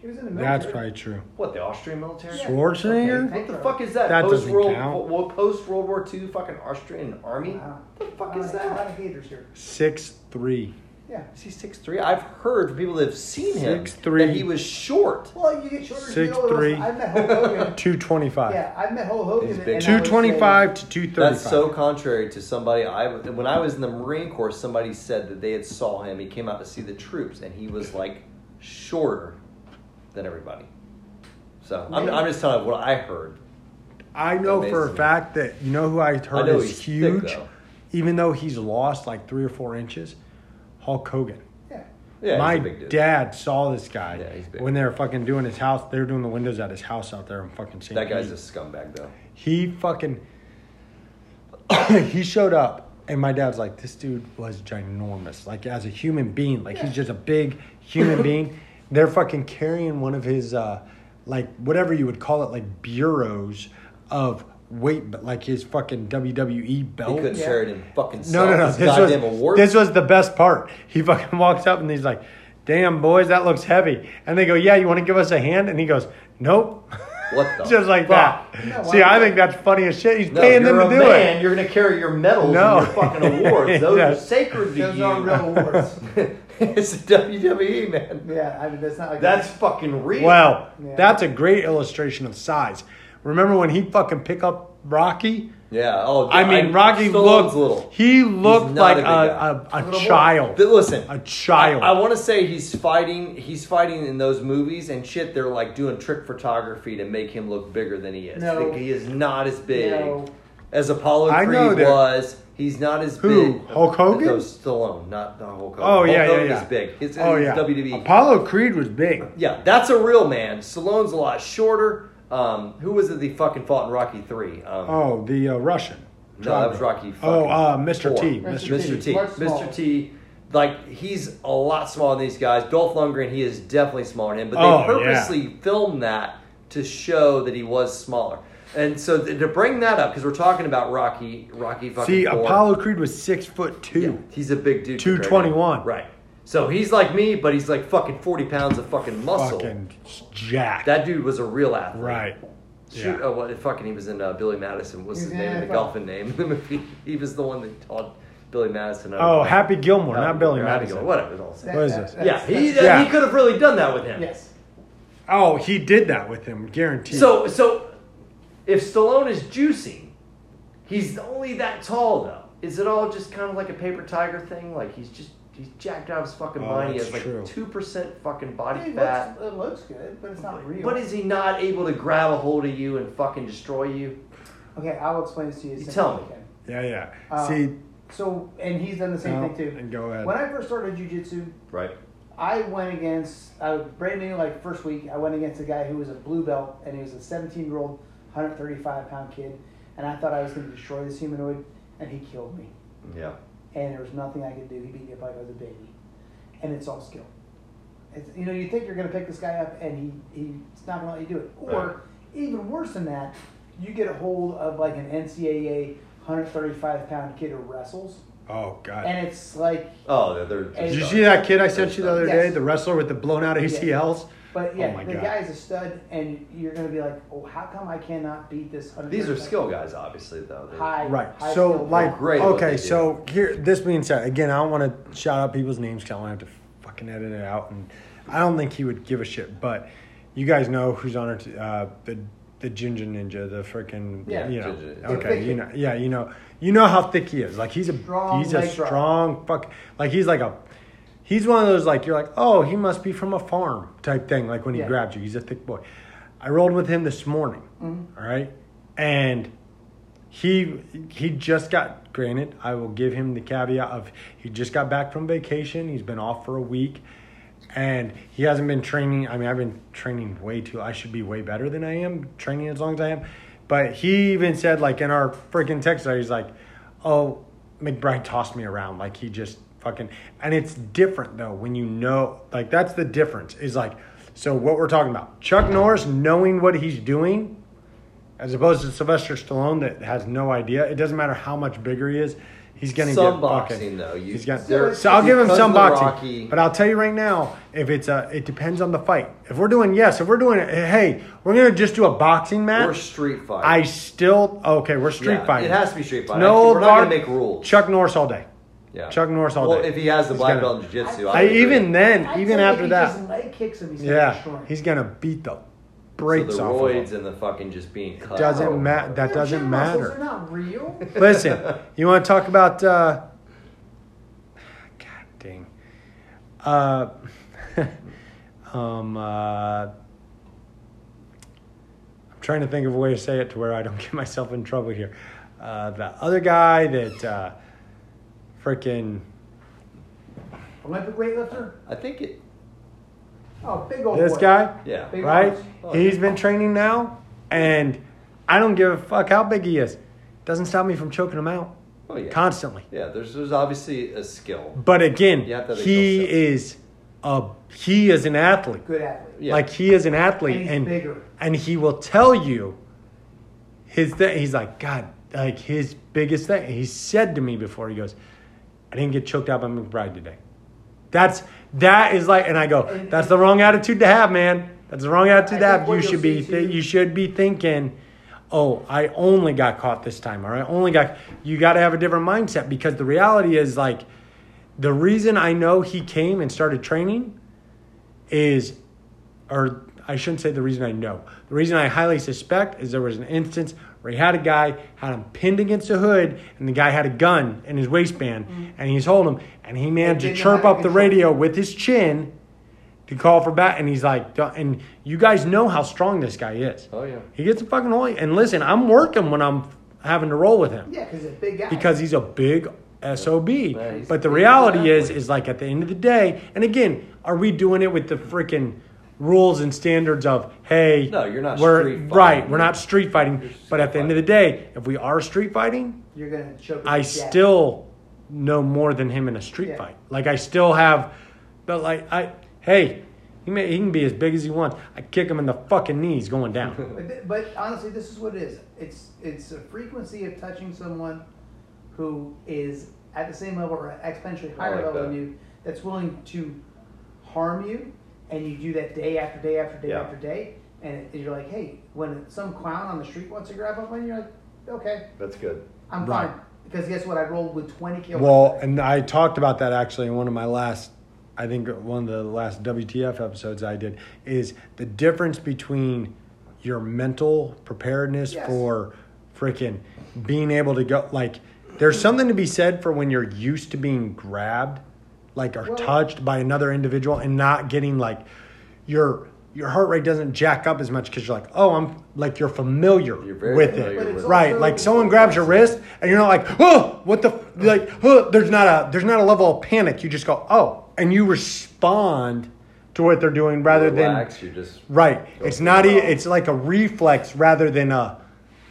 B: He was in the military.
A: That's probably true.
C: What the Austrian military?
B: Yeah.
A: Schwarzenegger?
C: Okay, What the fuck is that?
A: That
C: post
A: doesn't
C: World
A: count.
C: well, post World War II fucking Austrian army.
B: Wow.
C: What the fuck
B: Wow,
C: is
B: there's A lot
C: that?
B: of haters here.
A: Six three.
B: Yeah.
C: Is he six three? I've heard from people that have seen him
A: 6'3".
C: that he was short.
B: Well, you get shorter.
A: Six,
B: you know,
A: three.
B: I've met Hulk
A: <laughs>
B: Hogan.
A: 225.
B: yeah, I've met Hulk Hogan.
C: He's
B: and
C: big.
B: I would say-
A: 225 to 235.
C: That's so contrary to somebody. I when I was in the Marine Corps, somebody said that they had saw him. He came out to see the troops, and he was like shorter than everybody. So I'm, I'm just telling you what I heard.
A: I know for
C: Amazing.
A: a fact that you know who I heard
C: know
A: is
C: he's thick,
A: huge,
C: though.
A: even though he's lost like three or four inches. Hulk Hogan.
B: Yeah.
C: Yeah, he's a
A: My
C: big dude.
A: dad saw this guy
C: Yeah, he's big.
A: when they were fucking doing his house. They were doing the windows at his house out there in fucking St.
C: That guy's a
A: Pete.
C: scumbag, though.
A: he fucking <coughs> he showed up and my dad's like this dude was ginormous like as a human being like he's just a big human being they're fucking carrying one of his uh like whatever you would call it like bureaus of weight but like his fucking WWE
C: He
A: belt
C: couldn't
B: yeah.
C: carry it in fucking
A: no, no, no.
C: his
A: This
C: goddamn
A: was,
C: award.
A: this was the best part. He fucking <laughs> walks up and he's like, damn, boys, that looks heavy. And they go, yeah, you want to give us a hand? And he goes, nope. <laughs>
C: What the
A: Just like
C: fuck?
A: that.
B: No,
A: See,
B: why
A: I
B: not?
A: think that's funny as shit. He's
C: No,
A: paying them
C: you're
A: to
C: a
A: do
C: man.
A: it.
C: You're gonna carry your medals
A: No.
C: and your
A: <laughs>
C: fucking awards. Those
A: Yeah.
C: are sacred to
B: Those
C: you.
B: are real
C: <laughs>
B: awards.
C: it's the WWE, man.
B: yeah, I mean, that's not like
C: That's fucking real.
A: Well,
B: Yeah.
A: that's a great illustration of size. Remember when he fucking pick up Rocky?
C: Yeah. Oh,
A: I mean, Rocky looked
C: Stallone's little.
A: he looked
C: He's
A: like
C: not
A: a,
C: a big guy.
A: a, a,
B: little boy.
A: child.
C: Th- listen,
A: A child.
C: I, I want to say he's fighting. He's fighting in those movies and shit. They're like doing trick photography to make him look bigger than he is.
B: No.
C: He is not as big
B: No.
C: as Apollo
A: I know
C: Creed
A: that-
C: was. He's not as
A: Who?
C: big.
A: Hulk Hogan?
C: No, Stallone, not not Hulk
A: oh
C: Hogan. Hulk
A: yeah, yeah,
C: Hogan
A: yeah.
C: Is big. It's,
A: oh
C: it's
A: yeah.
C: WWE.
A: Apollo Creed was big.
C: Yeah, that's a real man. Stallone's a lot shorter. Um, who was it that fucking fought in Rocky Three? Um,
A: Oh, the uh, Russian.
C: no, that was Rocky.
A: Oh,
C: fucking
A: uh, Mr. T.
C: four.
B: Mr.
A: Mr. T.
C: Mr. T.
B: Much smaller.
C: Mr. T. Like he's a lot smaller than these guys. Dolph Lundgren, he is definitely smaller than him, but they
A: Oh, yeah.
C: purposely filmed that to show that he was smaller. And so th- to bring that up, because we're talking about Rocky, Rocky fucking.
A: See,
C: four.
A: Apollo Creed was six foot two.
C: Yeah, he's a big dude. compared to
A: 221.
C: him. Right. So he's like me, but he's like fucking forty pounds of fucking muscle.
A: Fucking jack.
C: That dude was a real athlete.
A: right.
C: Shoot,
A: Yeah.
C: oh, what? Fucking, he was in uh, Billy Madison. What's
B: He's in
C: his name? The
B: NFL.
C: golfing name in the movie. <laughs> He was the one that taught Billy Madison. uh, how to
A: Oh,
C: golf.
A: Happy Gilmore,
C: Happy
A: not Billy
C: Gilmore, Happy
A: Madison.
C: Gilmore, Whatever. It's all the same.
B: That,
A: What is
B: that-
A: this?
C: yeah,
B: that's-
C: he
B: that's-
A: Yeah.
C: he could have really done that with him.
B: yes.
A: Oh, he did that with him, guaranteed.
C: So so, if Stallone is juicing, he's only that tall though. Is it all just kind of like a paper tiger thing? Like he's just he's jacked out of his fucking
A: Oh,
C: mind. He
A: that's
C: has like
A: true.
C: two percent fucking body
B: It looks,
C: fat.
B: it looks good, but it's not real.
C: But is he not able to grab a hold of you and fucking destroy you?
B: okay, I will explain this to you. as
C: You
B: soon as
C: tell
B: I
C: me.
B: can.
A: yeah, yeah.
B: Uh,
A: See,
B: So, and he's done the same
D: No,
B: thing too.
D: and go ahead.
B: When I first started jujitsu,
C: Right.
B: I went against I was brand new like first week. I went against a guy who was a blue belt and he was a 17 year old, 135 pound kid, and I thought I was going to destroy this humanoid, and he killed me.
C: Yeah.
B: And there was nothing I could do. He beat me up like I was a baby, and it's all skill. It's, you know, you think you're going to pick this guy up, and he he's not going to let you do it. Or
C: Right.
B: even worse than that, you get a hold of like an NCAA 135 pound kid who wrestles,
D: Oh god.
B: and it's like
C: Oh, they're. they're just
B: Did
D: Did you
C: done.
D: see that kid I sent you the other
B: Yes.
D: day? The wrestler with the blown out ACLs.
B: But
D: Oh
B: yeah,
D: my
B: the
D: God.
B: guy's a stud, and you're going to be like, oh, how come I cannot beat this?
C: These are
B: 100%?
C: skill guys, obviously, though. They're-
B: High,
A: Right.
B: high
A: So
B: skill
A: like,
B: guy.
C: Great at what they
A: okay.
C: do.
A: So here, this being said, again, I don't want to shout out people's names because I want to have to fucking edit it out, and I don't think he would give a shit. But you guys know who's on our t- uh, the the ginger ninja, the freaking
C: Yeah,
A: you know,
C: Ginger Ninja.
A: okay, you know, yeah, you know, you know how thick he is. Like he's a
B: Strong
A: he's a
B: leg drive.
A: strong fuck. Like he's like a. He's one of those like you're like oh he must be from a farm type thing like when he
B: Yeah.
A: grabbed you he's a thick boy, I rolled with him this morning,
B: Mm-hmm.
A: all right, and he he just got granted i will give him the caveat of he just got back from vacation he's been off for a week and he hasn't been training i mean i've been training way too i should be way better than i am training as long as i am but he even said like in our freaking text he's like oh mcbride tossed me around like he just fucking and it's different though when you know like that's the difference is like so what we're talking about chuck norris knowing what he's doing as opposed to Sylvester Stallone that has no idea. It doesn't matter how much bigger he is. He's gonna
C: Some
A: get
C: boxing,
A: fucking,
C: though. You-
A: he's gonna,
C: there-
A: so I'll give him
C: because
A: some
C: of the
A: boxing,
C: Rocky-
A: but I'll tell you right now, if it's a, it depends on the fight. If we're doing yes, if we're doing hey, we're gonna just do a boxing match.
C: We're street fight.
A: I still okay. We're street
C: Yeah,
A: fighting.
C: It has to be street fight.
A: No,
C: we're not
A: bar-
C: gonna make rules.
A: Chuck Norris all day.
C: yeah.
A: Chuck Norris all
C: well,
A: day.
C: if he has the
A: He's
C: black
A: gonna-
C: belt in jiu-jitsu,
B: I-
A: I,
C: would agree.
A: even then,
B: I'd
A: even
B: say
A: after
B: he
A: that,
B: Just leg kicks him. He's
A: yeah,
B: destroying.
A: he's gonna beat the
C: so
A: brakes
C: the
A: off. of him.
C: roids and uh, oh. the fucking just being cut. out.
A: Doesn't matter. That
B: They're
A: doesn't
B: gym muscles,
A: matter.
B: They're not real.
A: Listen, you want to talk about? Uh, God dang. Uh, <laughs> um, uh, I'm trying to think of a way to say it to where I don't <laughs> get myself in trouble here. Uh, the other guy that uh, freaking
B: Olympic weightlifter.
C: I think it.
B: Oh, big old.
A: this
B: boy.
A: guy,
C: Yeah.
B: Big
A: right?
B: arms.
C: Oh,
A: He's been training now, and I don't give a fuck how big he is. Doesn't stop me from choking him out
C: Oh yeah.
A: constantly.
C: yeah. There's there's obviously a skill.
A: But again,
C: You have to have a
A: he
C: skill set.
A: is a he is an athlete.
B: Good athlete.
C: Yeah.
A: Like he is an athlete,
B: And he's
A: and
B: bigger.
A: and he will tell you his thing. He's like God, like his biggest thing. He said to me before he goes, "I didn't get choked out by McBride today." That's that is like, and I go,
B: And-
A: "That's the wrong attitude to have, man. That's the wrong attitude to
B: I think
A: have.
B: what
A: You
B: you'll
A: should be
B: see
A: th-
B: too-
A: you should be thinking." Oh, I only got caught this time, or I only got. You got to have a different mindset because the reality is like, the reason I know he came and started training is, or I shouldn't say the reason I know. The reason I highly suspect is there was an instance where he had a guy, had him pinned against a hood, and the guy had a gun in his waistband, and he's holding him, and he managed to
B: Mm. didn't know how
A: chirp
B: to
A: up the
B: control it.
A: radio with his chin to call for bat, and he's like, "Duh," and you guys know how strong this guy is.
C: Oh, yeah.
A: He gets a fucking holy, and listen, I'm working when I'm having to roll with him
B: Yeah, because he's a big guy.
A: because he's a big sob.
C: he's
A: but the
C: a big
A: reality is,
C: athlete.
A: is like at the end of the day, and again, are we doing it with the freaking rules and standards of hey?
C: No, you're not
A: We're
C: street fighting.
A: right. We're not street fighting.
C: You're street
A: but at the end of the day, if we are street fighting,
B: you're gonna choke.
A: I
B: him to death.
A: still know more than him in a street
B: Yeah.
A: fight. Like I still have, but like I hey. He, may, he can be as big as he wants. I kick him in the fucking knees going down.
B: But, th- but honestly, this is what it is. It's it's a frequency of touching someone who is at the same level or exponentially higher
C: like
B: level
C: that.
B: than you that's willing to harm you, and you do that day after day after day
C: Yeah.
B: after day, and it- you're like, hey, when some clown on the street wants to grab up on you, you're like, okay,
C: That's good.
B: I'm
A: Right.
B: fine. Because guess what? I rolled with 20 kills.
A: Well, and I talked about that actually in one of my last, I think one of the last WTF episodes I did is the difference between your mental preparedness
B: Yes.
A: for freaking being able to go. Like, there's something to be said for when you're used to being grabbed, like, or
B: Well-
A: touched by another individual and not getting like your your heart rate doesn't jack up as much because you're like, oh, I'm like you're familiar
C: You're very
A: with
C: familiar
A: it,
C: But
B: it's with it.
A: right?
B: also-
A: Like someone grabs your wrist and you're not like, oh, what the f-? like? Oh, there's not a there's not a level of panic. You just go, oh, and you respond to what they're doing rather
C: relax,
A: than
C: you just
A: right.
C: Go
A: it's
C: for
A: not
C: it.
A: e- it's like a reflex rather than a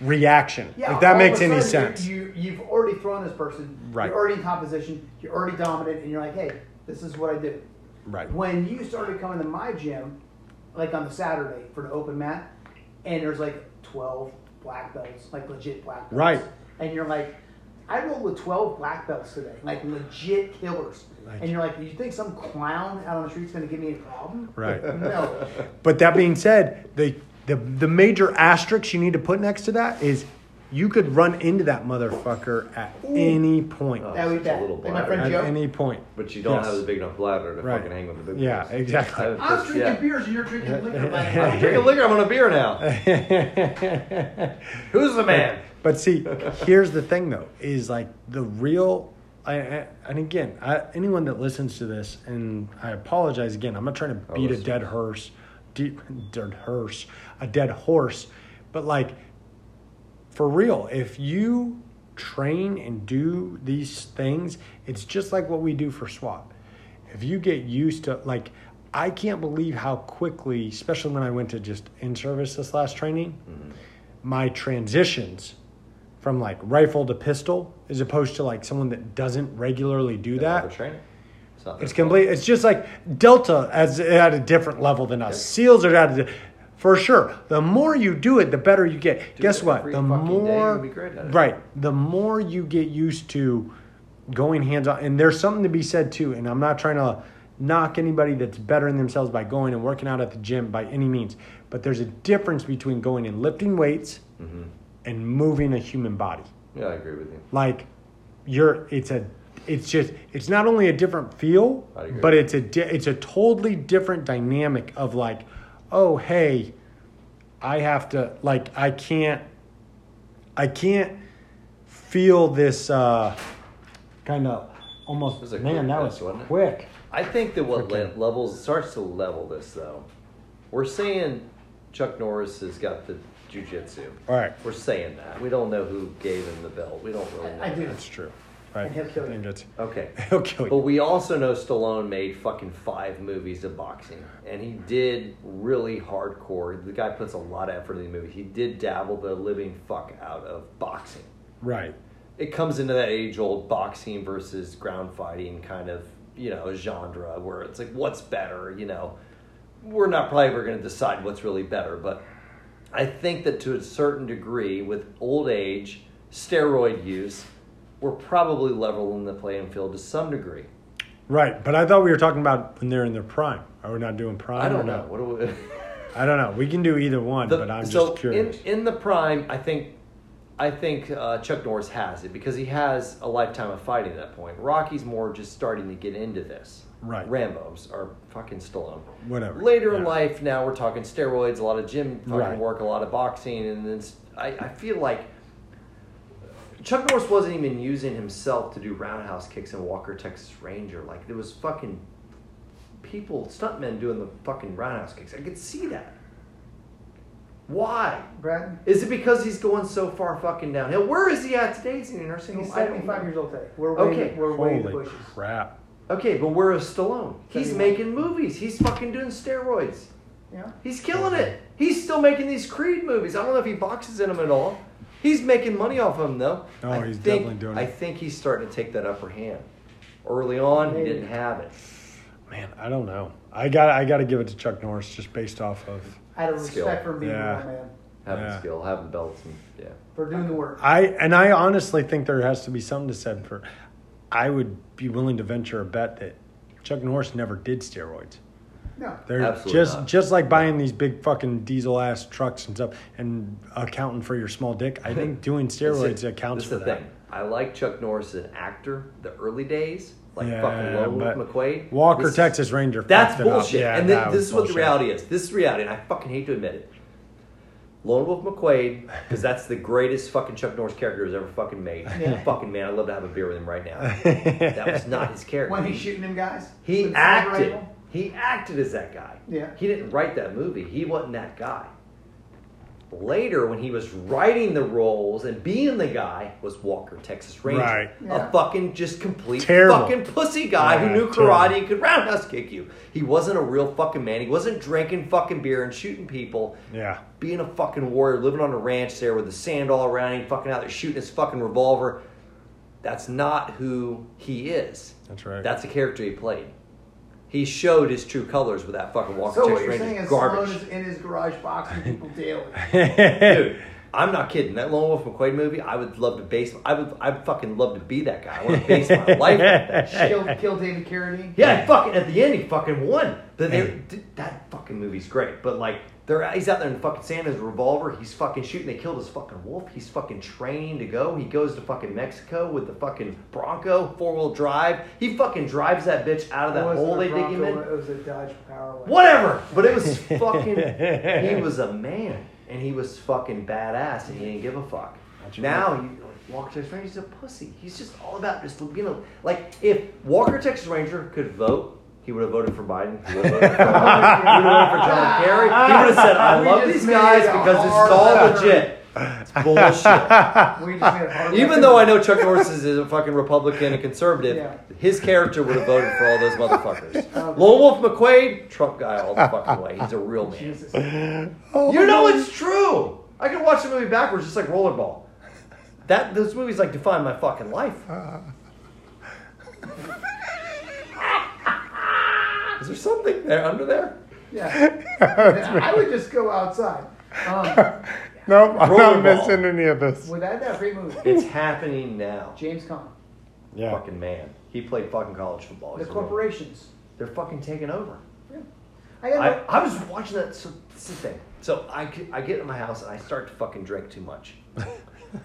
A: reaction.
B: Yeah,
A: if that
B: all
A: makes
B: of a
A: any
B: sudden,
A: sense.
B: You, you, you've already thrown this person.
A: Right.
B: You're already in top position. You're already dominant, and you're like, hey, this is what I do.
D: Right.
B: When you started coming to my gym, like on the Saturday for the open mat, and there's like 12 black belts, like legit black belts.
A: Right.
B: And you're like, I rolled with 12 black belts today, like legit killers.
A: Like-
B: and you're like, you think some clown out on the street's going to give me a problem?
A: Right.
B: No.
A: But that being said, the, the the major asterisks you need to put next to that is you could run into that motherfucker at any point.
C: Oh,
B: That would be
C: it's a
B: bad.
C: little
B: Like my
C: bladder.
B: friend
A: at
B: Uh, Joe.
A: any point.
C: But you don't
A: Yes.
C: have the big enough bladder to
A: Right.
C: fucking hang with the big
A: Yeah,
C: ones.
A: exactly.
C: I would
B: I was
C: just-
B: drinking
C: yeah.
B: beers and you're drinking liquor.
A: <laughs>
B: like,
C: I'm drinking liquor. I'm on a beer now.
A: <laughs>
C: Who's the man?
A: But see, here's the thing though: is like the real. I, I, and again, I, anyone that listens to this, and I apologize again. I'm not trying to beat a
C: listen.
A: dead horse, de- dead horse, a dead horse, but like for real, if you train and do these things, it's just like what we do for SWAT. If you get used to like I can't believe how quickly, especially when I went to just in service this last training, my transitions from like rifle to pistol as opposed to like someone that doesn't regularly do that.
C: Another training. It's not
A: It's
C: their fault.
A: complete. It's just like Delta as at a different level than us. SEALs are at a, di- for sure. The more you do it, the better you get. Guess
C: it
A: what?
C: every
A: The
C: fucking day,
A: more
C: you'll be great at it.
A: right, the more you get used to going hands on. And there's something to be said too. And I'm not trying to knock anybody that's bettering themselves by going and working out at the gym by any means. But there's a difference between going and lifting weights
C: Mm-hmm.
A: and moving a human body
C: Yeah, I agree with you.
A: like you're it's a it's just it's not only a different feel
C: I agree.
A: but it's a di- it's a totally different dynamic of like oh hey i have to like i can't i can't feel this uh kind of almost
C: was a
A: man
C: quick
A: that
C: miss,
A: was
C: wasn't it?
A: quick
C: I think that what
A: Freaking-
C: le- levels starts to level this though. We're saying Chuck Norris has got the jujitsu.
A: all right
C: We're saying that. We don't know who gave him the belt. We don't really know.
B: I do.
A: that's true right
B: And he'll kill you.
A: I think it's-
C: Okay.
A: he'll kill
C: But
A: you
C: we also know Stallone made fucking five movies of boxing, and he did really hardcore. The guy puts a lot of effort in the movie. He did dabble the living fuck out of boxing.
A: right
C: It comes into that age old boxing versus ground fighting kind of you know genre where it's like what's better. You know, we're not probably ever going to decide what's really better, but I think that to a certain degree, with old age, steroid use, we're probably leveling the playing field to some degree.
A: right but i thought we were talking about when they're in their prime are we not doing prime
C: I
A: or
C: don't
A: no?
C: know. What do we? <laughs>
A: i don't know we can do either one
C: The-
A: but i'm
C: so
A: just curious
C: In, in the prime, I think, I think uh, Chuck Norris has it because he has a lifetime of fighting at that point. Rocky's more just starting to get into this.
A: Right.
C: Rambo's are fucking Stallone.
A: Whatever,
C: Later in
A: yeah.
C: life, now we're talking steroids, a lot of gym fucking
A: Right.
C: work, a lot of boxing, and then s- I, I feel like. Chuck Norris wasn't even using himself to do roundhouse kicks in Walker, Texas Ranger. Like, there was fucking people, stuntmen doing the fucking roundhouse kicks. I could see that. Why?
B: Brad,
C: Is it because he's going so far fucking downhill? Where is he at today? Is he in a nursing home?
B: he's
C: I don't
B: 75
C: know.
B: years old today. We're way,
C: Okay.
B: we're way in the
A: Holy
B: bushes.
A: crap.
C: Okay, but where is Stallone? He's
B: 71.
C: making movies. He's fucking doing steroids.
B: Yeah.
C: He's killing it. He's still making these Creed movies. I don't know if he boxes in them at all. He's making money off of them though.
A: Oh,
C: I
A: he's
C: think,
A: definitely doing
C: I
A: it.
C: think he's starting to take that upper hand. Early on, he
B: Maybe.
C: didn't have it.
A: Man, I don't know. I got I got to give it to Chuck Norris just based off of
B: Out of
C: Skill.
B: respect for being
A: Yeah.
B: a man,
C: Having
A: Yeah.
C: skill, having belts, and yeah.
B: for doing the work.
A: I and I honestly think there has to be something to said for I would be willing to venture a bet that Chuck Norris never did steroids.
B: No.
A: They're
C: Absolutely
A: just
C: not.
A: just like buying these big fucking diesel ass trucks and stuff and accounting for your small dick. I
C: <laughs>
A: think doing steroids
C: This is-
A: accounts
C: this
A: for
C: is the
A: that.
C: thing. I like Chuck Norris as an actor. The early days, like
A: Yeah,
C: fucking Lola
A: but
C: McQuaid,
A: Walker,
C: was-
A: Texas Ranger.
C: That's
A: fucked it up.
C: bullshit.
A: Yeah,
C: and thi-
A: that
C: this
A: was
C: is what the
A: bullshit. <laughs>
C: reality is. This is reality, and I fucking hate to admit it. Lone Wolf McQuade, because that's the greatest fucking Chuck Norris character has ever fucking made. Fucking man, I'd
A: <laughs>
C: love to have a beer with him right now. that was not his character.
B: When he's shooting them guys.
C: He
B: with the sniper
C: acted.
B: rifle.
C: He acted as that guy.
B: Yeah.
C: He didn't write that movie. He wasn't that guy. Later, when he was writing the roles and being the guy, was Walker, Texas Ranger,
A: Right.
B: Yeah.
C: a fucking just complete
A: Terrible.
C: fucking pussy guy
A: Yeah,
C: who knew
A: terrible.
C: karate and could roundhouse kick you. He wasn't a real fucking man. He wasn't drinking fucking beer and shooting people
A: Yeah.
C: being a fucking warrior, living on a ranch there with the sand all around him, fucking out there shooting his fucking revolver. That's not who he is.
D: That's right.
C: That's the character he played. He showed his true colors with that fucking Walker
B: So what
C: Texas
B: you're
C: Ranger
B: saying is
C: garbage. <laughs>
B: Stallone is in his garage boxing people daily.
C: Dude, I'm not kidding. That Lone Wolf McQuade movie, I would love to base. I would. I'd fucking love to be that guy. I want to
B: <laughs>
C: base my life on that shit.
B: Kill, kill David Carradine.
C: Yeah, and fucking at the end he fucking won. But they, d- that fucking movie's great. But like, they're he's out there in fucking sand his revolver. He's fucking shooting. They killed his fucking wolf. He's fucking trained to go. He goes to fucking Mexico with the fucking Bronco four wheel drive. He fucking drives that bitch out of
B: It
C: that
B: wasn't
C: hole
B: a
C: they dig him
B: Bronco,
C: in.
B: It was a Dodge Powerway.
C: Whatever. But it was fucking. he was a man, and he was fucking badass, and he didn't give a fuck. now you like, Walker Texas Ranger, he's a pussy. He's just all about just being a like. If Walker Texas Ranger could vote. He would have voted for Biden. He would have voted for, he would've
B: <laughs>
C: voted for John Kerry. He would have said, "I
B: We
C: love
B: just
C: these
B: made
C: guys
B: a
C: because this is
B: hard
C: all
B: left.
C: legit." It's bullshit.
B: We just made a
C: <laughs>
B: hard
C: Even
B: left.
C: though I know Chuck Norris is a fucking Republican and conservative,
B: Yeah.
C: his character would have voted for all those motherfuckers.
B: <laughs> Okay.
C: Lone Wolf McQuaid, Trump guy all the fucking way. He's a real man. <laughs>
B: Jesus.
E: Oh,
C: You know it's true. I can watch the movie backwards, just like Rollerball. That those movies like define my fucking life.
B: Uh-huh.
C: Is there something there under there? <laughs>
B: Yeah. Yeah, I would just go outside.
C: <laughs>
B: Um,
E: Nope, I'm not
C: Rollerball.
E: missing any of this.
B: would that that free movie?
C: It's happening now.
B: James Conn,
A: Yeah.
C: Fucking man, he played fucking college football.
B: the
C: He's a real-
B: corporations.
C: They're fucking taking over.
B: Yeah. I got
C: I,
B: no-
C: I was watching that. So this is the thing. So I, g- I get in my house and I start to fucking drink too much.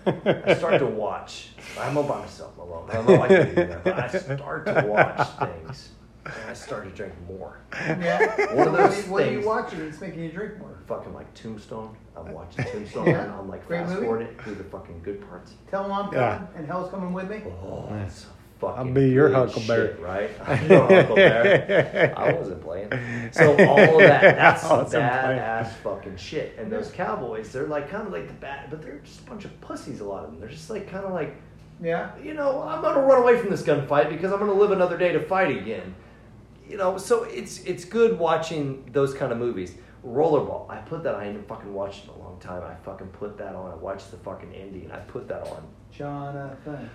C: I
D: <laughs>
C: start to watch. I'm all by myself alone. I'm not like you there, but I start to watch things and I start to drink more.
B: yeah.
C: <laughs> One of
B: What are
C: those
B: you- what are you
C: things-
B: watching? It's making you drink more.
C: Fucking like Tombstone. I'm watching Tombstone and I'm like
B: Great
C: fast
B: movie.
C: forward it through the fucking good parts.
B: Tell them I'm coming
A: Yeah.
B: and hell's coming with me.
C: Oh, that's fucking.
D: I'll be your
C: good
D: Huckleberry.
C: shit, right? <laughs> I'm your Huckleberry. I wasn't playing.
D: <laughs>
C: So all of that, that's
A: I
C: some
A: wasn't playing.
C: badass fucking shit. And those cowboys, they're like kind of like the bad, but they're just a bunch of pussies. A lot of them. They're just like kind of like,
B: Yeah.
C: you know, I'm gonna run away from this gunfight because I'm gonna live another day to fight again. You know, so it's it's good watching those kind of movies. Rollerball, I put that. I hadn't fucking watched it in a long time. I fucking put that on. I watched the fucking indie, and I put that on
B: Jonathan.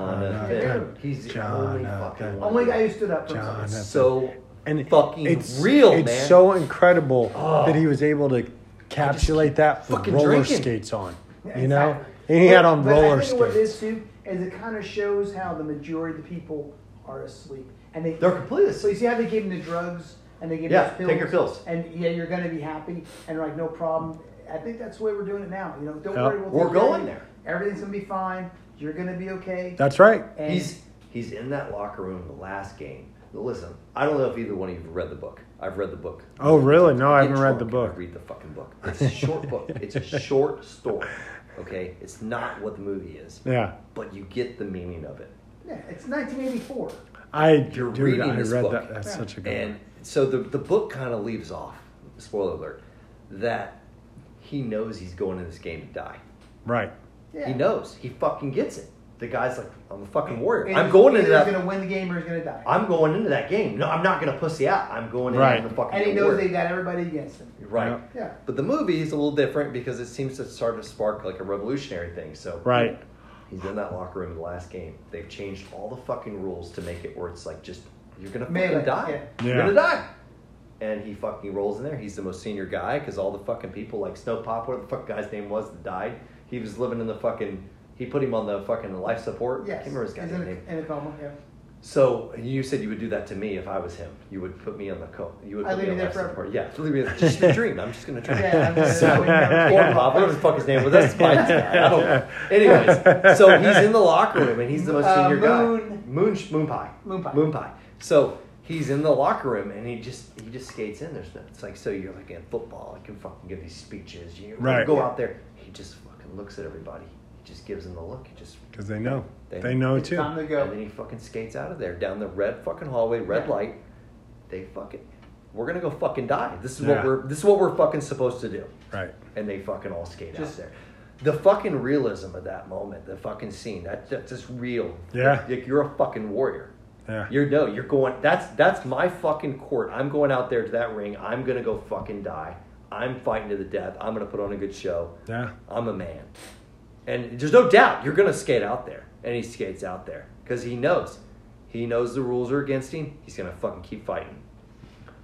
C: Jonathan. Oh
D: Jonathan.
C: He's the only fucking
D: Jonathan.
C: one.
B: Only guy who stood up for
D: Jonathan.
B: himself.
C: so
D: and
C: fucking
D: it's
C: real,
D: It's
C: man.
D: so incredible
C: Oh.
D: that he was able to encapsulate that with
C: fucking
D: roller
C: drinking.
D: skates on.
B: Yeah,
D: you know,
B: exactly.
D: and he
B: But-
D: had on
B: but
D: roller
B: I think What it is
D: skates.
B: too is it kind of shows how the majority of the people are asleep, and they
C: They're completely
B: So you
C: asleep.
B: see how they gave him the drugs and they gave him
C: Yeah,
B: those pills.
C: take your pills.
B: and yeah, you're gonna be happy, and like no problem. I think that's the way we're doing it now. You know, don't
D: Yeah.
B: worry. We'll
C: We're
B: take care of
C: going
B: you.
C: there.
B: Everything's gonna be fine. You're gonna be okay.
D: That's right.
B: and
C: He's he's in that locker room the last game. Listen, I don't know if either one of you have read the book. I've read the book.
D: Oh, really? No, I
C: Get
D: haven't read the
C: drunk and
D: book.
C: Read the fucking book. It's a short
D: <laughs>
C: book. It's a short story. Okay, it's not what the movie is,
D: Yeah,
C: but you get the meaning of it.
B: yeah, it's 1984.
D: I
C: You're
D: dude,
C: reading
D: I
C: this
D: read
C: book.
D: that. That's
B: Yeah.
D: such a good.
C: And
D: one.
C: so the the book kind of leaves off. Spoiler alert: that he knows he's going in this game to die.
D: Right.
B: Yeah.
C: He knows. He fucking gets it. The guy's like, I'm a fucking warrior.
B: And
C: I'm going into
B: either He's
C: that.
B: gonna win the game or he's gonna die.
C: I'm going into that game. No, I'm not gonna pussy out. I'm going in.
A: Right.
C: I'm the fucking
B: and he knows they
C: warrior.
B: got everybody against him.
C: Right.
D: Yeah.
B: Yeah.
C: But the movie is a little different because it seems to start to spark like a revolutionary thing. So
A: Right.
C: he's in that locker room in the last game. They've changed all the fucking rules to make it where it's like just you're gonna fucking
B: Melee,
C: die.
B: yeah.
C: You're
A: Yeah.
C: gonna die. And he fucking rolls in there. He's the most senior guy because all the fucking people like Snow Pop, whatever the fuck guy's name was that died. He was living in the fucking. He put him on the fucking life support.
B: Yes.
C: I can't remember his
B: He's
C: guy's
B: in
C: name.
B: a, in a coma. Yeah.
C: So you said you would do that to me if I was him. You would put me on the coat. You would
B: I'd
C: put me
B: leave
C: on
B: you there
C: life
B: forever.
C: support. Yeah, leave me there.
A: <laughs>
C: Just a dream. I'm just gonna dream.
B: Yeah, I'm gonna- <laughs>
C: So, <laughs> Corn Pop, whatever the <laughs> fuck his name was. That's Spice guy. I don't. Anyways, so he's in the locker room and he's the most
B: Uh,
C: senior guy.
B: Moon-
C: Moon, sh- moon pie.
B: Moon Pie.
C: Moon pie. So he's in the locker room and he just he just skates in. There's no, it's like so you're like in football. I can fucking give these speeches. You
A: Right.
C: go out there. He just fucking looks at everybody. He just gives them the look. He just
A: Because they know.
C: They-
A: They know
B: It's
A: Oh, too.
B: time to
C: and
B: go.
C: then he fucking skates out of there down the red fucking hallway, red
B: Yeah.
C: light, they fucking we're gonna go fucking die. This is what
D: Yeah.
C: we're this is what we're fucking supposed to do.
D: Right.
C: And they fucking all skate out
B: Just-
C: there. The fucking realism of that moment, the fucking scene, that, that's just real.
D: Yeah.
C: Like you're a fucking warrior.
D: Yeah.
C: You're no, you're going. That's that's my fucking court. I'm going out there to that ring. I'm gonna go fucking die. I'm fighting to the death. I'm gonna put on a good show.
D: Yeah.
C: I'm a man. And there's no doubt you're going to skate out there. And he skates out there because he knows. He knows the rules are against him. He's going to fucking keep fighting.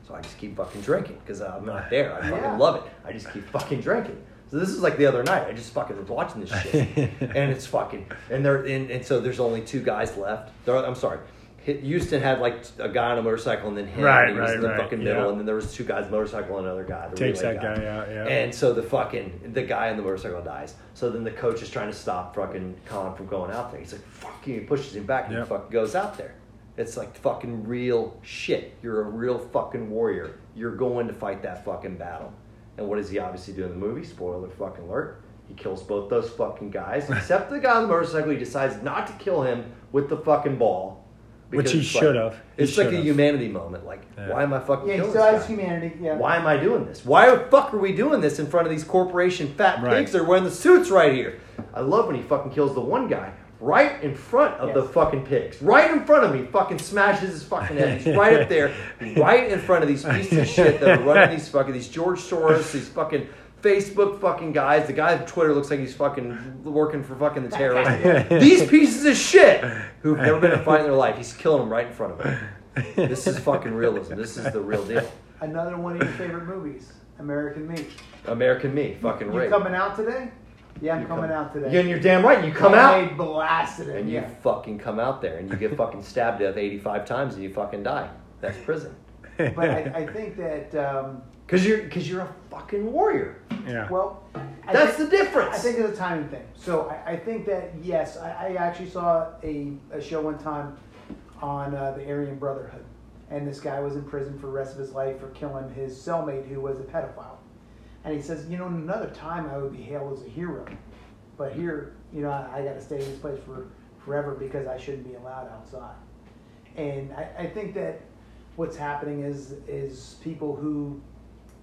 C: So I just keep fucking drinking because I'm not there. I fucking
B: Yeah.
C: love it. I just keep fucking drinking. So this is like the other night. I just fucking was watching this
D: <laughs>
C: shit. and it's fucking. And, there, and, and so there's only two guys left. There, I'm sorry. Hi- Houston had like a guy on a motorcycle and then him.
D: Right,
C: and he was
D: right,
C: in the
D: right.
C: fucking middle.
D: Yeah.
C: And then there was two guys, motorcycle and another guy. the
D: Takes
C: relay
D: that guy out, yeah.
C: And so the fucking the guy on the motorcycle dies. So then the coach is trying to stop fucking Colin from going out there. He's like, "Fuck you!" He pushes him back and
D: Yep.
C: he fucking goes out there. It's like fucking real shit. You're a real fucking warrior. You're going to fight that fucking battle. And what does he obviously do in the movie? Spoiler fucking alert. He kills both those
D: <laughs>
C: fucking guys, except the guy on the motorcycle. He decides not to kill him with the fucking ball,
D: Which
C: because
D: he
C: it's like-
D: should've. He
C: It's like a
D: should've.
C: humanity moment. Like,
D: Yeah.
C: why am I fucking?
B: Yeah, he
C: killing
B: still
C: this
B: has
C: guy?
B: humanity. Yeah.
C: Why am I doing this? Why the fuck are we doing this in front of these corporation fat
D: Right.
C: pigs that are wearing the suits right here? I love when he fucking kills the one guy right in front of the
B: Yes.
C: fucking pigs. Right in front of me, fucking smashes his fucking head. He's right up there, right in front of these pieces of shit that are running these fucking these George Soros, these fucking Facebook fucking guys. The guy on Twitter looks like he's fucking working for fucking the terrorists. <laughs> these pieces of shit who've never been in a fight in their life. He's killing them right in front of him. <laughs>
D: <laughs>
C: This is fucking realism. This is the real deal.
B: Another one of your favorite movies, American Me.
C: American Me, fucking
B: You
C: rape.
B: coming out today? Yeah, I'm
C: You
B: coming
C: come-
B: out today.
C: Yeah, and you're damn right. You come
B: And
C: out
B: They blasted it.
C: and you
B: yeah.
C: fucking come out there and you get fucking stabbed to death 85 times and you fucking die. That's prison.
B: but
A: <laughs>
B: I, I think that um,
C: Cause you're cause you're a fucking warrior.
D: Yeah.
B: well, I
C: That's
B: thi-
C: the difference.
B: I think it's a timing thing. So I, I think that yes, I, I actually saw a, a show one time on uh, the Aryan Brotherhood, and this guy was in prison for the rest of his life for killing his cellmate who was a pedophile, and he says, you know, in another time I would be hailed as a hero, but here, you know, I, I got to stay in this place for forever because I shouldn't be allowed outside, and I, I think that what's happening is is people who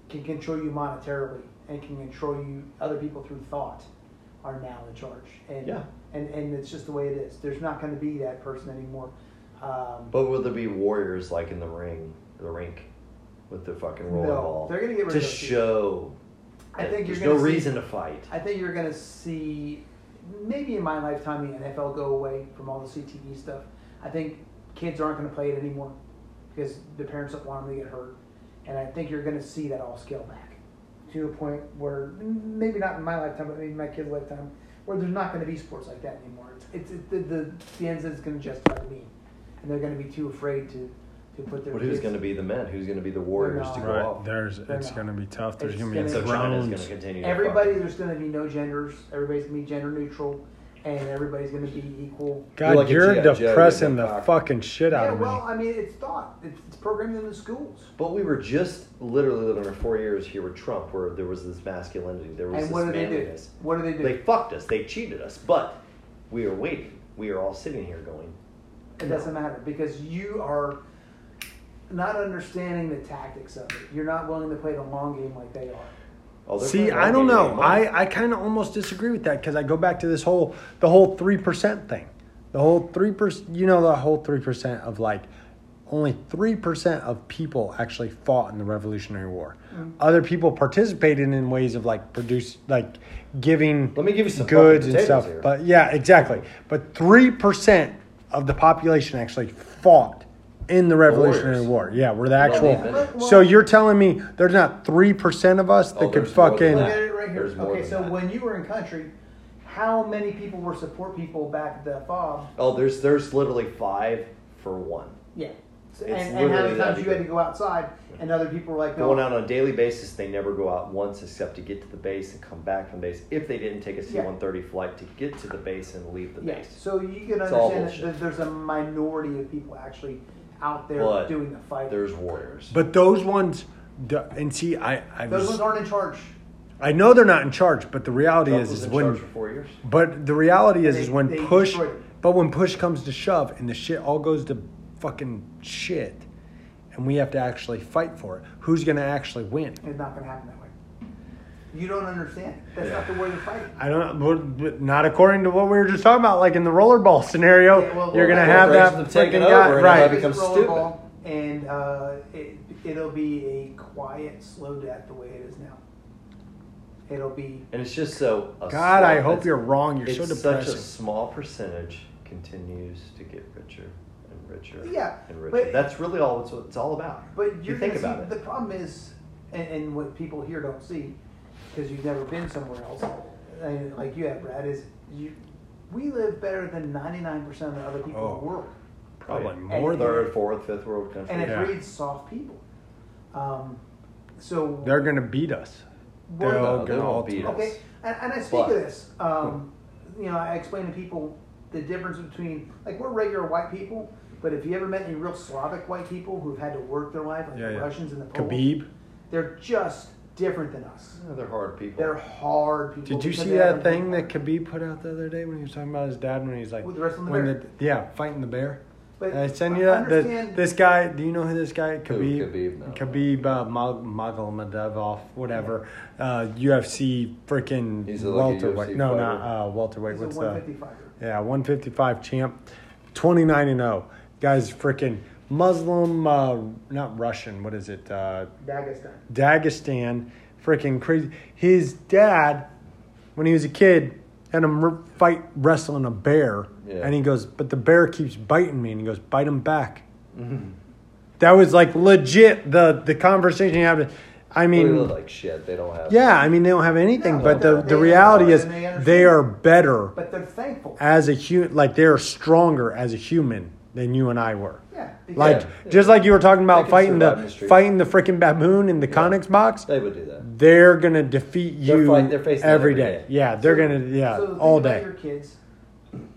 B: can control you monetarily and can control you other people through thought are now in charge and
C: Yeah.
B: and and it's just the way it is there's not going to be that person anymore um,
C: But will there be warriors like in the ring, the rink, with the fucking rolling
B: No,
C: ball?
B: they're gonna get rid
C: to
B: of those people.
C: show.
B: I
C: that
B: think you're
C: there's no
B: gonna see-
C: reason to fight.
B: i think you're going to see maybe in my lifetime the nfl go away from all the cte stuff i think kids aren't going to play it anymore because the parents don't want them to get hurt and i think you're going to see that all scale back to a point where maybe not in my lifetime but maybe my kid's lifetime where there's not going to be sports like that anymore it's, it's it, the, the the end is going to justify me and they're going to be too afraid to to put their
C: But who's
B: kids-
C: gonna be the men? Who's gonna be the warriors to
B: not.
C: go
D: Right.
C: out?
D: There's
B: They're
D: it's
B: not.
D: gonna be tough. There's
B: It's
D: gonna be
B: gonna-
C: So China's gonna
D: drones.
C: continue. to
B: Everybody,
C: fucking-
B: there's going to be no genders. Everybody's going to be gender neutral, and everybody's going to be equal.
D: God,
C: like a
D: you're
C: G.I. Joe,
D: depressing
C: you're
D: the
C: not cock.
D: fucking shit out
B: Yeah,
D: of me.
B: well, I mean, it's thought. It's, it's programmed in the schools.
C: But we were just literally living our four years here with Trump, where there was this masculinity, there was
B: And
C: this
B: what do they do?
C: manliness.
B: What do they do?
C: They fucked us. They cheated us. But we are waiting. We are all sitting here going,
B: It doesn't matter because you are not understanding the tactics of it. You're not willing to play the long game like they are.
C: "Oh, they're
D: See,
C: playing
D: I
C: our
D: don't
C: game,
D: know.
C: they won."
D: I, I kind of almost disagree with that because I go back to this whole the whole three percent thing, the whole three percent. You know, the whole three percent of like only three percent of people actually fought in the Revolutionary War. Other people participated in ways of like produce like giving.
C: Let me give you some
D: goods
C: fucking
D: and
C: potatoes
D: stuff.
C: here.
D: But yeah, exactly. But three percent of the population actually fought in the Revolutionary War.
C: Warriors.
D: Yeah, were the
C: Well,
D: actual.
C: they've been-
D: So you're telling me there's not three percent of us that
C: Oh,
D: could
C: there's more than
D: fucking
B: Look
C: that.
B: at it right here.
C: There's more
B: Okay,
C: than
B: so
C: that.
B: when you were in country, how many people were support people back at the FOB?
C: Oh, there's there's literally five for one.
B: Yeah. So,
C: It's
B: and, and how
C: literally
B: many
C: that
B: times you had
C: big.
B: to go outside, and other people were like, no,
C: Going out on a daily basis, they never go out once except to get to the base and come back from base. If they didn't take a C
B: Yeah.
C: one thirty flight to get to the base and leave the
B: Yes.
C: base.
B: So you can
C: It's
B: understand
C: all
B: that,
C: bullshit.
B: that there's a minority of people actually out there
C: But
B: doing the fight.
C: There's warriors.
D: But those ones, d- and see, I I,
B: Those
D: was-
B: ones aren't in charge.
D: I know they're not in charge, but the reality
C: Trump
D: is
C: was
D: is
C: in
D: when,
C: charge for four years.
D: but the reality is
B: They-
D: is when
B: they
D: push,
B: destroyed it.
D: but when push comes to shove, and the shit all goes to fucking shit, and
A: and we have to actually fight for it. Who's going to actually win?
B: It's not going to happen that way. You don't understand. That's not the way they're fighting.
F: I don't know, but- but not according to what we were just talking about. Like in the rollerball scenario,
B: Yeah, well,
F: you're
B: well,
F: gonna
B: well,
F: have that
C: corporations have taken
F: freaking guy,
C: over and
F: right?
C: have it- becomes
B: Just roll
C: stupid.
B: the ball, And uh, it, it'll be a quiet, slow death the way it is now. It'll be.
C: And it's just so. a
F: God, I
C: small-
F: hope
C: it's-
F: you're wrong. You're
C: it's
F: so
C: Such a
F: depressing.
C: small percentage continues to get richer and richer.
B: Yeah,
C: And richer.
B: but-
C: That's really all it's, it's all about.
B: But
C: you
B: you're
C: think
B: gonna
C: about
B: see,
C: it.
B: The problem is, and, and what people here don't see, because you've never been somewhere else, and like you have, Brad, is you. We live better than 99% of the other people in
A: Oh.
B: the world.
A: Probably
C: Right.
A: more
B: And-
A: than
C: third, fourth, fifth world country.
B: And it
A: Yeah.
B: breeds soft people. Um, so
A: they're going to beat us.
B: we're
A: They're
B: the-
A: all
C: they
F: Oh,
A: going to
C: won't
A: all
C: beat
A: beat
C: us.
A: us.
B: Okay, and, and I speak
C: But-
B: of this. Um, you know, I explain to people the difference between like we're regular white people, but if you ever met any real Slavic white people who've had to work their life, like
A: Yeah,
B: the
A: yeah.
B: Russians and the Poles,
A: Khabib.
B: they're just different than us.
C: Yeah, Oh, they're hard people.
B: They're hard people.
A: Did you
B: because
A: see
B: they
A: that
B: haven't been
A: thing that
B: hard.
A: Khabib put out the other day when he was talking about his dad when he's like
B: With the wrestling the
A: when
B: bear?
A: yeah fighting the bear?
B: But
A: Did I send you that. The-
B: understand-
A: this guy, do you know who this guy? Khabib.
C: Khabib? No.
A: Khabib uh, Mag- Magomedov, whatever. Uh, UFC freaking
C: He's a lucky
A: welterweight.
C: UFC
A: No,
C: fighter.
A: not uh, welterweight.
B: He's a
A: What's that?
B: 155.
A: Yeah, 155 champ, 29 and 0. Guy's freaking Muslim, uh, not Russian. What is it? Uh,
B: Dagestan.
A: Dagestan, freaking crazy. His dad, when he was a kid, had him r- fight wrestling a bear,
C: Yeah.
A: and he goes, "But the bear keeps biting me," and he goes, "Bite him back."
C: Mm-hmm.
A: That was like legit the the conversation he had. I
C: They
A: mean,
C: look like shit. They don't have.
A: yeah, I mean they don't have anything,
B: No,
A: but
B: they're-
A: the
B: they
A: the reality
B: are,
A: is
B: and they understand.
A: they are better
B: But they're thankful.
A: as a human. Like they are stronger as a human than you and I were.
B: Yeah. because-
A: Like
C: Yeah.
A: just like you were talking
C: They
A: about
C: can
A: fighting
C: survive in
A: the
C: the streets.
A: fighting the freaking baboon in the Connex box
C: They would do that.
A: they're gonna defeat
C: They're
A: you
C: fight- they're facing it
A: every
C: every
A: day.
C: day.
A: Yeah, they're
B: So-
A: gonna yeah
B: so think
A: all
B: about
A: day.
B: Your kids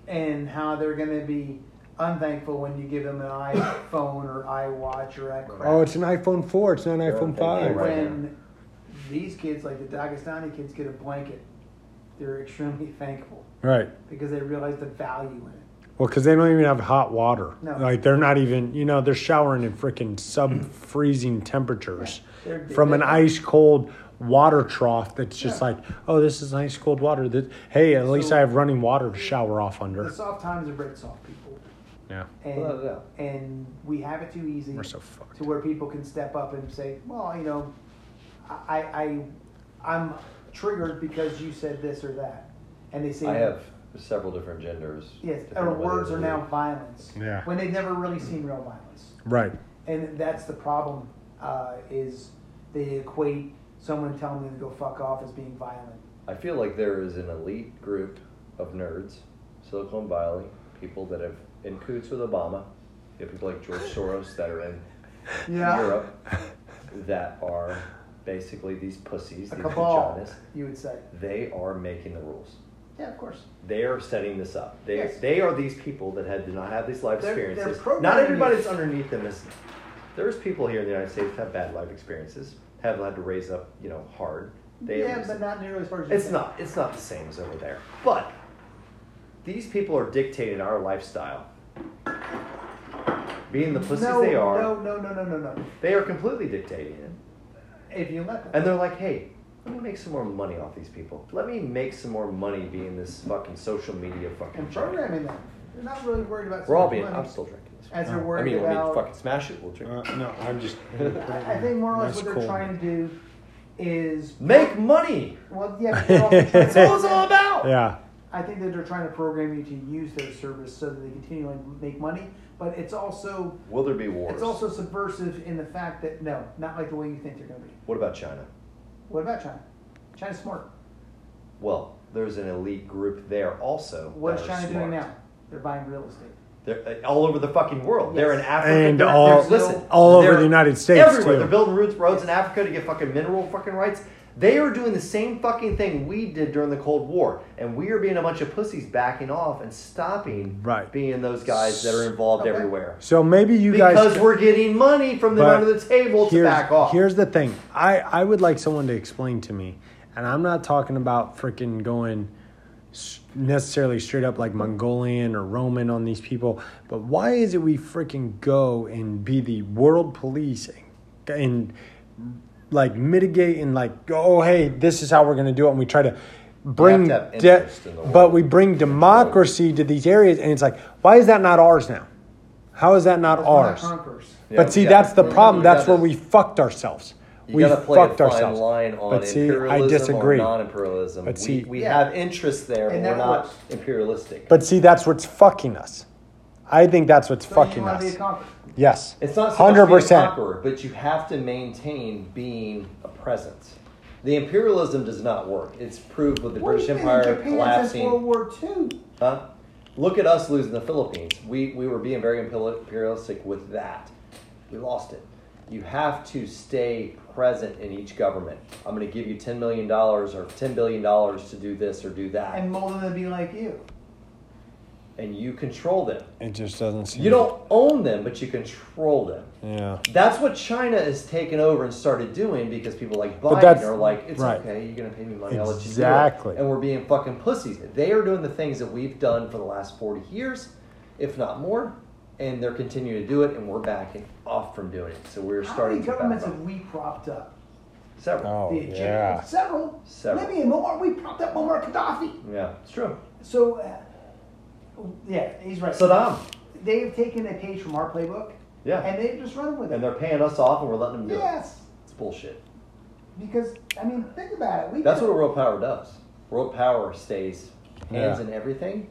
B: and how they're gonna be unthankful when you give them an iPhone or iWatch or that crap.
A: Oh, it's an iPhone four. It's not an
C: They're
A: iPhone
C: thinking
A: five.
B: and
C: right
B: when these kids, like the Dagestani kids, get a blanket, they're extremely <laughs> thankful
A: Right.
B: because they realize the value in it.
A: Well, because they don't even have hot water.
B: No.
A: Like they're not even you know they're showering in freaking sub freezing temperatures
B: Yeah, they're-
A: from an
B: they're-
A: ice cold water trough that's just
B: Yeah.
A: like oh this is ice cold water. That hey at least
B: So-
A: I have running water to shower off
B: The
A: under.
B: soft times are great soft people,
A: Yeah.
B: and
C: Without a doubt.
B: and we have it too easy.
A: We're so fucked.
B: to where people can step up and say, "Well, you know, I, I, I'm triggered because you said this or that," and they say,
C: I have several different genders.
B: yes,
C: depending
B: or
C: on whether
B: words
C: they
B: are now violence."
A: Yeah.
B: When they've never really seen real violence, <laughs>
A: Right. <laughs>
B: and that's the problem. Uh, is they equate someone telling them to go fuck off as being violent.
C: I feel like there is an elite group of nerds, Silicon Valley, people that have in coots with Obama. You have people like George Soros that
B: <laughs>
C: are in Europe
B: Uh,
C: that are basically these pussies,
B: a
C: these
B: cabal,
C: vaginas.
B: you would say.
C: They are making the rules.
B: Yeah, of course.
C: They are setting this up. They,
B: Yes.
C: they are these people that had, did not have these life
B: They're- they're
C: experiences. not
B: programming
C: everybody
B: you.
C: that's underneath them is. There's people here in the United States that have bad life experiences, have had to raise up, you know, hard. They
B: yeah, but not nearly as far as you
C: It's
B: think.
C: not. It's not the same as over there. But these people are dictating our lifestyle. Being the pussies
B: No,
C: they are,
B: No, no, no, no, no, no.
C: they are completely dictating it.
B: If you let them.
C: And they're like, hey, let me make some more money off these people. Let me make some more money being this fucking social media fucking
B: and
C: giant.
B: programming them. They're not really worried about.
C: We're all
B: smart
C: being.
B: money
C: I'm still drinking this.
B: as they're
A: I
C: I
B: worried
C: mean, let me
B: about. Uh.
C: fucking smash it. We'll drink.
A: no, I'm just.
B: <laughs> I I think more or less
A: That's
B: what they're
A: cool.
B: trying to do is
C: Make money.
B: well, yeah. but they're also trying
C: That's what it's
B: to-
C: all about.
A: Yeah.
B: I think that they're trying to program you to use their service so that they continually make money. But it's also
C: Will there be wars?
B: it's also subversive in the fact that no, not like the way you think they're going to be.
C: what about China?
B: What about China? China's smart.
C: Well, there's an elite group there also.
B: What's
C: that are
B: China
C: smart.
B: doing now? They're buying real estate.
C: They're uh, all over the fucking world. They're in
B: Yes.
C: Africa.
A: And
C: They're-
A: all-
C: they're- listen,
A: all over
C: they're
A: the United States,
C: Everywhere.
A: too.
C: They're building roads, roads in Africa to get fucking mineral fucking rights. They are doing the same fucking thing we did during the Cold War, and we are being a bunch of pussies backing off and stopping
A: Right.
C: being those guys that are involved
B: Okay.
C: everywhere
A: So maybe you guys.
C: because we're getting money from them
A: But
C: under the table to back off.
A: Here's the thing. I, I would like someone to explain to me, and I'm not talking about freaking going,
D: s- necessarily straight up like Mongolian or Roman on these people, but why is it we freaking go and be the world police and, and like mitigate and like oh hey this is how we're going to do it and we try to bring
C: have
D: debt,
C: interest in the
D: but
C: world.
D: we bring democracy to these areas and it's like why is that not ours now how is that not ours
B: Conquerors.
C: Yeah,
D: but see
C: yeah.
D: that's the
C: You
D: problem
C: gotta-
D: that's where we fucked ourselves
C: You
D: we
C: gotta play
D: fucked
C: a fine
D: ourselves
C: line on
D: but see
C: imperialism
D: i disagree
C: or non-imperialism.
D: But
C: we,
D: see-
C: we
B: Yeah.
C: have interests there, but
B: And
C: we're
B: that
C: not
B: works.
C: imperialistic.
D: But see, that's what's fucking us. I think that's what's
B: So you
D: fucking
B: want to be
D: us.
B: a conqueror.
D: Yes.
C: it's not
D: hundred
C: hundred
D: percent.
C: percent, but you have to maintain being a presence. The imperialism does not work. It's proved with the
B: What do
C: British
B: you think
C: Empire
B: Japan
C: collapsing.
B: Since World War II.
C: Huh? Look at us losing the Philippines. We, we were being very imperial- imperialistic with that. We lost it. You have to stay present in each government. I'm going to give you $10 million or $10 billion to do this or do that.
B: And
C: And,
B: mold them to be like you.
C: you control them.
D: It just doesn't seem.
C: You don't own them, but you control them.
D: Yeah.
C: That's what China has taken over and started doing because people like Biden
D: that's-
C: are like, it's
D: right.
C: okay, you're going to pay me money, I'll let you do it."
D: Exactly.
C: And we're being fucking pussies. They are doing the things that we've done for the last 40 years, if not more, and they're continuing to do it, and we're backing off from doing it. So
B: How
C: we're
B: many
C: starting to back
B: governments have
C: off.
B: we propped up?
C: Several.
D: Oh
B: the Egyptians.
D: yeah.
B: Several.
C: Several.
B: Libya, Muammar. We propped up Muammar Gaddafi.
C: Yeah, it's true.
B: So, uh, yeah, he's right.
C: Saddam.
B: They've taken a page from our playbook.
C: Yeah.
B: And they've just run with it.
C: And they're paying us off, and we're letting them do it.
B: yes.
C: It's bullshit.
B: Because, I mean, think about it. We
C: That's what
B: could-
C: a world power does. World power stays hands
D: Yeah.
C: in everything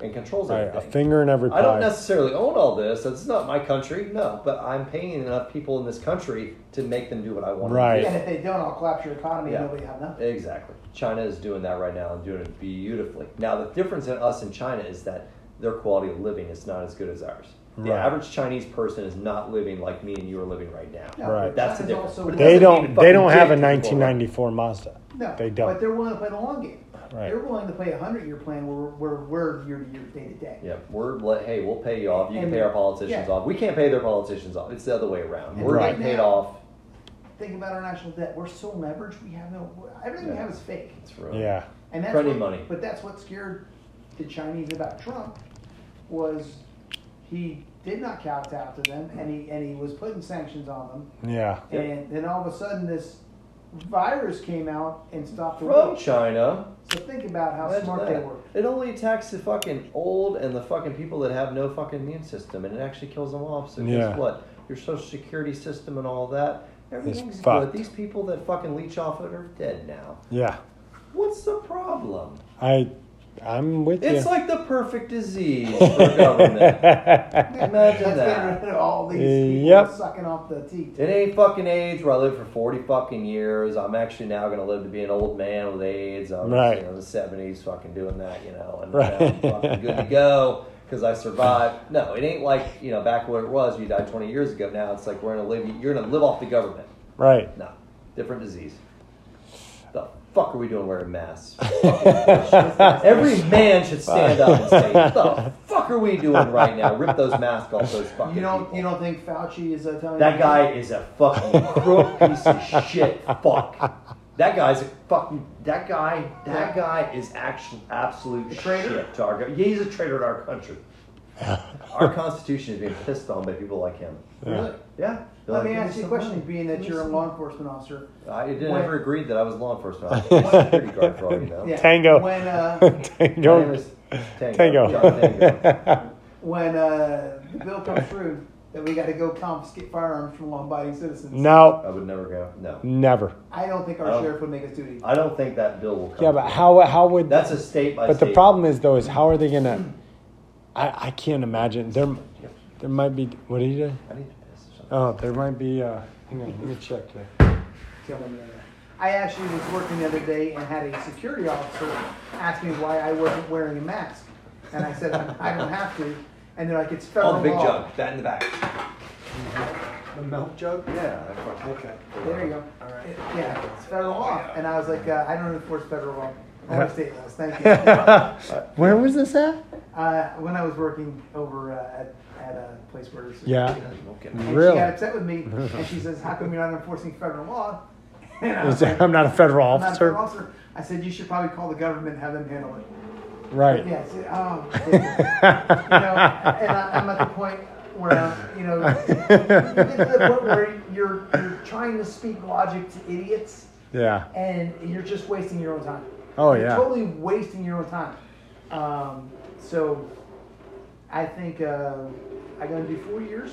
C: and controls
D: Right.
C: everything.
D: A finger in every pie.
C: I don't necessarily own all this. It's not my country, no. But I'm paying enough people in this country to make them do what I want.
D: Right.
B: And if they don't, I'll collapse your economy
C: Yeah.
B: and nobody have nothing.
C: Exactly. China is doing that right now and doing it beautifully. Now the difference in us and China is that their quality of living is not as good as ours. The
D: Right.
C: average Chinese person is not living like me and you are living right now.
B: No,
D: Right.
B: but
C: That's the
B: China's
C: difference.
B: also-
C: But
D: They
C: Doesn't
D: don't.
C: mean
D: They don't
C: fucking
D: have a
C: dick to people.
D: 1994 Mazda.
B: No,
D: They
B: But
D: don't.
B: they're willing to play the long game.
D: Right.
B: They're willing to play a hundred year plan where where we're year to year, day to day.
C: Yeah, we're let, hey, we'll pay you off. You can
B: And-
C: pay our politicians
B: yeah.
C: off. We can't pay their politicians off. It's the other way around.
B: And
C: We're
D: right
C: getting paid
B: now-
C: off.
B: Think about our national debt. We're so leveraged. We have no everything we
C: Yeah.
B: have is fake.
C: It's real.
D: Yeah.
B: And that's
C: Printing
B: what,
C: money.
B: But that's what scared the Chinese about Trump was he did not kowtow to them, and he and he was putting sanctions on them,
D: Yeah.
C: Yep.
B: and then all of a sudden this virus came out and stopped the
C: From
B: world.
C: China.
B: So think about how
C: Imagine
B: smart they
C: that.
B: were.
C: It only attacks the fucking old and the fucking people that have no fucking immune system, and it actually kills them off. So
D: Yeah.
C: guess what? Your social security system and all that, everything's good.
D: fucked.
C: These people that fucking leech off it are dead now.
D: Yeah.
C: What's the problem?
D: I. I'm with
C: It's
D: you.
C: like the perfect disease
D: <laughs>
C: for government. Imagine
B: That's
C: that.
B: getting rid of all these people
D: Yep.
B: sucking off the teeth.
C: It ain't fucking AIDS where I lived for 40 fucking years. I'm actually now going to live to be an old man with AIDS. I'm
D: Right.
C: you know, in the 70s fucking doing that, you know, and
D: Right.
C: now I'm fucking good to go because I survived. No, it ain't like, you know, back where it was, you died 20 years ago. Now it's like we're going to live, you're going to live off the government.
D: <laughs> right.
C: No, different disease. The fuck are we doing wearing masks?
D: <laughs>
C: Every man should stand up and say, the fuck are we doing right now? Rip those masks off those fucking
B: You don't
C: people.
B: you don't think Fauci is uh, telling
C: That
B: you-
C: guy is a fucking crook piece of shit. Fuck. That guy's a fucking. That guy. That guy is actually absolute
B: traitor?
C: shit. To our, go- yeah, he's a traitor to our <laughs> country. our constitution is being pissed on by people like him.
B: Really?
C: Yeah.
B: Let
C: They're like,
B: me
C: "Give
B: ask you a
C: some
B: question.
C: money.
B: Being that
C: Give me
B: you're a
C: some
B: law enforcement officer,
C: I didn't
B: When-
C: ever agree that I was law <laughs> enforcement. I was a security guard for all you know.
B: yeah,
A: Tango.
D: <laughs>
B: When uh,
C: My name
A: Tango.
C: is Tango.
A: Tango.
C: John Tango.
D: <laughs>
B: when uh, the bill comes through that we got to go confiscate firearms from law-abiding citizens,
A: No.
C: I would never go.
D: Mm.
C: No.
A: Never.
B: I don't think our
C: I don't-
B: sheriff would make us do it.
C: I don't think that bill will come.
D: Yeah, but how? How would?
C: That's a state by
D: But
C: state.
D: the problem is though is how are they gonna? I I can't imagine there. There might be. What did you do?
C: I need to piss or something.
D: Oh, there might be. Uh, hang on. Let me check here.
B: Tell them that. I actually was working the other day and had a security officer ask me why I wasn't wearing a mask, and I said I don't have to, and they're like it's federal
C: Oh, the big
B: law.
C: jug. That in the back.
D: The milk <laughs> jug.
C: Yeah, I fucking okay.
B: There you go. It- Yeah, it's federal law, and I was like uh, I don't enforce federal law. I want state laws. Thank you.
A: <laughs> Where was this at?
B: Uh, when I was working over uh, at, at a place where.
D: Yeah.
C: Okay.
B: And
A: Mm.
D: Really?
B: she got upset with me, and she says, "How come you're not enforcing federal law?" <laughs> And I
A: Is
B: was
A: that-
B: like,
A: I'm not a federal
B: "I'm not a federal
A: officer.
B: officer." I said, you should probably call the government and have them handle it.
A: Right.
B: Yeah, see, oh, <laughs> you know, and I, I'm
D: <laughs>
B: at the point where I'm, you know, <laughs> you get to the point where you're you're trying to speak logic to idiots,
A: Yeah.
B: and you're just wasting your own time.
A: Oh,
B: You're
A: yeah.
B: totally wasting your own time. Um, so, I think uh, I'm gonna do four years,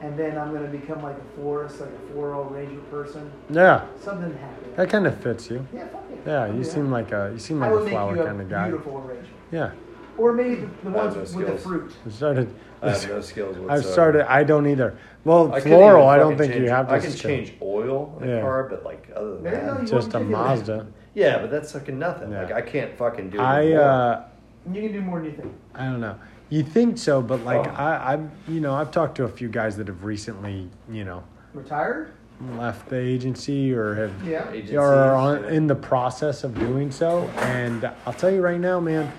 B: and then I'm gonna become like a forest, like a floral ranger person.
A: Yeah.
B: Something happened.
A: That kind of fits you.
B: Yeah, fuck it.
A: Yeah,
B: I'll
A: you
B: do that.
A: seem like a you seem
B: I
A: like
B: would
A: a
B: make
A: flower
B: you a
A: kind of guy.
B: beautiful ranger.
A: Yeah.
B: Or maybe the, the
C: I have
B: ones
C: no
B: with the
C: skills.
B: fruit.
A: I started.
C: I have no skills whatsoever.
A: I've started. I don't either. Well,
C: I couldn't even
A: floral. I don't
C: fucking
A: think
C: change-
A: you have.
C: I
A: to
C: can
A: skill.
C: change oil in the
A: Yeah.
C: car, but like other than
B: There you go,
C: that,
B: you
A: Just a
B: won't do that.
A: Mazda.
C: yeah, but that's fucking nothing.
A: Yeah.
C: Like I can't fucking do.
A: I
C: anymore.
A: uh,
B: You can do more than you think.
A: I don't know. You think so, but like
C: Oh.
A: I, I'm, you know, I've talked to a few guys that have recently, you know,
B: Retired?
A: left the agency or have
B: Yeah.
C: Agencies,
A: are on,
C: yeah.
A: in the process of doing so. And I'll tell you right now, man,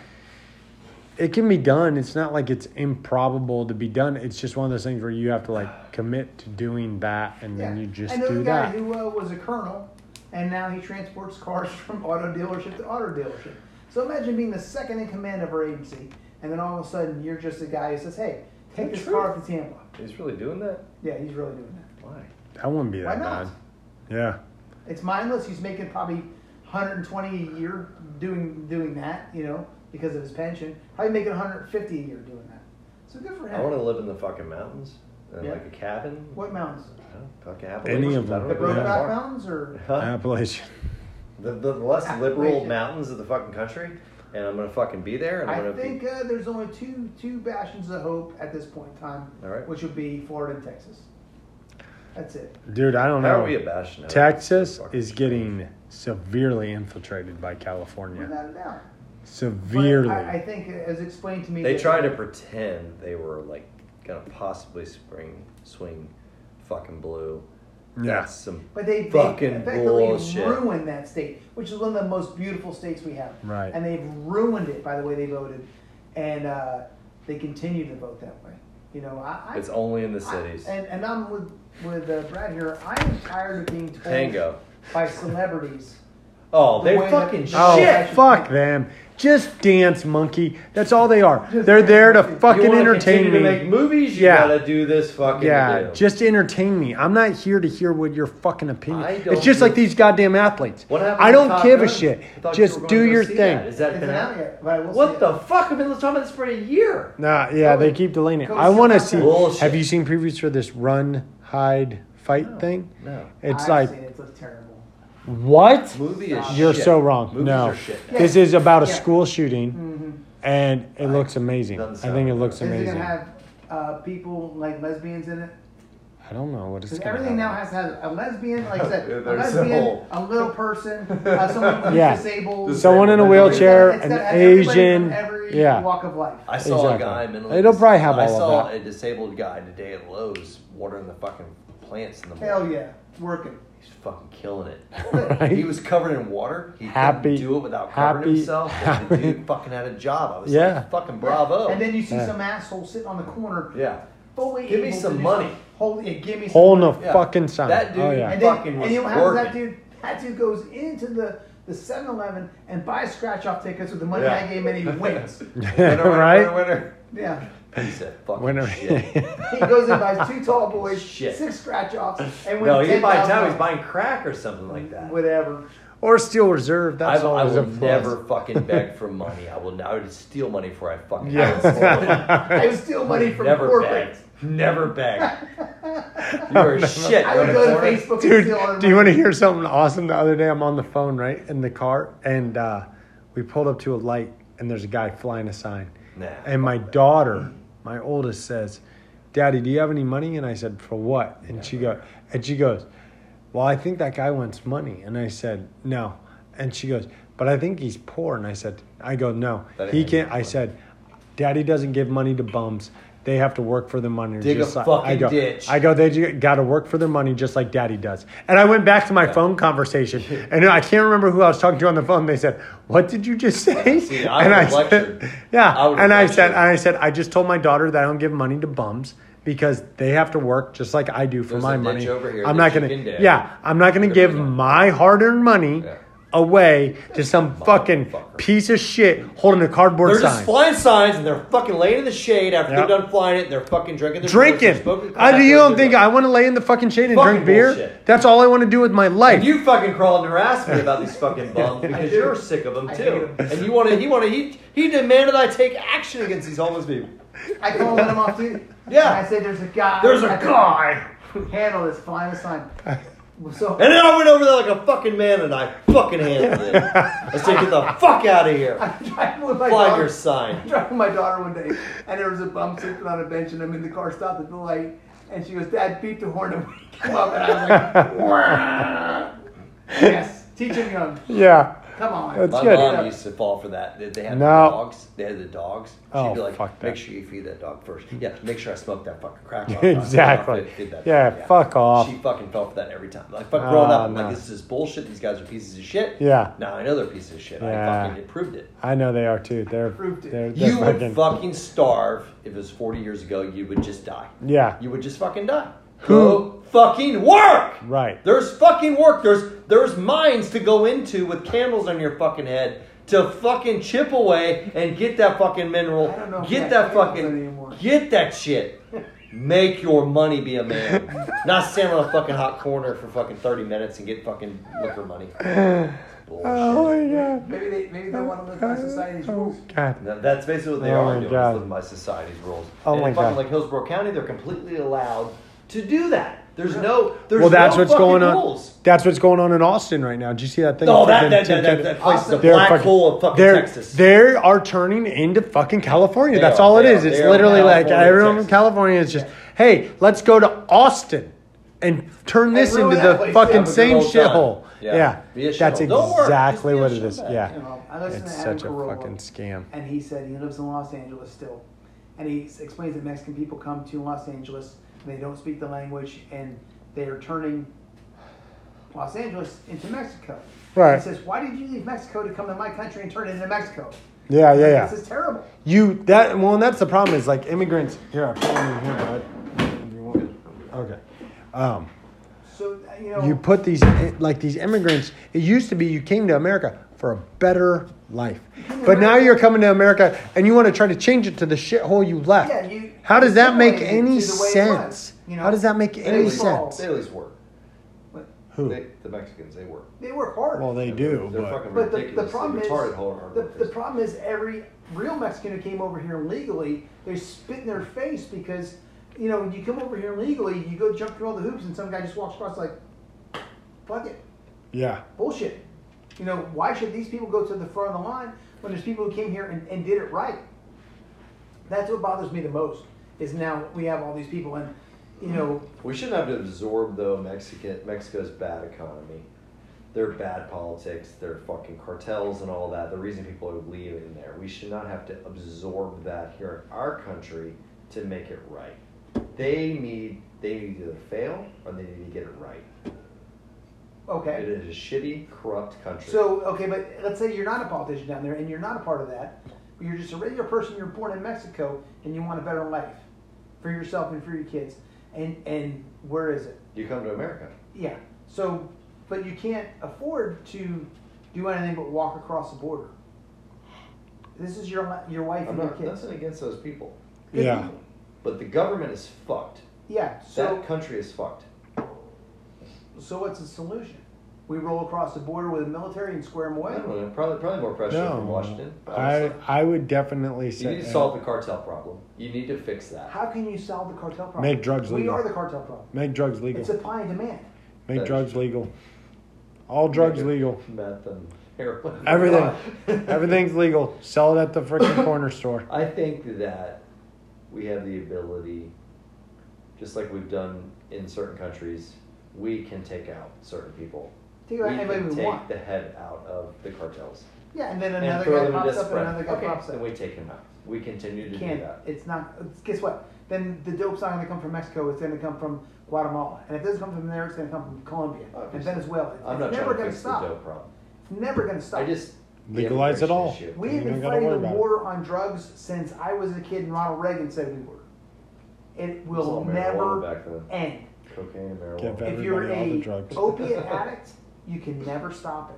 A: it can be done. It's not like it's improbable to be done. It's just one of those things where you have to like commit to doing that, and then
B: yeah.
A: you just
B: I know
A: do
B: the guy
A: that.
B: who uh, was a colonel, and now he transports cars <laughs> from auto dealership to auto dealership. So imagine being the second in command of our agency, and then all of a sudden you're just a guy who says, "Hey, take
C: That's
B: this
C: true.
B: car off the Tampa."
C: He's really doing that.
B: Yeah, he's really doing that.
C: Why?
A: that wouldn't be that
B: Why not?
A: bad. Yeah.
B: It's mindless. He's making probably 120 a year doing doing that, you know, because of his pension. Probably making 150 a year doing that. So good for him.
C: I want to live in the fucking mountains, in
B: Yeah.
C: like a cabin.
B: what mountains?
C: I don't know, Fucking Appalachians.
A: Any of
C: I
A: them.
C: don't
B: The
C: know where
B: Brokeback
C: they are.
B: Mountains, or
C: Huh?
A: Appalachian.
C: The, the less liberal
B: Appalachian.
C: mountains of the fucking country, and I'm gonna fucking be there. And I'm
B: I
C: gonna
B: think
C: be.
B: uh, there's only two two bastions of hope at this point in time,
C: All right.
B: which would be Florida and Texas. That's it.
A: Dude, I don't
C: How
A: know.
C: are we a bastion? of-
A: Texas
C: Fucking
A: is getting severely infiltrated by California.
B: Without a doubt. But
A: Severely.
B: I, I think, uh, as explained to me,
C: They
B: that-
C: try to pretend they were like gonna possibly spring swing, fucking blue.
A: Yeah.
C: That's some
B: But they,
C: Fucking
B: they effectively
C: bullshit.
B: ruined that state, which is one of the most beautiful states we have.
A: Right.
B: And they've ruined it by the way they voted, and uh, they continue to vote that way. You know, I. I
C: It's only in the
B: I-
C: cities.
B: and, and I'm with with uh, Brad here. I am tired of being told
C: Tango.
B: by celebrities.
C: Oh,
B: The
C: they
B: way
C: fucking
B: that-
A: oh,
B: Shit.
A: fuck them. Just dance, monkey. That's all they are. They're there to Oh, fucking
C: wanna
A: entertain
C: continue To make
A: me.
C: movies, you
A: Yeah.
C: gotta do this fucking.
A: Yeah,
C: deal.
A: just entertain me. I'm not here to hear what your fucking opinion.
C: I
A: It's
C: don't
A: just like
C: think-
A: these goddamn athletes.
C: What happened
A: I
C: to
A: don't
C: Top
A: give a
C: Gun?
A: shit.
C: I thought you were
A: Just
C: going
A: do
C: to go
A: your
C: see
A: thing.
C: That. Is that
B: It's
C: been
B: not
C: out
B: yet, but I will see
C: What
B: it.
C: the fuck? I've been talking about this for a year.
A: Nah, yeah, they keep delaying it. I want to see.
C: Bullshit.
A: Have you seen previews for this run, hide, fight thing?
C: No.
A: It's
B: I've
A: like
B: seen it. It looks terrible.
A: what?
C: Movie is
A: You're
C: shit.
A: so wrong.
C: Movies
A: no,
C: are shit.
B: Yeah.
A: this is about a
B: Yeah. Mm-hmm.
A: school shooting, and it looks amazing. I
C: Doesn't sound
A: think it
C: good.
A: looks
B: Is it
A: amazing.
B: gonna have uh, people like lesbians in it?
A: I don't know what it's
B: Because
A: gonna
B: everything now
A: have.
B: has to have a lesbian, like I said,
C: <laughs> Yeah,
B: a
C: there's
B: lesbian,
C: no-
B: a little person,
C: <laughs>
B: uh, someone who's
A: Yeah.
B: disabled.
A: Someone in a
C: Everybody-
A: wheelchair,
B: It's
A: an
B: got everybody from
A: Asian,
B: every
A: yeah,
B: walk of life.
C: I saw a
A: Exactly.
C: guy mentally.
A: It'll probably have
C: I
A: all of
C: saw
A: that.
C: a disabled guy today at Lowe's watering the fucking plants in the
B: Hell
C: morning.
B: yeah,
A: <laughs>
B: working.
C: He's fucking killing it.
A: Right?
C: He was covered in water. He
A: Happy-
C: couldn't do it without covering
A: happy-
C: himself. And The dude fucking had a job. I was
A: Yeah.
C: like, fucking bravo.
B: And then you see
A: Yeah.
B: some asshole sitting on the corner.
C: yeah.
B: Fully
C: Give me
B: able to
C: some
B: do
C: money.
B: something. Hold, yeah, give me some
A: hole in
B: money.
A: the
C: Yeah.
A: fucking sun.
C: That dude-
A: oh yeah,
B: And then,
C: Fucking
B: and
C: was
B: you know what happens? That
C: working.
B: dude, that dude goes into the the 7-Eleven and buys scratch-off tickets with the money
C: Yeah.
B: I gave him,
C: <laughs>
B: and he wins.
C: Winner, winner,
A: Right?
C: winner,
B: yeah.
C: winner. He said, fucking
A: Winner. <laughs>
C: shit.
B: He goes and buys two
C: <laughs>
B: tall boys,
C: Shit.
B: six scratch-offs, and wins
C: no, he didn't buy time.
B: $10,000.
C: He's buying crack or something like that.
B: Whatever.
A: or steel reserve. That's
C: I've,
A: all.
C: I
A: it was
C: will
A: a plus.
C: never fucking beg for money. I will. I would steal money for I fucking.
A: Yeah. <laughs>
B: I would steal money from
C: Never
B: corporate.
C: begged. Never
B: <laughs>
C: begged. You're a shit.
B: I would
C: You're
B: go to
C: a corner.
B: Facebook and
A: Dude,
B: steal all their
A: do you
B: money.
A: want to hear something awesome? The other day, I'm on the phone, right, in the car, and uh, we pulled up to a light, and there's a guy flying a sign.
C: Nah,
A: and my daughter, my oldest, says, "Daddy, do you have any money?" And I said, "For what?" And she go, and she goes, "Well, I think that guy wants money." And I said, "No," and she goes, "But I think he's poor." And I said, "I go, no,
C: That
A: he
C: ain't
A: can't."
C: money.
A: I said, "Daddy doesn't give money to bums." They have to work for the money.
C: Dig a
A: just like- I
C: fucking
A: go,
C: ditch.
A: I go, they got to work for their money just like daddy does. And I went back to my phone
C: <laughs>
A: conversation and I can't remember who I was talking to on the phone. They said, What did you just say?
C: <laughs> See, I
A: and
C: would've
A: said,
C: lectured.
A: <laughs> Yeah.
C: I would've
A: and I
C: lectured.
A: said, and I said, I just told my daughter that I don't give money to bums. because they have to work just like I do for
C: There's
A: my
C: a ditch
A: money.
C: over here
A: I'm
C: that
A: not
C: you
A: gonna.
C: can dig.
A: Yeah, I'm not gonna
C: Put it
A: give
C: in there.
A: my hard-earned money
C: Yeah.
A: away to
C: <laughs>
A: some fucking
C: Motherfucker.
A: piece of shit holding a cardboard
C: They're
A: sign.
C: just flying signs and they're fucking laying in the shade after
A: Yep.
C: they're done flying it and they're fucking drinking their beers, they're
A: drinking.
C: smoking
A: I,
C: crack,
A: you don't
C: they're
A: think
C: like-
A: I want to lay in the fucking shade and
C: Fucking
A: drink beer?
C: bullshit.
A: That's all I want to do with my life.
C: You fucking crawled and harassed me about these
A: <laughs>
C: fucking bums because
B: do.
C: you're sick of them
B: I hate
C: too,
B: 'em.
C: and you want to. He want to. He he demanded I take action against these homeless people.
B: I called him off too.
C: Yeah.
B: And I said, "There's a guy.
C: There's a
B: at the-
C: guy."
B: who handled this flying a
C: <laughs>
B: sign." So <laughs>
C: And then I went over there like a fucking man and I fucking
A: <laughs>
C: handled it. I said, get the fuck out of here.
B: I'm driving with my
C: Fly
B: daughter- <laughs>
C: your sign.
B: I'm driving with my daughter one day, and there was a bum sitting on a bench, and I'm in the car, stopped at the light, and she goes, "Dad, beat the horn," and we came up, <laughs> and I was like, <laughs>
C: <laughs>
B: "Wah." "Yes, teach him young.
A: yeah.
B: Come on."
A: That's
C: My
A: good.
C: mom used to fall for that. They- They had the
A: No.
C: dogs. They had the dogs. She'd
A: Oh,
C: be like,
A: fuck
C: make
A: that.
C: sure you feed that dog first. Yeah, make sure I smoke that fucking
A: <laughs>
C: crack. rock.
A: Exactly.
C: Did that.
A: Yeah, fuck off.
C: She fucking fell for that every time. Like, fuck, growing up,
A: Ah,
C: I'm
A: no.
C: like, this is bullshit. These guys are pieces of shit.
A: Yeah.
C: Now I know they're pieces of shit. I
A: Yeah.
C: fucking proved it.
A: I know they are too. They're
B: Proved it.
A: they're, they're
C: You would
A: fucking,
C: fucking starve if it was 40 years ago. You would just die.
A: Yeah.
C: You would just fucking die. Go fucking work.
A: Right.
C: There's fucking work. There's there's mines to go into with candles on your fucking head to fucking chip away and get that fucking mineral.
B: I don't know if we
C: get
B: have
C: that
B: candles
C: fucking
B: anymore.
C: get that shit. Make your money be
B: <laughs>
C: a man. Not stand on a fucking hot corner for fucking 30 minutes and get fucking liquor
A: <sighs>
C: money. Bullshit.
A: Oh my god. Oh,
B: Maybe they maybe they want to live by society's rules.
A: God.
C: Now, That's basically what they
A: Oh
C: are
A: my
C: doing,
A: God.
C: is living by society's rules.
A: Oh
C: and
A: my
C: in fucking
A: God.
C: Like Hillsborough County, they're completely allowed to do that. There's no. There's
A: Well, that's
C: no
A: what's going
C: fucking
A: on.
C: rules.
A: That's what's going on in Austin right now. Did you see that thing?
C: Oh,
A: with
C: that
A: them
C: that,
A: Tim
C: that,
A: Tebow?
C: that, that place is a
A: They're
C: black
A: fucking-
C: hole of fucking
A: they're,
C: Texas.
A: They are turning into fucking California.
C: They
A: That's
C: are.
A: all it
C: They
A: is.
C: are.
A: It's
C: They are
A: literally like
C: California,
A: everyone
C: Texas.
A: in California is just, hey, let's go to Austin and turn this
B: ruin
A: into
B: that
A: the
B: place.
A: fucking
B: Have a good
A: same
C: old time.
A: shithole.
C: Yeah.
A: Yeah,
C: Be a
A: that's
C: shithole. Don't work. Just
A: exactly
C: be a
A: what it is.
C: shitbag.
B: You
A: Yeah,
B: know, I listened
A: it's
B: to Adam
A: such a
B: Carolla,
A: fucking scam.
B: And he said he lives in Los Angeles still, and he s- explains that Mexican people come to Los Angeles and they don't speak the language and they are turning Los Angeles into Mexico.
A: Right.
B: He says, "Why did you leave Mexico to come to my country and turn it into Mexico?
A: Yeah, yeah, yeah.
B: This is terrible."
A: You that well, and that's the problem is like immigrants. Here, I'm in here, bud. If you want- Okay. Um,
B: So uh, you know,
A: you put these eh, like these immigrants it used to be you came to america for a better life but now you're coming to america and you want to try to change it to the shithole you left
B: Yeah, you-
A: how does that make
B: assimilate it
A: any
B: to the way it
A: sense
B: was, you know?
A: how does that make
C: They at
A: any
C: least-
A: sense
C: They at least work.
B: but
A: who
C: They, the Mexicans, they work.
B: they work hard.
A: well they do
C: They're
A: but
C: fucking
B: But the, the
C: ridiculous.
B: problem
C: They're
B: is
C: retarded hard, hard
B: the, the
C: workers.
B: problem is every real Mexican who came over here legally, they spit in their face because you know when you come over here legally, you go jump through all the hoops, and some guy just walks across like, fuck it,
A: yeah
B: bullshit. You know why should these people go to the front of the line when there's people who came here and, and did it right? That's what bothers me the most is now we have all these people and you know
C: We shouldn't have to absorb though Mexican Mexico's bad economy, their bad politics, their fucking cartels and all that. The reason people are leaving there, we should not have to absorb that here in our country to make it right. They need they need to either fail or they need to get it right.
B: okay.
C: It is a shitty, corrupt country.
B: So, okay, but let's say you're not a politician down there and you're not a part of that. You're just a regular person. You're born in Mexico and you want a better life for yourself and for your kids. And and where is it?
C: you come to America.
B: Yeah. So, but you can't afford to do anything but walk across the border. This is your li- your wife and
C: I'm
B: your
C: not
B: kids.
C: nothing against those people,
A: yeah
C: but the government is fucked.
B: Yeah. So
C: that country is fucked.
B: so what's the solution? We roll across the border with the military and square them
C: I
B: away.
C: don't know. Probably probably more pressure from Washington.
A: no i
C: honestly.
A: i would definitely
C: You
A: say
C: need to solve the cartel problem. You need to fix that.
B: How can you solve the cartel problem?
A: Make drugs
B: We
A: legal.
B: are the cartel problem.
A: uh, make drugs
B: It's
A: legal
B: supply and demand.
A: make drugs legal all drugs legal
C: Meth and heroin.
A: everything everything's legal sell it at the freaking corner store
C: <laughs> I think that we have the ability, just like we've done in certain countries, we can take out certain people.
B: Think
C: we
B: about
C: can
B: anybody we
C: take
B: want.
C: the head out of the cartels
B: Yeah, and then
C: and
B: another
C: throw
B: guy
C: them
B: pops
C: into
B: up and
C: spread.
B: another guy
C: okay,
B: pops
C: then
B: up.
C: we take him out. We continue to do
B: Can't.
C: that.
B: It's not. it's- Guess what? Then the dope's not going to come from Mexico. It's going to come from Guatemala, and if it doesn't come from there, it's going to come from Colombia and
C: Obviously.
B: Venezuela. It's,
C: I'm not
B: never
C: trying to
B: going
C: fix
B: stop.
C: the dope problem.
B: It's never going to stop.
C: I just the
A: Legalize it
C: immigration
A: all.
C: issue.
B: we
A: You
B: have been
A: don't gotta
B: fighting
A: worry
B: the
A: about it.
B: war on drugs since I was a kid, and Ronald Reagan said we were. It
G: It was all
B: will
G: marijuana
B: never
G: back then.
B: end.
G: Cocaine,
D: Get
G: marijuana.
D: back.
B: If you're
D: Everybody, all the
B: a
D: drugs.
B: opiate addict, you can never stop it.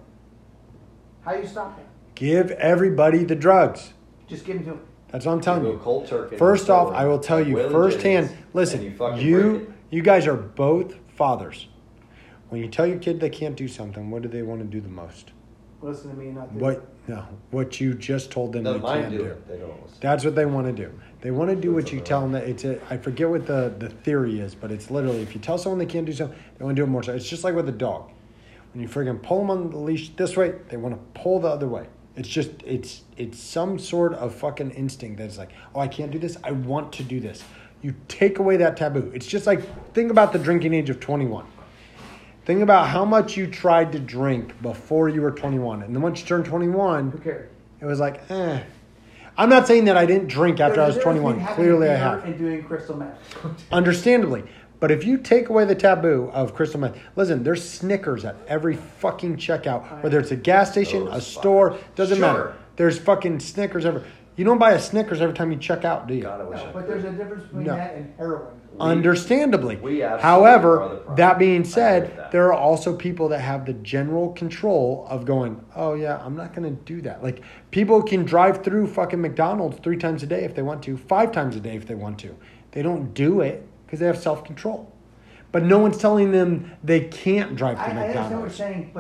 B: How you stop it?
A: Give everybody the drugs.
B: Just give them to them.
A: That's what I'm telling
G: You
A: you.
G: go cold turkey.
A: First off,
G: Or
A: I will tell you
G: Waylon
A: firsthand.
G: Jennings,
A: Listen,
G: and
A: you
G: fucking break
A: you,
G: it.
A: guys are both fathers. When you tell your kid they can't do something, what do they want to do the most?
B: Listen to me, not do
A: What no, what you just told them
G: No,
A: they
G: mine
A: can't
G: do
A: do.
G: it. They don't listen.
A: That's what they want to do. They want to do what you
G: That's
A: tell them. That it's a, I forget what the, the theory is, but it's literally if you tell someone they can't do something, they want to do it more. So it's just like with a dog. When you friggin' pull them on the leash this way, they want to pull the other way. It's just it's it's some sort of fucking instinct that's like, oh, I can't do this. I want to do this. You take away that taboo. It's just like think about the drinking age of twenty one. Think about how much you tried to drink before you were twenty one, and then once you turn twenty one,
B: Who cares?
A: it was like, eh. I'm not saying that I didn't drink after I
B: There's
A: was
B: a difference
A: 21.
B: between having a
A: Clearly, I
B: beer
A: have.
B: And doing crystal meth.
A: <laughs> Understandably. But if you take away the taboo of crystal meth, listen, there's Snickers at every fucking checkout, whether it's a gas station, a
G: Those
A: store, doesn't
G: Sure.
A: matter. There's fucking Snickers ever. You don't buy a Snickers every time you check out, do you?
G: God, I wish I
B: But
G: could.
B: there's a difference between
A: No.
B: that and heroin.
A: Understandably.
G: we absolutely are the
A: However,
G: problem.
A: that being
G: I agree
A: said,
G: with that.
A: there are also people that have the general control of going, oh, yeah, I'm not going to do that. Like, people can drive through fucking McDonald's three times a day if they want to, five times a day if they want to. They don't do it because they have self control. But no one's telling them they can't drive
B: I, I
A: through
B: understand what you're
A: McDonald's.
B: saying,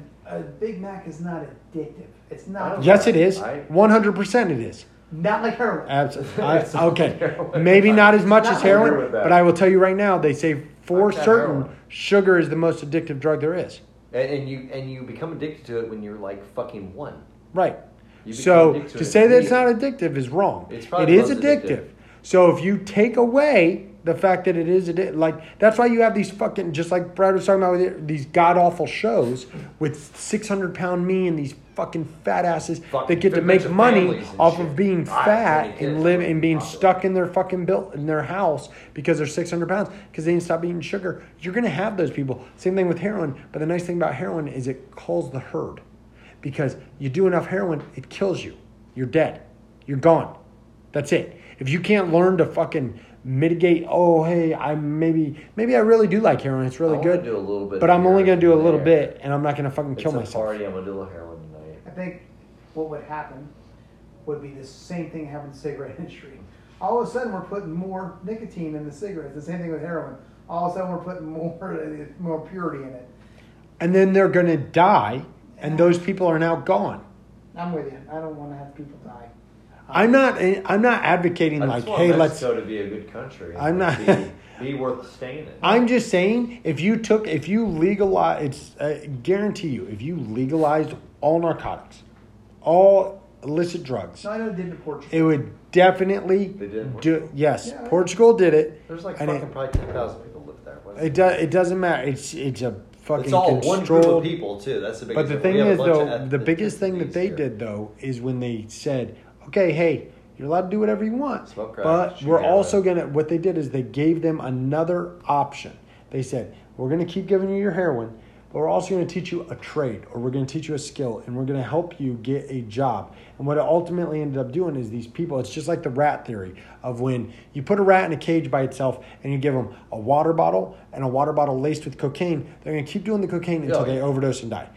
B: but a, a Big Mac is not addictive. It's
G: I
B: not.
G: don't-
A: Yes, it is.
G: I-
A: 100% it is.
B: Not like heroin. <laughs>
A: <laughs> Absolutely.
G: <laughs>
A: okay. Maybe not as much
B: Not
A: as
B: like
G: heroin
A: heroin,
G: with that.
A: but I will tell you right now, they say for
G: Fuck that
A: certain
G: heroin.
A: sugar is the most addictive drug there is.
G: And, and you and you become addicted to it when you're like fucking one.
A: Right.
G: You become
A: So
G: addicted to
A: to
G: it
A: say that it's not
G: immediately.
A: addictive is wrong.
G: It's
A: it
G: probably
A: is
G: the most
A: addictive.
G: addictive.
A: So if you take away the fact that it is addictive, like that's why you have these fucking just like Brad was talking about with it, these god awful shows with six hundred pound me and these fucking fat asses
G: Fuck,
A: that get
G: big
A: to
G: bunch
A: make
G: of
A: money
G: families and
A: off
G: shit.
A: of being
G: Ah,
A: fat
G: twenty kids
A: and live
G: are
A: and being
G: popular.
A: stuck in their fucking built in their house because they're six hundred pounds because they didn't stop eating sugar. You're gonna have those people. Same thing with heroin. But the nice thing about heroin is it calls the herd because you do enough heroin, it kills you. You're dead. You're gone. That's it. If you can't learn to fucking mitigate, oh hey, I maybe maybe I really do like heroin. It's
G: I
A: really
G: wanna
A: good.
G: do a little bit
A: but I'm only
G: here
A: gonna do a
G: and
A: little
G: there.
A: bit, and I'm not gonna fucking kill
G: it's
A: myself.
G: a party. I'm gonna do a little heroin tonight.
B: I think what would happen would be the same thing happened to the cigarette <laughs> industry. All of a sudden, we're putting more nicotine in the cigarettes. The same thing with heroin. All of a sudden, we're putting more <laughs> more purity in it.
A: And then they're gonna die, and those people are now gone.
B: I'm with you. I don't want to have people die.
A: I'm not. I'm not advocating
G: I
A: like,
G: just want
A: hey, let's.
G: Mexico to be a good country.
A: I'm not-
G: Be, <laughs> be worth staying in.
A: I'm just saying, if you took, if you legalize, it's I guarantee you, if you legalized all narcotics, all illicit drugs,
B: No, I know it did to Portugal.
A: it would definitely
G: They did in
A: do. Yes,
B: Yeah.
A: Portugal did it.
G: There's like
A: and
G: fucking
A: it,
G: probably ten thousand people live there. What is
A: it, do, it doesn't matter. It's it's a fucking
G: It's all one group
A: controlled-
G: of people too. That's the biggest.
A: But the
G: We
A: thing
G: have a
A: is,
G: bunch
A: though,
G: of eth-
A: the biggest thing that they
G: ethnicities here.
A: did though is when they said, "Okay, hey, you're allowed to do whatever you want,
G: Smoke crack,
A: but
G: shoot
A: we're
G: heroin."
A: also gonna." What they did is they gave them another option. They said, "We're gonna keep giving you your heroin, but we're also gonna teach you a trade, or we're gonna teach you a skill, and we're gonna help you get a job." And what it ultimately ended up doing is these people. It's just like the rat theory of when you put a rat in a cage by itself and you give them a water bottle and a water bottle laced with cocaine. They're gonna keep doing the cocaine until
G: Oh, yeah.
A: they overdose and die.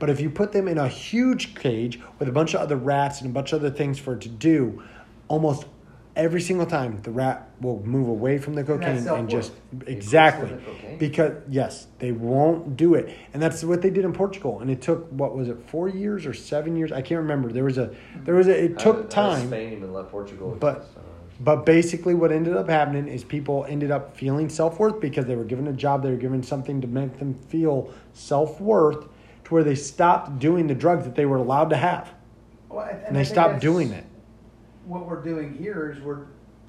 A: But if you put them in a huge cage with a bunch of other rats and a bunch of other things for it to do, almost every single time the rat will move away from the cocaine and
B: self-worth.
A: just
G: quits
A: exactly
G: with the cocaine.
A: because yes, they won't do it, and that's what they did in Portugal. And it took what was it four years or seven years? I can't remember. There was a there was a it
G: How
A: took
G: did- how did
A: time.
G: Spain even left Portugal.
A: But-
G: So,
A: But basically, what ended up happening is people ended up feeling self worth because they were given a job, they were given something to make them feel self worth, to where they stopped doing the drugs that they were allowed to have,
B: Well, I-
A: and
B: I
A: they
B: think
A: stopped
B: that's
A: doing it.
B: What we're doing here is we're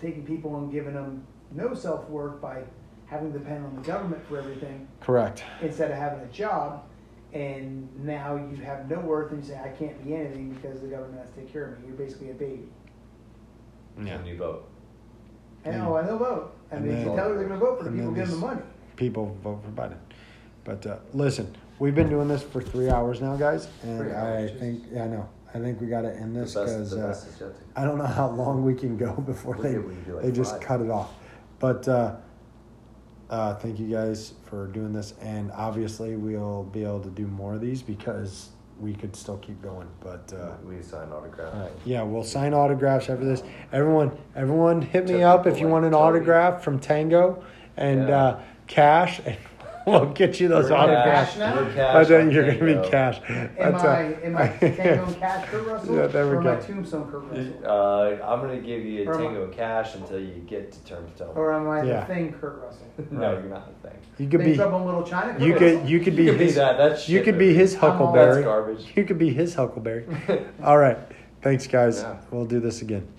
B: taking people and giving them no self worth by having to depend on the government for everything.
A: Correct.
B: instead of having a job and now you have no worth and you say i can't be anything because the government has to take care of me you're basically a baby
G: And you vote.
B: and
A: Yeah.
B: oh i know vote and,
A: And
B: they
A: then-
B: tell her they're going to vote for the
A: and
B: people
A: then
B: give them the
A: these- <laughs>
B: money
A: People vote for Biden, but uh, listen, we've been doing this for three hours now, guys, and
G: Three
A: I
G: hours,
A: think yeah, I know. I think we got to end
G: The
A: this
G: best,
A: because
G: the
A: uh,
G: best is yet to
A: I don't know how long we can go <laughs> before
G: We
A: they
G: could- we could do like
A: they just
G: five.
A: cut it off. But uh, uh, thank you guys for doing this, and obviously we'll be able to do more of these because we could still keep going. But uh,
C: we sign autograph.
A: all right, yeah, we'll sign autographs after this. Everyone, everyone, hit me
C: Technical,
A: up if you want an
C: like, Toby.
A: autograph from Tango and
C: Yeah.
A: uh, Cash, <laughs> and we'll get you those
C: We're
A: autographs.
B: cash now?
C: We're cash
A: I think
C: on
A: you're gonna
C: Tango.
A: be Cash.
B: Am
A: That's
B: I,
A: a-
B: am I
A: <laughs>
B: Tango and Cash Kurt Russell?
A: Yeah, there we
B: or am I
A: go.
B: Tombstone Kurt Russell?
C: Uh, I'm gonna give you
B: Or am I-
C: Tango Cash until you get to Tombstone.
B: Or am I
A: Yeah.
B: the Thing Kurt Russell?
C: no, you're not a thing.
A: You could
B: Big
A: be.
B: Trouble in Little China Kurt
A: You
B: Russell?
A: could. You could be
C: You could be
A: his.
C: that. That's
A: You
C: shit
A: could be
C: movie.
A: his
B: all-
C: That's
A: Huckleberry.
C: garbage. <laughs>
A: You could be his Huckleberry. All right. Thanks, guys.
C: Yeah.
A: We'll do this again.